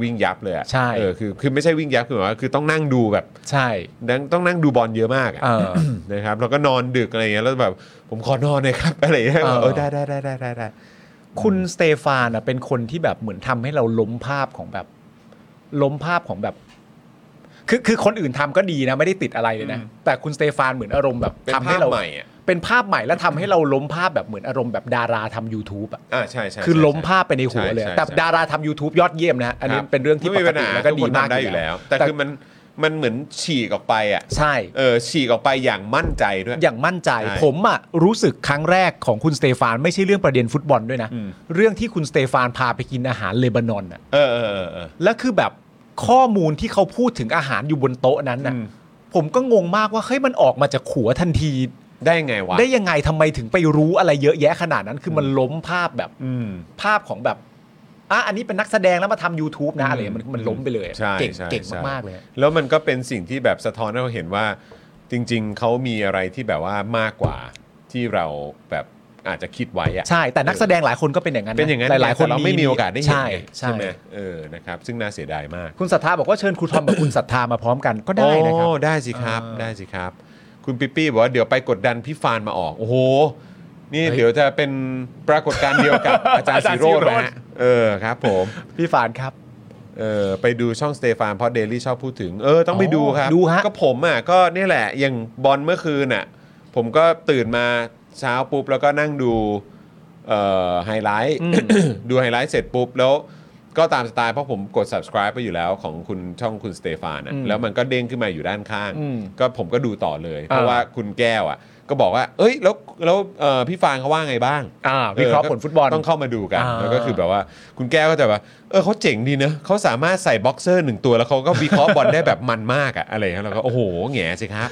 Speaker 3: วิ่งยับเลยอ่ะ
Speaker 4: ใช่
Speaker 3: เออคือคือไม่ใช่วิ่งยับคือหมายว่าคือต้องนั่งดูแบบ
Speaker 4: ใช่
Speaker 3: นั่งต้องนั่งดูบอลเยอะมากอะ
Speaker 4: เอ อ
Speaker 3: นะครับแล้วก็นอนดึกอะไรเงี้ยแล้วแบบผมขอนอนหน่อยครับอะไรเงี้ย
Speaker 4: เออ
Speaker 3: เออได้ได้ได้ได้ได้ได้
Speaker 4: คุณสเตฟานอะเป็นคนที่แบบเหมือนทำให้เราล้มภาพของแบบ ล้มภาพของแบบ คือคือคนอื่นทำก็ดีนะ ไม่ได้ติดอะไรเลยนะ
Speaker 3: อืม
Speaker 4: แต่คุณสเตฟานเหมือนอารมณ์แบบ
Speaker 3: เป็น
Speaker 4: ทำให้
Speaker 3: ภาพ
Speaker 4: เรา
Speaker 3: ใหม่อ่ะ
Speaker 4: เป็นภาพใหม่และทำให้เราล้มภาพแบบเหมือนอารมณ์แบบดาราทำ YouTube อะ
Speaker 3: อ่าใช่ใช่
Speaker 4: คือ
Speaker 3: ใช่
Speaker 4: ล้ม
Speaker 3: ใช่
Speaker 4: ภาพไปในหัวเลย
Speaker 3: ใช่ใช่
Speaker 4: แต่
Speaker 3: ใช่
Speaker 4: ดาราทำ YouTube ยอดเยี่ยมนะ อันนี้
Speaker 3: คบ
Speaker 4: เป็นเรื่องที่ป
Speaker 3: ไม่มี
Speaker 4: ก
Speaker 3: ปัญ
Speaker 4: ติ
Speaker 3: หา
Speaker 4: แล้วก็ดี
Speaker 3: ทุคน
Speaker 4: มาก
Speaker 3: ทำได้อยู่แล้ว แต่คือมันมันเหมือนฉีกออกไปอ่ะ
Speaker 4: ใช่
Speaker 3: เออฉีกออกไปอย่างมั่นใจด้วย
Speaker 4: อย่างมั่นใจ
Speaker 3: ใช่
Speaker 4: ผมอะรู้สึกครั้งแรกของคุณสเตฟานไม่ใช่เรื่องประเด็นฟุตบอลด้วยนะ
Speaker 3: อืม
Speaker 4: เรื่องที่คุณสเตฟานพาไปกินอาหารเลบานอนอะ
Speaker 3: เออเออเออเออ
Speaker 4: แล้วคือแบบข้อมูลที่เขาพูดถึงอาหารอยู่บนโต๊ะนั้นน่ะ
Speaker 3: อืม
Speaker 4: ผมก็งงมากว่าเฮ้ยมันออกมาจากขัวทันที
Speaker 3: ได้ไงวะ
Speaker 4: ได้ยังไงทำไมถึงไปรู้อะไรเยอะแยะขนาดนั้น คือมันล้มภาพแบบ
Speaker 3: อืม
Speaker 4: ภาพของแบบอ่ะอันนี้เป็นนักแสดงแล้วมาทำ YouTube นะอะไรอย่างเงี้ยมันมันล้มไปเลยอะ
Speaker 3: ใช่
Speaker 4: เก่ง
Speaker 3: ใช่
Speaker 4: เก่ง
Speaker 3: ใช่
Speaker 4: มากๆเลยอะ
Speaker 3: แล้วมันก็เป็นสิ่งที่แบบสะท้อนให้เราเห็นว่า จริง ๆ เขามีอะไรที่แบบว่ามากกว่าที่เราแบบอาจจะคิดไว้อะ
Speaker 4: ใช่ แต่นักแสดงหลายคนก็เป็นอย่างนั้น
Speaker 3: เป็นอย่างนั้น
Speaker 4: หลายๆคน
Speaker 3: แต่เราไม่มีโอกาสได้เห็น
Speaker 4: ใช่
Speaker 3: ไง
Speaker 4: ใช่
Speaker 3: ไหมเออนะครับ ซึ่งน่าเสียดายมาก
Speaker 4: คุณศรัทธาบอกว่าเชิญครูทอมกับคุณศรัทธามาพร้อมกันก็ได้นะครับ
Speaker 3: โอ้ได้สิครับ
Speaker 4: เออ
Speaker 3: ได้สิครับ คุณปิ๊ปปี้บอกว่าเดี๋ยวไปกดดันพี่ฟานมาออก โอ้โห นี่
Speaker 4: เฮ้ย
Speaker 3: เดี๋ยวจะเป็นปรากฏการณ์เดียวกับ อาจารย์
Speaker 4: อาจาร
Speaker 3: สี
Speaker 4: ย์
Speaker 3: โรด
Speaker 4: ศิโรจน์
Speaker 3: นะฮะเออครับผม
Speaker 4: พี่ฟานครับ
Speaker 3: เออไปดูช่องสเตฟานเพราะเดลี่ชอบพูดถึง เออต้องไปดูครับ
Speaker 4: ดูฮะ
Speaker 3: ก็ผมอ่ะก็เนี่ยแหละอย่างบอลเมื่อคืนอ่ะผมก็ตื่นมาเช้าปุ๊บ แล้วก็นั่งดูเอ่อไฮไลท์ ดูไฮไลท์เสร็จปุ๊บ แล้วก็ตามสไตล์เพราะผมกด subscribe ไปอยู่แล้วของคุณช่องคุณสเตฟานอ่ะ
Speaker 4: อืม
Speaker 3: แล้วมันก็เด้งขึ้นมาอยู่ด้านข้าง
Speaker 4: อืม
Speaker 3: ก็ผมก็ดูต่อเลย เพราะ
Speaker 4: อ่า
Speaker 3: ว่าคุณแก้วอ่ะ ก็บอกว่า เอ้ยแล้วแล้วเอ่อพี่ฟางเขาว่าไงบ้าง
Speaker 4: อ่าวิเคราะห์ผลฟุตบอล
Speaker 3: ต้องเข้ามาดูกัน
Speaker 4: อ่า
Speaker 3: แล้วก็คือแบบว่าคุณแก้วก็จะแบบเออเขาเจ๋งดีเนอะเขาสามารถใส่บ็อกเซอร์หนึ่งตัวแล้วเขาก็วิเคราะห์ บอลได้แบบมันมากอะอะไรอย่างเงี้ยเราก็โอ้โหแหง่สิครับ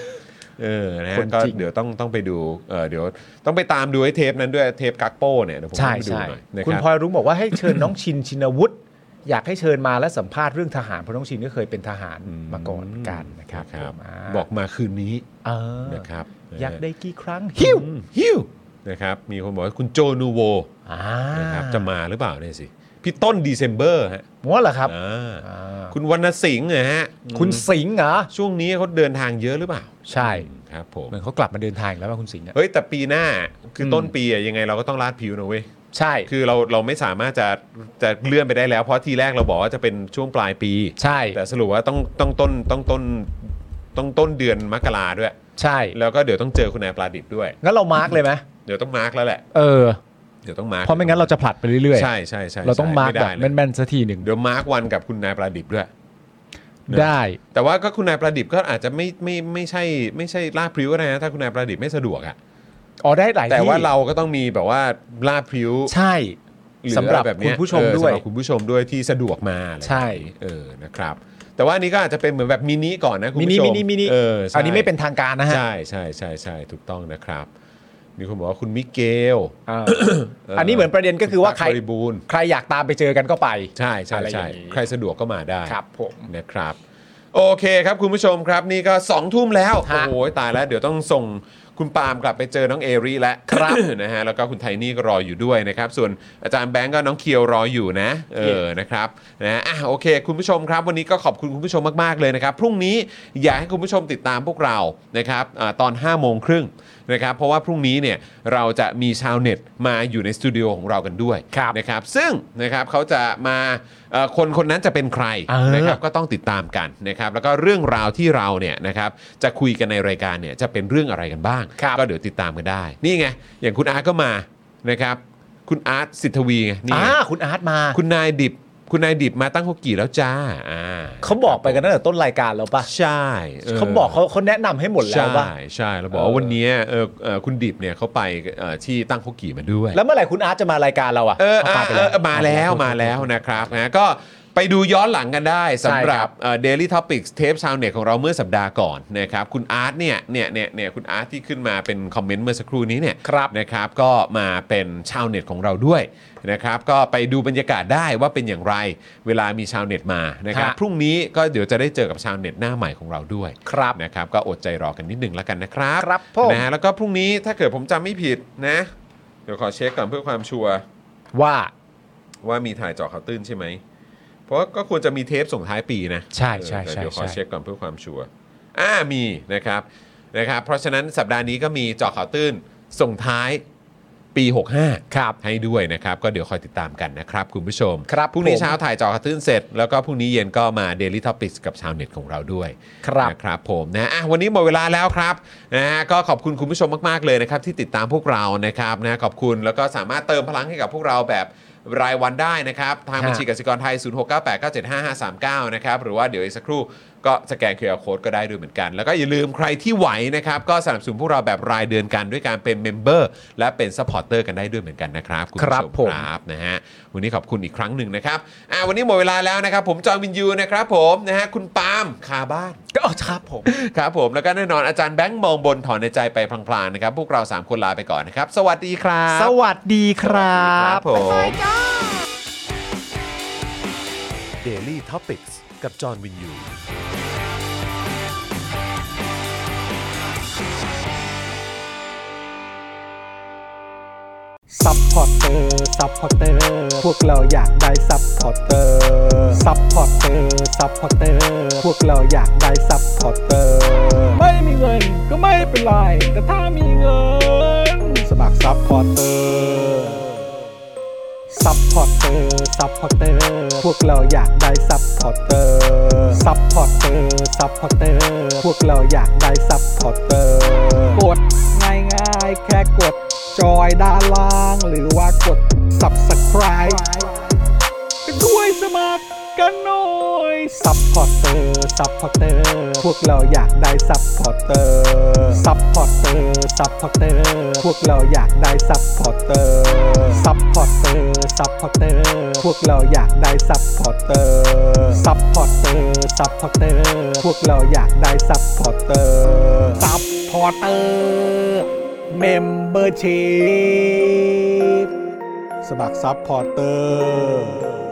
Speaker 3: เออนะฮะก็เดี๋ยวต้องต้องไปดูเออเดี๋ยวต้องไปตามดูไอ้เทปนั้นด้วยเทปกักโป้เนี่ยเดี๋ยวผม
Speaker 4: ใช่
Speaker 3: ต้องไปดู
Speaker 4: ใช่
Speaker 3: หน่อยนะ
Speaker 4: คุณ
Speaker 3: ครับ
Speaker 4: พลอยรุ้งบอกว่าให้เชิญน้องชินชินวุฒิอยากให้เชิญมาและสัมภาษณ์เรื่องทหารเพราะน้องชินก็เคยเป็นทหารมาก่อนเหมือนกันนะครับ
Speaker 3: ครับ
Speaker 4: ผม
Speaker 3: บอกมาคืนนี้
Speaker 4: เออ
Speaker 3: นะครับ
Speaker 4: อยากได้กี่ครั้ง
Speaker 3: ฮิวฮิวนะครับมีคนบอกว่าคุณโจนูโว
Speaker 4: อ่า
Speaker 3: นะครับจะมาหรือเปล่าเนี่ยสิพี่ต้นดีเซมเบอร์ฮะ
Speaker 4: มัวเหรอครับ
Speaker 3: อ่า
Speaker 4: อ่า
Speaker 3: คุณวรรณสิงห์นะฮะ
Speaker 4: คุณสิงห์เหรอ
Speaker 3: ช่วงนี้เขาเดินทางเยอะหรือเปล่า
Speaker 4: ใช่
Speaker 3: ครับผม
Speaker 4: เหมือนเขากลับมาเดินทางอีกแล้วว่าคุณสิงห์อะ
Speaker 3: เฮ้ยแต่ปีหน้าคืออ
Speaker 4: ม
Speaker 3: ต้นปีอะยังไงเราก็ต้องลาดผิวนะเว้ย
Speaker 4: ใช่
Speaker 3: คือเราเราไม่สามารถจะจะเลื่อนไปได้แล้ว เพราะทีแรกเราบอกว่าจะเป็นช่วงปลายปี
Speaker 4: ใช่
Speaker 3: แต่สรุปว่าต้องต้องต้นต้องต้นต้องต้นเดือนมกราด้วย
Speaker 4: ใช่
Speaker 3: แล้วก็เดี๋ยวต้องเจอคุณนายปลาดิบด้วย
Speaker 4: งั้นเรามาร์กเลยไหม
Speaker 3: เดี๋ยวต้องมาร์กแล้วแหละ
Speaker 4: เออ
Speaker 3: เดี๋ยวต้องมาร์ก
Speaker 4: เพราะไม่งั้นเราจะผลัดไปเรื่อย
Speaker 3: ใช่ใช่ใช่
Speaker 4: ๆ เราต้อง
Speaker 3: ใช่
Speaker 4: มาร์ก
Speaker 3: ไได้
Speaker 4: แบบ
Speaker 3: เลย
Speaker 4: แม่นๆสักทีหนึ่ง
Speaker 3: เดี๋ยวมาร์กวันกับคุณนายปลาดิบด้วย
Speaker 4: ได้
Speaker 3: แต่ว่าก็คุณนายปลาดิบก็อาจจะไม่ไม่ไม่ใช่ไม่ใช่ลาดพริ้วก็ได้นะถ้าคุณนายปลาดิบไม่สะดวกอะ
Speaker 4: อ๋อได้หลายที่
Speaker 3: แต่ว่าเราก็ต้องมีแบบว่าลาดพริ้ว
Speaker 4: ใช่
Speaker 3: รือ
Speaker 4: สำหรับ
Speaker 3: อะไแบบ
Speaker 4: คุ
Speaker 3: เนี้ย
Speaker 4: ณผู้ชม
Speaker 3: เออ
Speaker 4: ด้วย
Speaker 3: สำหรับคุณผู้ชมด้วยที่สะดวกมาอะไร
Speaker 4: ใช่
Speaker 3: แบบนี้เออนะครับ แต่ว่าอันนี้ก็อาจจะเป็นเหมือนแบบมินิก่อนนะคุณ
Speaker 4: มินิ
Speaker 3: ผู้ชม
Speaker 4: มินิมินิ
Speaker 3: เออใช่
Speaker 4: นนี้ไม่เป็นทางการนะฮะ
Speaker 3: ใช่ใช่ใช่ใช่ถูกต้องนะครับ มีคนบอกว่าคุณมิเกล
Speaker 4: เอออันนี้เหมือนประเด็นก็คือว่าใคร
Speaker 3: ณตั๊บริบูรณ์
Speaker 4: ใครอยากตามไปเจอกันก็ไป
Speaker 3: ใช่ใช่
Speaker 4: อะไรอ
Speaker 3: ใช่
Speaker 4: ย่างนี้
Speaker 3: ใครสะดวกก็มาได้
Speaker 4: ครับผม
Speaker 3: นะครับโอเคครับคุณผู้ชมครับนี่ก็2องทุ่มแล้ว โอ้
Speaker 4: ฮะ
Speaker 3: โหตายแล้ว เดี๋ยวต้องส่งคุณปาล์มกลับไปเจอน้องเอรีแล้ว
Speaker 4: ครับ
Speaker 3: นะฮะแล้วก็คุณไทนี่ก็รออยู่ด้วยนะครับ ส่วนอาจารย์แบงก์ก็น้องเคียวรออยู่นะ เออนะครับนะอ่ะโอเค คุณผู้ชมครับ วันนี้ก็ขอบคุณคุณผู้ชมมาก ๆ เลยนะครับ พรุ่งนี้อยากให้คุณผู้ชมติดตามพวกเรานะครับอาตอน5้าโมงครึ่งนะครับเพราะว่าพรุ่งนี้เนี่ยเราจะมีชาวเน็ตมาอยู่ในสตูดิโอของเรากันด้วยนะครับซึ่งนะครับเขาจะมาเอ่อคนคนนั้นจะเป็นใคร
Speaker 4: เออ
Speaker 3: นะครับก็ต้องติดตามกันนะครับแล้วก็เรื่องราวที่เราเนี่ยนะครับจะคุยกันในรายการเนี่ยจะเป็นเรื่องอะไรกันบ้าง ก็เดี๋ยวติดตามกันได้ นี่ไง อย่างคุณอาร์ตก็มานะครับคุณอาร์ตสิทธวีไงนี่
Speaker 4: อ่า
Speaker 3: ไง
Speaker 4: คุณอาร์ตมา
Speaker 3: คุณนายดิบ คุณนายดิบมาตั้งฮกกี่แล้วจ้าอ่า
Speaker 4: เขาบอกไปกันตั้งแต่ต้นรายการแล้วปะ
Speaker 3: ใช่
Speaker 4: เขาบอกเขาเขาแนะนำให้หมดแล้ว
Speaker 3: ใช่
Speaker 4: ปะ
Speaker 3: ใช่แล้วบอกว่า
Speaker 4: เออ
Speaker 3: วันเนี้ยเออเออคุณดิบเนี่ยเขาไปเอ่อที่ตั้งฮกกี่มาด้วย
Speaker 4: แล้วเมื่อไหร่คุณอาร์ตจะมารายการเราอะ
Speaker 3: เออ
Speaker 4: ขา
Speaker 3: อ่ะ
Speaker 4: ตยไป
Speaker 3: เออมาแล้วมาแล้วนะครับนะก็ไปดูย้อนหลังกันได้สำหรับเดลี่ท็อปิกส์เทปชาวเน็ตของเราเมื่อสัปดาห์ก่อนนะครับคุณอาร์ตเนี่ยเนี่ยเนี่ยเนี่ยคุณอาร์ตที่ขึ้นมาเป็นคอมเมนต์เมื่อสักครู่นี้เนี่ย
Speaker 4: ครับ
Speaker 3: นะครับก็มาเป็นชาวเน็ตของเราด้วยนะครับก็ไปดูบรรยากาศได้ว่าเป็นอย่างไรเวลามีชาวเน็ตมานะครับ
Speaker 4: ฮะ
Speaker 3: พรุ่งนี้ก็เดี๋ยวจะได้เจอกับชาวเน็ตหน้าใหม่ของเราด้วย
Speaker 4: ครับ
Speaker 3: นะครับก็อดใจรอกันนิดหนึ่งแล้วกันนะครับ
Speaker 4: ครับผม
Speaker 3: นะฮะแล้วก็พรุ่งนี้ถ้าเกิดผมจำไม่ผิดนะเดี๋ยวขอเช็คก่อนเพื่อความชัวร์
Speaker 4: ว่า
Speaker 3: ว่ามีถ่ายเจาะข่าวตื้นใช่ไหม เพราะก็ควรจะมีเทปส่งท้ายปีนะ
Speaker 4: ใช่ใช่ใช่
Speaker 3: เดี๋ยวขอ
Speaker 4: ใช่
Speaker 3: เช็คก่อนเพื่อความชัวร์ อ่า มีนะครับ นะครับ เพราะฉะนั้นสัปดาห์นี้ก็มีเจาะข่าวตื้นส่งท้าย ปี 65
Speaker 4: ครับ
Speaker 3: ให้ด้วยนะครับ ก็เดี๋ยวคอยติดตามกันนะครับ คุณผู้ชม
Speaker 4: ครับ
Speaker 3: พรุ่งนี้
Speaker 4: ผม
Speaker 3: เช้าถ่ายเจอข่าวตื่นเสร็จ แล้วก็พรุ่งนี้เย็นก็มา Daily Topics กับชาวเน็ตของเราด้วย
Speaker 4: ครับ
Speaker 3: นะครับผมนะอ่ะวันนี้หมดเวลาแล้วครับนะฮะก็ขอบคุณคุณผู้ชมมาก ๆ เลยนะครับ ที่ติดตามพวกเรานะครับนะขอบคุณแล้วก็สามารถเติมพลังให้กับพวกเราแบบรายวันได้นะครับ ทาง
Speaker 4: ฮะ
Speaker 3: บัญชีกสิกรไทย 0698975539 นะครับ หรือว่าเดี๋ยวอีกสักครู่ก็สแกน QR Code ก็ได้ด้วยเหมือนกัน แล้วก็อย่าลืมใครที่ไหวนะครับ ก็สนับสนุนพวกเราแบบรายเดือนกันด้วยการเป็นเมมเบอร์และเป็นซัพพอร์เตอร์กันได้ด้วยเหมือนกันนะครับ คุณผู้ช
Speaker 4: ครับผม
Speaker 3: ครับนะฮะวันนี้ขอบคุณอีกครั้งหนึ่งนะครับอ่าวันนี้หมดเวลาแล้วนะครับ ผมจอห์นวินยูนะครับผมนะฮะคุณปาล์มคาบ้าน
Speaker 4: ก็เอาครับผม
Speaker 3: ครับผมแล้วก็แน่นอนอาจารย์แบงค์มองบนถอนในใจไปพลางๆนะครับ พวกเรา 3 คนลาไปก่อนนะครับ สวัสดีครับ
Speaker 4: สวัสดีครั
Speaker 3: ครับ บผม
Speaker 2: Daily Topics กับจอห์นวินยู
Speaker 1: ซัพพอร์เตอร์ ซัพพอร์เตอร์ พวกเราอยากได้ซัพพอร์เตอร์ ซัพพอร์เตอร์ ซัพพอร์เตอร์ พวกเราอยากได้ซัพพอร์เตอร์ ไม่มีเงินก็ไม่เป็นไร แต่ถ้ามีเงิน สมัครซัพพอร์เตอร์ ซัพพอร์เตอร์ ซัพพอร์เตอร์ พวกเราอยากได้ซัพพอร์เตอร์ ซัพพอร์เตอร์ ซัพพอร์เตอร์ พวกเราอยากได้ซัพพอร์เตอร์ กดง่ายง่ายๆแค่กดจอยด้านล่าง หรือว่ากด subscribe ไปด้วยสมัครกันหน่อย ซัพพอร์เตอร์ ซัพพอร์เตอร์ พวกเราอยากได้ซัพพอร์เตอร์ ซัพพอร์เตอร์ ซัพพอร์เตอร์ พวกเราอยากได้ซัพพอร์เตอร์ ซัพพอร์เตอร์ ซัพพอร์เตอร์ พวกเราอยากได้ซัพพอร์เตอร์ ซัพพอร์เตอร์ ซัพพอร์เตอร์ พวกเราอยากได้ซัพพอร์เตอร์ ซัพพอร์เตอร์ เมมเบอร์ชีพสมัครซัพพอร์เตอร์